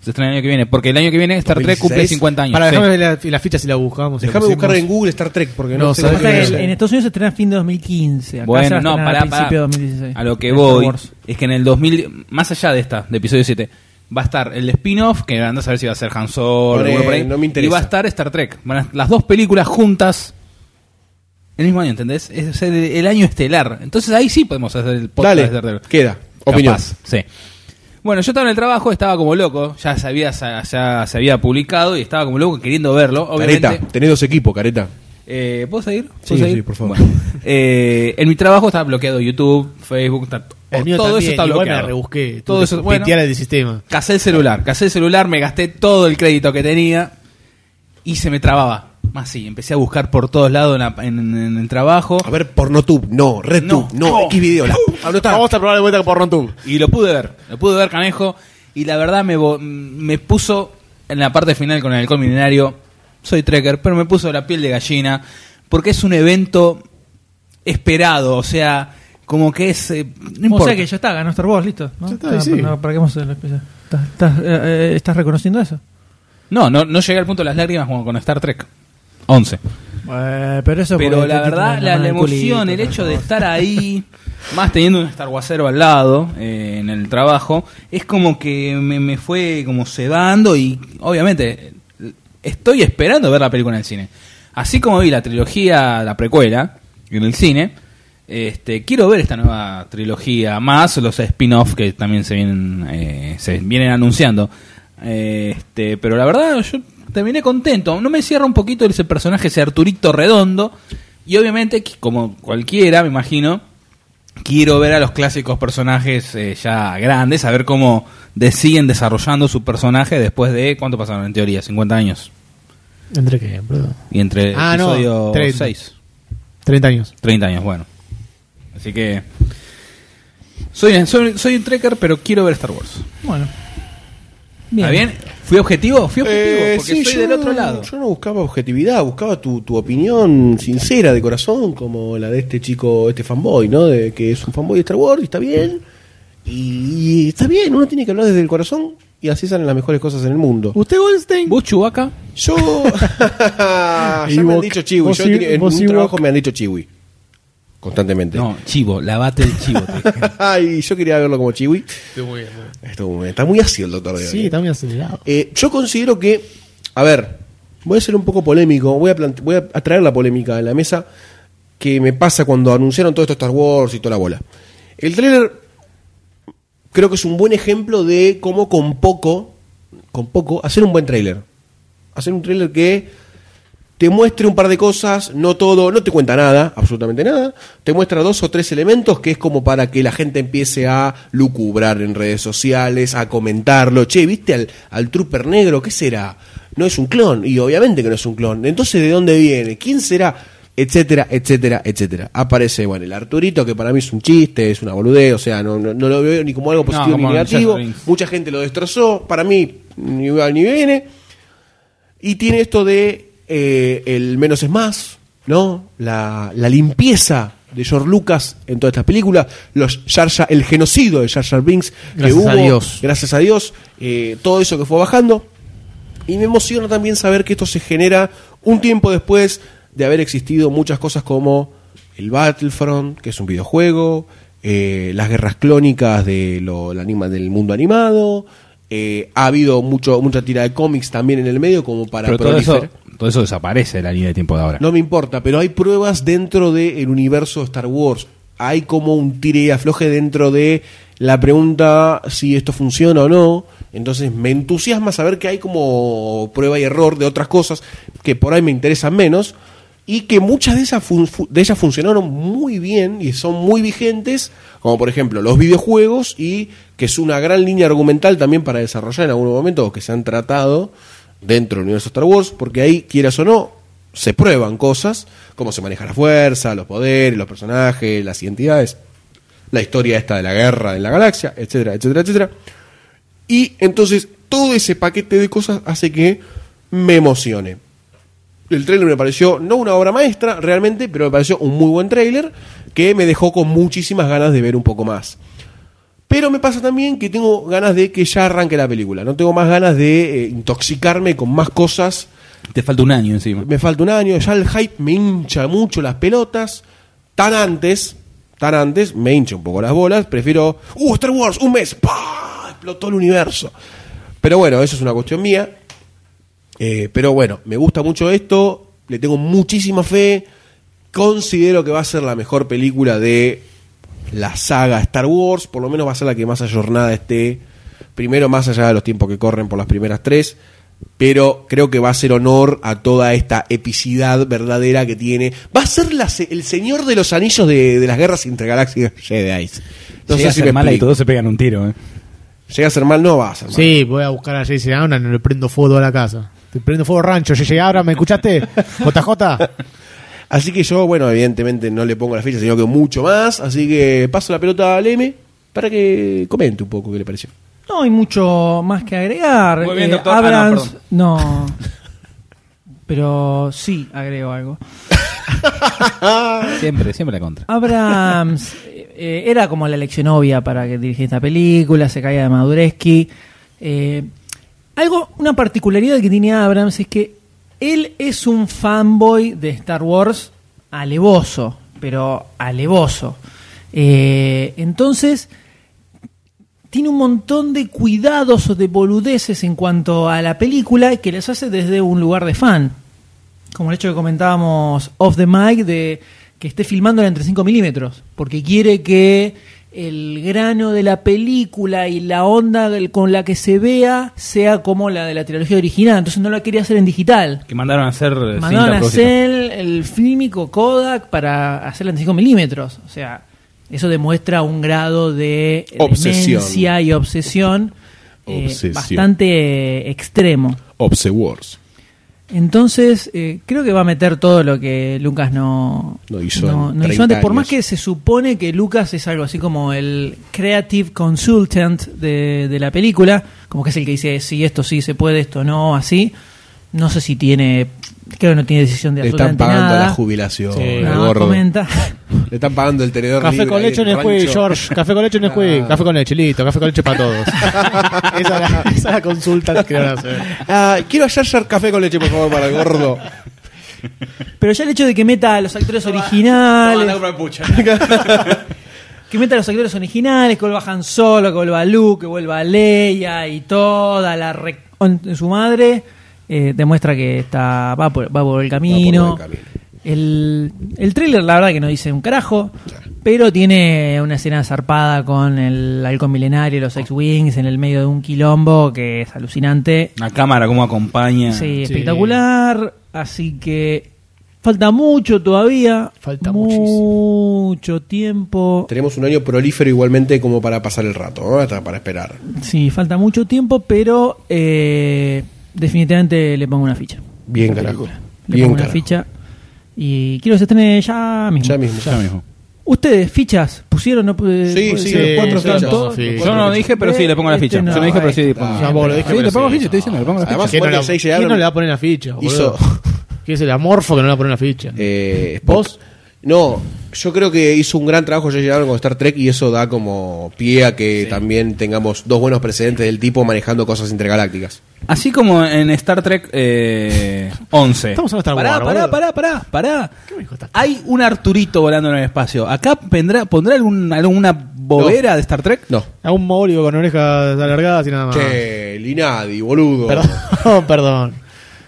Speaker 4: Se estrena el año que viene. Porque el año que viene Star Trek cumple
Speaker 3: 2016.
Speaker 4: 50 años.
Speaker 5: Para,
Speaker 4: sí.
Speaker 5: déjame ver la, la ficha si la buscamos. si la
Speaker 3: Déjame buscar
Speaker 5: pusimos.
Speaker 3: en Google Star Trek porque no,
Speaker 5: No,
Speaker 3: sé
Speaker 5: sabes
Speaker 3: cómo
Speaker 7: Pasa
Speaker 5: que
Speaker 7: que
Speaker 3: se
Speaker 7: en-
Speaker 5: no sé.
Speaker 7: en Estados Unidos se estrena fin de 2015. Acá se va
Speaker 4: Bueno,
Speaker 7: a
Speaker 4: no,
Speaker 7: estrenar a
Speaker 4: pará,
Speaker 7: principio de
Speaker 4: pará.
Speaker 7: 2016.
Speaker 4: A lo que
Speaker 7: Star
Speaker 4: voy
Speaker 7: Wars.
Speaker 4: es que en el 2000, más allá de esta, de episodio 7, va a estar el spin-off, que andás a ver si va a ser Han Solo,
Speaker 3: Por,
Speaker 4: alguno
Speaker 3: eh,
Speaker 4: por ahí,
Speaker 3: no me interesa.
Speaker 4: y va a estar Star Trek. Van a- las dos películas juntas el mismo año, ¿entendés? Es es el, el año estelar. Entonces ahí sí podemos hacer
Speaker 7: este
Speaker 4: el podcast de Star
Speaker 3: Dale,
Speaker 4: Trek.
Speaker 3: queda.
Speaker 4: Capaz,
Speaker 3: Opinión.
Speaker 4: sí. Bueno, yo estaba en el trabajo, estaba como loco, ya se había, ya se había publicado y estaba como loco queriendo verlo. Obviamente,
Speaker 6: Careta, tenés dos equipos, careta.
Speaker 4: eh, ¿Puedo seguir? ¿Puedo
Speaker 3: Sí,
Speaker 4: seguir?
Speaker 3: sí, por favor.
Speaker 4: Bueno, eh, en mi trabajo está bloqueado YouTube, Facebook, está-
Speaker 5: El mío
Speaker 4: todo
Speaker 5: también,
Speaker 4: eso está
Speaker 5: igual
Speaker 4: bloqueado.
Speaker 5: me la rebusqué.
Speaker 4: Todo eso, bueno,
Speaker 5: Pintear el sistema.
Speaker 4: casé el celular, casé el celular, me gasté todo el crédito que tenía y se me trababa. Más sí, empecé a buscar por todos lados en, la- en- en el trabajo
Speaker 3: A ver, pornotube, no, RedTube, no,
Speaker 4: No.
Speaker 3: Xvideo. la- Ah, no está.
Speaker 5: Vamos a probar de vuelta por RonTube.
Speaker 4: y lo pude ver, lo pude ver canejo y la verdad me, bo- me puso en la parte final con el alcohol milenario, soy trekker, pero me puso la piel de gallina porque es un evento esperado, o sea, como que es... eh, no
Speaker 7: O
Speaker 4: importa.
Speaker 7: sea que ya está, ganó Star Wars, listo. ¿no?
Speaker 5: Ya está, y sí.
Speaker 7: no, ¿Para qué vamos a hacer la especial? ¿Estás, estás, eh, eh, estás reconociendo eso?
Speaker 4: No, no, no llegué al punto de las lágrimas como con Star Trek 11.
Speaker 7: Eh, pero eso
Speaker 4: Pero la verdad, la, la emoción, el hecho de estar ahí, más teniendo un Star Warsero al lado eh, en el trabajo, es como que me, me fue como sedando y obviamente eh, estoy esperando ver la película en el cine. Así como vi la trilogía, la precuela, en el cine, este, quiero ver esta nueva trilogía, más los spin-off que también se vienen, eh, se vienen anunciando. Eh, Este, pero la verdad, yo terminé contento. No me cierra un poquito ese personaje, ese Arturito Redondo. Y obviamente, qui- como cualquiera, me imagino, quiero ver a los clásicos personajes eh, ya grandes, a ver cómo de- siguen desarrollando su personaje después de, ¿cuánto pasaron en teoría? 50 años.
Speaker 5: ¿Entre qué, bro?
Speaker 4: Y entre
Speaker 5: Ah, no,
Speaker 4: episodio
Speaker 5: 30.
Speaker 4: 6.
Speaker 5: 30 años.
Speaker 4: 30 años, bueno. Así que. Soy, soy, soy un trekker, pero quiero ver Star Wars.
Speaker 7: Bueno.
Speaker 4: ¿Está bien? ¿Fui objetivo? Fui objetivo,
Speaker 3: Eh,
Speaker 4: porque
Speaker 3: sí,
Speaker 4: estoy
Speaker 3: yo
Speaker 4: del
Speaker 3: no-
Speaker 4: otro lado.
Speaker 3: Yo no buscaba objetividad, buscaba tu, tu opinión sincera de corazón, como la de este chico, este fanboy, ¿no? De que es un fanboy de Star Wars y está bien. Y, y está bien, uno tiene que hablar desde el corazón y así salen las mejores cosas en el mundo.
Speaker 5: ¿Usted, Goldstein?
Speaker 4: ¿Vos, Chewbacca?
Speaker 3: Yo. ya me han
Speaker 5: Ewok.
Speaker 3: dicho chiwi.
Speaker 5: Vos
Speaker 3: Yo
Speaker 5: i-
Speaker 3: tenía- en
Speaker 5: vos
Speaker 3: un
Speaker 5: Ewok.
Speaker 3: trabajo me han dicho chiwi. Constantemente.
Speaker 4: No, chivo, lavate el chivo. te dije.
Speaker 3: y yo quería verlo como chiwi. Estuvo muy bien. Está muy ácido el doctor de hoy.
Speaker 5: Sí, está muy acelerado.
Speaker 3: Eh, yo considero que, a ver, voy a ser un poco polémico, voy a, plante- voy a a traer la polémica a la mesa. que me pasa cuando anunciaron todo esto Star Wars y toda la bola. El trailer creo que es un buen ejemplo de cómo con poco, con poco, hacer un buen trailer. Hacer un trailer que te muestre un par de cosas, no todo, no te cuenta nada, absolutamente nada, te muestra dos o tres elementos que es como para que la gente empiece a lucubrar en redes sociales, a comentarlo, che, ¿viste al, al trooper negro? ¿Qué será? No es un clon, y obviamente que no es un clon, entonces ¿de dónde viene? ¿Quién será? Etcétera, etcétera, etcétera. Aparece, bueno, el Arturito, que para mí es un chiste, es una boludez, o sea, no, no, no lo veo ni como algo positivo
Speaker 4: como
Speaker 3: ni
Speaker 4: el Jack
Speaker 3: negativo,
Speaker 4: Rings.
Speaker 3: mucha gente lo destrozó, para mí ni va ni viene. Y tiene esto de eh, el menos es más, ¿no? La, la limpieza de George Lucas en todas estas películas, los Jar Jar- el genocidio de Jar Jar Binks que
Speaker 5: Gracias
Speaker 3: hubo,
Speaker 5: a Dios.
Speaker 3: gracias a Dios, eh, todo eso que fue bajando. Y me emociona también saber que esto se genera un tiempo después de haber existido muchas cosas como el Battlefront, que es un videojuego, eh, las guerras clónicas de lo, el anima, del mundo animado. eh, ha habido mucho, mucha tira de cómics también en el medio como para
Speaker 4: Pero todo eso,
Speaker 3: proliferar.
Speaker 4: todo eso desaparece de la línea de tiempo de ahora.
Speaker 3: No me importa, pero hay pruebas dentro del universo de Star Wars. Hay como un tire y afloje dentro de la pregunta si esto funciona o no. Entonces me entusiasma saber que hay como prueba y error de otras cosas que por ahí me interesan menos y que muchas de esas, fun- fu- de ellas funcionaron muy bien y son muy vigentes, como por ejemplo los videojuegos y que es una gran línea argumental también para desarrollar en algún momento o que se han tratado dentro del universo Star Wars, porque ahí, quieras o no, se prueban cosas, cómo se maneja la fuerza, los poderes, los personajes, las identidades, la historia esta de la guerra de la galaxia, etcétera, etcétera, etcétera. Y entonces todo ese paquete de cosas hace que me emocione. El trailer me pareció no una obra maestra realmente, pero me pareció un muy buen trailer que me dejó con muchísimas ganas de ver un poco más. Pero me pasa también que tengo ganas de que ya arranque la película. No tengo más ganas de eh, intoxicarme con más cosas
Speaker 4: Te falta un año encima.
Speaker 3: me falta un año, ya el hype me hincha mucho las pelotas, tan antes, tan antes, me hincha un poco las bolas, prefiero, uh, Star Wars, un mes, ¡pah! explotó el universo. Pero bueno, eso es una cuestión mía. Eh, pero bueno, me gusta mucho esto, le tengo muchísima fe, considero que va a ser la mejor película de la saga Star Wars, por lo menos va a ser la que más ayornada esté, primero más allá de los tiempos que corren por las primeras tres, pero creo que va a ser honor a toda esta epicidad verdadera que tiene. Va a ser la se- el señor de los anillos de, de las guerras intergalácticas Jedi. No
Speaker 4: Llega
Speaker 3: sé
Speaker 4: a
Speaker 3: si
Speaker 4: ser
Speaker 3: me
Speaker 4: mala y
Speaker 3: explico.
Speaker 4: todos se pegan un tiro. ¿eh?
Speaker 3: Llega a ser mal, no va a ser mal.
Speaker 5: Sí, voy a buscar a Jason Abrams y le prendo fuego a la casa. Te prendo fuego rancho, Jason Abrams, ¿me escuchaste? JJ.
Speaker 3: Así que yo, bueno, evidentemente no le pongo la fecha, sino que mucho más. Así que paso la pelota al M para que comente un poco qué le pareció.
Speaker 7: No hay mucho más que agregar.
Speaker 4: Muy bien,
Speaker 7: Eh,
Speaker 4: doctor. Ah, no,
Speaker 7: Abrams-
Speaker 4: perdón.
Speaker 7: no, Pero sí agrego algo.
Speaker 4: Siempre, siempre la contra.
Speaker 7: Abrams eh, eh, era como la elección obvia para que dirigir esta película, se caía de Madureski. Eh, algo, una particularidad que tiene Abrams es que él es un fanboy de Star Wars alevoso, pero alevoso. Eh, entonces, tiene un montón de cuidados o de boludeces en cuanto a la película que les hace desde un lugar de fan. Como el hecho que comentábamos off the mic de que esté filmándola entre 5 milímetros, porque quiere que el grano de la película y la onda del- con la que se vea sea como la de la trilogía original, entonces no la quería hacer en digital.
Speaker 4: Que mandaron a hacer. eh, cinta
Speaker 7: Mandaron
Speaker 4: a
Speaker 7: a
Speaker 4: propósito.
Speaker 7: hacer el fílmico Kodak para hacerla en 5 milímetros. O sea, eso demuestra un grado de
Speaker 12: Obsesión.
Speaker 7: demencia y obsesión, eh,
Speaker 12: Obsesión.
Speaker 7: bastante eh, extremo.
Speaker 12: Obse Wars.
Speaker 7: Entonces, eh, creo que va a meter todo lo que Lucas no,
Speaker 12: No hizo
Speaker 7: no-
Speaker 12: en
Speaker 7: no
Speaker 12: 30
Speaker 7: hizo antes. Por más
Speaker 12: años.
Speaker 7: que se supone que Lucas es algo así como el creative consultant de, de la película, como que es el que dice, sí, esto sí se puede, esto no, así. No sé si tiene, creo que no tiene decisión de
Speaker 12: Le están
Speaker 7: absolutamente
Speaker 12: pagando
Speaker 7: nada. Eh,
Speaker 12: la jubilación.
Speaker 5: Sí.
Speaker 12: al
Speaker 7: No,
Speaker 12: gordo.
Speaker 7: comenta.
Speaker 12: Le están pagando el tenedor
Speaker 5: Café
Speaker 12: libre
Speaker 5: con
Speaker 12: ahí
Speaker 5: leche
Speaker 12: en
Speaker 5: en Nesquik,
Speaker 12: rancho.
Speaker 5: George. Café con leche en Nesquik. Café con leche, listo. Café con leche para todos. Ah. esa, es la, esa es la consulta que van a hacer.
Speaker 3: Ah, quiero hallar café con leche, por favor, para el gordo.
Speaker 7: Pero ya el hecho de que meta a los actores originales. que meta a los actores originales, que vuelva Han Solo, que vuelva Luke, que vuelva Leia y toda la re- de su madre, eh, demuestra que está va por, va por el camino.
Speaker 12: camino.
Speaker 7: El, el tráiler, la verdad, que no dice un carajo, pero tiene una escena zarpada con el halcón milenario, los X-Wings, en el medio de un quilombo que es alucinante.
Speaker 4: La cámara, cómo acompaña.
Speaker 7: Sí, espectacular. Así que falta mucho todavía.
Speaker 5: Falta muchísimo.
Speaker 7: mucho tiempo.
Speaker 3: Tenemos un año prolífero igualmente como para pasar el rato, ¿no? Hasta para esperar.
Speaker 7: Sí, falta mucho tiempo, pero eh, definitivamente le pongo una ficha.
Speaker 3: Bien, carajo.
Speaker 7: Le
Speaker 3: Bien,
Speaker 7: pongo
Speaker 3: carajo.
Speaker 7: una ficha. Y quiero que se estrene ya mismo.
Speaker 3: Ya mismo.
Speaker 4: Ya mismo.
Speaker 7: Ustedes, fichas, pusieron, no Pu-
Speaker 3: Sí,
Speaker 7: pu-
Speaker 3: sí,
Speaker 5: Sí,
Speaker 3: los cuatro
Speaker 5: sí,
Speaker 3: están
Speaker 5: sí,
Speaker 3: todos.
Speaker 5: sí.
Speaker 4: Yo no lo dije, pero sí, le pongo la
Speaker 7: Este
Speaker 4: ficha.
Speaker 7: no,
Speaker 4: Yo no dije, pero sí le
Speaker 7: este
Speaker 4: pongo
Speaker 5: Ya, vos lo dije,
Speaker 4: Sí, le
Speaker 5: pero
Speaker 4: pongo
Speaker 5: sí,
Speaker 4: ficha, estoy diciendo, le pongo la
Speaker 3: Además,
Speaker 4: ficha.
Speaker 5: ¿Quién no,
Speaker 3: Juan
Speaker 5: la-
Speaker 3: 16
Speaker 5: quién
Speaker 3: llegaron-
Speaker 5: no le va a poner una ficha? boludo?
Speaker 3: Hizo-
Speaker 5: ¿Quién es el amorfo que no le va a poner una ficha?
Speaker 3: Eh, Spock.
Speaker 5: ¿Vos?
Speaker 3: No, yo creo que hizo un gran trabajo ya llegaron con Star Trek y eso da como pie a que también tengamos dos buenos precedentes del tipo manejando cosas intergalácticas.
Speaker 4: Así como en Star Trek eh, 11.
Speaker 5: Estamos hablando de Star
Speaker 4: pará,
Speaker 5: Wars,
Speaker 4: pará,
Speaker 5: boludo.
Speaker 4: pará, pará, pará.
Speaker 5: me dijo esta-
Speaker 4: Hay un Arturito volando en el espacio. ¿Acá vendrá, pondrá algún, alguna bobera de Star Trek?
Speaker 3: No.
Speaker 5: A Ah, un morio con orejas alargadas y
Speaker 7: Ah.
Speaker 5: nada más.
Speaker 3: Che, Linadi, boludo.
Speaker 5: Perdón, perdón.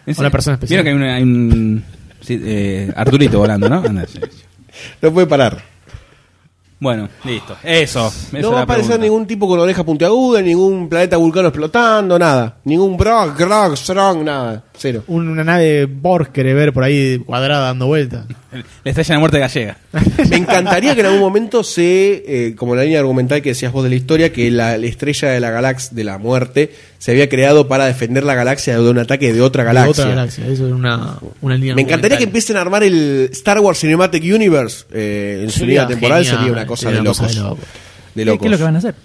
Speaker 4: ¿En serio?
Speaker 5: Una persona especial.
Speaker 4: Vieron que hay, una- hay un sí, eh, Arturito volando, ¿no? Anda, sí, sí.
Speaker 3: No puede parar.
Speaker 4: Bueno, listo. Eso. esa
Speaker 3: no va a
Speaker 4: era la
Speaker 3: aparecer
Speaker 4: pregunta.
Speaker 3: ningún tipo con oreja puntiaguda, ningún planeta vulcano explotando, nada. Ningún Brock, Grog, Strong, nada. Cero.
Speaker 5: Un- una nave Borg quiere ver por ahí cuadrada dando vueltas.
Speaker 4: La estrella de la muerte gallega.
Speaker 3: Me encantaría que en algún momento se, eh, como la línea argumental que decías vos de la historia, que la, la estrella de la galaxia de la muerte se había creado para defender la galaxia de un ataque de otra
Speaker 5: De
Speaker 3: galaxia.
Speaker 5: Otra galaxia. Eso es una, una línea.
Speaker 3: Me encantaría que
Speaker 5: argumental.
Speaker 3: empiecen a armar el Star Wars Cinematic Universe eh, en su
Speaker 5: Sería
Speaker 3: línea temporal,
Speaker 5: genial,
Speaker 3: sería una cosa
Speaker 5: sería
Speaker 3: de
Speaker 5: una cosa
Speaker 3: locos.
Speaker 5: de
Speaker 3: De
Speaker 7: ¿Qué,
Speaker 3: locos.
Speaker 7: qué es lo que van a hacer?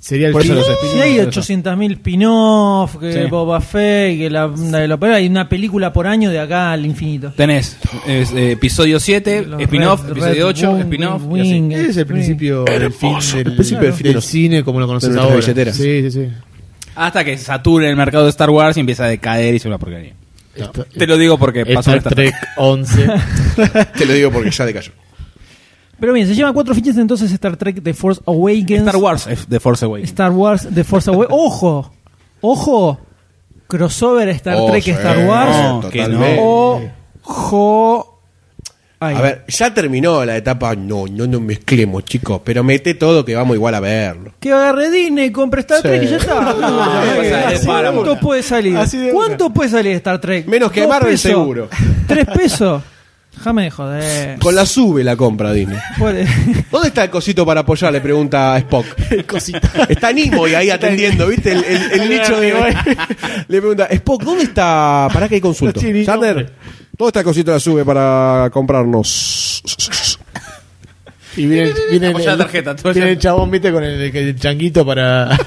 Speaker 5: Sería el
Speaker 3: Por eso
Speaker 5: fin.
Speaker 3: los
Speaker 7: Si hay 800.000 spin-off, que
Speaker 4: Sí.
Speaker 7: Boba Fett, que la onda de la opera, hay una película por año de acá al infinito.
Speaker 4: Tenés es, eh, episodio 7,
Speaker 7: Los
Speaker 4: spin-off,
Speaker 7: Red-
Speaker 4: episodio
Speaker 7: Red
Speaker 4: 8,
Speaker 7: Wing,
Speaker 4: spin-off. y así.
Speaker 7: Wing,
Speaker 5: Ese es el
Speaker 7: Wing.
Speaker 5: principio del fin del,
Speaker 3: El principio del fin de
Speaker 5: del
Speaker 3: los-
Speaker 5: cine como lo conoces
Speaker 3: nuestras
Speaker 5: ahora.
Speaker 3: billeteras.
Speaker 5: Sí, sí, sí.
Speaker 4: Hasta que se sature el mercado de Star Wars y empieza a decaer y se una porquería.
Speaker 5: Esta-
Speaker 4: Te lo digo porque pasó en Star
Speaker 5: Star Trek
Speaker 4: Trek.
Speaker 5: 11.
Speaker 3: Te lo digo porque ya decayó.
Speaker 7: Pero bien, se lleva cuatro fichas entonces Star Trek The Force Awakens.
Speaker 4: Star Wars eh, The Force Awakens.
Speaker 7: Star Wars The Force Awakens. ¡Ojo! ¡Ojo! Crossover Star
Speaker 3: Oh,
Speaker 7: Trek
Speaker 3: sí, Oh.
Speaker 7: Star Wars.
Speaker 4: que
Speaker 3: totalmente.
Speaker 4: no.
Speaker 7: ¡Ojo! Ahí.
Speaker 3: A ver, ya terminó la etapa. No, no nos mezclemos, chicos. Pero mete todo que vamos igual a verlo.
Speaker 7: Que agarre Disney, compre Star Trek y ya está.
Speaker 4: pasa,
Speaker 7: Así
Speaker 4: para,
Speaker 7: ¿Cuánto puede salir?
Speaker 5: Así de
Speaker 7: ¿Cuánto puede salir Star Trek?
Speaker 3: Menos que
Speaker 7: ¿Dos
Speaker 3: Marvel,
Speaker 7: pesos?
Speaker 3: seguro.
Speaker 7: ¿Tres pesos? Déjame de joder.
Speaker 3: Con la sube la compra, Disney.
Speaker 7: Pobre-
Speaker 3: ¿Dónde está el cosito para apoyar? Le pregunta Spock. Está Nimoy ahí atendiendo, ¿viste? El, el- el nicho de. Le pregunta, Spock, ¿dónde está. ¿Para qué hay consulto?
Speaker 5: No tiene ni
Speaker 3: Sander,
Speaker 5: nombre.
Speaker 3: ¿dónde está el cosito de la sube para comprarnos?
Speaker 5: Y viene, viene, el,
Speaker 4: Apoya la tarjeta, tú
Speaker 5: viene
Speaker 4: ya-
Speaker 5: el chabón, viste, con el, el changuito para.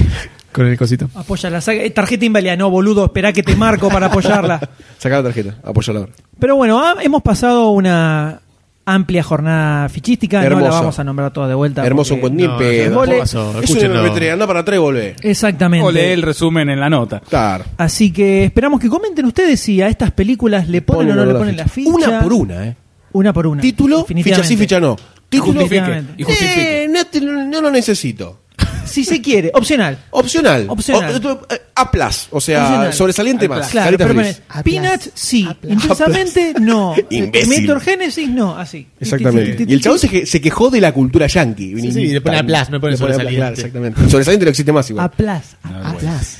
Speaker 5: con el cosito.
Speaker 7: Apoya la saga. Eh, tarjeta inválida. No, boludo, esperá que te marco para apoyarla.
Speaker 3: Saca la tarjeta, apoyala ahora.
Speaker 7: Pero bueno, ha- hemos pasado una amplia jornada fichística. No la
Speaker 3: Hermoso.
Speaker 7: vamos a nombrar toda de vuelta.
Speaker 3: Hermoso
Speaker 7: porque-
Speaker 3: encuentro, ni en
Speaker 5: no,
Speaker 3: pedo.
Speaker 7: no, no
Speaker 5: pasó,
Speaker 3: Es un
Speaker 5: escúchenlo.
Speaker 3: MP3, anda para atrás y volvé.
Speaker 7: Exactamente.
Speaker 4: O lee el resumen en la nota.
Speaker 3: Claro.
Speaker 7: Así que esperamos que comenten ustedes si a estas películas le ponen, o no le ponen la ficha.
Speaker 3: Una por una, ¿eh?
Speaker 7: Una por una.
Speaker 3: Título, ficha
Speaker 7: Definitivamente.
Speaker 3: sí, ficha no. Título,
Speaker 7: Definitivamente.
Speaker 4: Y justifique.
Speaker 3: Eh, no, te- no lo necesito.
Speaker 7: Si se quiere, opcional.
Speaker 3: Opcional.
Speaker 7: Opcional.
Speaker 3: O- eh, A plus, o sea,
Speaker 7: Opcional.
Speaker 3: sobresaliente más.
Speaker 7: Claro,
Speaker 3: Carita
Speaker 7: pero
Speaker 3: feliz.
Speaker 7: ponele, Peanuts sí, intensamente no.
Speaker 3: Imbécil.
Speaker 7: Meteor Génesis no, así.
Speaker 3: Exactamente. Y el chabón se, que- se quejó de la cultura yankee.
Speaker 5: Sí, sí, y le pone a plus, no le pone sobresaliente.
Speaker 3: Claro, exactamente. El Sobresaliente no existe más igual.
Speaker 7: Aplas,
Speaker 3: Ah,
Speaker 7: aplas.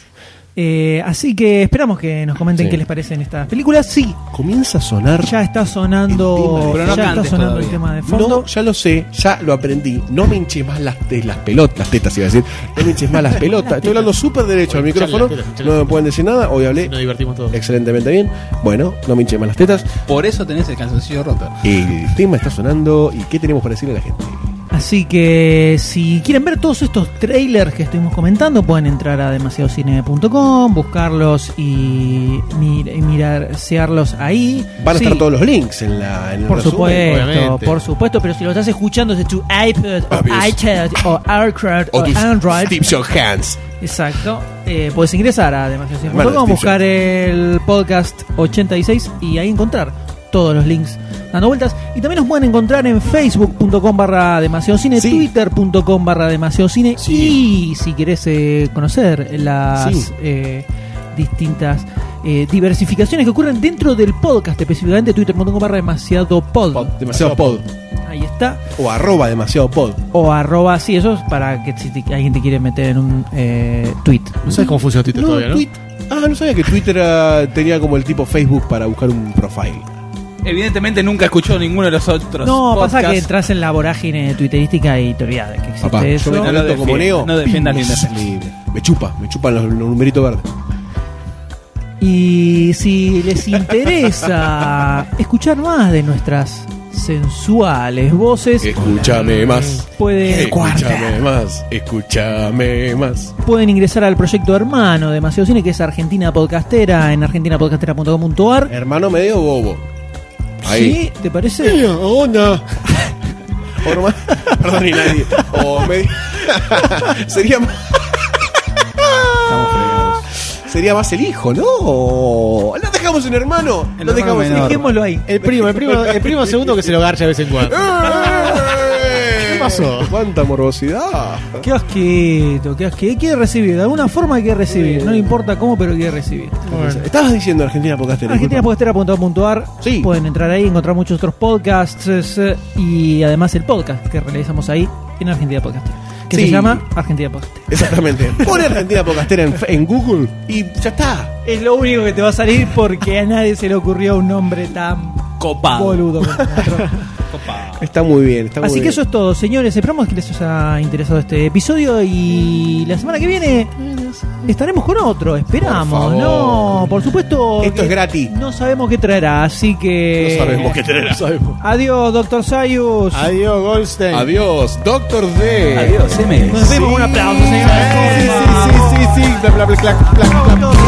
Speaker 7: Eh, así que esperamos que nos comenten
Speaker 3: Sí.
Speaker 7: qué les parecen estas películas. Sí,
Speaker 3: Comienza a sonar.
Speaker 7: Ah. ya está
Speaker 4: El tema.
Speaker 7: sonando,
Speaker 4: Pero no
Speaker 7: ya está
Speaker 4: cantes
Speaker 7: sonando
Speaker 4: todavía.
Speaker 7: el tema de fondo.
Speaker 3: No, ya lo sé, ya lo aprendí. No me hinches más las, te- las pelotas, las tetas iba a decir. No me hinches más las pelotas. Estoy hablando súper derecho al
Speaker 5: Escuchale
Speaker 3: micrófono.
Speaker 5: las tetas, escuchale
Speaker 3: No me
Speaker 5: las
Speaker 3: pueden decir nada. Hoy hablé
Speaker 5: Nos divertimos todos.
Speaker 3: excelentemente bien. Bueno, no me hinches más las tetas.
Speaker 4: Por eso tenés el calzoncillo roto.
Speaker 3: El tema está sonando. ¿Y qué tenemos para decirle a la gente?
Speaker 7: Así que si quieren ver todos estos trailers que estuvimos comentando, pueden entrar a demasiadocine.com, buscarlos y mir- y mirasearlos ahí.
Speaker 3: Van a
Speaker 7: Sí,
Speaker 3: estar todos los links en, la, en el
Speaker 7: Por
Speaker 3: resumen.
Speaker 7: supuesto,
Speaker 5: obviamente.
Speaker 7: por supuesto, pero si lo estás escuchando desde tu iPad o iPad o Aircraft o, Android,
Speaker 3: Hands.
Speaker 7: exacto, eh, puedes ingresar a demasiadocine.com,
Speaker 3: Bueno,
Speaker 7: buscar el podcast 86 y ahí encontrar todos los links dando vueltas. Y también nos pueden encontrar en facebook.com barra demasiadocine,
Speaker 3: Sí.
Speaker 7: twitter.com barra demasiadocine
Speaker 3: Sí.
Speaker 7: y si querés eh, conocer las
Speaker 3: Sí.
Speaker 7: eh, distintas eh, diversificaciones que ocurren dentro del podcast, específicamente twitter.com barra demasiado pod.
Speaker 3: Pod, demasiado pod.
Speaker 7: Ahí está.
Speaker 3: O arroba demasiado pod.
Speaker 7: O arroba así, eso es para que si te- alguien te quiere meter en un eh, tweet.
Speaker 5: No sabes cómo funciona Twitter todavía, ¿no?
Speaker 3: Twit- Ah, no sabía que Twitter ah, tenía como el tipo Facebook para buscar un profile.
Speaker 4: Evidentemente nunca escuchó ninguno de los otros.
Speaker 7: No, pasa que
Speaker 4: podcasts.
Speaker 7: entras en la vorágine twitterística y te olvidas de que existe
Speaker 13: Papá, yo
Speaker 7: eso.
Speaker 3: me
Speaker 4: No,
Speaker 3: Tanto
Speaker 4: defiendas-
Speaker 3: como Neo,
Speaker 4: no defiendas lo
Speaker 3: pim,
Speaker 4: indefendible.
Speaker 3: Me chupa, me chupan los, los numeritos verdes.
Speaker 7: Y si les interesa escuchar más de nuestras sensuales voces,
Speaker 13: Escúchame más.
Speaker 7: pueden,
Speaker 13: Escúchame más. Escúchame más.
Speaker 7: pueden ingresar al proyecto hermano de Demasiado Cine, que es Argentina Podcastera, en argentinapodcastera.com.ar.
Speaker 3: Hermano medio bobo. Ahí.
Speaker 7: ¿Sí? ¿Te parece?
Speaker 3: onda? O nomás- Perdón, ni nadie. O medio. Sería más. Sería más el hijo, ¿no? No dejamos un hermano.
Speaker 4: El
Speaker 3: no dejamos
Speaker 4: hermano
Speaker 3: un hijo.
Speaker 7: Dejémoslo ahí.
Speaker 5: El primo, el primo, el primo segundo que se lo garcha de vez en cuando.
Speaker 3: ¿Qué
Speaker 5: pasó?
Speaker 3: ¡Eh! ¡Cuánta morbosidad!
Speaker 7: Qué asquito, qué asquito. Quiere recibir, de alguna forma quiere recibir. No le importa cómo, pero quiere recibir.
Speaker 3: Estabas diciendo Argentina Podcastera. disculpa.
Speaker 7: Argentinapodcastera.com.ar
Speaker 3: Sí.
Speaker 7: Pueden entrar ahí, encontrar muchos otros podcasts eh, y además el podcast que realizamos ahí en Argentina Podcastera. Que
Speaker 3: Sí.
Speaker 7: se llama Argentina Podcastera.
Speaker 3: Exactamente. Pone Argentina Podcastera en, en Google y ya está.
Speaker 7: Es lo único que te va a salir porque a nadie se le ocurrió un nombre tan Ah.
Speaker 4: Copado.
Speaker 7: boludo como el nuestro.
Speaker 3: Está muy bien. Está muy
Speaker 7: Así que
Speaker 3: bien.
Speaker 7: eso es todo, señores. Esperamos que les haya interesado este episodio y la semana que viene estaremos con otro. Esperamos,
Speaker 13: Por favor.
Speaker 7: no, por supuesto.
Speaker 3: Esto
Speaker 7: que
Speaker 3: es gratis.
Speaker 7: No sabemos qué traerá, así que.
Speaker 13: No sabemos qué traerá.
Speaker 7: Adiós, doctor Sayus.
Speaker 5: Adiós, Goldstein.
Speaker 13: Adiós, Doctor D.
Speaker 4: Adiós, M.
Speaker 7: Nos vemos. Un aplauso,
Speaker 5: Sí,
Speaker 7: señores.
Speaker 5: sí, sí, sí, sí. Bla, bla, bla, clac, clac, clac.